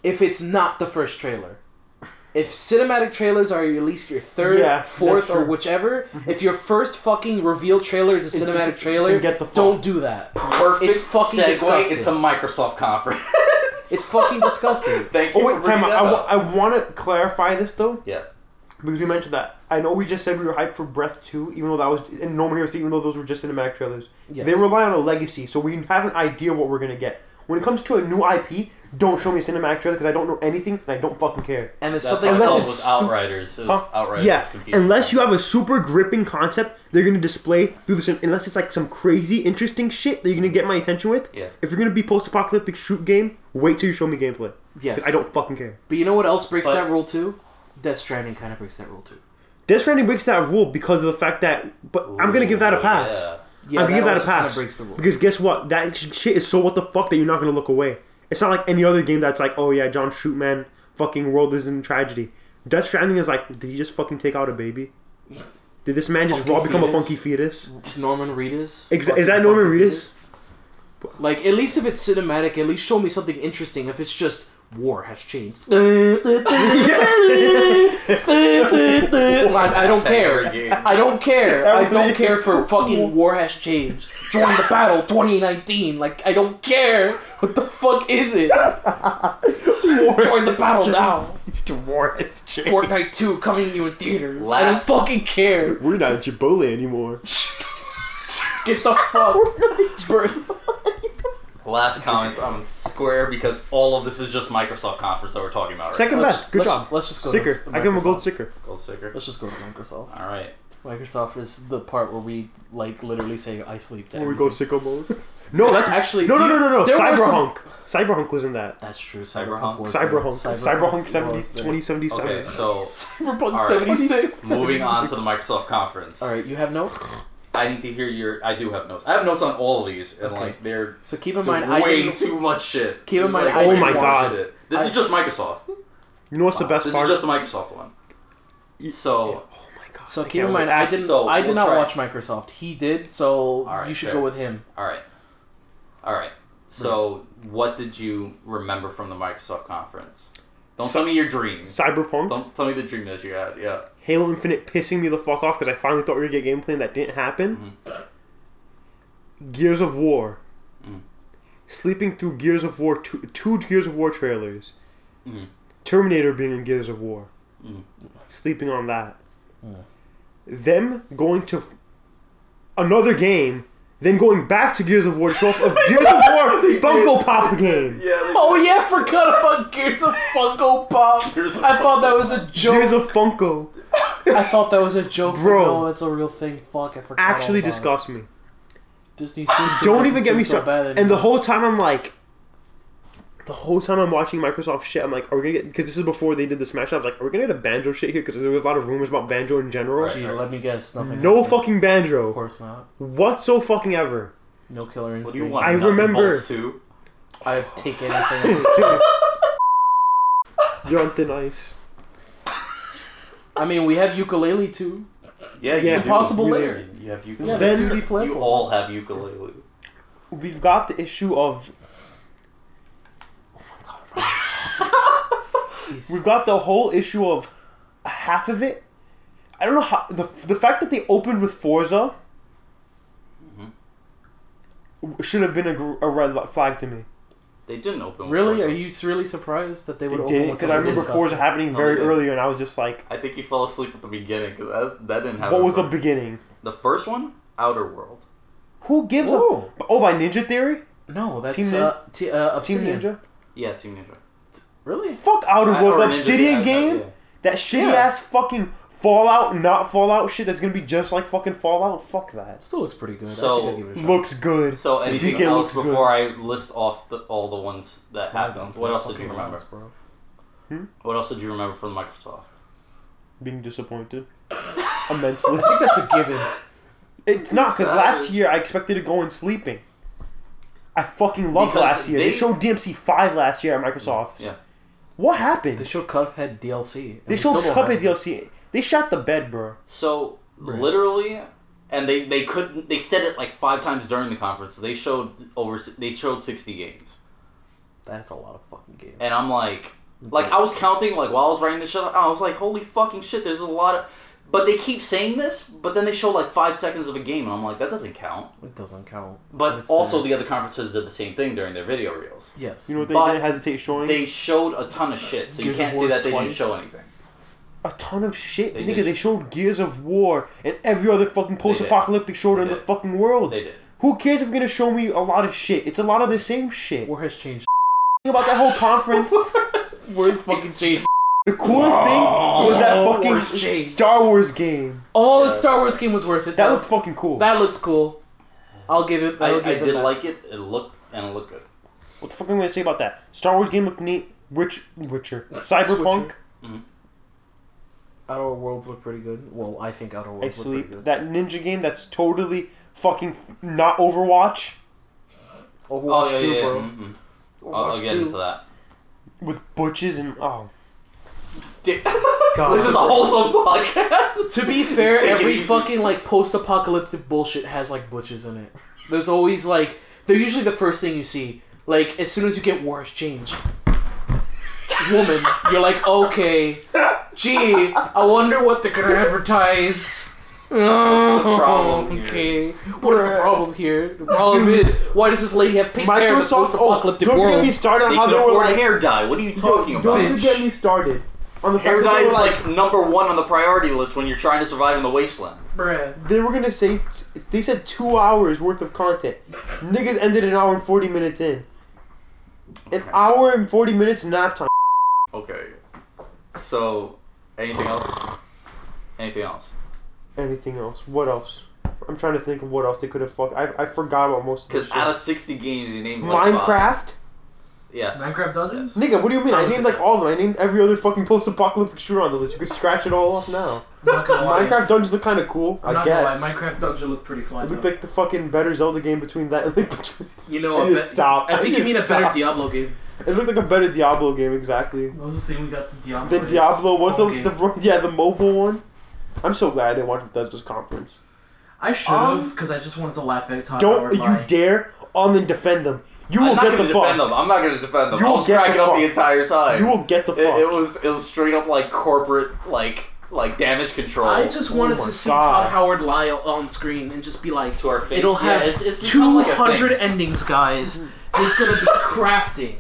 [SPEAKER 3] if it's not the first trailer. If cinematic trailers are at least your third,
[SPEAKER 2] Yeah,
[SPEAKER 3] fourth,
[SPEAKER 2] that's
[SPEAKER 3] or
[SPEAKER 2] true. Mm-hmm.
[SPEAKER 3] whichever, if your first fucking reveal trailer is a
[SPEAKER 2] It just-
[SPEAKER 3] cinematic trailer,
[SPEAKER 2] and get the fuck-
[SPEAKER 3] don't do that.
[SPEAKER 1] Perfect
[SPEAKER 3] It's fucking
[SPEAKER 1] segue
[SPEAKER 3] disgusting.
[SPEAKER 1] into Microsoft conference. [LAUGHS]
[SPEAKER 3] It's fucking disgusting.
[SPEAKER 1] Thank you
[SPEAKER 2] Oh
[SPEAKER 1] for
[SPEAKER 2] wait, time
[SPEAKER 1] bringing
[SPEAKER 2] out.
[SPEAKER 1] that
[SPEAKER 2] I,
[SPEAKER 1] up.
[SPEAKER 2] want to clarify this though
[SPEAKER 1] yeah.
[SPEAKER 2] because we mentioned that. I know we just said we were hyped for Breath Two, even though that was and No More Heroes, 2, even though those were just cinematic trailers.
[SPEAKER 3] Yes.
[SPEAKER 2] They rely on a legacy, so we have an idea of what we're gonna get. When it comes to a new IP, don't show me a cinematic trailer because I don't know anything and I don't fucking care.
[SPEAKER 3] And there's
[SPEAKER 1] That's
[SPEAKER 3] something
[SPEAKER 1] how it
[SPEAKER 2] unless
[SPEAKER 1] was
[SPEAKER 2] it's
[SPEAKER 1] with
[SPEAKER 2] su-
[SPEAKER 1] Outriders. It was
[SPEAKER 2] Huh?
[SPEAKER 1] Outriders.
[SPEAKER 2] yeah,
[SPEAKER 1] confusing.
[SPEAKER 2] unless you have a super gripping concept, they're gonna display through this. Unless it's like some crazy, interesting shit that you're gonna get my attention with.
[SPEAKER 1] Yeah.
[SPEAKER 2] If you're gonna be post-apocalyptic shoot game, wait till you show me gameplay. 'Cause
[SPEAKER 3] Yes.
[SPEAKER 2] I don't fucking care.
[SPEAKER 3] But you know what else breaks
[SPEAKER 1] But-
[SPEAKER 3] that rule too? Death Stranding kind of breaks that rule too.
[SPEAKER 2] Death Stranding breaks that rule because of the fact that, but I'm gonna give that a
[SPEAKER 1] Ooh,
[SPEAKER 2] pass.
[SPEAKER 1] yeah.
[SPEAKER 3] Yeah,
[SPEAKER 2] I'm gonna give that a
[SPEAKER 3] also kinda
[SPEAKER 2] pass
[SPEAKER 3] breaks the rule.
[SPEAKER 2] because guess what? That sh- shit is so what the fuck that you're not gonna look away. It's not like any other game that's like, oh yeah, John Shoot man, fucking world is in tragedy. Death Stranding is like, did he just fucking take out a baby? Did this man just
[SPEAKER 3] Funky
[SPEAKER 2] raw become a
[SPEAKER 3] fetus.
[SPEAKER 2] funky fetus?
[SPEAKER 3] Norman Reedus.
[SPEAKER 2] Ex-
[SPEAKER 3] Fucking
[SPEAKER 2] is that Norman
[SPEAKER 3] fucking [LAUGHS]
[SPEAKER 2] Reedus?
[SPEAKER 3] Like, at least if it's cinematic, at least show me something interesting. If it's just war has
[SPEAKER 2] [LAUGHS]
[SPEAKER 3] changed, I,
[SPEAKER 1] [LAUGHS]
[SPEAKER 3] I don't care. I don't care. I don't care for fucking war has changed. Join the battle 2019. Like I don't care. What the fuck is it? Join the battle now.
[SPEAKER 2] War has changed.
[SPEAKER 3] Fortnite 2 coming to you in theaters. I don't
[SPEAKER 1] Last-
[SPEAKER 3] fucking care.
[SPEAKER 2] We're not Chipotle anymore.
[SPEAKER 3] Get the
[SPEAKER 2] [LAUGHS]
[SPEAKER 3] fuck. Birth.
[SPEAKER 1] Last comments on Square because all of this is just Microsoft conference that we're talking about. Right?
[SPEAKER 2] 2nd
[SPEAKER 3] Let's-
[SPEAKER 2] best. Good
[SPEAKER 3] let's-
[SPEAKER 2] job.
[SPEAKER 3] let's just go to
[SPEAKER 2] Sticker.
[SPEAKER 3] this-
[SPEAKER 2] I give him a
[SPEAKER 3] Microsoft.
[SPEAKER 2] gold sticker.
[SPEAKER 1] Gold sticker.
[SPEAKER 3] Let's just go to Microsoft.
[SPEAKER 1] All right.
[SPEAKER 3] Microsoft is the part where we like literally say I sleep. To
[SPEAKER 2] Or we
[SPEAKER 3] everything.
[SPEAKER 2] go sicko mode. [LAUGHS] No, that's
[SPEAKER 3] [LAUGHS] Actually,
[SPEAKER 2] no,
[SPEAKER 3] do
[SPEAKER 2] no, no,
[SPEAKER 3] you-
[SPEAKER 2] no, no.
[SPEAKER 3] there were some-
[SPEAKER 2] Cyberhunk. Cyberhunk was in that.
[SPEAKER 3] That's true.
[SPEAKER 1] Cyberpunk.
[SPEAKER 3] Cyberpunk. was there.
[SPEAKER 2] Cyberhunk. Cyberpunk 70,
[SPEAKER 3] was there.
[SPEAKER 2] 2077.
[SPEAKER 1] Okay, so
[SPEAKER 3] [LAUGHS] Cyberpunk
[SPEAKER 1] right. [LAUGHS]
[SPEAKER 3] 76.
[SPEAKER 1] moving on to the Microsoft conference.
[SPEAKER 3] All right, you have notes.
[SPEAKER 1] I need to hear your. I do have notes. I have notes on all of these, and
[SPEAKER 3] Okay.
[SPEAKER 1] like they're
[SPEAKER 3] So keep in mind, I
[SPEAKER 1] way
[SPEAKER 3] didn't,
[SPEAKER 1] too much shit.
[SPEAKER 3] Keep
[SPEAKER 1] There's,
[SPEAKER 3] in mind,
[SPEAKER 1] like,
[SPEAKER 3] I
[SPEAKER 1] way
[SPEAKER 2] didn't
[SPEAKER 1] too much
[SPEAKER 2] watch-
[SPEAKER 1] shit. This
[SPEAKER 3] I-
[SPEAKER 1] is just Microsoft.
[SPEAKER 2] You know what's the best
[SPEAKER 1] This
[SPEAKER 2] part?
[SPEAKER 1] is just the Microsoft one. So
[SPEAKER 3] so keep
[SPEAKER 2] can't
[SPEAKER 3] in mind, I
[SPEAKER 1] Actually,
[SPEAKER 3] didn't.
[SPEAKER 1] so
[SPEAKER 3] I did
[SPEAKER 1] we'll
[SPEAKER 3] not
[SPEAKER 1] try.
[SPEAKER 3] watch Microsoft. He did, so
[SPEAKER 1] right,
[SPEAKER 3] you should
[SPEAKER 1] fair.
[SPEAKER 3] go
[SPEAKER 1] [LAUGHS]
[SPEAKER 3] with him.
[SPEAKER 1] all right, all right. So what did you remember from the Microsoft conference? Don't tell me your dreams.
[SPEAKER 2] Cyberpunk,
[SPEAKER 1] Don't tell me the dream that you had. Yeah.
[SPEAKER 2] Halo Infinite pissing me the fuck off because I finally thought we were gonna get gameplay and that didn't happen.
[SPEAKER 3] Mm-hmm.
[SPEAKER 2] Gears of War,
[SPEAKER 3] Mm.
[SPEAKER 1] Mhm.
[SPEAKER 2] sleeping through Gears of War two, two Gears of War trailers,
[SPEAKER 3] Mm.
[SPEAKER 1] Mhm.
[SPEAKER 2] Terminator being in Gears of War,
[SPEAKER 1] Mhm.
[SPEAKER 2] sleeping on that. Them going to f- another game, then going back to Gears of War, to show
[SPEAKER 3] [LAUGHS]
[SPEAKER 2] off a Gears of War Funko Pop game.
[SPEAKER 3] Oh yeah, I forgot about Gears of Funko Pop.
[SPEAKER 1] Gears of
[SPEAKER 3] I thought that was a
[SPEAKER 2] Gears
[SPEAKER 3] joke.
[SPEAKER 2] of
[SPEAKER 3] Oh,
[SPEAKER 2] Funko
[SPEAKER 3] I thought that was a joke,
[SPEAKER 2] Bro.
[SPEAKER 3] Bro. no, that's a real thing. Fuck, I forgot.
[SPEAKER 2] actually
[SPEAKER 3] all about it.
[SPEAKER 2] disgusts me.
[SPEAKER 3] Disney. Simpsons
[SPEAKER 2] don't
[SPEAKER 3] doesn't
[SPEAKER 2] even get me
[SPEAKER 3] seem so
[SPEAKER 2] started.
[SPEAKER 3] bad
[SPEAKER 2] and the
[SPEAKER 3] anymore.
[SPEAKER 2] whole time I'm like, the whole time I'm watching Microsoft shit, I'm like, are we gonna get? Because this is before they did the Smash. I was like, are we gonna get a banjo shit here? Because there was a lot of rumors about banjo in general.
[SPEAKER 1] Right.
[SPEAKER 3] Gee, let me guess. Nothing.
[SPEAKER 2] No
[SPEAKER 3] happened.
[SPEAKER 2] fucking
[SPEAKER 3] Of
[SPEAKER 2] banjo.
[SPEAKER 3] course not.
[SPEAKER 2] What so fucking
[SPEAKER 3] [LAUGHS]
[SPEAKER 2] ever?
[SPEAKER 3] No killer instinct.
[SPEAKER 1] What do you want?
[SPEAKER 2] I
[SPEAKER 1] Nuts and
[SPEAKER 2] remember-
[SPEAKER 1] bolts too.
[SPEAKER 3] I take anything.
[SPEAKER 2] You're on thin ice.
[SPEAKER 3] I mean, we have ukulele too.
[SPEAKER 1] Yeah,
[SPEAKER 2] Yeah,
[SPEAKER 1] you do.
[SPEAKER 3] Impossible
[SPEAKER 1] You-
[SPEAKER 3] layer.
[SPEAKER 1] You have
[SPEAKER 3] Yeah,
[SPEAKER 1] ukulele.
[SPEAKER 3] the
[SPEAKER 2] Then-
[SPEAKER 3] 2D
[SPEAKER 1] you
[SPEAKER 3] platform.
[SPEAKER 1] all have ukulele.
[SPEAKER 2] We've got the issue of
[SPEAKER 3] Jeez.
[SPEAKER 2] we've got the whole issue of half of it. I don't know how the the fact that they opened with Forza should have been a, gr- a red flag to me.
[SPEAKER 1] They didn't open.
[SPEAKER 3] Really?
[SPEAKER 1] Forza.
[SPEAKER 3] Are you really surprised that they would
[SPEAKER 2] It
[SPEAKER 3] open
[SPEAKER 2] did
[SPEAKER 3] with
[SPEAKER 2] because I
[SPEAKER 3] something
[SPEAKER 2] remember Forza
[SPEAKER 3] disgusting?
[SPEAKER 2] happening
[SPEAKER 1] No,
[SPEAKER 2] very
[SPEAKER 1] they didn't.
[SPEAKER 2] early, and I was just like,
[SPEAKER 1] I think you fell asleep at the beginning because that, that didn't happen.
[SPEAKER 2] "What was the
[SPEAKER 1] for-
[SPEAKER 2] beginning?
[SPEAKER 1] the first one? Outer World.
[SPEAKER 2] Who gives
[SPEAKER 3] Whoa.
[SPEAKER 2] a oh by Ninja Theory?
[SPEAKER 3] No, that's
[SPEAKER 2] Team
[SPEAKER 3] uh, t- uh,
[SPEAKER 2] Team
[SPEAKER 3] Obsidian.
[SPEAKER 2] Ninja?
[SPEAKER 1] Yeah, Team Ninja.
[SPEAKER 3] Really?
[SPEAKER 2] Fuck Outer
[SPEAKER 1] I-
[SPEAKER 2] World,
[SPEAKER 1] or
[SPEAKER 2] the
[SPEAKER 1] Ninja
[SPEAKER 2] Obsidian
[SPEAKER 1] Theory, I know,
[SPEAKER 2] game,
[SPEAKER 1] yeah.
[SPEAKER 2] that shitty
[SPEAKER 3] Yeah.
[SPEAKER 2] ass fucking Fallout, not Fallout shit that's gonna be just like fucking Fallout. Fuck that.
[SPEAKER 3] Still looks pretty good. I
[SPEAKER 1] So-
[SPEAKER 3] think I'd give it a shot.
[SPEAKER 2] Looks good.
[SPEAKER 1] So
[SPEAKER 2] The
[SPEAKER 1] anything
[SPEAKER 2] DK
[SPEAKER 1] else
[SPEAKER 2] looks
[SPEAKER 1] before I list off the, all the ones that happened? What else did you
[SPEAKER 3] Fucking
[SPEAKER 1] remember?
[SPEAKER 3] Miles, bro?
[SPEAKER 1] What else did you remember from Microsoft?
[SPEAKER 2] Being disappointed [LAUGHS] immensely.
[SPEAKER 3] I think that's a given.
[SPEAKER 2] It's not because last
[SPEAKER 1] Exactly.
[SPEAKER 2] year I expected to go in sleeping. I fucking loved
[SPEAKER 1] Because
[SPEAKER 2] last year. They,
[SPEAKER 1] they-
[SPEAKER 2] showed DMC five last year at Microsoft.
[SPEAKER 1] Yeah.
[SPEAKER 2] What
[SPEAKER 3] They
[SPEAKER 2] happened?
[SPEAKER 3] showed Cuphead DLC. and
[SPEAKER 2] They
[SPEAKER 3] still
[SPEAKER 2] showed
[SPEAKER 3] don't
[SPEAKER 2] Cuphead
[SPEAKER 3] have it.
[SPEAKER 2] DLC. They shot the bed, bro.
[SPEAKER 1] So
[SPEAKER 3] Right.
[SPEAKER 1] literally, and they they couldn't. They said it like five times during the conference. They showed over. They showed sixty games.
[SPEAKER 3] That is a lot of fucking games.
[SPEAKER 1] and I'm like, like I was counting like while I was writing this shit, out, I was like, holy fucking shit, there's a lot of. But they keep saying this, but then they show like five seconds of a game, and I'm like, that doesn't count.
[SPEAKER 3] It doesn't count.
[SPEAKER 1] But
[SPEAKER 3] It's
[SPEAKER 1] also,
[SPEAKER 3] there.
[SPEAKER 1] the other conferences did the same thing during their video reels.
[SPEAKER 3] yes.
[SPEAKER 2] You know what they
[SPEAKER 1] But
[SPEAKER 2] did? Hesitate showing
[SPEAKER 1] They showed a ton of shit, so
[SPEAKER 3] Gears
[SPEAKER 1] you
[SPEAKER 3] of
[SPEAKER 1] can't
[SPEAKER 3] War
[SPEAKER 1] see that they
[SPEAKER 3] twice?
[SPEAKER 1] didn't show anything.
[SPEAKER 2] a ton of shit,
[SPEAKER 1] They
[SPEAKER 2] nigga.
[SPEAKER 1] did.
[SPEAKER 2] They showed Gears of War and every other fucking post-apocalyptic shooter in
[SPEAKER 1] They
[SPEAKER 2] the
[SPEAKER 1] did.
[SPEAKER 2] fucking world.
[SPEAKER 1] They did.
[SPEAKER 2] Who cares if you're gonna show me a lot of shit? It's a lot of the same shit.
[SPEAKER 3] War has changed.
[SPEAKER 2] Think about that whole
[SPEAKER 1] [LAUGHS]
[SPEAKER 2] conference.
[SPEAKER 3] War has fucking changed.
[SPEAKER 2] the coolest thing was that
[SPEAKER 3] Whoa,
[SPEAKER 2] fucking
[SPEAKER 3] Wars changed.
[SPEAKER 2] Star Wars game.
[SPEAKER 3] Oh, the
[SPEAKER 1] Yeah.
[SPEAKER 3] Star Wars game was worth it.
[SPEAKER 2] That
[SPEAKER 3] though.
[SPEAKER 2] looked fucking cool.
[SPEAKER 3] That looks cool. I'll give it.
[SPEAKER 1] I,
[SPEAKER 3] I'll
[SPEAKER 1] I
[SPEAKER 3] give it
[SPEAKER 1] did
[SPEAKER 3] that.
[SPEAKER 1] like it. It looked and it looked good.
[SPEAKER 2] what the fuck am I gonna say about that? Star Wars game looked neat. Rich, richer. Cyberpunk.
[SPEAKER 3] Outer Worlds look pretty good. Well, I think Outer
[SPEAKER 2] I
[SPEAKER 3] Worlds look pretty
[SPEAKER 2] sleep.
[SPEAKER 3] good.
[SPEAKER 2] That ninja game that's totally fucking not Overwatch
[SPEAKER 3] Overwatch
[SPEAKER 1] oh yeah,
[SPEAKER 3] 2,
[SPEAKER 1] yeah. yeah.
[SPEAKER 3] bro.
[SPEAKER 1] mm-mm.
[SPEAKER 3] Overwatch
[SPEAKER 1] I'll, I'll get
[SPEAKER 3] 2.
[SPEAKER 1] into
[SPEAKER 3] [LAUGHS]
[SPEAKER 1] that.
[SPEAKER 2] with butches and oh.
[SPEAKER 3] God.
[SPEAKER 1] this is a wholesome podcast.
[SPEAKER 3] To be fair,
[SPEAKER 1] Take it
[SPEAKER 3] every
[SPEAKER 1] easy.
[SPEAKER 3] fucking like post-apocalyptic bullshit has like butches in it. There's always like they're usually the first thing you see. Like as soon as you get War has changed, woman, you're like, okay, gee, I wonder what they're gonna advertise.
[SPEAKER 1] problem
[SPEAKER 3] Oh,
[SPEAKER 1] here?
[SPEAKER 3] okay. What's the problem here? The problem is, why does this lady have pink hair in a
[SPEAKER 2] Microsoft. Oh, don't
[SPEAKER 3] post-apocalyptic
[SPEAKER 2] get
[SPEAKER 3] world?
[SPEAKER 2] me started on
[SPEAKER 1] They
[SPEAKER 2] how
[SPEAKER 1] can
[SPEAKER 2] they were
[SPEAKER 1] afford
[SPEAKER 2] like.
[SPEAKER 1] hair dye. What are you talking
[SPEAKER 2] Yo,
[SPEAKER 1] about?
[SPEAKER 2] Don't even get me started on the
[SPEAKER 1] Hair
[SPEAKER 2] fact that
[SPEAKER 1] dye
[SPEAKER 2] they were
[SPEAKER 1] is
[SPEAKER 2] like,
[SPEAKER 1] like number one on the priority list when you're trying to survive in the wasteland.
[SPEAKER 4] Bruh.
[SPEAKER 2] they were gonna say they said two hours worth of content. Niggas ended an hour and forty minutes in. An
[SPEAKER 1] Okay.
[SPEAKER 2] hour and forty minutes nap time.
[SPEAKER 1] Okay. So, anything else? Anything else?
[SPEAKER 2] Anything else? What else? I'm trying to think of what else they could have fucked. I, I forgot about most of this
[SPEAKER 1] Because
[SPEAKER 2] shit.
[SPEAKER 1] out of 60 games, you named like, five.
[SPEAKER 2] Minecraft,
[SPEAKER 1] Yes.
[SPEAKER 4] Minecraft Dungeons?
[SPEAKER 2] nigga. What do you mean? I
[SPEAKER 1] was
[SPEAKER 2] named
[SPEAKER 1] it?
[SPEAKER 2] like all of them. I named every other fucking post-apocalyptic shooter on the list. You could scratch it all
[SPEAKER 1] [LAUGHS]
[SPEAKER 2] off now.
[SPEAKER 4] I'm not gonna lie.
[SPEAKER 2] Minecraft dungeons look kind of cool,
[SPEAKER 4] I'm
[SPEAKER 2] I
[SPEAKER 4] not
[SPEAKER 2] guess.
[SPEAKER 4] gonna lie. Minecraft Dungeon looked pretty fly.
[SPEAKER 2] it looked
[SPEAKER 4] though.
[SPEAKER 2] like the fucking better Zelda game between that. Like between,
[SPEAKER 1] You
[SPEAKER 2] I
[SPEAKER 1] know, I
[SPEAKER 2] [LAUGHS] need to
[SPEAKER 1] bet,
[SPEAKER 2] stop.
[SPEAKER 3] I think you
[SPEAKER 2] need
[SPEAKER 3] mean
[SPEAKER 2] to
[SPEAKER 3] a better
[SPEAKER 2] stop.
[SPEAKER 3] Diablo game.
[SPEAKER 2] It looked like a better Diablo game, exactly.
[SPEAKER 4] I was just saying we got to Diablo.
[SPEAKER 2] The
[SPEAKER 4] It's
[SPEAKER 2] Diablo, what's the,
[SPEAKER 4] full
[SPEAKER 2] the
[SPEAKER 4] game.
[SPEAKER 2] yeah the mobile one? I'm so glad I didn't watch Bethesda's conference.
[SPEAKER 4] I should have
[SPEAKER 2] Um,
[SPEAKER 4] because I just wanted to laugh at Todd
[SPEAKER 2] Don't
[SPEAKER 4] Howard
[SPEAKER 2] you
[SPEAKER 4] lying.
[SPEAKER 2] dare on and defend them. You
[SPEAKER 1] I'm
[SPEAKER 2] will
[SPEAKER 1] not
[SPEAKER 2] get
[SPEAKER 1] gonna
[SPEAKER 2] the
[SPEAKER 1] defend
[SPEAKER 2] fuck.
[SPEAKER 1] them. I'm not gonna defend them.
[SPEAKER 2] You
[SPEAKER 1] I
[SPEAKER 2] will
[SPEAKER 1] was
[SPEAKER 2] get the
[SPEAKER 1] cracking up
[SPEAKER 2] fuck.
[SPEAKER 1] the entire time.
[SPEAKER 2] You will get the
[SPEAKER 1] it,
[SPEAKER 2] fuck.
[SPEAKER 1] it was it was straight up like corporate like like damage control.
[SPEAKER 3] I just wanted
[SPEAKER 2] Oh my
[SPEAKER 3] to see
[SPEAKER 2] God.
[SPEAKER 3] Todd Howard lie on screen and just be like,
[SPEAKER 1] To our face.
[SPEAKER 3] it'll
[SPEAKER 1] Yeah,
[SPEAKER 3] have
[SPEAKER 1] it's- it's become
[SPEAKER 3] two
[SPEAKER 1] like a thing.
[SPEAKER 3] hundred endings, guys. There's [LAUGHS] gonna be crafting,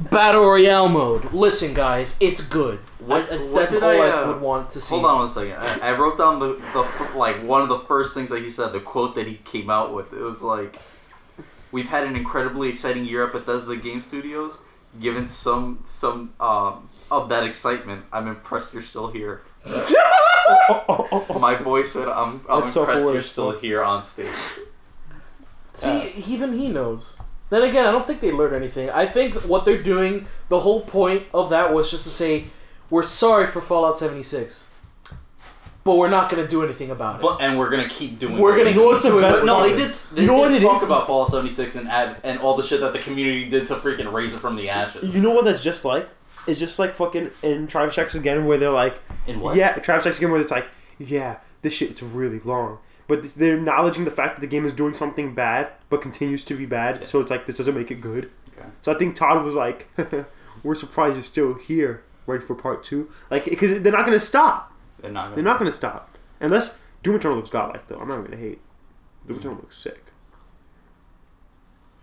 [SPEAKER 3] battle royale mode. Listen, guys, it's good.
[SPEAKER 1] What-
[SPEAKER 3] I- I-
[SPEAKER 1] what
[SPEAKER 3] that's
[SPEAKER 1] did
[SPEAKER 3] all I,
[SPEAKER 1] I, uh,
[SPEAKER 3] would want to see.
[SPEAKER 1] Hold on one second. I, I wrote down the, the f- like one of the first things that he said. The quote that he came out with. It was like, "We've had an incredibly exciting year at Bethesda Game Studios. Given some some um, of that excitement, I'm impressed you're still here." My boy said, "I'm, I'm impressed
[SPEAKER 2] That's self-aware
[SPEAKER 1] you're
[SPEAKER 2] as
[SPEAKER 1] still
[SPEAKER 2] fuck.
[SPEAKER 1] here on stage."
[SPEAKER 3] See, even he knows. Then again, I don't think they learned anything. I think what they're doing, the whole point of that was just to say, we're sorry for Fallout 76, but we're not gonna do anything about it.
[SPEAKER 1] But and we're gonna keep doing.
[SPEAKER 3] we're
[SPEAKER 1] what
[SPEAKER 3] gonna
[SPEAKER 1] we
[SPEAKER 2] know
[SPEAKER 3] keep
[SPEAKER 2] what's the
[SPEAKER 3] doing
[SPEAKER 2] best
[SPEAKER 3] what-
[SPEAKER 1] But no,
[SPEAKER 2] part?
[SPEAKER 1] they did. They
[SPEAKER 2] You know
[SPEAKER 1] did
[SPEAKER 2] what it
[SPEAKER 1] talk
[SPEAKER 2] is?
[SPEAKER 1] about Fallout 76 and ad, and all the shit that the community did to freaking raise it from the ashes.
[SPEAKER 2] [LAUGHS] You know what that's just like? It's just like fucking in Travis X again, where they're like,
[SPEAKER 1] In what?
[SPEAKER 2] yeah, Travis X again, where it's like, yeah, this shit's really long. But this- they're acknowledging the fact that the game is doing something bad, but continues to be bad. So it's like this doesn't make it good.
[SPEAKER 1] Okay.
[SPEAKER 2] So I think Todd was like, [LAUGHS] "We're surprised you're still here, ready for part two. Like, because they're not gonna stop.
[SPEAKER 1] They're not.
[SPEAKER 2] They're not gonna stop unless Doom Eternal looks godlike. Though I'm not gonna hate. Doom Eternal looks sick.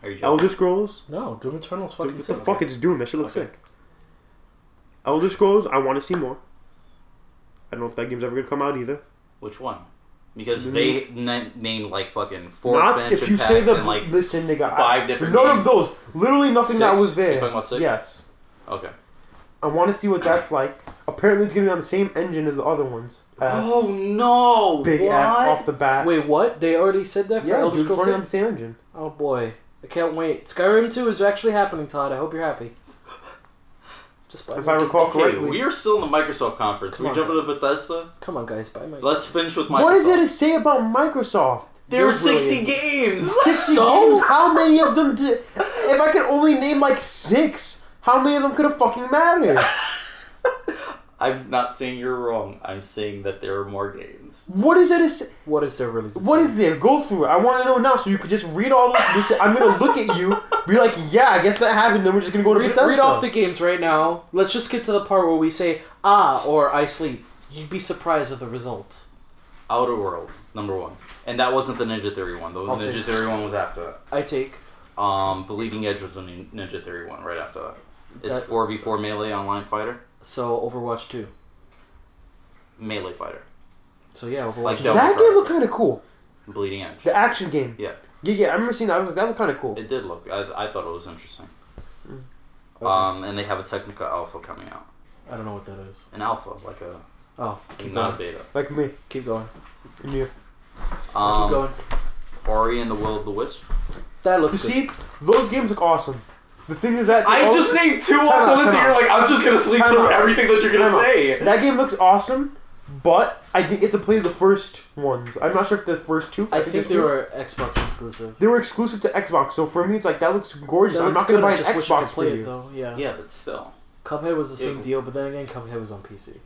[SPEAKER 1] Are you joking?
[SPEAKER 2] Elder Scrolls.
[SPEAKER 3] No, Doom Eternal's fucking.
[SPEAKER 2] Dude, what the
[SPEAKER 3] sick.
[SPEAKER 2] fuck? It's Doom. That shit looks
[SPEAKER 1] Okay.
[SPEAKER 2] sick. Elder Scrolls. I want to see more. I don't know if that game's ever gonna come out either.
[SPEAKER 1] Which one? Because
[SPEAKER 2] Mm.
[SPEAKER 1] they na- named like fucking four
[SPEAKER 2] Not
[SPEAKER 1] expansion
[SPEAKER 2] if you
[SPEAKER 1] packs
[SPEAKER 2] say the
[SPEAKER 1] and like
[SPEAKER 2] listen, nigga. I-
[SPEAKER 1] five different.
[SPEAKER 2] None of
[SPEAKER 1] games.
[SPEAKER 2] those. Literally nothing that
[SPEAKER 1] Six?
[SPEAKER 2] was there.
[SPEAKER 1] You're talking about six?
[SPEAKER 2] Yes.
[SPEAKER 1] Okay.
[SPEAKER 2] I want to see what that's like. Apparently, it's gonna be on the same engine as the other ones. Uh,
[SPEAKER 1] Oh no!
[SPEAKER 2] big
[SPEAKER 1] what?
[SPEAKER 2] F off the bat.
[SPEAKER 3] Wait, what? They already said that for
[SPEAKER 2] yeah,
[SPEAKER 3] Elder
[SPEAKER 2] dude's
[SPEAKER 3] Scrolls
[SPEAKER 2] running on the
[SPEAKER 3] 6?
[SPEAKER 2] same engine.
[SPEAKER 3] Oh boy, I can't wait. Skyrim 2 is actually happening, Todd. I hope you're happy. Just buy
[SPEAKER 2] If
[SPEAKER 3] my
[SPEAKER 2] I
[SPEAKER 3] game.
[SPEAKER 2] recall
[SPEAKER 1] Okay,
[SPEAKER 2] correctly.
[SPEAKER 1] we are still in the Microsoft conference.
[SPEAKER 3] Come
[SPEAKER 1] we
[SPEAKER 3] on,
[SPEAKER 1] jump into
[SPEAKER 3] guys.
[SPEAKER 1] Bethesda.
[SPEAKER 3] Come on, guys, buy my.
[SPEAKER 1] Let's finish with Microsoft.
[SPEAKER 2] What is there to say about Microsoft?
[SPEAKER 1] There
[SPEAKER 3] You're
[SPEAKER 1] are sixty
[SPEAKER 3] brilliant.
[SPEAKER 1] games.
[SPEAKER 3] [LAUGHS]
[SPEAKER 2] 60 games? How many of them did. If I could only name like six, how many of them could have fucking mattered?
[SPEAKER 1] I'm not saying you're wrong. I'm saying that there are more games.
[SPEAKER 2] What is it? to say-
[SPEAKER 3] What is there really? to
[SPEAKER 2] What
[SPEAKER 3] say?
[SPEAKER 2] is there? Go through it. I want to know now so you could just read all this. this I'm going to look at you Be like, yeah, I guess that happened. Then we're just gonna go to
[SPEAKER 3] Read,
[SPEAKER 2] Bethesda.
[SPEAKER 3] read off the games right now. Let's just get to the part where we say ah or I sleep. You'd be surprised at the results.
[SPEAKER 1] Outer World, number one. And that wasn't the Ninja Theory one. The
[SPEAKER 3] I'll
[SPEAKER 1] Ninja
[SPEAKER 3] take-
[SPEAKER 1] Theory one was after
[SPEAKER 3] I take.
[SPEAKER 1] that. Um, Believing Edge was the nin- Ninja Theory one right after that. It's
[SPEAKER 3] That-
[SPEAKER 1] 4v4 melee online fighter.
[SPEAKER 3] So Overwatch 2.
[SPEAKER 1] Melee fighter.
[SPEAKER 3] So yeah, Overwatch
[SPEAKER 1] Like
[SPEAKER 3] 2.
[SPEAKER 1] Devil
[SPEAKER 2] that game
[SPEAKER 1] Cry.
[SPEAKER 2] looked kind of cool.
[SPEAKER 1] Bleeding Edge.
[SPEAKER 2] The action game.
[SPEAKER 1] Yeah.
[SPEAKER 2] Yeah, yeah. I remember seeing that. I was like, that looked kind of cool.
[SPEAKER 1] It did look. I, I thought it was interesting.
[SPEAKER 3] Okay.
[SPEAKER 1] Um, and they have a Technica Alpha coming out.
[SPEAKER 3] I don't know what that is.
[SPEAKER 1] An Alpha, like a
[SPEAKER 3] Oh, keep
[SPEAKER 1] not a
[SPEAKER 3] going.
[SPEAKER 1] beta.
[SPEAKER 2] Like me.
[SPEAKER 3] Keep going.
[SPEAKER 2] And you.
[SPEAKER 1] Um,
[SPEAKER 3] keep going.
[SPEAKER 1] Ori and the Will of the Wisp.
[SPEAKER 3] That
[SPEAKER 2] You
[SPEAKER 3] looks good.
[SPEAKER 2] see, those games look awesome. The thing is that
[SPEAKER 1] I
[SPEAKER 2] all-
[SPEAKER 1] just named two
[SPEAKER 2] Oh, Time
[SPEAKER 1] off the
[SPEAKER 2] out,
[SPEAKER 1] list,
[SPEAKER 2] time
[SPEAKER 1] and you're like, I'm just gonna sleep
[SPEAKER 2] Time
[SPEAKER 1] through
[SPEAKER 2] out.
[SPEAKER 1] everything that you're gonna
[SPEAKER 2] Time out.
[SPEAKER 1] say.
[SPEAKER 2] that game looks awesome, but I didn't get to play the first ones. I'm not sure if the first two.
[SPEAKER 3] I think
[SPEAKER 2] there's
[SPEAKER 3] they
[SPEAKER 2] two.
[SPEAKER 3] were Xbox exclusive.
[SPEAKER 2] They were exclusive to Xbox, so for me, it's like that looks gorgeous.
[SPEAKER 3] That
[SPEAKER 2] I'm
[SPEAKER 3] looks
[SPEAKER 2] not gonna
[SPEAKER 3] good, I
[SPEAKER 2] buy an
[SPEAKER 3] just wish I could
[SPEAKER 2] Xbox for
[SPEAKER 3] play it
[SPEAKER 2] you.
[SPEAKER 3] though. Yeah.
[SPEAKER 1] Yeah, but still,
[SPEAKER 3] Cuphead was the same
[SPEAKER 1] Ew.
[SPEAKER 3] deal, but then again, Cuphead was on PC,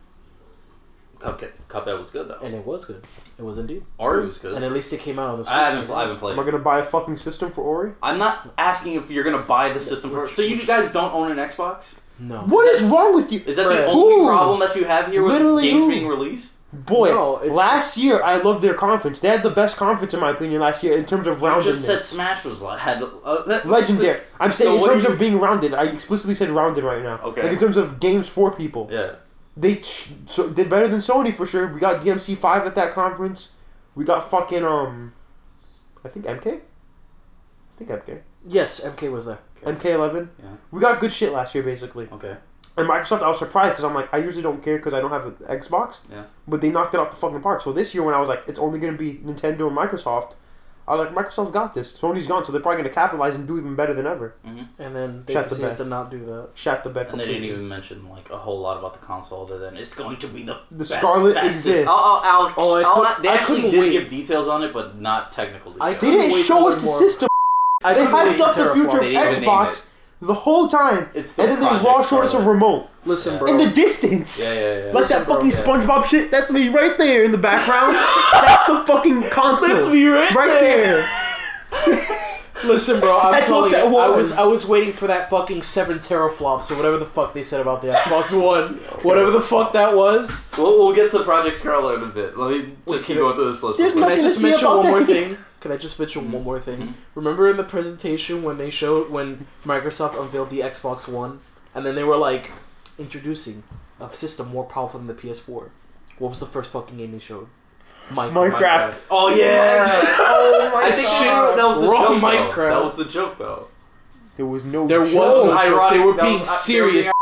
[SPEAKER 1] Cuphead, Cuphead was good though.
[SPEAKER 3] and it was good. It was indeed,
[SPEAKER 1] Ori was
[SPEAKER 3] and
[SPEAKER 1] good.
[SPEAKER 3] at least it came out on the Switch.
[SPEAKER 1] I haven't, I haven't played.
[SPEAKER 2] Am I
[SPEAKER 1] it.
[SPEAKER 2] gonna buy a fucking system for Ori?
[SPEAKER 1] I'm not asking if you're gonna buy the system for. So you guys don't own an Xbox?
[SPEAKER 3] No.
[SPEAKER 2] What is wrong with you?
[SPEAKER 1] Is that the
[SPEAKER 3] Right.
[SPEAKER 1] only
[SPEAKER 2] Who?
[SPEAKER 1] problem that you have here with
[SPEAKER 2] Literally
[SPEAKER 1] games
[SPEAKER 2] who?
[SPEAKER 1] being released?
[SPEAKER 2] Boy,
[SPEAKER 3] No, it's
[SPEAKER 2] last year I loved their conference. They had the best conference in my opinion last year in terms of
[SPEAKER 1] You
[SPEAKER 2] rounded.
[SPEAKER 1] just said Smash was like had uh, that-
[SPEAKER 2] Legendary. I'm
[SPEAKER 1] So
[SPEAKER 2] saying in
[SPEAKER 1] what
[SPEAKER 2] terms
[SPEAKER 1] do you-
[SPEAKER 2] of being rounded, I explicitly said rounded right now.
[SPEAKER 1] Okay.
[SPEAKER 2] Like in terms of games for people,
[SPEAKER 1] Yeah,
[SPEAKER 2] they ch- so did better than Sony for sure. We got DMC five at that conference. We got fucking um, I think MK. I think MK.
[SPEAKER 3] Yes, MK was there.
[SPEAKER 2] MK eleven.
[SPEAKER 1] Yeah.
[SPEAKER 2] We got good shit last year basically.
[SPEAKER 1] okay.
[SPEAKER 2] And Microsoft, I was surprised because I'm like, I usually don't care because I don't have an Xbox.
[SPEAKER 1] Yeah.
[SPEAKER 2] But they knocked it out the fucking park. So this year, when I was like, it's only going to be Nintendo and Microsoft, I was like, Microsoft got this. Sony's gone, so they're probably going to capitalize and do even better than ever.
[SPEAKER 3] And then they
[SPEAKER 2] Shut the
[SPEAKER 3] decided
[SPEAKER 2] bed.
[SPEAKER 3] to not do that.
[SPEAKER 2] Shat the bed
[SPEAKER 1] And they didn't
[SPEAKER 2] completely.
[SPEAKER 1] even mention like a whole lot about the console other than it's going to be the
[SPEAKER 2] The
[SPEAKER 1] best,
[SPEAKER 2] Scarlet
[SPEAKER 1] fastest.
[SPEAKER 2] exists.
[SPEAKER 1] I'll, I'll, I'll,
[SPEAKER 3] Oh, I
[SPEAKER 1] I'll
[SPEAKER 3] could-
[SPEAKER 1] not, they
[SPEAKER 3] I
[SPEAKER 1] actually
[SPEAKER 3] couldn't
[SPEAKER 1] did
[SPEAKER 3] wait.
[SPEAKER 1] give details on it, but not technical details.
[SPEAKER 3] I
[SPEAKER 2] They
[SPEAKER 3] couldn't
[SPEAKER 2] didn't
[SPEAKER 3] wait
[SPEAKER 2] show
[SPEAKER 3] till
[SPEAKER 2] us the
[SPEAKER 3] more.
[SPEAKER 2] system.
[SPEAKER 3] I
[SPEAKER 2] They
[SPEAKER 3] couldn't wait
[SPEAKER 2] hyped up
[SPEAKER 3] till
[SPEAKER 2] the future
[SPEAKER 3] Terraform.
[SPEAKER 2] of
[SPEAKER 1] They didn't even name
[SPEAKER 2] Xbox the whole time.
[SPEAKER 1] It's
[SPEAKER 2] And then they
[SPEAKER 1] Project
[SPEAKER 2] raw showed us a
[SPEAKER 1] Scarlet.
[SPEAKER 2] remote
[SPEAKER 3] Listen,
[SPEAKER 1] Yeah.
[SPEAKER 3] bro.
[SPEAKER 2] in the distance.
[SPEAKER 1] Yeah, yeah, yeah.
[SPEAKER 2] Like that
[SPEAKER 3] bro,
[SPEAKER 2] fucking
[SPEAKER 3] yeah.
[SPEAKER 2] SpongeBob shit, that's me right there in the background. that's the fucking console.
[SPEAKER 3] That's me right
[SPEAKER 2] there.
[SPEAKER 3] Listen, bro. I'm
[SPEAKER 2] That's what
[SPEAKER 3] telling you,
[SPEAKER 2] that
[SPEAKER 3] I was
[SPEAKER 2] was.
[SPEAKER 3] I was waiting for that fucking seven teraflops or whatever the fuck they said about
[SPEAKER 2] [LAUGHS]
[SPEAKER 3] the Xbox One, whatever the fuck that was.
[SPEAKER 1] We'll, we'll get to Project Scarlet in a bit. Let me
[SPEAKER 3] Wait,
[SPEAKER 1] just keep
[SPEAKER 3] can
[SPEAKER 1] going
[SPEAKER 3] I-
[SPEAKER 1] through this list.
[SPEAKER 2] There's
[SPEAKER 1] real
[SPEAKER 3] Can
[SPEAKER 1] quick.
[SPEAKER 2] Nothing
[SPEAKER 3] I just
[SPEAKER 2] to see
[SPEAKER 3] mention
[SPEAKER 2] about
[SPEAKER 3] one more
[SPEAKER 2] that.
[SPEAKER 3] thing? Can I just mention one more thing? Remember in the presentation when they showed when Microsoft unveiled the Xbox One, and then they were like introducing a system more powerful than the PS4. What was the first fucking game they showed? Minecraft.
[SPEAKER 2] Minecraft.
[SPEAKER 1] Oh yeah!
[SPEAKER 2] Oh my
[SPEAKER 1] I think
[SPEAKER 2] God.
[SPEAKER 1] shit, that was the
[SPEAKER 3] Wrong
[SPEAKER 1] joke. though.
[SPEAKER 3] Minecraft.
[SPEAKER 1] That was the joke though.
[SPEAKER 2] There was no.
[SPEAKER 3] There was
[SPEAKER 2] joke.
[SPEAKER 3] no joke. They
[SPEAKER 1] Ironic,
[SPEAKER 3] were
[SPEAKER 1] that
[SPEAKER 3] being
[SPEAKER 1] was- uh, they were
[SPEAKER 3] serious.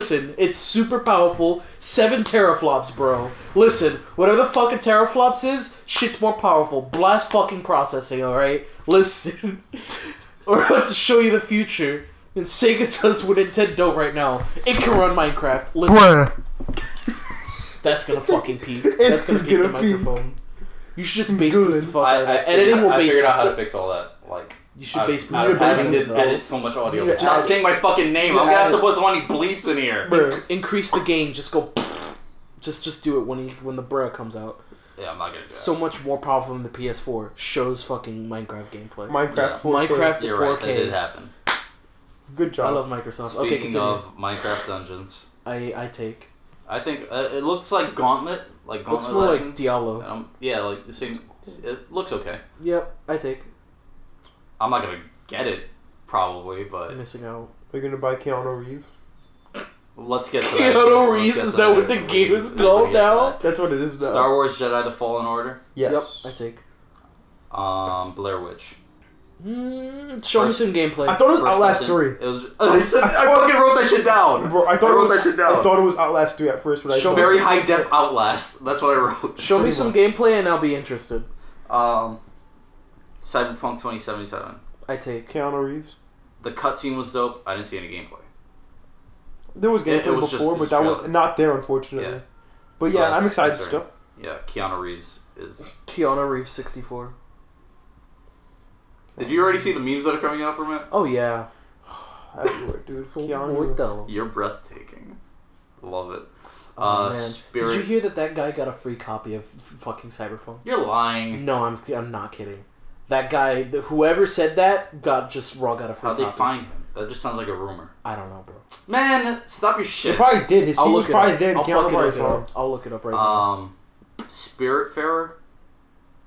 [SPEAKER 3] Listen, it's super powerful. Seven teraflops, bro. Listen, whatever the fuck a teraflops is, shit's more powerful. Blast fucking processing, alright? [LAUGHS] Listen. We're about to show you the future. And Sega does with Nintendo right now. It can run Minecraft. Listen, that's gonna fucking
[SPEAKER 2] [LAUGHS]
[SPEAKER 3] peak. That's gonna
[SPEAKER 2] is
[SPEAKER 3] peak the
[SPEAKER 2] gonna peak.
[SPEAKER 3] microphone. You should just base boost the
[SPEAKER 2] Good.
[SPEAKER 3] fuck out of that. Editing
[SPEAKER 1] figured-
[SPEAKER 3] will
[SPEAKER 1] I
[SPEAKER 3] base
[SPEAKER 1] figured out
[SPEAKER 3] boost
[SPEAKER 1] how to
[SPEAKER 3] it.
[SPEAKER 1] fix all that. Like
[SPEAKER 3] You should
[SPEAKER 1] I-
[SPEAKER 3] base boost
[SPEAKER 1] I'm
[SPEAKER 3] it.
[SPEAKER 1] having to
[SPEAKER 3] Though.
[SPEAKER 1] edit so much audio.
[SPEAKER 3] You
[SPEAKER 1] It's not
[SPEAKER 3] add-
[SPEAKER 1] saying my fucking name. I'm gonna
[SPEAKER 3] you
[SPEAKER 1] have to
[SPEAKER 3] add-
[SPEAKER 1] put so many bleeps in here.
[SPEAKER 2] Bruh.
[SPEAKER 3] increase the gain. Just go. Just just do it when he, when the bruh comes out.
[SPEAKER 1] Yeah, I'm not gonna do that.
[SPEAKER 3] So much more powerful than the PS4 shows fucking Minecraft gameplay.
[SPEAKER 2] Minecraft.
[SPEAKER 1] Yeah.
[SPEAKER 2] 4K.
[SPEAKER 3] Minecraft-
[SPEAKER 1] You're right. That
[SPEAKER 3] 4K.
[SPEAKER 1] did happen.
[SPEAKER 2] Good job.
[SPEAKER 3] I love Microsoft. okay,
[SPEAKER 1] Speaking
[SPEAKER 3] continue.
[SPEAKER 1] of Minecraft Dungeons,
[SPEAKER 3] I I take.
[SPEAKER 1] I think uh, it looks like Gauntlet. Like Gauntlet.
[SPEAKER 3] Looks more like
[SPEAKER 1] Legends.
[SPEAKER 3] Diablo.
[SPEAKER 1] Um, yeah, like the same. It looks okay.
[SPEAKER 3] Yep, I take.
[SPEAKER 1] I'm not gonna get it probably, but
[SPEAKER 3] I'm missing out.
[SPEAKER 2] We're gonna buy Keanu Reeves.
[SPEAKER 1] let's
[SPEAKER 3] [LAUGHS]
[SPEAKER 1] get to that.
[SPEAKER 3] Keanu
[SPEAKER 1] Let's
[SPEAKER 3] Reeves,
[SPEAKER 1] get
[SPEAKER 3] is
[SPEAKER 1] to
[SPEAKER 3] that what the game is
[SPEAKER 1] Let's get to
[SPEAKER 3] called now?
[SPEAKER 2] That's what it is.
[SPEAKER 1] that.
[SPEAKER 2] Now.
[SPEAKER 1] Star Wars Jedi: The Fallen Order.
[SPEAKER 2] Yes.
[SPEAKER 3] Yep, I take.
[SPEAKER 1] Um, Blair Witch.
[SPEAKER 3] Mm, show
[SPEAKER 1] First-
[SPEAKER 3] me some gameplay.
[SPEAKER 2] I thought it was
[SPEAKER 1] First
[SPEAKER 2] Outlast
[SPEAKER 1] person.
[SPEAKER 2] three.
[SPEAKER 1] It was. [LAUGHS] I, said- I fucking wrote that shit down.
[SPEAKER 2] Bro, I thought
[SPEAKER 1] I wrote
[SPEAKER 2] it was.
[SPEAKER 1] that shit down.
[SPEAKER 2] I thought it was Outlast three at first, but I saw
[SPEAKER 3] Show me
[SPEAKER 1] Very
[SPEAKER 2] it.
[SPEAKER 1] high def Outlast. That's what I wrote.
[SPEAKER 3] show me some gameplay and I'll be interested.
[SPEAKER 1] Um, Cyberpunk 2077.
[SPEAKER 3] I take.
[SPEAKER 2] Keanu Reeves.
[SPEAKER 1] The cutscene was dope. I didn't see any gameplay.
[SPEAKER 2] There was
[SPEAKER 1] It- it
[SPEAKER 2] gameplay
[SPEAKER 1] was just
[SPEAKER 2] before,
[SPEAKER 1] the
[SPEAKER 2] but that was
[SPEAKER 1] trailer.
[SPEAKER 2] not there, unfortunately.
[SPEAKER 1] Yeah.
[SPEAKER 2] But
[SPEAKER 1] So
[SPEAKER 2] yeah,
[SPEAKER 1] that's-
[SPEAKER 2] I'm excited
[SPEAKER 1] that's
[SPEAKER 2] still.
[SPEAKER 1] right. Yeah, Keanu Reeves is.
[SPEAKER 3] Keanu Reeves 64.
[SPEAKER 1] Did you already see the memes that are coming out from it?
[SPEAKER 3] Oh yeah.
[SPEAKER 2] Everywhere, dude. Keanu.
[SPEAKER 3] What
[SPEAKER 2] Reeves.
[SPEAKER 3] the-
[SPEAKER 1] You're breathtaking. Love it.
[SPEAKER 3] Oh,
[SPEAKER 1] uh,
[SPEAKER 3] man.
[SPEAKER 1] Spirit.
[SPEAKER 3] Did you hear that that guy got a free copy of f- fucking Cyberpunk?
[SPEAKER 1] You're lying.
[SPEAKER 3] No, I'm I'm not kidding. That guy, the, whoever said that, got just raw got a free
[SPEAKER 1] How'd they
[SPEAKER 3] copy.
[SPEAKER 1] find him? That just sounds like a rumor.
[SPEAKER 3] I don't know, bro.
[SPEAKER 1] Man, stop your
[SPEAKER 2] He
[SPEAKER 1] shit.
[SPEAKER 2] probably did. His
[SPEAKER 3] I'll
[SPEAKER 2] team was
[SPEAKER 3] look it
[SPEAKER 2] probably
[SPEAKER 3] up.
[SPEAKER 2] there.
[SPEAKER 3] I'll
[SPEAKER 2] Keanu
[SPEAKER 3] fucking
[SPEAKER 2] probably
[SPEAKER 3] look it
[SPEAKER 2] saw him.
[SPEAKER 3] up. I'll look it up right now.
[SPEAKER 1] Um, Spiritfarer,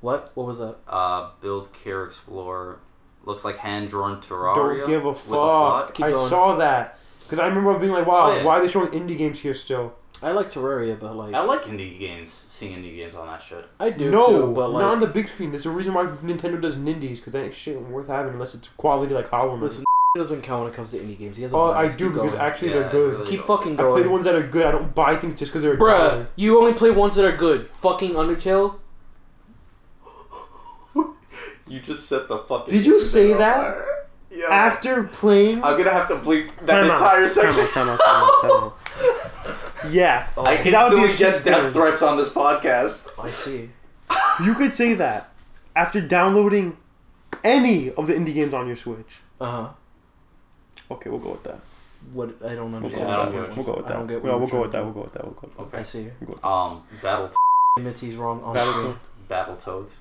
[SPEAKER 3] What? What was that?
[SPEAKER 1] uh, build, care, explore. Looks like hand drawn Terraria.
[SPEAKER 2] Don't give a
[SPEAKER 1] with plot.
[SPEAKER 2] fuck.
[SPEAKER 3] Keep
[SPEAKER 2] I
[SPEAKER 3] going.
[SPEAKER 2] saw that because I remember being like, "Wow,
[SPEAKER 1] Oh, yeah.
[SPEAKER 2] why are they showing indie games here still?"
[SPEAKER 3] I like Terraria, but like
[SPEAKER 1] I
[SPEAKER 3] I,
[SPEAKER 1] like indie games. Seeing indie games on that shit.
[SPEAKER 3] do
[SPEAKER 2] no,
[SPEAKER 3] too, but like
[SPEAKER 2] not on the big screen. There's a reason why Nintendo does nindies because that ain't shit worth having unless it's quality like Hollow Man.
[SPEAKER 3] Listen, [LAUGHS] doesn't count when it comes to indie games. He has a
[SPEAKER 2] Oh, I
[SPEAKER 3] bias.
[SPEAKER 2] do
[SPEAKER 3] Keep
[SPEAKER 2] because
[SPEAKER 3] going.
[SPEAKER 2] actually
[SPEAKER 1] Yeah,
[SPEAKER 2] they're good.
[SPEAKER 1] really
[SPEAKER 3] keep
[SPEAKER 1] don't.
[SPEAKER 3] fucking
[SPEAKER 2] I play the
[SPEAKER 3] going.
[SPEAKER 2] ones that are good. I don't buy things just because they're.
[SPEAKER 3] Bruh, you only play ones that are good. Fucking Undertale.
[SPEAKER 1] You just set the fucking.
[SPEAKER 2] Did you say that?
[SPEAKER 1] Yeah.
[SPEAKER 2] After playing.
[SPEAKER 1] I'm gonna have to bleep that
[SPEAKER 2] Time out.
[SPEAKER 1] entire
[SPEAKER 2] Time
[SPEAKER 1] section.
[SPEAKER 2] out, time out, time out, time out. [LAUGHS] yeah,
[SPEAKER 1] [LAUGHS] I
[SPEAKER 2] Because that would be
[SPEAKER 1] instantly
[SPEAKER 2] a
[SPEAKER 1] get
[SPEAKER 2] shitstorm.
[SPEAKER 1] death threats on this podcast.
[SPEAKER 3] I see.
[SPEAKER 2] you could say that after downloading any of the indie games on your Switch.
[SPEAKER 3] Uh huh.
[SPEAKER 2] Okay, we'll go with that.
[SPEAKER 3] What? I
[SPEAKER 1] Yeah,
[SPEAKER 2] We'll
[SPEAKER 3] don't
[SPEAKER 2] go
[SPEAKER 3] understand.
[SPEAKER 1] I don't
[SPEAKER 2] with
[SPEAKER 1] get
[SPEAKER 2] that.
[SPEAKER 1] what
[SPEAKER 2] We'll go with
[SPEAKER 3] I
[SPEAKER 2] that.
[SPEAKER 3] don't get what
[SPEAKER 2] No,
[SPEAKER 3] you're
[SPEAKER 2] we'll go
[SPEAKER 3] trying
[SPEAKER 2] with
[SPEAKER 3] to
[SPEAKER 2] that.
[SPEAKER 3] do.
[SPEAKER 2] We'll go with that. We'll go with that.
[SPEAKER 3] I see.
[SPEAKER 1] Um, battle,
[SPEAKER 3] Admits he's wrong on
[SPEAKER 2] Battletoads.
[SPEAKER 3] screen.
[SPEAKER 1] battle toads.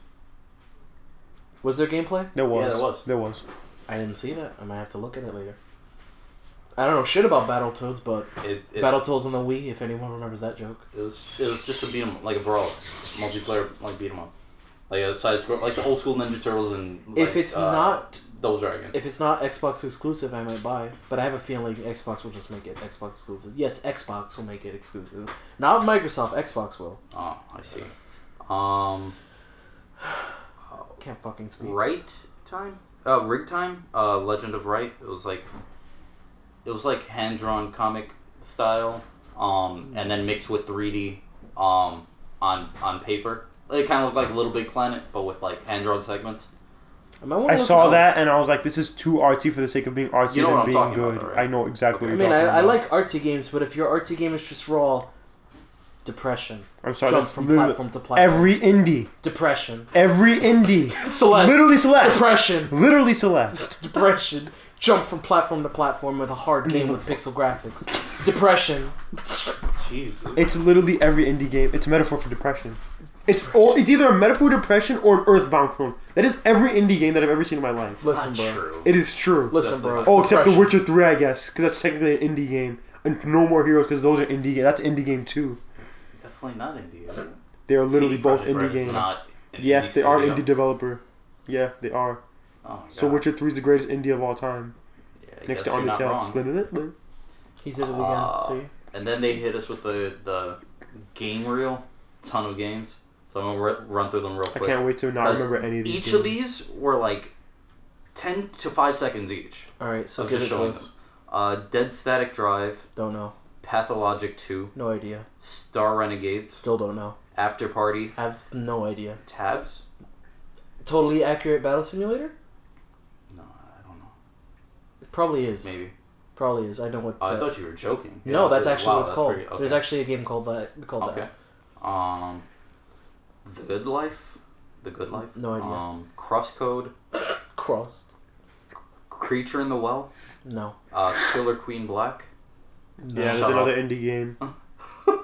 [SPEAKER 3] Was there gameplay?
[SPEAKER 2] There was.
[SPEAKER 1] there was.
[SPEAKER 2] There was.
[SPEAKER 3] I didn't see that. I might have to look at it later. I don't know shit about Battletoads, but
[SPEAKER 1] It, it,
[SPEAKER 3] Battletoads on the Wii, if anyone remembers that joke.
[SPEAKER 1] It was it was just a beat 'em like a brawl, multiplayer like beat 'em up, like a side scroll, like the old school Ninja Turtles and like,
[SPEAKER 3] if it's
[SPEAKER 1] uh,
[SPEAKER 3] not
[SPEAKER 1] Double Dragon.
[SPEAKER 3] if it's not Xbox exclusive, I might buy. But I have a feeling Xbox will just make it Xbox exclusive. Yes, Xbox will make it exclusive. Not Microsoft, Xbox will.
[SPEAKER 1] oh, I see. Um,
[SPEAKER 3] Can't fucking speak.
[SPEAKER 1] right time, uh, rig time, uh, Legend of Right. It was like, it was like hand drawn comic style, um, and then mixed with three D, um, on on paper. It kind of looked like Little Big Planet, but with like hand drawn segments.
[SPEAKER 3] I, might wanna
[SPEAKER 2] I
[SPEAKER 3] look
[SPEAKER 2] saw
[SPEAKER 3] up-
[SPEAKER 2] that and I was like, this is too artsy for the sake of being artsy
[SPEAKER 1] You know
[SPEAKER 2] and
[SPEAKER 1] what I'm
[SPEAKER 2] being
[SPEAKER 1] talking
[SPEAKER 2] good.
[SPEAKER 1] about, though, right?
[SPEAKER 2] I know exactly
[SPEAKER 1] Okay.
[SPEAKER 2] what
[SPEAKER 3] I
[SPEAKER 2] you're
[SPEAKER 3] mean, I,
[SPEAKER 2] talking
[SPEAKER 3] I
[SPEAKER 2] about.
[SPEAKER 3] like artsy games, but if your artsy game is just raw depression,
[SPEAKER 2] I'm sorry.
[SPEAKER 3] jump
[SPEAKER 2] that's
[SPEAKER 3] from
[SPEAKER 2] literally-
[SPEAKER 3] platform to platform,
[SPEAKER 2] Every indie.
[SPEAKER 3] depression,
[SPEAKER 2] Every indie.
[SPEAKER 3] [LAUGHS] Celeste,
[SPEAKER 2] literally Celeste.
[SPEAKER 3] depression,
[SPEAKER 2] Literally Celeste.
[SPEAKER 3] depression, jump from platform to platform with a hard game with pixel graphics, depression.
[SPEAKER 1] Jesus.
[SPEAKER 2] It's literally every indie game. It's a metaphor for depression. It's all, It's either a metaphor for depression or an Earthbound clone. That is every indie game that I've ever seen in my life.
[SPEAKER 3] Listen, bro.
[SPEAKER 1] True.
[SPEAKER 2] It is true.
[SPEAKER 3] Listen, bro.
[SPEAKER 2] Oh, except The
[SPEAKER 3] Depression.
[SPEAKER 2] Witcher 3, I guess, because that's technically an indie game. And No More Heroes, because those are indie game. That's indie game too.
[SPEAKER 1] Definitely not India.
[SPEAKER 2] They are literally
[SPEAKER 1] CD
[SPEAKER 2] both
[SPEAKER 1] Projekt Red is
[SPEAKER 2] indie games.
[SPEAKER 1] not an
[SPEAKER 2] yes, they are
[SPEAKER 1] studio.
[SPEAKER 2] indie developer. Yeah, they are.
[SPEAKER 1] Oh my
[SPEAKER 2] So
[SPEAKER 1] God.
[SPEAKER 2] Witcher 3 is the greatest indie of all time.
[SPEAKER 1] Yeah, I
[SPEAKER 2] Next to
[SPEAKER 1] guess you're not
[SPEAKER 2] Undertale.
[SPEAKER 1] wrong.
[SPEAKER 2] Split it, like-
[SPEAKER 3] He said it again.
[SPEAKER 1] Uh,
[SPEAKER 3] see,
[SPEAKER 1] And then they hit us with the the game reel, ton of games. So I'm gonna r- run through them real
[SPEAKER 2] I
[SPEAKER 1] quick.
[SPEAKER 2] can't wait to not
[SPEAKER 1] 'Cause
[SPEAKER 2] remember any of these.
[SPEAKER 1] Each
[SPEAKER 2] games.
[SPEAKER 1] of these were like ten to five seconds each.
[SPEAKER 3] all right. So
[SPEAKER 1] I'm
[SPEAKER 3] give it
[SPEAKER 1] just
[SPEAKER 3] to
[SPEAKER 1] showing
[SPEAKER 3] us.
[SPEAKER 1] Uh, Dead Static Drive,
[SPEAKER 3] Don't know.
[SPEAKER 1] Pathologic Two,
[SPEAKER 3] No idea.
[SPEAKER 1] Star Renegades,
[SPEAKER 3] Still don't know.
[SPEAKER 1] After Party,
[SPEAKER 3] I have no idea.
[SPEAKER 1] Tabs.
[SPEAKER 3] Totally accurate battle simulator.
[SPEAKER 1] No, I don't know.
[SPEAKER 3] It probably is.
[SPEAKER 1] Maybe.
[SPEAKER 3] Probably is. I know what.
[SPEAKER 1] Oh, I
[SPEAKER 3] uh,
[SPEAKER 1] thought you were joking.
[SPEAKER 3] No,
[SPEAKER 1] Yeah,
[SPEAKER 3] that's
[SPEAKER 1] wow,
[SPEAKER 3] actually what it's
[SPEAKER 1] that's
[SPEAKER 3] called.
[SPEAKER 1] pretty- okay.
[SPEAKER 3] There's actually a game called that. Called
[SPEAKER 1] Okay.
[SPEAKER 3] that.
[SPEAKER 1] Um, the Good Life, the Good Life.
[SPEAKER 3] No idea.
[SPEAKER 1] Um, Crosscode,
[SPEAKER 3] Crossed.
[SPEAKER 1] Creature in the Well,
[SPEAKER 3] No.
[SPEAKER 1] uh, Killer Queen
[SPEAKER 3] [LAUGHS]
[SPEAKER 1] Black.
[SPEAKER 2] Yeah, there's
[SPEAKER 1] Shut
[SPEAKER 2] another indie game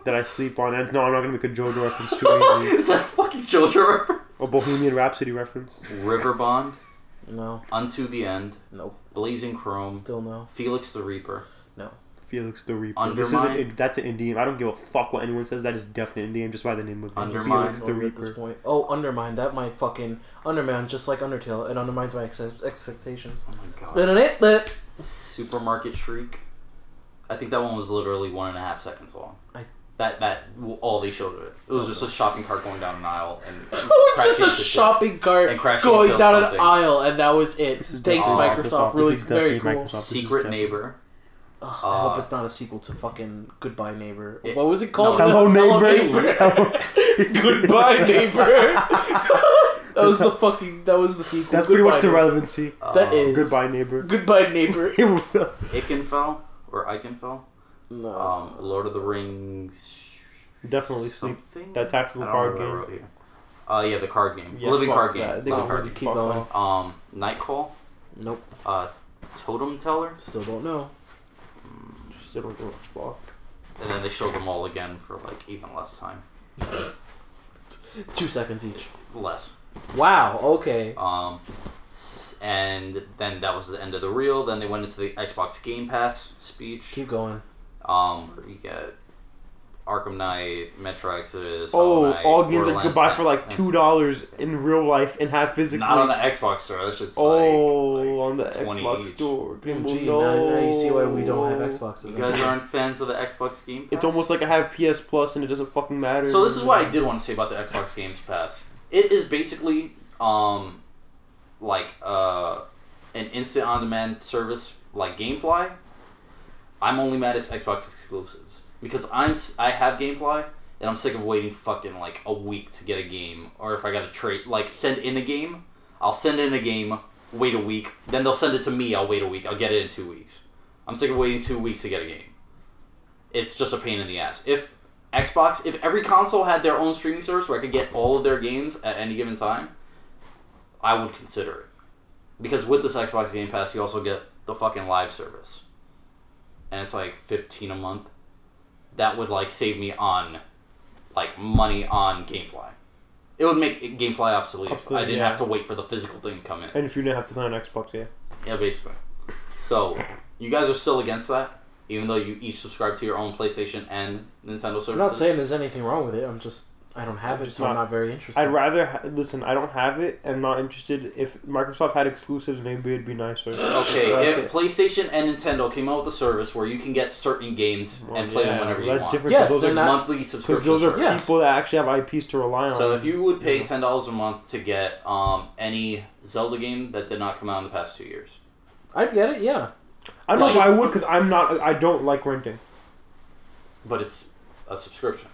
[SPEAKER 2] that I sleep on. And no, I'm not gonna make a JoJo reference
[SPEAKER 1] [LAUGHS]
[SPEAKER 2] to easy.
[SPEAKER 1] Is that a fucking children
[SPEAKER 3] [LAUGHS]
[SPEAKER 2] A Bohemian Rhapsody reference.
[SPEAKER 1] River Bond,
[SPEAKER 3] No.
[SPEAKER 1] Unto the End,
[SPEAKER 3] Nope.
[SPEAKER 1] Blazing Chrome,
[SPEAKER 3] Still no.
[SPEAKER 1] Felix the Reaper.
[SPEAKER 2] Felix the Reaper. This is
[SPEAKER 1] Undermine.
[SPEAKER 2] an, that's an indie game. I don't give a fuck what anyone says. That is definitely an indie game just by the name of it.
[SPEAKER 1] Undermine.
[SPEAKER 2] Felix
[SPEAKER 3] Over
[SPEAKER 2] the
[SPEAKER 3] at this
[SPEAKER 2] Reaper.
[SPEAKER 3] point. Oh, undermine. That might fucking undermine just like Undertale. It undermines my ex- expectations.
[SPEAKER 1] Oh my god.
[SPEAKER 3] Spinning it. lit.
[SPEAKER 1] Supermarket Shriek. I think that one was literally one and a half seconds long.
[SPEAKER 3] I- Oh,
[SPEAKER 1] That that w- all they showed of it. It was just a shopping cart going down an aisle
[SPEAKER 3] [LAUGHS]
[SPEAKER 1] and [LAUGHS]
[SPEAKER 3] So Oh, it's
[SPEAKER 1] crashing
[SPEAKER 3] just
[SPEAKER 1] into
[SPEAKER 3] a
[SPEAKER 1] shit.
[SPEAKER 3] shopping cart
[SPEAKER 1] And crashing
[SPEAKER 3] going
[SPEAKER 1] into
[SPEAKER 3] down an
[SPEAKER 1] something.
[SPEAKER 3] aisle, and that was it.
[SPEAKER 2] This is
[SPEAKER 3] Thanks,
[SPEAKER 1] definitely
[SPEAKER 3] Microsoft.
[SPEAKER 2] Microsoft.
[SPEAKER 3] Really,
[SPEAKER 2] This is
[SPEAKER 3] very cool.
[SPEAKER 2] definitely Microsoft. This is
[SPEAKER 1] Secret
[SPEAKER 2] definitely-
[SPEAKER 1] Neighbor.
[SPEAKER 3] Ugh, I hope
[SPEAKER 1] Uh,
[SPEAKER 3] it's not a sequel to fucking Goodbye Neighbor.
[SPEAKER 1] It-
[SPEAKER 3] what was it called?
[SPEAKER 1] No.
[SPEAKER 2] Hello,
[SPEAKER 3] Hello,
[SPEAKER 2] neighbor. [LAUGHS]
[SPEAKER 3] Goodbye Neighbor. [LAUGHS]
[SPEAKER 1] [LAUGHS]
[SPEAKER 3] that was the fucking. That was the sequel.
[SPEAKER 2] That's pretty much the
[SPEAKER 3] Neighbor.
[SPEAKER 2] relevancy.
[SPEAKER 3] That
[SPEAKER 1] Um,
[SPEAKER 3] is-
[SPEAKER 2] Goodbye,
[SPEAKER 3] [LAUGHS]
[SPEAKER 2] neighbor.
[SPEAKER 3] Goodbye
[SPEAKER 1] [LAUGHS]
[SPEAKER 3] Neighbor.
[SPEAKER 1] Iconfell or Iconfell.
[SPEAKER 3] No.
[SPEAKER 1] Um, Lord of the Rings.
[SPEAKER 2] Definitely sleep.
[SPEAKER 1] something?
[SPEAKER 2] That tactical
[SPEAKER 1] I don't know
[SPEAKER 2] card
[SPEAKER 1] what I
[SPEAKER 2] game.
[SPEAKER 1] wrote here. Uh, yeah, the card game.
[SPEAKER 2] Yeah,
[SPEAKER 1] Living
[SPEAKER 2] fuck
[SPEAKER 1] card
[SPEAKER 2] that.
[SPEAKER 1] game.
[SPEAKER 2] They
[SPEAKER 1] Living
[SPEAKER 3] Oh,
[SPEAKER 2] can
[SPEAKER 1] card
[SPEAKER 2] really
[SPEAKER 3] keep
[SPEAKER 2] fuck
[SPEAKER 3] going.
[SPEAKER 2] off.
[SPEAKER 1] game. Um, Night Call.
[SPEAKER 3] nope.
[SPEAKER 1] Uh, Totem Teller.
[SPEAKER 3] Still don't know.
[SPEAKER 2] Still don't give a fuck.
[SPEAKER 1] And then they showed them all again for like even less time.
[SPEAKER 3] Two seconds each.
[SPEAKER 1] Less.
[SPEAKER 3] Wow. Okay.
[SPEAKER 1] Um, s- and then that was the end of the reel. Then they went into the Xbox Game Pass speech.
[SPEAKER 3] Keep going.
[SPEAKER 1] Um, where you get Arkham Knight, Metro Exodus. Hollow
[SPEAKER 2] Oh,
[SPEAKER 1] Knight,
[SPEAKER 2] all games that you
[SPEAKER 1] Borderlands
[SPEAKER 2] could buy for like
[SPEAKER 1] and-
[SPEAKER 2] two dollars in real life and have physically.
[SPEAKER 1] Not on the Xbox store. That shit's
[SPEAKER 2] oh,
[SPEAKER 1] like, like
[SPEAKER 2] on the
[SPEAKER 1] 20
[SPEAKER 2] Xbox
[SPEAKER 1] each.
[SPEAKER 2] store.
[SPEAKER 3] Oh,
[SPEAKER 2] Grimble,
[SPEAKER 3] gee, now, now you see why we don't have
[SPEAKER 2] no.
[SPEAKER 3] Xboxes.
[SPEAKER 1] You guys aren't fans of the Xbox Game Pass.
[SPEAKER 2] It's almost like I have PS Plus and it doesn't fucking matter.
[SPEAKER 1] So this is what I did want to say about the Xbox Games Pass. It is basically um like uh an instant on demand service like GameFly. I'm only mad it's Xbox exclusives because I'm s- I have GameFly and I'm sick of waiting fucking like a week to get a game or if I got to trade like send in a game, I'll send in a game, wait a week, then they'll send it to me, I'll wait a week, I'll get it in 2 weeks. I'm sick of waiting 2 weeks to get a game. It's just a pain in the ass. If Xbox, if every console had their own streaming service where I could get all of their games at any given time, I would consider it. Because with this Xbox Game Pass, you also get the fucking live service. And it's like 15 a month. That would like save me on like money on GameFly. It would make GameFly obsolete. if I
[SPEAKER 2] Obsolete,
[SPEAKER 1] didn't
[SPEAKER 2] yeah.
[SPEAKER 1] have to wait for the physical thing to come in.
[SPEAKER 2] And if you didn't have to play on Xbox, yeah.
[SPEAKER 1] Yeah, basically. So, you guys are still against that, even though you each subscribe to your own PlayStation and Nintendo services.
[SPEAKER 3] I'm not saying there's anything wrong with it. I'm just I don't have it, so I'm
[SPEAKER 2] not-
[SPEAKER 3] not very interested.
[SPEAKER 2] I'd rather ha- listen. I don't have it. I'm not interested. If Microsoft had exclusives, maybe it'd be nicer.
[SPEAKER 1] Okay,
[SPEAKER 2] But-
[SPEAKER 1] if PlayStation and Nintendo came out with a service where you can get certain games
[SPEAKER 2] Well,
[SPEAKER 1] and play
[SPEAKER 2] yeah,
[SPEAKER 1] them whenever you
[SPEAKER 2] that's
[SPEAKER 1] want,
[SPEAKER 2] different 'cause
[SPEAKER 3] Yes,
[SPEAKER 2] those
[SPEAKER 3] they're
[SPEAKER 2] are-
[SPEAKER 3] not-
[SPEAKER 1] monthly
[SPEAKER 2] Because
[SPEAKER 1] subscription
[SPEAKER 2] those are
[SPEAKER 1] service.
[SPEAKER 3] Yeah.
[SPEAKER 2] people that actually have IPs to rely on.
[SPEAKER 1] So if you would pay
[SPEAKER 2] Yeah.
[SPEAKER 1] ten dollars a month to get um, any Zelda game that did not come out in the past two years,
[SPEAKER 3] I'd get it. Yeah.
[SPEAKER 2] I don't know
[SPEAKER 1] It's
[SPEAKER 2] if I
[SPEAKER 1] just-
[SPEAKER 2] would because I'm not. I don't like renting.
[SPEAKER 1] but it's a subscription,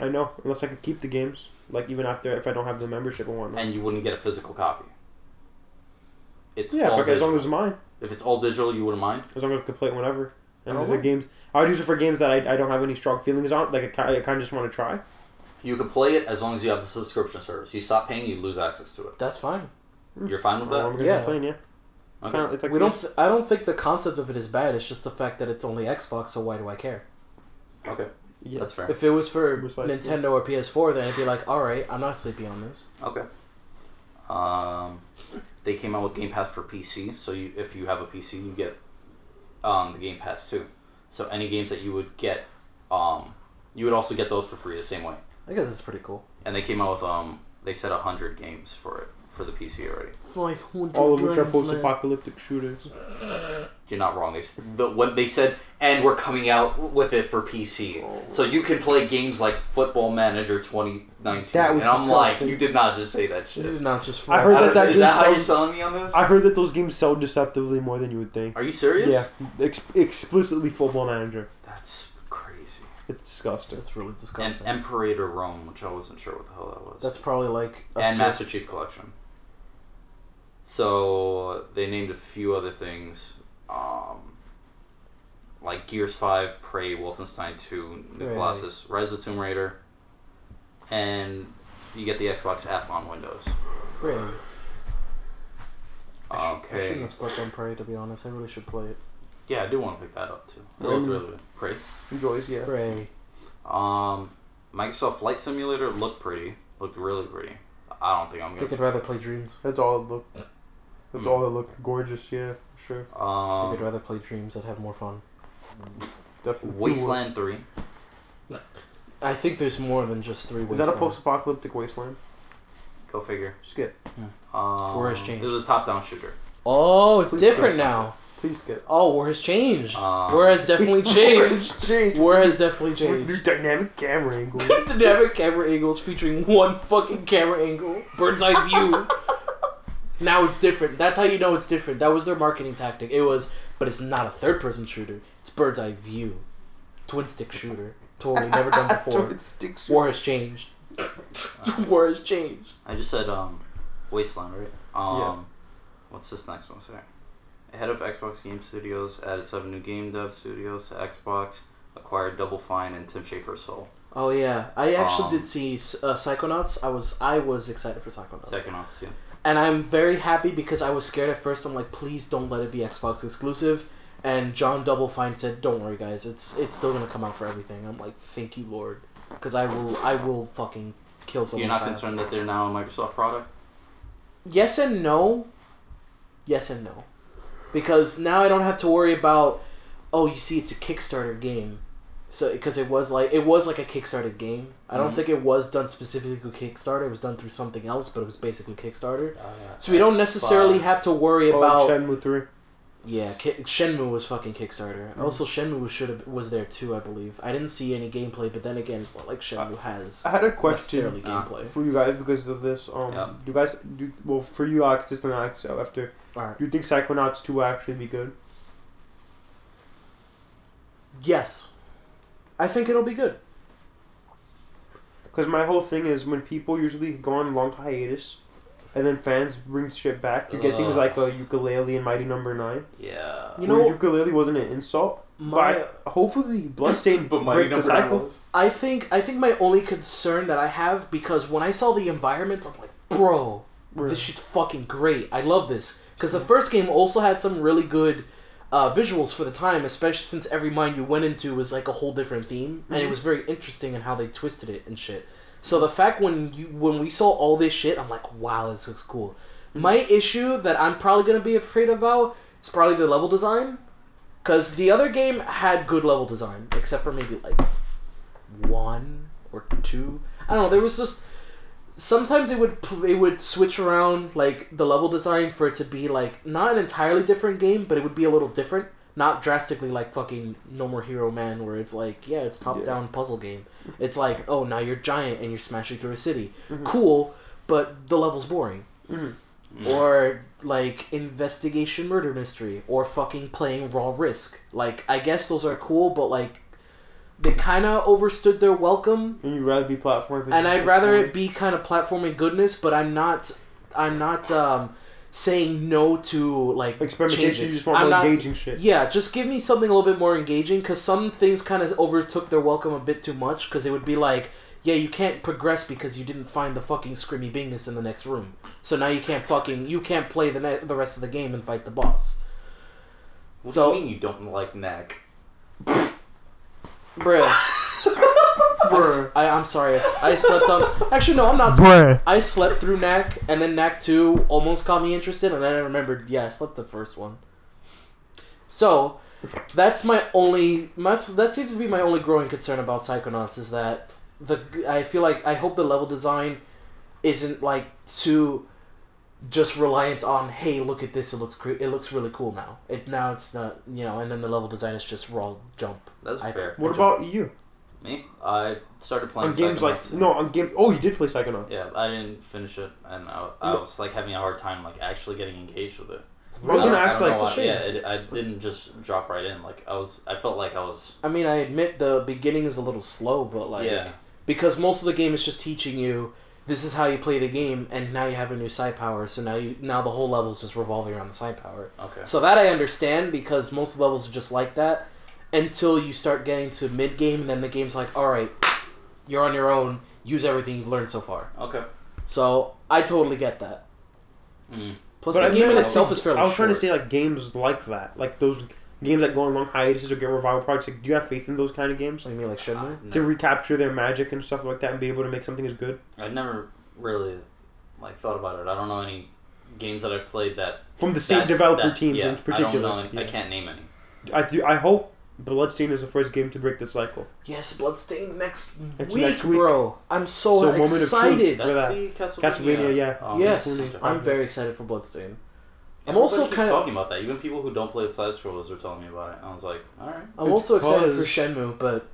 [SPEAKER 2] I know unless I could keep the games, like even after if I don't have the membership or whatnot.
[SPEAKER 1] and you wouldn't get a physical copy. It's
[SPEAKER 2] yeah,
[SPEAKER 1] all
[SPEAKER 2] fuck, it, as long
[SPEAKER 1] digital.
[SPEAKER 2] as it's mine,
[SPEAKER 1] if it's all digital, you wouldn't mind.
[SPEAKER 2] as long as I could play it whenever. And
[SPEAKER 3] I don't
[SPEAKER 2] the
[SPEAKER 3] know.
[SPEAKER 2] games, I would use it for games that I, I don't have any strong feelings on. Like I, ki- I kind of just want to try.
[SPEAKER 1] You could play it as long as you have the subscription service. You stop paying, you lose access to it.
[SPEAKER 3] That's fine.
[SPEAKER 1] You're fine with
[SPEAKER 2] Or I'm
[SPEAKER 1] that?
[SPEAKER 2] gonna
[SPEAKER 3] Yeah.
[SPEAKER 2] complain, yeah.
[SPEAKER 1] Okay.
[SPEAKER 2] Kinda- it's like
[SPEAKER 3] We don't. Th- I don't think the concept of it is bad. It's just the fact that it's only Xbox. So why do I care?
[SPEAKER 1] Okay.
[SPEAKER 2] Yeah.
[SPEAKER 1] That's fair.
[SPEAKER 3] If it was for
[SPEAKER 2] Precisely.
[SPEAKER 3] Nintendo or PS4, then I'd be like, all right, I'm not sleepy on this.
[SPEAKER 1] Okay. Um, they came out with Game Pass for PC, so you, if you have a PC, you get um, the Game Pass too. So any games that you would get, um, you would also get those for free the same way.
[SPEAKER 3] I guess it's pretty cool.
[SPEAKER 1] And they came out with um, they said hundred games for it for the PC already.
[SPEAKER 3] Five hundred.
[SPEAKER 2] all of which are post-apocalyptic shooters.
[SPEAKER 1] You're not wrong. They s- the, what they said, and we're coming out with it for PC, so you can play games like Football Manager 2019.
[SPEAKER 2] That was
[SPEAKER 1] and I'm
[SPEAKER 2] disgusting.
[SPEAKER 1] like, you did not just say that shit.
[SPEAKER 3] Not just. For
[SPEAKER 2] I heard
[SPEAKER 1] I
[SPEAKER 2] that
[SPEAKER 1] don't-
[SPEAKER 2] that
[SPEAKER 1] is
[SPEAKER 2] game
[SPEAKER 1] that how you're
[SPEAKER 2] sells-
[SPEAKER 1] selling me on this?
[SPEAKER 2] I heard that those games sell deceptively more than you would think.
[SPEAKER 1] Are you serious?
[SPEAKER 2] Yeah, ex- explicitly football manager.
[SPEAKER 1] That's crazy.
[SPEAKER 2] It's disgusting.
[SPEAKER 3] That's really
[SPEAKER 1] And
[SPEAKER 3] disgusting.
[SPEAKER 1] Emperor Rome, which I wasn't sure what the hell that was.
[SPEAKER 3] That's probably like a
[SPEAKER 1] and
[SPEAKER 3] six-
[SPEAKER 1] Master Chief Collection. So they named a few other things, um, like Gears Five, Prey, Wolfenstein Two, New
[SPEAKER 3] Right.
[SPEAKER 1] Colossus, Rise of the Tomb Raider, and you get the Xbox app on Windows.
[SPEAKER 3] Really. I sh- I shouldn't
[SPEAKER 1] Okay.
[SPEAKER 3] have slept on Prey, to be honest. I really should play it.
[SPEAKER 1] Yeah, I do want to pick that up too. It looked
[SPEAKER 3] Um,
[SPEAKER 2] Mm.
[SPEAKER 1] really good. Prey.
[SPEAKER 2] Enjoys, yeah.
[SPEAKER 3] Prey.
[SPEAKER 1] Um, Microsoft Flight Simulator looked pretty. Looked really pretty. I don't think I'm
[SPEAKER 3] I
[SPEAKER 1] gonna.
[SPEAKER 3] think I'd rather play Dreams.
[SPEAKER 2] That's all it looked. That's
[SPEAKER 1] Hmm.
[SPEAKER 2] all it looked. Gorgeous, yeah, sure,
[SPEAKER 3] I
[SPEAKER 1] Um,
[SPEAKER 3] think I'd rather play Dreams. I'd have more fun.
[SPEAKER 2] definitely.
[SPEAKER 1] Wasteland 3.
[SPEAKER 3] I think there's more than just three
[SPEAKER 2] Is
[SPEAKER 3] ways.
[SPEAKER 2] that a post-apocalyptic wasteland?
[SPEAKER 1] Go figure.
[SPEAKER 2] Skip,
[SPEAKER 1] Um,
[SPEAKER 3] War has changed.
[SPEAKER 1] It was a top down shooter.
[SPEAKER 3] Oh, it's
[SPEAKER 2] Please
[SPEAKER 3] different
[SPEAKER 2] press
[SPEAKER 3] now.
[SPEAKER 2] please skip.
[SPEAKER 3] Oh, war has changed.
[SPEAKER 1] Um,
[SPEAKER 3] war
[SPEAKER 2] [LAUGHS]
[SPEAKER 3] has [LAUGHS] definitely changed.
[SPEAKER 2] It's changed.
[SPEAKER 3] war has definitely
[SPEAKER 2] With
[SPEAKER 3] changed.
[SPEAKER 2] new dynamic camera
[SPEAKER 3] [LAUGHS]
[SPEAKER 2] angles.
[SPEAKER 3] Dynamic camera angles featuring one fucking camera angle, bird's eye
[SPEAKER 2] [LAUGHS]
[SPEAKER 3] view. now it's different. That's how you know it's different. That was their marketing tactic. It was, but it's not a third person shooter. It's bird's eye view, twin stick shooter. Totally
[SPEAKER 2] [LAUGHS]
[SPEAKER 3] never done before.
[SPEAKER 2] Twin stick shooter.
[SPEAKER 3] War has changed. [LAUGHS] War has changed.
[SPEAKER 1] I just said um, Wasteland, right? Um,
[SPEAKER 2] Yeah.
[SPEAKER 1] What's this next one? Sorry. Head of Xbox Game Studios added seven new game dev studios to Xbox, acquired Double Fine and Tim Schafer's Soul.
[SPEAKER 3] Oh yeah, I actually
[SPEAKER 1] Um,
[SPEAKER 3] did see uh, Psychonauts. I was I was excited for Psychonauts,
[SPEAKER 1] Second off, too.
[SPEAKER 3] and I'm very happy because I was scared at first. I'm like, please don't let it be Xbox exclusive. And John Double Fine said, "Don't worry, guys. It's it's still gonna come out for everything." I'm like, "Thank you, Lord," because I will I will fucking kill someone.
[SPEAKER 1] You're not
[SPEAKER 3] fast.
[SPEAKER 1] concerned that they're now a Microsoft product?
[SPEAKER 3] Yes and no. Yes and no. Because now I don't have to worry about oh, you see it's a Kickstarter game. So because it was like it was like a Kickstarter game. I don't
[SPEAKER 2] Mm-hmm.
[SPEAKER 1] Mhm.
[SPEAKER 3] think it was done specifically with Kickstarter. It was done through something else, but it was basically Kickstarter. So we don't necessarily have to worry
[SPEAKER 2] Oh,
[SPEAKER 3] about
[SPEAKER 2] Shenmue 3.
[SPEAKER 3] yeah, Ki- Shenmue was fucking Kickstarter.
[SPEAKER 2] Mm-hmm.
[SPEAKER 3] Also, Shenmue should have was there too, I believe. I didn't see any gameplay, but then again, it's not like Shenmue has
[SPEAKER 2] Uh, I had a
[SPEAKER 3] necessarily
[SPEAKER 2] question uh,
[SPEAKER 3] gameplay.
[SPEAKER 2] for you guys because of this. Um,
[SPEAKER 1] Yeah.
[SPEAKER 2] do you guys do well for you, Alex? This and Alex uh, after.
[SPEAKER 3] All right.
[SPEAKER 2] Do you think Psychonauts two will actually be good?
[SPEAKER 3] Yes, I think it'll be good.
[SPEAKER 2] Because my whole thing is when people usually go on long hiatus, and then fans bring shit back. You get things
[SPEAKER 1] Ugh.
[SPEAKER 2] like a ukulele and Mighty Number Nine.
[SPEAKER 1] Yeah.
[SPEAKER 3] You
[SPEAKER 2] uh, Where
[SPEAKER 3] know,
[SPEAKER 2] ukulele wasn't an insult.
[SPEAKER 3] my
[SPEAKER 2] but hopefully,
[SPEAKER 1] [LAUGHS]
[SPEAKER 2] Bloodstained
[SPEAKER 1] But my
[SPEAKER 2] breaks the cycle.
[SPEAKER 3] I think I think my only concern that I have because when I saw the environments, I'm like, bro,
[SPEAKER 2] Really?
[SPEAKER 3] this shit's fucking great. I love this because the first game also had some really good uh, visuals for the time, especially since every mine you went into was like a whole different theme, and it was very interesting in how they twisted it and shit. So the fact when you when we saw all this shit, I'm like, wow, this looks cool. My issue that I'm probably gonna be afraid about is probably the level design, because the other game had good level design, except for maybe like one or two. I don't know. There was just sometimes it would it would switch around like the level design for it to be like not an entirely different game, but it would be a little different, not drastically like fucking No More Hero Man, where it's like yeah, it's top down puzzle game. It's like oh now you're giant and you're smashing through a city, cool, but the level's boring. [LAUGHS] Or like investigation murder mystery, or fucking playing raw risk. Like I guess those are cool, but like they kind of overstood their welcome
[SPEAKER 2] And you'd rather be platforming.
[SPEAKER 3] and i'd rather it be kind of platforming goodness but i'm not i'm not um saying no to like
[SPEAKER 2] experimentation.
[SPEAKER 3] changes.
[SPEAKER 2] You just want
[SPEAKER 3] I'm
[SPEAKER 2] more
[SPEAKER 3] not-
[SPEAKER 2] engaging shit.
[SPEAKER 3] yeah just give me something a little bit more engaging because some things kind of overtook their welcome a bit too much because it would be like yeah you can't progress because you didn't find the fucking screamy bingus in the next room so now you can't fucking you can't play the ne- the rest of the game and fight the boss
[SPEAKER 1] What
[SPEAKER 3] So-
[SPEAKER 1] do you mean you don't like neck?
[SPEAKER 3] bruh I s- I, am sorry. I, s- I slept on. Actually, no, I'm not. I slept through Knack, and then Knack 2 almost got me interested, and then I remembered, yeah, I slept the first one. So, that's my only. My, that seems to be my only growing concern about Psychonauts is that the I feel like I hope the level design isn't like too just reliant on hey look at this it looks cre- it looks really cool now it now it's not you know and then the level design is just raw jump
[SPEAKER 1] That's
[SPEAKER 3] I-
[SPEAKER 1] fair.
[SPEAKER 2] What about you?
[SPEAKER 1] Me? I started playing
[SPEAKER 2] On games like
[SPEAKER 1] Psychonauts.
[SPEAKER 2] no on game. Oh, you did play Psychonauts.
[SPEAKER 1] Yeah, I didn't finish it, and I, I was like having a hard time like actually getting engaged with it.
[SPEAKER 2] We're gonna
[SPEAKER 1] I don't- I
[SPEAKER 2] act
[SPEAKER 1] don't
[SPEAKER 2] like
[SPEAKER 1] know
[SPEAKER 2] it's a
[SPEAKER 1] why-
[SPEAKER 2] shame.
[SPEAKER 1] Yeah, it, I didn't just drop right in. Like I was, I felt like I was.
[SPEAKER 3] I mean, I admit the beginning is a little slow, but like
[SPEAKER 1] yeah,
[SPEAKER 3] because most of the game is just teaching you this is how you play the game, and now you have a new side power. So now you now the whole level is just revolving around the side power.
[SPEAKER 1] okay.
[SPEAKER 3] So that I understand because most levels are just like that until you start getting to mid game, and then the game's like, all right, you're on your own. Use everything you've learned so far.
[SPEAKER 1] Okay.
[SPEAKER 3] So I totally get that.
[SPEAKER 1] Mm.
[SPEAKER 3] Plus,
[SPEAKER 2] I
[SPEAKER 3] the game
[SPEAKER 2] meant,
[SPEAKER 3] in
[SPEAKER 2] like,
[SPEAKER 3] itself is fairly.
[SPEAKER 2] I was trying to
[SPEAKER 3] short.
[SPEAKER 2] say like games like that, like those games that go on long hiatuses or get revival projects. Like, do you have faith in those kind of games
[SPEAKER 3] What do you mean like Shenmue?
[SPEAKER 1] I-
[SPEAKER 2] to recapture their magic and stuff like that and be able to make something as good?
[SPEAKER 1] I've never really like thought about it. I don't know any games that I've played that
[SPEAKER 2] From the same
[SPEAKER 1] that's-
[SPEAKER 2] developer
[SPEAKER 1] that-
[SPEAKER 2] teams
[SPEAKER 1] yeah,
[SPEAKER 2] in particular.
[SPEAKER 1] I don't know.
[SPEAKER 2] Yeah.
[SPEAKER 1] I can't name any.
[SPEAKER 2] I, do, I hope Bloodstained is the first game to break the cycle.
[SPEAKER 3] Yes, Bloodstained next
[SPEAKER 2] Next-
[SPEAKER 3] week,
[SPEAKER 2] next week.
[SPEAKER 3] bro. I'm so,
[SPEAKER 2] So, Moment of Truth.
[SPEAKER 3] excited.
[SPEAKER 1] That's
[SPEAKER 2] For that.
[SPEAKER 1] the
[SPEAKER 2] Castlevania,
[SPEAKER 1] Castlevania.
[SPEAKER 2] yeah.
[SPEAKER 1] Um,
[SPEAKER 3] yes,
[SPEAKER 2] Castlevania.
[SPEAKER 3] I'm very excited for Bloodstained. I'm
[SPEAKER 1] Everybody
[SPEAKER 3] also
[SPEAKER 1] keeps
[SPEAKER 3] kind of.
[SPEAKER 1] talking about that. Even people who don't play side scrollers are telling me about it. I was like, all right.
[SPEAKER 3] I'm also excited for
[SPEAKER 2] Because-
[SPEAKER 3] Shenmue, but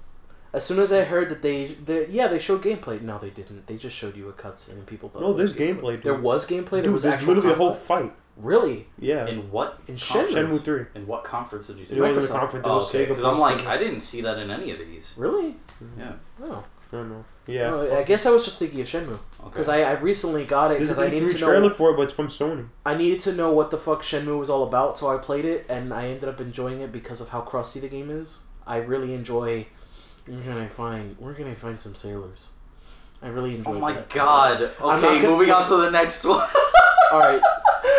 [SPEAKER 3] as soon as I heard that they, they yeah, they showed gameplay. No, they didn't. They just showed you a cutscene, and people thought.
[SPEAKER 2] No,
[SPEAKER 3] there was
[SPEAKER 2] there's gameplay. Dude.
[SPEAKER 3] There was gameplay.
[SPEAKER 2] Dude,
[SPEAKER 3] there was
[SPEAKER 2] there's
[SPEAKER 3] actual
[SPEAKER 2] literally a whole
[SPEAKER 3] combat?
[SPEAKER 2] fight.
[SPEAKER 3] Really?
[SPEAKER 2] Yeah,
[SPEAKER 1] In what
[SPEAKER 3] In
[SPEAKER 1] conference?
[SPEAKER 3] Shenmue.
[SPEAKER 2] Shenmue three.
[SPEAKER 1] In what conference did you see?
[SPEAKER 2] It wasn't a
[SPEAKER 3] Microsoft.
[SPEAKER 2] conference. It
[SPEAKER 1] Oh,
[SPEAKER 2] was
[SPEAKER 1] okay.
[SPEAKER 2] Sega
[SPEAKER 1] Because I'm like,
[SPEAKER 2] Pro.
[SPEAKER 1] I didn't see that in any of these.
[SPEAKER 3] Really?
[SPEAKER 1] Yeah.
[SPEAKER 3] Oh.
[SPEAKER 2] no, no. Yeah,
[SPEAKER 3] Well, I guess I was just thinking of Shenmue
[SPEAKER 1] Okay.
[SPEAKER 3] because I, I recently got it
[SPEAKER 2] there's
[SPEAKER 3] because
[SPEAKER 2] a
[SPEAKER 3] I needed
[SPEAKER 2] E3
[SPEAKER 3] to know.
[SPEAKER 2] trailer for it, but it's from Sony.
[SPEAKER 3] I needed to know what the fuck Shenmue was all about, so I played it, and I ended up enjoying it because of how crusty the game is. I really enjoy. Where can I find? Where can I find some sailors? I really enjoy.
[SPEAKER 1] Oh my
[SPEAKER 3] that.
[SPEAKER 1] god.
[SPEAKER 3] I'm not
[SPEAKER 1] Okay,
[SPEAKER 3] gonna-
[SPEAKER 1] moving on to the next one.
[SPEAKER 3] [LAUGHS] All right,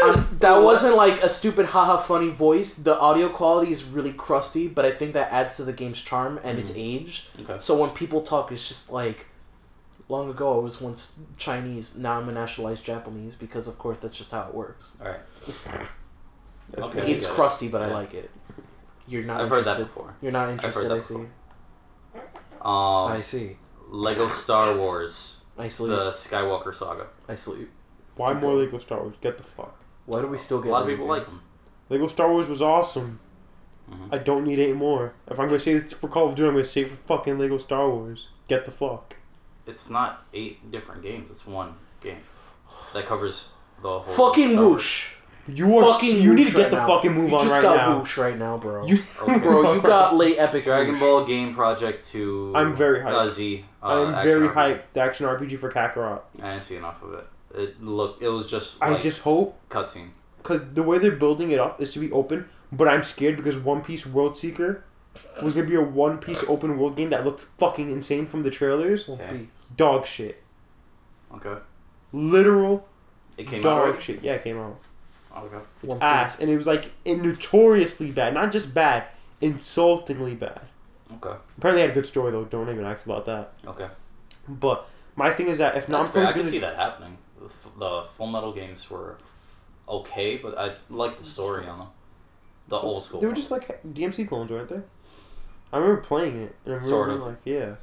[SPEAKER 3] um, that wasn't like a stupid haha funny voice. The audio quality is really crusty, but I think that adds to the game's charm and its age.
[SPEAKER 1] Okay.
[SPEAKER 3] So when people talk, it's just like long ago I was once Chinese. Now I'm a nationalized Japanese because, of course, that's just how it works.
[SPEAKER 1] All right.
[SPEAKER 3] It's
[SPEAKER 1] Okay.
[SPEAKER 3] Keeps crusty, but I
[SPEAKER 1] Yeah.
[SPEAKER 3] like it. You're not
[SPEAKER 1] I've heard
[SPEAKER 3] interested.
[SPEAKER 1] that before.
[SPEAKER 3] You're not
[SPEAKER 1] heard
[SPEAKER 3] interested.
[SPEAKER 1] that
[SPEAKER 3] I see.
[SPEAKER 1] Um,
[SPEAKER 3] I see.
[SPEAKER 1] Lego Star Wars,
[SPEAKER 3] I sleep.
[SPEAKER 1] the Skywalker saga.
[SPEAKER 3] I sleep.
[SPEAKER 2] Why more Lego Star Wars? Get the fuck.
[SPEAKER 3] Why do we still
[SPEAKER 1] A
[SPEAKER 3] get
[SPEAKER 1] lot of
[SPEAKER 3] Lego
[SPEAKER 1] people like
[SPEAKER 3] games?
[SPEAKER 1] them.
[SPEAKER 2] Lego Star Wars was awesome.
[SPEAKER 1] Mhm.
[SPEAKER 2] I don't need eight more. If I'm gonna say it for Call of Duty, I'm gonna say it for fucking Lego Star Wars. Get the fuck.
[SPEAKER 1] It's not eight different games. It's one game that covers the whole.
[SPEAKER 3] Fucking
[SPEAKER 1] Star Wars.
[SPEAKER 3] whoosh.
[SPEAKER 2] You are.
[SPEAKER 3] fucking.
[SPEAKER 2] you need
[SPEAKER 3] whoosh
[SPEAKER 2] to get
[SPEAKER 3] right
[SPEAKER 2] the
[SPEAKER 3] now.
[SPEAKER 2] fucking move
[SPEAKER 3] you
[SPEAKER 2] on
[SPEAKER 3] just
[SPEAKER 2] right
[SPEAKER 3] got
[SPEAKER 2] now.
[SPEAKER 3] whoosh right now, bro.
[SPEAKER 2] You-
[SPEAKER 1] Okay.
[SPEAKER 3] [LAUGHS] bro, you got late epic
[SPEAKER 1] Dragon
[SPEAKER 3] whoosh.
[SPEAKER 1] Ball Game Project to
[SPEAKER 2] I'm very hyped.
[SPEAKER 1] Uh, Z. Uh,
[SPEAKER 2] I'm
[SPEAKER 1] action
[SPEAKER 2] very
[SPEAKER 1] RPG.
[SPEAKER 2] hyped. The action RPG for Kakarot.
[SPEAKER 1] I didn't see enough of it. It looked. It was just.
[SPEAKER 2] I
[SPEAKER 1] Like,
[SPEAKER 2] just hope
[SPEAKER 1] cutscene.
[SPEAKER 2] because the way they're building it up is to be open, but I'm scared because One Piece World Seeker was gonna be a One Piece open world game that looked fucking insane from the trailers.
[SPEAKER 1] Okay.
[SPEAKER 2] Dog shit.
[SPEAKER 1] Okay.
[SPEAKER 2] Literal
[SPEAKER 1] It came out.
[SPEAKER 2] dog
[SPEAKER 1] already?
[SPEAKER 2] shit. Yeah, it came out.
[SPEAKER 1] Okay.
[SPEAKER 3] One Piece.
[SPEAKER 2] ass, and it was like in notoriously bad, not just bad, insultingly bad.
[SPEAKER 1] Okay.
[SPEAKER 2] Apparently, it had a good story though. Don't even ask about that.
[SPEAKER 1] Okay.
[SPEAKER 2] But my thing is that if
[SPEAKER 1] That's
[SPEAKER 2] not,
[SPEAKER 1] fair. I can see that happening. The, f- the Full Metal games were okay, but I like the story on them. The old school.
[SPEAKER 2] They were just like DMC clones, weren't they? I remember playing it, and I remember
[SPEAKER 1] Sort
[SPEAKER 2] being
[SPEAKER 1] of.
[SPEAKER 2] like, yeah.
[SPEAKER 1] ones,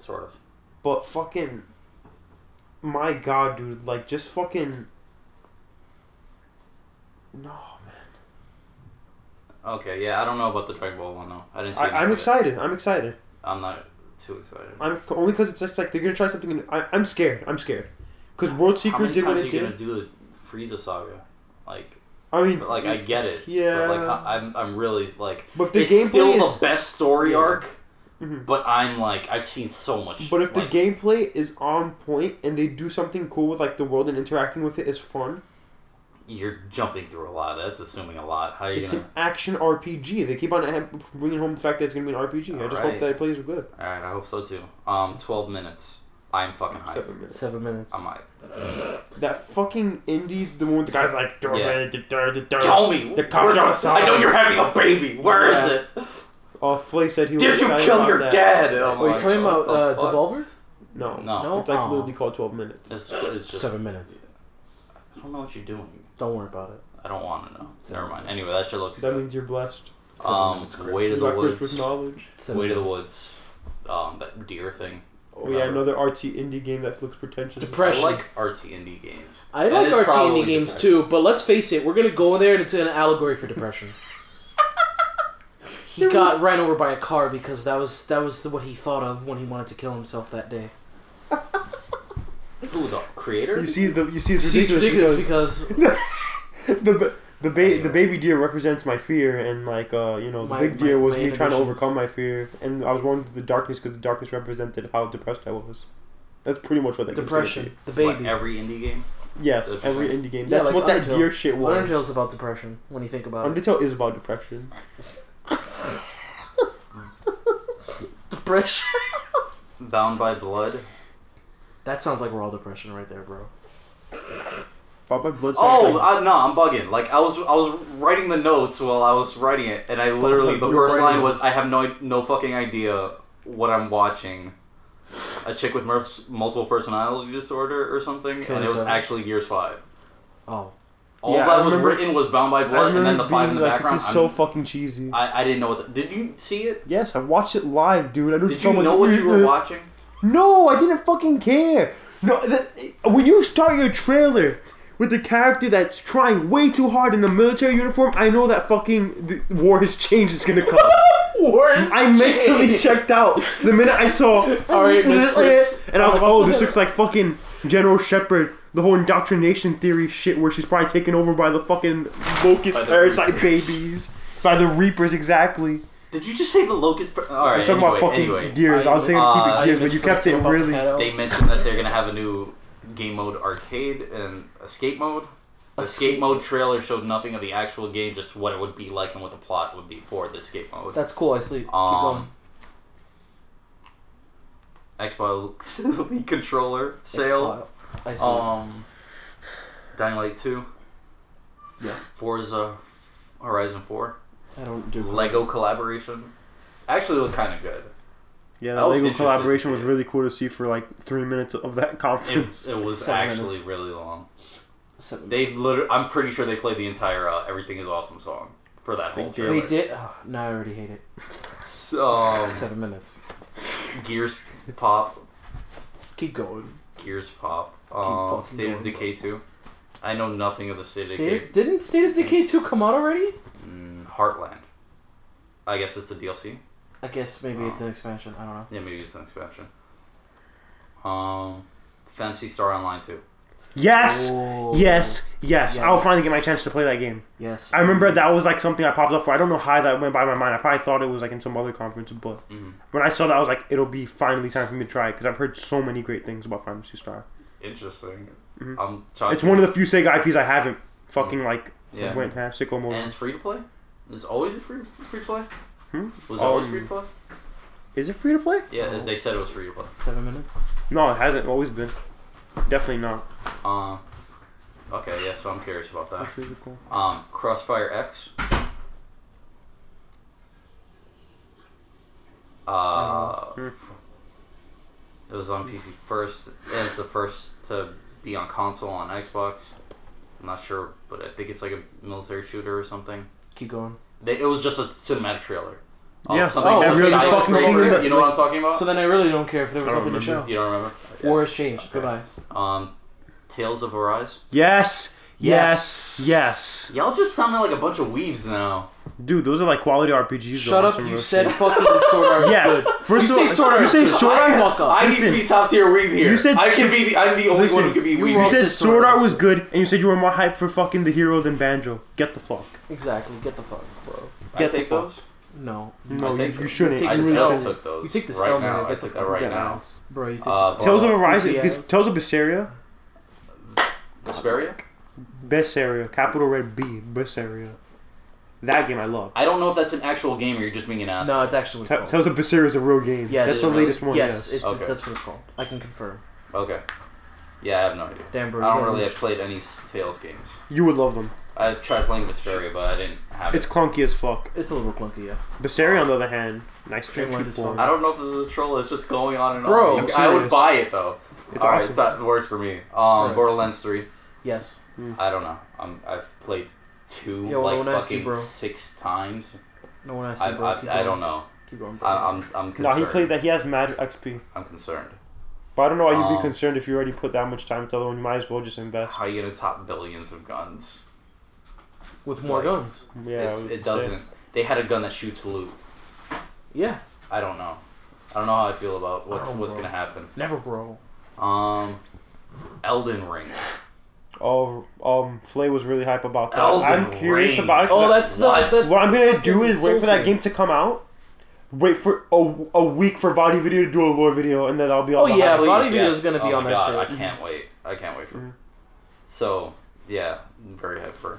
[SPEAKER 1] sort of.
[SPEAKER 2] But fucking, my god, dude! Like, just fucking. No,
[SPEAKER 1] Okay. Yeah. I don't know about the Dragon Ball one though. I didn't see.
[SPEAKER 2] I,
[SPEAKER 1] enough
[SPEAKER 2] I'm
[SPEAKER 1] of it.
[SPEAKER 2] excited. I'm excited.
[SPEAKER 1] I'm not too excited.
[SPEAKER 2] I'm only because it's just like they're gonna try something. new. I, I'm scared. I'm scared. Because World
[SPEAKER 1] How
[SPEAKER 2] Seeker
[SPEAKER 1] many
[SPEAKER 2] did
[SPEAKER 1] times
[SPEAKER 2] what
[SPEAKER 1] are
[SPEAKER 2] it
[SPEAKER 1] you
[SPEAKER 2] did.
[SPEAKER 1] gonna do the Frieza saga? Like,
[SPEAKER 2] I
[SPEAKER 1] [LAUGHS]
[SPEAKER 2] mean,
[SPEAKER 1] like I get it.
[SPEAKER 2] Yeah.
[SPEAKER 1] But like I- I'm, I'm really like.
[SPEAKER 2] But if the
[SPEAKER 1] it's
[SPEAKER 2] gameplay
[SPEAKER 1] still
[SPEAKER 2] is-
[SPEAKER 1] the best story
[SPEAKER 2] Yeah.
[SPEAKER 1] arc.
[SPEAKER 2] Mhm.
[SPEAKER 1] But I'm like I've seen so much.
[SPEAKER 2] But if the
[SPEAKER 1] like,
[SPEAKER 2] gameplay is on point and they do something cool with like the world and interacting with it is fun,
[SPEAKER 1] you're jumping through a lot, that's assuming a lot. How are you
[SPEAKER 2] it's
[SPEAKER 1] gonna?
[SPEAKER 2] an action RPG. They keep on em- bringing home the fact that it's gonna be an RPG. I just hope
[SPEAKER 1] Alright.
[SPEAKER 2] that it plays good.
[SPEAKER 1] All right, I hope so too. Um, twelve minutes. I'm fucking hyped.
[SPEAKER 2] Seven minutes.
[SPEAKER 3] Seven minutes.
[SPEAKER 1] I'm hyped.
[SPEAKER 2] That fucking indie, the one with the guy's like,
[SPEAKER 1] Yeah.
[SPEAKER 2] tell
[SPEAKER 1] me.
[SPEAKER 2] the cops are outside.
[SPEAKER 1] having a baby. Where is
[SPEAKER 2] Yeah. Oh, Flay said he was. excited about that.
[SPEAKER 1] dad? Oh
[SPEAKER 3] Were you
[SPEAKER 1] my
[SPEAKER 3] talking
[SPEAKER 1] God, what
[SPEAKER 3] about
[SPEAKER 1] the
[SPEAKER 3] uh,
[SPEAKER 1] fuck?
[SPEAKER 3] Devolver?
[SPEAKER 2] No,
[SPEAKER 1] No.
[SPEAKER 3] No?
[SPEAKER 2] It's like
[SPEAKER 3] Aw.
[SPEAKER 2] literally called twelve minutes.
[SPEAKER 1] It's, it's just,
[SPEAKER 3] Seven minutes.
[SPEAKER 1] I don't know what you're doing.
[SPEAKER 3] Don't worry about it.
[SPEAKER 1] I don't want to know. Never mind. Anyway, that shit looks
[SPEAKER 2] That
[SPEAKER 1] good.
[SPEAKER 2] means you're blessed.
[SPEAKER 3] Seven
[SPEAKER 1] Um,
[SPEAKER 3] minutes, Chris.
[SPEAKER 1] way to
[SPEAKER 2] You
[SPEAKER 1] the
[SPEAKER 2] got cursed with
[SPEAKER 1] woods.
[SPEAKER 2] knowledge.
[SPEAKER 3] Seven
[SPEAKER 1] Way to the
[SPEAKER 3] minutes.
[SPEAKER 1] woods. Um, that deer thing.
[SPEAKER 2] Oh yeah, another artsy indie game that looks pretentious.
[SPEAKER 1] I
[SPEAKER 3] Depression.
[SPEAKER 1] like artsy indie games.
[SPEAKER 3] I
[SPEAKER 1] That
[SPEAKER 3] like
[SPEAKER 1] is
[SPEAKER 3] RT
[SPEAKER 1] probably
[SPEAKER 3] indie games
[SPEAKER 1] depressing.
[SPEAKER 3] too, but let's face it, we're gonna go in there and it's an allegory for
[SPEAKER 1] [LAUGHS]
[SPEAKER 3] depression. he got ran over by a car because that was that was what he thought of when he wanted to kill himself that day.
[SPEAKER 1] Who the creator?
[SPEAKER 2] You see the you see it's
[SPEAKER 3] See, it's ridiculous
[SPEAKER 2] ridiculous because
[SPEAKER 3] because,
[SPEAKER 2] the ba- the ba- the baby deer represents my fear, and like uh, you know, the
[SPEAKER 3] My-
[SPEAKER 2] big deer
[SPEAKER 3] my-
[SPEAKER 2] was
[SPEAKER 3] my
[SPEAKER 2] me trying to
[SPEAKER 3] inhibitions.
[SPEAKER 2] overcome my fear, and I was going through the darkness because the darkness represented how depressed I was. That's pretty much what that [LAUGHS] game
[SPEAKER 3] depression. The
[SPEAKER 1] What,
[SPEAKER 3] baby.
[SPEAKER 1] every indie game.
[SPEAKER 2] is. Yes,
[SPEAKER 1] That's
[SPEAKER 2] every
[SPEAKER 1] right.
[SPEAKER 2] indie game.
[SPEAKER 3] Yeah,
[SPEAKER 2] That's
[SPEAKER 3] like
[SPEAKER 2] what that
[SPEAKER 3] Undertale.
[SPEAKER 2] deer shit was.
[SPEAKER 3] Undertale's about depression when you think about it. [LAUGHS]
[SPEAKER 2] Undertale is about depression.
[SPEAKER 3] Depression.
[SPEAKER 1] Bound by Blood.
[SPEAKER 3] that sounds like raw depression right there, bro.
[SPEAKER 2] About my blood.
[SPEAKER 1] Oh
[SPEAKER 2] sacrifice.
[SPEAKER 1] I, no, I'm bugging. Like I was, I was writing the notes while I was writing it, and I literally the
[SPEAKER 2] You were
[SPEAKER 1] first
[SPEAKER 2] writing
[SPEAKER 1] line
[SPEAKER 2] it.
[SPEAKER 1] was, "I have no, no fucking idea what I'm watching." A chick with mul- multiple personality disorder or something,
[SPEAKER 3] Killer
[SPEAKER 1] and it was
[SPEAKER 3] Seven.
[SPEAKER 1] actually Gears Five.
[SPEAKER 3] Oh.
[SPEAKER 1] All
[SPEAKER 2] Yeah, I
[SPEAKER 1] that was
[SPEAKER 2] remember-
[SPEAKER 1] written was Bound by
[SPEAKER 2] I
[SPEAKER 1] Blood, and then
[SPEAKER 2] remember
[SPEAKER 1] the five in
[SPEAKER 2] being
[SPEAKER 1] the
[SPEAKER 2] like,
[SPEAKER 1] background.
[SPEAKER 2] This is so
[SPEAKER 1] I'm-
[SPEAKER 2] fucking cheesy.
[SPEAKER 1] I, I didn't know what. The, did you see it?
[SPEAKER 2] yes, I watched it live, dude. I know
[SPEAKER 1] Did you know what you were watching?
[SPEAKER 2] No, I didn't fucking care. No, that, when you start your trailer with a character that's trying way too hard in a military uniform, I know that fucking the, war has changed is gonna come. [LAUGHS] I
[SPEAKER 1] [LAUGHS]
[SPEAKER 2] mentally checked out the minute I saw.
[SPEAKER 3] All right,
[SPEAKER 2] [LAUGHS]
[SPEAKER 3] Miss Fritz.
[SPEAKER 2] and I was like,
[SPEAKER 3] I was about
[SPEAKER 2] "Oh,
[SPEAKER 3] to-
[SPEAKER 2] this looks like fucking General Shepard, the whole indoctrination theory shit, where she's probably taken over by the fucking locust
[SPEAKER 1] By the
[SPEAKER 2] parasite
[SPEAKER 1] Reapers.
[SPEAKER 2] babies, by the Reapers, exactly."
[SPEAKER 1] Did you just say the locust? Per- All
[SPEAKER 2] We're
[SPEAKER 1] right.
[SPEAKER 2] talking
[SPEAKER 1] Anyway,
[SPEAKER 2] about fucking
[SPEAKER 1] anyway,
[SPEAKER 2] gears. I was saying
[SPEAKER 1] Uh,
[SPEAKER 2] keep it gears, but you kept it really.
[SPEAKER 1] they mentioned that they're gonna have a new game mode arcade and escape mode. The escape mode trailer showed nothing of the actual game, just what it would be like and what the plot would be for the escape mode.
[SPEAKER 3] That's cool. I sleep. Keep going.
[SPEAKER 1] um, Xbox [LAUGHS] Elite controller sale.
[SPEAKER 3] Xbox. I sleep.
[SPEAKER 1] Um, Dying Light Two.
[SPEAKER 3] Yes.
[SPEAKER 1] Forza Horizon Four.
[SPEAKER 3] I don't do.
[SPEAKER 1] Lego collaboration. Actually, looked kind of good.
[SPEAKER 2] Yeah,
[SPEAKER 1] That
[SPEAKER 2] that
[SPEAKER 1] was
[SPEAKER 2] Lego
[SPEAKER 1] interesting to
[SPEAKER 2] collaboration was
[SPEAKER 1] hear.
[SPEAKER 2] really cool to see for like three minutes of that [LAUGHS] conference.
[SPEAKER 1] It, it was
[SPEAKER 2] Seven
[SPEAKER 1] actually
[SPEAKER 2] minutes.
[SPEAKER 1] really long.
[SPEAKER 3] Seven
[SPEAKER 1] They
[SPEAKER 3] minutes.
[SPEAKER 1] literally, I'm pretty sure they played the entire uh, "Everything Is Awesome" song for that whole
[SPEAKER 2] They
[SPEAKER 1] trailer.
[SPEAKER 3] They did. Oh, no, I already hate it.
[SPEAKER 1] So, um,
[SPEAKER 3] Seven minutes.
[SPEAKER 1] Gears Pop,
[SPEAKER 3] Keep going.
[SPEAKER 1] Gears Pop, um,
[SPEAKER 3] fucking
[SPEAKER 1] State of
[SPEAKER 3] going,
[SPEAKER 1] Decay two. I know nothing of the State, of Decay.
[SPEAKER 3] State, didn't State of Decay 2 come out already?
[SPEAKER 1] Mm, Heartland. I guess it's a DLC.
[SPEAKER 3] I guess maybe
[SPEAKER 1] Oh.
[SPEAKER 3] it's an expansion. I don't know.
[SPEAKER 1] Yeah, maybe it's an expansion. Um, Fantasy Star Online two.
[SPEAKER 2] Yes,
[SPEAKER 3] Oh.
[SPEAKER 2] yes, yes, I'll
[SPEAKER 3] Yes.
[SPEAKER 2] finally get my chance to play that game.
[SPEAKER 3] Yes.
[SPEAKER 2] I remember that was like something I popped up for. I don't know how that went by my mind. I probably thought it was like in some other conference, but
[SPEAKER 1] Mhm.
[SPEAKER 2] when I saw that, I was like, it'll be finally time for me to try it because I've heard so many great things about Fantasy Star.
[SPEAKER 1] Interesting.
[SPEAKER 3] Mm-hmm.
[SPEAKER 2] Mhm.
[SPEAKER 1] I'm talking.
[SPEAKER 2] It's one of the few Sega IPs I haven't fucking like
[SPEAKER 1] Yeah.
[SPEAKER 2] went half sicko mode.
[SPEAKER 1] And it's free to play. Is always a free free to play.
[SPEAKER 2] Hmm?
[SPEAKER 1] Was it always
[SPEAKER 2] Um,
[SPEAKER 1] free to play?
[SPEAKER 2] Is it free to play?
[SPEAKER 1] Yeah, they said it was free to play.
[SPEAKER 3] Seven minutes?
[SPEAKER 2] No, it hasn't always been. Definitely not.
[SPEAKER 1] Uh, okay, yeah. So I'm curious about that.
[SPEAKER 2] That's really cool.
[SPEAKER 1] Um, Crossfire X. Uh,
[SPEAKER 2] Hmm.
[SPEAKER 1] it was on PC first, and it's the first to be on console on Xbox. I'm not sure, but I think it's like a military shooter or something.
[SPEAKER 3] Keep going.
[SPEAKER 1] They, it was just a cinematic trailer.
[SPEAKER 2] Yeah.
[SPEAKER 1] something
[SPEAKER 3] Oh,
[SPEAKER 1] about
[SPEAKER 3] every
[SPEAKER 1] the
[SPEAKER 3] other
[SPEAKER 1] guy
[SPEAKER 3] fucking
[SPEAKER 1] straight-
[SPEAKER 2] thing that-
[SPEAKER 1] You know what I'm talking about?
[SPEAKER 3] So then I really don't care if there was
[SPEAKER 2] I
[SPEAKER 3] nothing
[SPEAKER 2] don't
[SPEAKER 3] to show.
[SPEAKER 1] you Uh, don't remember?
[SPEAKER 3] War has changed.
[SPEAKER 1] Okay.
[SPEAKER 3] Goodbye.
[SPEAKER 1] Um, Tales of Arise.
[SPEAKER 2] Yes, yes,
[SPEAKER 3] Yes.
[SPEAKER 2] yes.
[SPEAKER 1] Y'all just sounded like a bunch of weaves now.
[SPEAKER 2] Dude, those are like quality RPGs.
[SPEAKER 3] Shut
[SPEAKER 2] though,
[SPEAKER 3] up,
[SPEAKER 2] some of
[SPEAKER 3] you
[SPEAKER 2] those
[SPEAKER 3] said
[SPEAKER 2] things.
[SPEAKER 3] fucking Sword
[SPEAKER 1] [LAUGHS]
[SPEAKER 3] Art is
[SPEAKER 2] Yeah.
[SPEAKER 3] good.
[SPEAKER 2] First
[SPEAKER 3] you
[SPEAKER 2] of
[SPEAKER 3] say
[SPEAKER 2] all-
[SPEAKER 3] Sword
[SPEAKER 2] you
[SPEAKER 3] Art
[SPEAKER 2] say
[SPEAKER 3] is good.
[SPEAKER 2] Sword
[SPEAKER 3] I
[SPEAKER 2] Art-
[SPEAKER 3] fuck up.
[SPEAKER 1] I
[SPEAKER 2] Listen.
[SPEAKER 1] need to be top tier weave here.
[SPEAKER 2] You said
[SPEAKER 1] I can be. The, I'm the only one who
[SPEAKER 2] Listen,
[SPEAKER 1] can be
[SPEAKER 3] you
[SPEAKER 1] weave.
[SPEAKER 2] You
[SPEAKER 3] Well,
[SPEAKER 2] said
[SPEAKER 3] it's sort
[SPEAKER 2] Sword
[SPEAKER 3] of-
[SPEAKER 2] Art was good, and you said you were more hyped for fucking the hero than Banjo. Get the fuck.
[SPEAKER 3] Exactly. Get the fuck, bro.
[SPEAKER 1] I
[SPEAKER 2] get
[SPEAKER 1] take
[SPEAKER 2] the fuck.
[SPEAKER 1] those.
[SPEAKER 3] No.
[SPEAKER 2] No,
[SPEAKER 1] I
[SPEAKER 2] you,
[SPEAKER 1] take
[SPEAKER 2] you
[SPEAKER 1] them.
[SPEAKER 2] shouldn't.
[SPEAKER 3] Take
[SPEAKER 1] I
[SPEAKER 2] You
[SPEAKER 3] them.
[SPEAKER 1] just
[SPEAKER 2] really
[SPEAKER 3] Tell
[SPEAKER 1] L
[SPEAKER 2] shouldn't.
[SPEAKER 3] them.
[SPEAKER 1] took those.
[SPEAKER 3] You take this
[SPEAKER 1] Mm. right
[SPEAKER 3] L, man.
[SPEAKER 1] now. I
[SPEAKER 3] Get the
[SPEAKER 1] took that
[SPEAKER 3] fuck
[SPEAKER 1] right
[SPEAKER 2] out.
[SPEAKER 1] now.
[SPEAKER 3] Bro, you take
[SPEAKER 1] Uh,
[SPEAKER 3] this.
[SPEAKER 2] Tales of Arise,
[SPEAKER 3] Goofy
[SPEAKER 2] is-
[SPEAKER 3] ass.
[SPEAKER 2] Tales of Berseria,
[SPEAKER 1] Vesperia.
[SPEAKER 2] Berseria, capital red B, Berseria. That game I love.
[SPEAKER 1] I don't know if that's an actual game or you're just being an ass.
[SPEAKER 3] No, it's actually what
[SPEAKER 2] Ta-
[SPEAKER 3] it's called.
[SPEAKER 2] Tales of Berseria is a real game.
[SPEAKER 3] Yeah,
[SPEAKER 2] that's
[SPEAKER 1] it
[SPEAKER 2] the
[SPEAKER 1] is.
[SPEAKER 2] latest one.
[SPEAKER 3] yes,
[SPEAKER 2] yes.
[SPEAKER 3] it- it's-
[SPEAKER 1] Okay.
[SPEAKER 3] that's what it's called. I can confirm.
[SPEAKER 1] Okay. Yeah, I have no idea.
[SPEAKER 3] Damn,
[SPEAKER 1] I
[SPEAKER 3] bro.
[SPEAKER 1] don't
[SPEAKER 3] you
[SPEAKER 1] really
[SPEAKER 3] gotta-
[SPEAKER 1] have played any s- Tails games.
[SPEAKER 2] you would love them.
[SPEAKER 1] I tried playing Vesperia, but I didn't have
[SPEAKER 2] It's
[SPEAKER 1] it.
[SPEAKER 2] clunky as fuck.
[SPEAKER 3] It's a little clunky, yeah.
[SPEAKER 2] Berseria, on the other hand, nice
[SPEAKER 3] Streamlined as
[SPEAKER 2] form.
[SPEAKER 1] I don't know if this is a troll. It's just going on and on.
[SPEAKER 3] Bro,
[SPEAKER 2] I'm
[SPEAKER 1] I would
[SPEAKER 2] serious.
[SPEAKER 1] buy it though.
[SPEAKER 2] It's
[SPEAKER 1] All right,
[SPEAKER 2] awesome.
[SPEAKER 1] it's not words for me. Um,
[SPEAKER 3] Right.
[SPEAKER 1] Borderlands three.
[SPEAKER 3] Yes.
[SPEAKER 1] I don't know. I'm, I've played two
[SPEAKER 3] Yo,
[SPEAKER 1] like
[SPEAKER 3] when I see
[SPEAKER 1] fucking
[SPEAKER 3] bro.
[SPEAKER 1] six times.
[SPEAKER 3] No one asked
[SPEAKER 1] I,
[SPEAKER 3] you, bro. Keep
[SPEAKER 1] I, I
[SPEAKER 3] going.
[SPEAKER 1] don't know.
[SPEAKER 3] Keep going, bro.
[SPEAKER 1] I, I'm I'm
[SPEAKER 2] No,
[SPEAKER 1] concerned.
[SPEAKER 2] he played that. He has mad XP.
[SPEAKER 1] I'm concerned.
[SPEAKER 2] But I don't know why you'd be
[SPEAKER 1] Um,
[SPEAKER 2] concerned if you already put that much time into the other one. You might as well just invest.
[SPEAKER 1] How are you gonna top billions of guns?
[SPEAKER 3] With more
[SPEAKER 1] like-
[SPEAKER 3] guns.
[SPEAKER 2] Yeah, I
[SPEAKER 1] it,
[SPEAKER 2] would
[SPEAKER 1] it
[SPEAKER 2] say.
[SPEAKER 1] doesn't. They had a gun that shoots loot.
[SPEAKER 3] Yeah.
[SPEAKER 1] I don't know. I don't know how I feel about what's
[SPEAKER 3] Oh,
[SPEAKER 1] what's
[SPEAKER 3] bro.
[SPEAKER 1] gonna happen.
[SPEAKER 3] Never, bro.
[SPEAKER 1] Um, Elden Ring.
[SPEAKER 2] Oh, um, Flay was really hype about that.
[SPEAKER 1] Elden
[SPEAKER 2] I'm curious
[SPEAKER 1] Ring.
[SPEAKER 2] about it. 'cause
[SPEAKER 3] Oh,
[SPEAKER 2] I-
[SPEAKER 3] that's the.
[SPEAKER 1] What?
[SPEAKER 3] That's
[SPEAKER 2] what I'm
[SPEAKER 3] the
[SPEAKER 2] gonna do
[SPEAKER 3] fucking
[SPEAKER 2] is wait for
[SPEAKER 3] Souls
[SPEAKER 2] that
[SPEAKER 3] game.
[SPEAKER 2] game to come out. Wait for a, a week for Vadi Video to do a lore video, and then I'll be all.
[SPEAKER 3] Oh,
[SPEAKER 2] the
[SPEAKER 3] yeah,
[SPEAKER 2] hype.
[SPEAKER 1] Please,
[SPEAKER 3] Body Video's gonna Mm-hmm. be
[SPEAKER 1] Oh
[SPEAKER 3] on
[SPEAKER 1] my
[SPEAKER 3] that
[SPEAKER 1] God,
[SPEAKER 3] shit.
[SPEAKER 1] I can't wait. I can't wait for.
[SPEAKER 2] Mhm.
[SPEAKER 1] So yeah, I'm very hyped for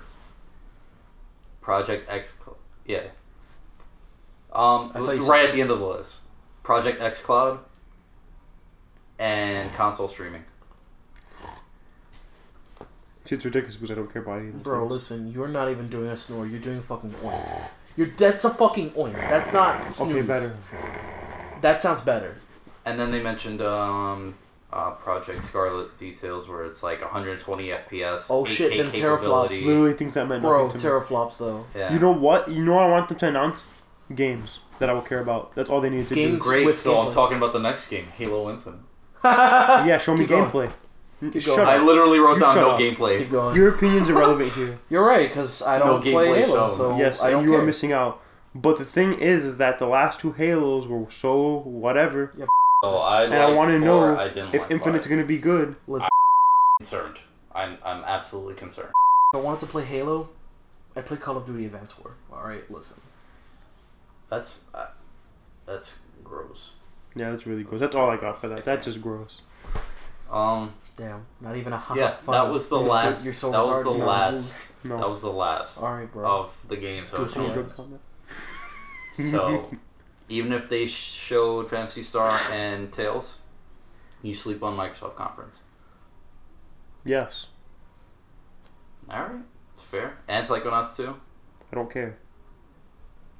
[SPEAKER 1] Project X. Cl- Yeah. Um,
[SPEAKER 3] I thought you said-
[SPEAKER 1] right at the end of the list, Project X Cloud and console streaming.
[SPEAKER 2] See, it's ridiculous because I don't care about any of these
[SPEAKER 3] Bro,
[SPEAKER 2] things.
[SPEAKER 3] listen, you're not even doing a snore. You're doing a fucking oink. You're, that's a fucking oink. That's not snooze.
[SPEAKER 2] Okay, better.
[SPEAKER 3] That sounds better.
[SPEAKER 1] And then they mentioned um, uh, Project Scarlet details where it's like 120 FPS.
[SPEAKER 3] Oh, shit,
[SPEAKER 1] 8K
[SPEAKER 3] them teraflops.
[SPEAKER 1] capability.
[SPEAKER 2] Literally, things that meant
[SPEAKER 3] Bro,
[SPEAKER 2] nothing to me.
[SPEAKER 1] [LAUGHS]
[SPEAKER 3] teraflops, though.
[SPEAKER 1] Yeah.
[SPEAKER 2] You know what? You know what I want them to announce games that I will care about. That's all they need to
[SPEAKER 3] Games-
[SPEAKER 1] Great.
[SPEAKER 3] with
[SPEAKER 1] So I'm
[SPEAKER 3] gameplay.
[SPEAKER 1] talking about the next game, Halo Infinite.
[SPEAKER 2] do. Yeah, show me
[SPEAKER 3] Keep going.
[SPEAKER 2] gameplay. N-
[SPEAKER 3] Keep
[SPEAKER 2] Shut
[SPEAKER 3] going.
[SPEAKER 1] I
[SPEAKER 2] up.
[SPEAKER 1] literally wrote
[SPEAKER 2] You
[SPEAKER 1] down
[SPEAKER 2] shut
[SPEAKER 1] no
[SPEAKER 2] up.
[SPEAKER 1] gameplay.
[SPEAKER 3] Keep going. You're,
[SPEAKER 2] Your opinion's irrelevant
[SPEAKER 3] [LAUGHS]
[SPEAKER 2] here.
[SPEAKER 3] right, because I
[SPEAKER 1] No
[SPEAKER 3] don't play
[SPEAKER 1] gameplay
[SPEAKER 3] Halo,
[SPEAKER 1] shown.
[SPEAKER 3] so
[SPEAKER 2] yes,
[SPEAKER 3] I don't
[SPEAKER 2] and you
[SPEAKER 3] care.
[SPEAKER 2] are missing out. But the thing is, is that the last two Halos were so whatever.
[SPEAKER 1] So I
[SPEAKER 2] And I
[SPEAKER 1] want to
[SPEAKER 2] know
[SPEAKER 1] I
[SPEAKER 3] Oh
[SPEAKER 1] didn't
[SPEAKER 2] if
[SPEAKER 1] like
[SPEAKER 2] Infinite's
[SPEAKER 1] five.
[SPEAKER 2] gonna be good,
[SPEAKER 3] Listen,
[SPEAKER 1] concerned. I'm I'm absolutely concerned.
[SPEAKER 3] if I wanted to play Halo, I play Call of Duty Advanced War. All right, listen.
[SPEAKER 1] That's uh, that's gross.
[SPEAKER 2] yeah, that's really gross. That's all I got for that. That's just gross.
[SPEAKER 1] Um,
[SPEAKER 3] Damn, not even a ha
[SPEAKER 1] yeah, that was the last.
[SPEAKER 3] You're so
[SPEAKER 1] that was
[SPEAKER 3] retarded.
[SPEAKER 1] the
[SPEAKER 3] No.
[SPEAKER 1] last. Oh.
[SPEAKER 2] No.
[SPEAKER 1] That was the last
[SPEAKER 3] All right, bro.
[SPEAKER 1] of the games. I was
[SPEAKER 3] Goofy
[SPEAKER 1] showing.
[SPEAKER 3] jokes. [LAUGHS]
[SPEAKER 1] So even if they sh- showed Fantasy Star and Tails, you sleep on Microsoft conference.
[SPEAKER 2] Yes,
[SPEAKER 1] All right, it's fair. And Psychonauts too.
[SPEAKER 2] I don't care.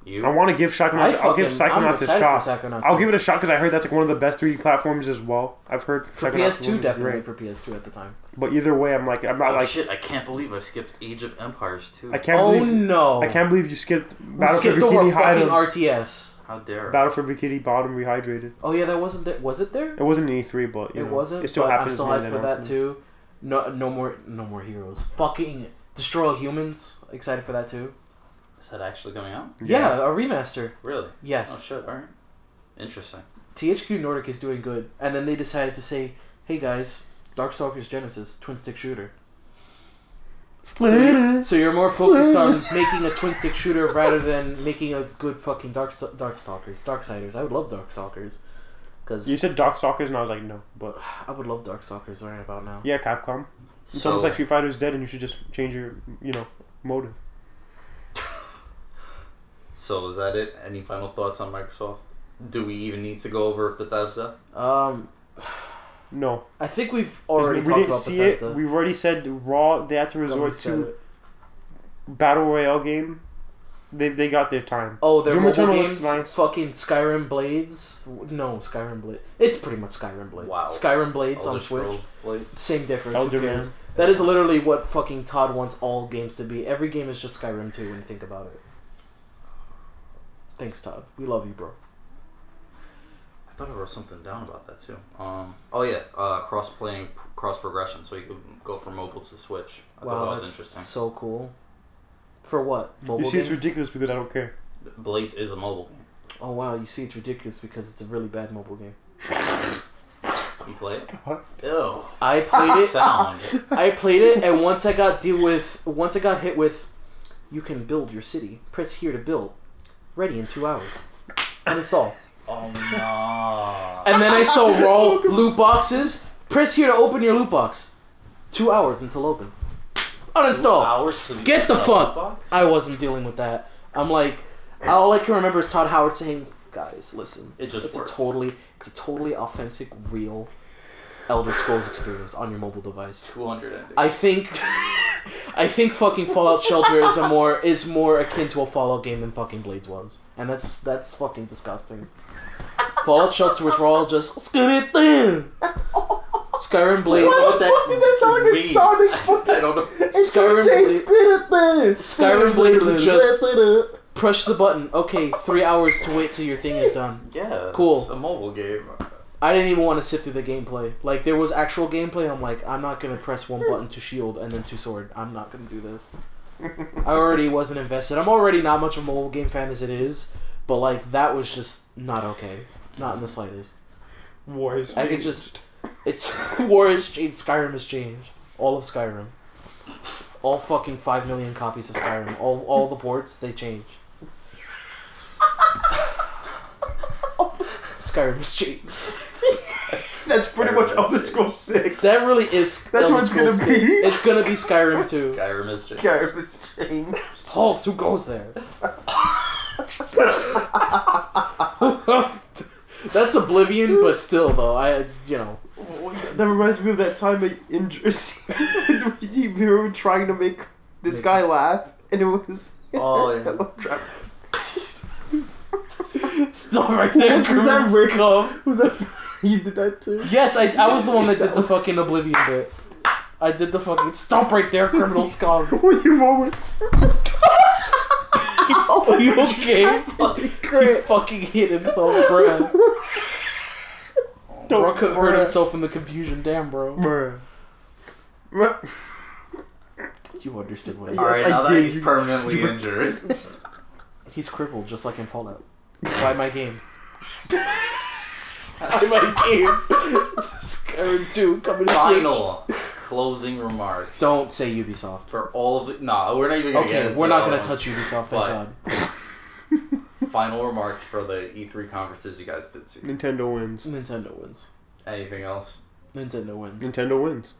[SPEAKER 1] You?
[SPEAKER 2] I want to give
[SPEAKER 3] I
[SPEAKER 2] Psychonauts. I'll
[SPEAKER 3] fucking,
[SPEAKER 2] give
[SPEAKER 3] I'm
[SPEAKER 2] Psychonauts a
[SPEAKER 3] excited
[SPEAKER 2] shot.
[SPEAKER 3] for Psychonauts.
[SPEAKER 2] I'll give it a shot because I heard that's like one of the best 3D platforms as well. I've heard
[SPEAKER 3] for
[SPEAKER 2] Psychonauts is
[SPEAKER 3] PS2 definitely
[SPEAKER 2] great.
[SPEAKER 3] for PS2 at the time.
[SPEAKER 2] But either way, I'm like I'm
[SPEAKER 1] oh
[SPEAKER 2] not like
[SPEAKER 1] shit! I can't believe I skipped Age of Empires 2.
[SPEAKER 2] I can't
[SPEAKER 3] oh
[SPEAKER 2] believe
[SPEAKER 3] no!
[SPEAKER 2] I can't believe you skipped
[SPEAKER 3] we
[SPEAKER 2] Battle
[SPEAKER 3] skipped
[SPEAKER 2] for
[SPEAKER 3] over
[SPEAKER 2] Bikini
[SPEAKER 3] fucking
[SPEAKER 2] Bottom.
[SPEAKER 3] RTS.
[SPEAKER 1] How dare I?
[SPEAKER 2] Battle for Bikini Bottom rehydrated.
[SPEAKER 3] Oh yeah, that wasn't there. Was it there?
[SPEAKER 2] It wasn't an E3, but you
[SPEAKER 3] It
[SPEAKER 2] know,
[SPEAKER 3] wasn't.
[SPEAKER 2] It still
[SPEAKER 3] but I'm
[SPEAKER 2] happens.
[SPEAKER 3] still
[SPEAKER 2] more
[SPEAKER 3] hyped
[SPEAKER 2] than
[SPEAKER 3] for
[SPEAKER 2] it
[SPEAKER 3] that
[SPEAKER 2] happens.
[SPEAKER 3] too. No, no more, no more heroes. Fucking destroy all humans. Excited for that too.
[SPEAKER 1] Is that actually coming out?
[SPEAKER 3] Yeah, a remaster.
[SPEAKER 1] Really? Oh
[SPEAKER 3] Yes.
[SPEAKER 1] shit! All right. Interesting.
[SPEAKER 3] THQ Nordic is doing good, and then they decided to say, "Hey guys, Darkstalkers Genesis twin stick shooter."
[SPEAKER 2] [LAUGHS]
[SPEAKER 3] So you're, so you're more focused on making a twin stick shooter rather than making a good fucking dark Darkstalkers, Darksiders. I would love Darkstalkers,
[SPEAKER 2] You
[SPEAKER 3] because
[SPEAKER 2] said Darkstalkers, and I was like, no. But
[SPEAKER 3] I would love Darkstalkers right about now.
[SPEAKER 2] yeah, Capcom. It's
[SPEAKER 1] So,
[SPEAKER 2] almost like Street Fighter's dead, and you should just change your, you know, motive.
[SPEAKER 1] so is that it? Any final thoughts on Microsoft? Do we even need to go over Bethesda?
[SPEAKER 3] Um,
[SPEAKER 2] No,
[SPEAKER 3] I think we've
[SPEAKER 2] Because
[SPEAKER 3] already
[SPEAKER 2] we,
[SPEAKER 3] talked
[SPEAKER 2] we didn't
[SPEAKER 3] about
[SPEAKER 2] see
[SPEAKER 3] Bethesda.
[SPEAKER 2] it. We've already said Raw. They had to
[SPEAKER 3] Probably
[SPEAKER 2] resort
[SPEAKER 3] said
[SPEAKER 2] to
[SPEAKER 3] it.
[SPEAKER 2] battle royale game. They they got their time.
[SPEAKER 3] Oh, their
[SPEAKER 2] Doom
[SPEAKER 3] mobile
[SPEAKER 2] Eternal looks
[SPEAKER 3] games,
[SPEAKER 2] nice.
[SPEAKER 3] fucking Skyrim Blades. W- No, Skyrim Blade. It's pretty much Skyrim Blades.
[SPEAKER 1] Wow. Oh,
[SPEAKER 3] Skyrim Blades on
[SPEAKER 1] Elder
[SPEAKER 3] Switch.
[SPEAKER 1] Scrolls Blade?
[SPEAKER 3] Same difference.
[SPEAKER 2] Elder
[SPEAKER 3] who
[SPEAKER 2] Ring.
[SPEAKER 3] cares? That is literally what fucking Todd wants all games to be. Every game is just Skyrim 2 when you think about it. Thanks, Todd. We love you, bro.
[SPEAKER 1] I thought I wrote something down about that too. Um. Oh yeah. Uh. Cross playing, cross progression, so you could go from mobile to Switch. I thought
[SPEAKER 3] wow,
[SPEAKER 1] that was
[SPEAKER 3] that's
[SPEAKER 1] interesting.
[SPEAKER 3] so cool. For what? Mobile
[SPEAKER 2] You see, it's
[SPEAKER 3] games?
[SPEAKER 2] ridiculous because I don't care.
[SPEAKER 1] Blades is a mobile game.
[SPEAKER 3] Oh, wow. You see, it's ridiculous because it's a really bad mobile game.
[SPEAKER 1] You play
[SPEAKER 3] [LAUGHS]
[SPEAKER 1] it?
[SPEAKER 2] What?
[SPEAKER 1] Ew.
[SPEAKER 3] I played
[SPEAKER 1] [LAUGHS]
[SPEAKER 3] it.
[SPEAKER 1] Sound.
[SPEAKER 3] [LAUGHS] I played it, and once I got deal with, once I got hit with, you can build your city. Press here to build. Ready in two hours. Uninstall.
[SPEAKER 1] oh no.
[SPEAKER 3] And then I saw raw loot boxes. Press here to open your loot box. Two hours until open. Uninstall.
[SPEAKER 1] Hours to
[SPEAKER 3] Get the
[SPEAKER 1] a
[SPEAKER 3] fuck.
[SPEAKER 1] box?
[SPEAKER 3] I wasn't dealing with that. I'm like, all I can remember is Todd Howard saying, "Guys, listen,
[SPEAKER 1] It just
[SPEAKER 3] it's
[SPEAKER 1] works.
[SPEAKER 3] a totally, it's a totally authentic, real Elder Scrolls experience on your mobile device."
[SPEAKER 1] 200 ending.
[SPEAKER 3] I think I think fucking Fallout Shelter is a more is more akin to a Fallout game than fucking Blades was. And that's that's fucking disgusting. Fallout Shelter was all just "Skin it then." Skyrim Blades [LAUGHS]
[SPEAKER 1] that sound like? Sonic [LAUGHS] I don't know.
[SPEAKER 3] Skyrim Blades Skyrim Blades would just push the button. Okay, three hours to wait till your thing is done.
[SPEAKER 1] Yeah.
[SPEAKER 3] Cool.
[SPEAKER 1] It's a mobile game.
[SPEAKER 3] I didn't even want to sit through the gameplay. Like there was actual gameplay. I'm like, I'm not gonna press one button to shield and then to sword. I'm not gonna
[SPEAKER 2] [LAUGHS]
[SPEAKER 3] do this. I already wasn't invested. I'm already not much of a mobile game fan as it is, but like that was just not okay. Not in
[SPEAKER 2] Mm.
[SPEAKER 3] the slightest.
[SPEAKER 2] War is
[SPEAKER 3] I could just. It's [LAUGHS] war has changed. Skyrim has changed. All of Skyrim. All fucking five million copies of Skyrim. All all the ports
[SPEAKER 2] [LAUGHS]
[SPEAKER 3] they changed. Skyrim has changed.
[SPEAKER 2] That's pretty
[SPEAKER 1] much Elder
[SPEAKER 2] Scrolls Six.
[SPEAKER 3] [LAUGHS] That really is.
[SPEAKER 2] That's what
[SPEAKER 3] Elder
[SPEAKER 2] it's gonna
[SPEAKER 3] Scrolls six.
[SPEAKER 2] be.
[SPEAKER 3] It's gonna be Skyrim too.
[SPEAKER 1] Skyrim is just.
[SPEAKER 2] [LAUGHS] Skyrim is changed.
[SPEAKER 3] Hulk, who goes there? [LAUGHS] That's Oblivion, but still though, I you know.
[SPEAKER 2] That reminds me of that time at Indris. [LAUGHS] we were trying to make this
[SPEAKER 3] Make-
[SPEAKER 2] guy laugh, and it was.
[SPEAKER 1] Oh, yeah.
[SPEAKER 3] [LAUGHS]
[SPEAKER 2] [LAUGHS] Hello, Trap.
[SPEAKER 3] Stop right there.
[SPEAKER 2] Was that
[SPEAKER 3] Grimace.
[SPEAKER 2] Rick? Was that you did that too? [LAUGHS]
[SPEAKER 3] Yes, I, I was the one that did the fucking Oblivion bit. I did the fucking stop right there, criminal [LAUGHS] scum.
[SPEAKER 2] Were you moment?
[SPEAKER 3] Are you okay?
[SPEAKER 2] [LAUGHS]
[SPEAKER 3] He fucking hit himself, [LAUGHS] bruh. Bro could hurt himself in the confusion. Damn, bro.
[SPEAKER 2] Bruh. Bruh.
[SPEAKER 3] You understood what he
[SPEAKER 1] All
[SPEAKER 3] said.
[SPEAKER 2] Yes,
[SPEAKER 1] right,
[SPEAKER 2] I
[SPEAKER 1] now that
[SPEAKER 2] did,
[SPEAKER 1] he's
[SPEAKER 3] [LAUGHS]
[SPEAKER 2] you
[SPEAKER 1] permanently
[SPEAKER 2] stupid-
[SPEAKER 1] injured.
[SPEAKER 3] He's crippled, just like in Fallout. Buy my game. Buy my game. Skyrim 2 coming to Switch. [LAUGHS]
[SPEAKER 1] Final closing remarks
[SPEAKER 3] Don't say Ubisoft.
[SPEAKER 1] for all of it. Nah, we're not even gonna get
[SPEAKER 3] Okay,
[SPEAKER 1] into
[SPEAKER 3] we're not
[SPEAKER 1] that one.
[SPEAKER 3] gonna touch Ubisoft, thank
[SPEAKER 1] Why?
[SPEAKER 3] God.
[SPEAKER 1] Final remarks for the E3 conferences you guys did
[SPEAKER 3] Mm.
[SPEAKER 1] see.
[SPEAKER 2] Nintendo wins.
[SPEAKER 3] Nintendo wins.
[SPEAKER 1] Anything else?
[SPEAKER 3] Nintendo wins.
[SPEAKER 2] Nintendo wins.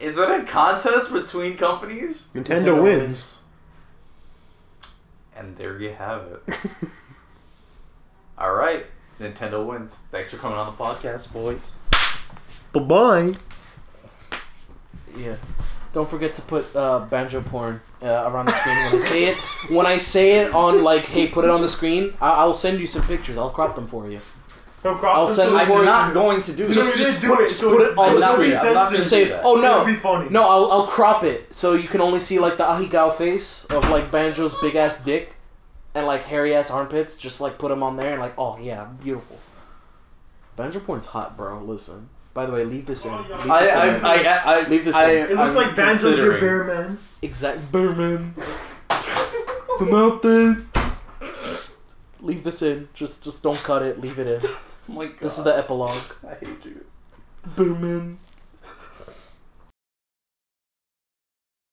[SPEAKER 1] Is it a contest between companies?
[SPEAKER 2] Nintendo, wins.
[SPEAKER 1] And there you have
[SPEAKER 3] [LAUGHS]
[SPEAKER 1] it. All right, Nintendo wins. Thanks for coming on the podcast, boys.
[SPEAKER 2] Bye bye.
[SPEAKER 3] Yeah. Don't forget to put uh, banjo porn uh, around the screen when I say it. When I say it on like, hey, put it on the screen. I- I'll send you some pictures. I'll crop them for you. I'll send them for
[SPEAKER 1] I'm
[SPEAKER 3] you.
[SPEAKER 1] not going to do
[SPEAKER 3] Just-
[SPEAKER 1] this.
[SPEAKER 3] just put- just put it on
[SPEAKER 1] the
[SPEAKER 3] screen. Just say, oh
[SPEAKER 5] It'll
[SPEAKER 3] no,
[SPEAKER 5] be funny.
[SPEAKER 3] no, I'll, I'll crop it so you can only see like the ahigao face of like Banjo's big ass dick and like hairy ass armpits. Just like put them on there and like, oh yeah, beautiful. Banjo porn's hot, bro. Listen. By the way, leave this in. Leave this
[SPEAKER 1] I, I,
[SPEAKER 3] in.
[SPEAKER 1] I, I, I,
[SPEAKER 3] Leave this
[SPEAKER 1] I,
[SPEAKER 3] in.
[SPEAKER 5] It looks
[SPEAKER 1] I'm
[SPEAKER 5] like Banzo's your
[SPEAKER 1] considering-
[SPEAKER 5] bear man.
[SPEAKER 3] Exact Berman. the mountain. Leave this in. Just just don't cut it. Leave it in.
[SPEAKER 1] Oh my God.
[SPEAKER 3] This is the epilogue.
[SPEAKER 1] I hate you.
[SPEAKER 3] Berman.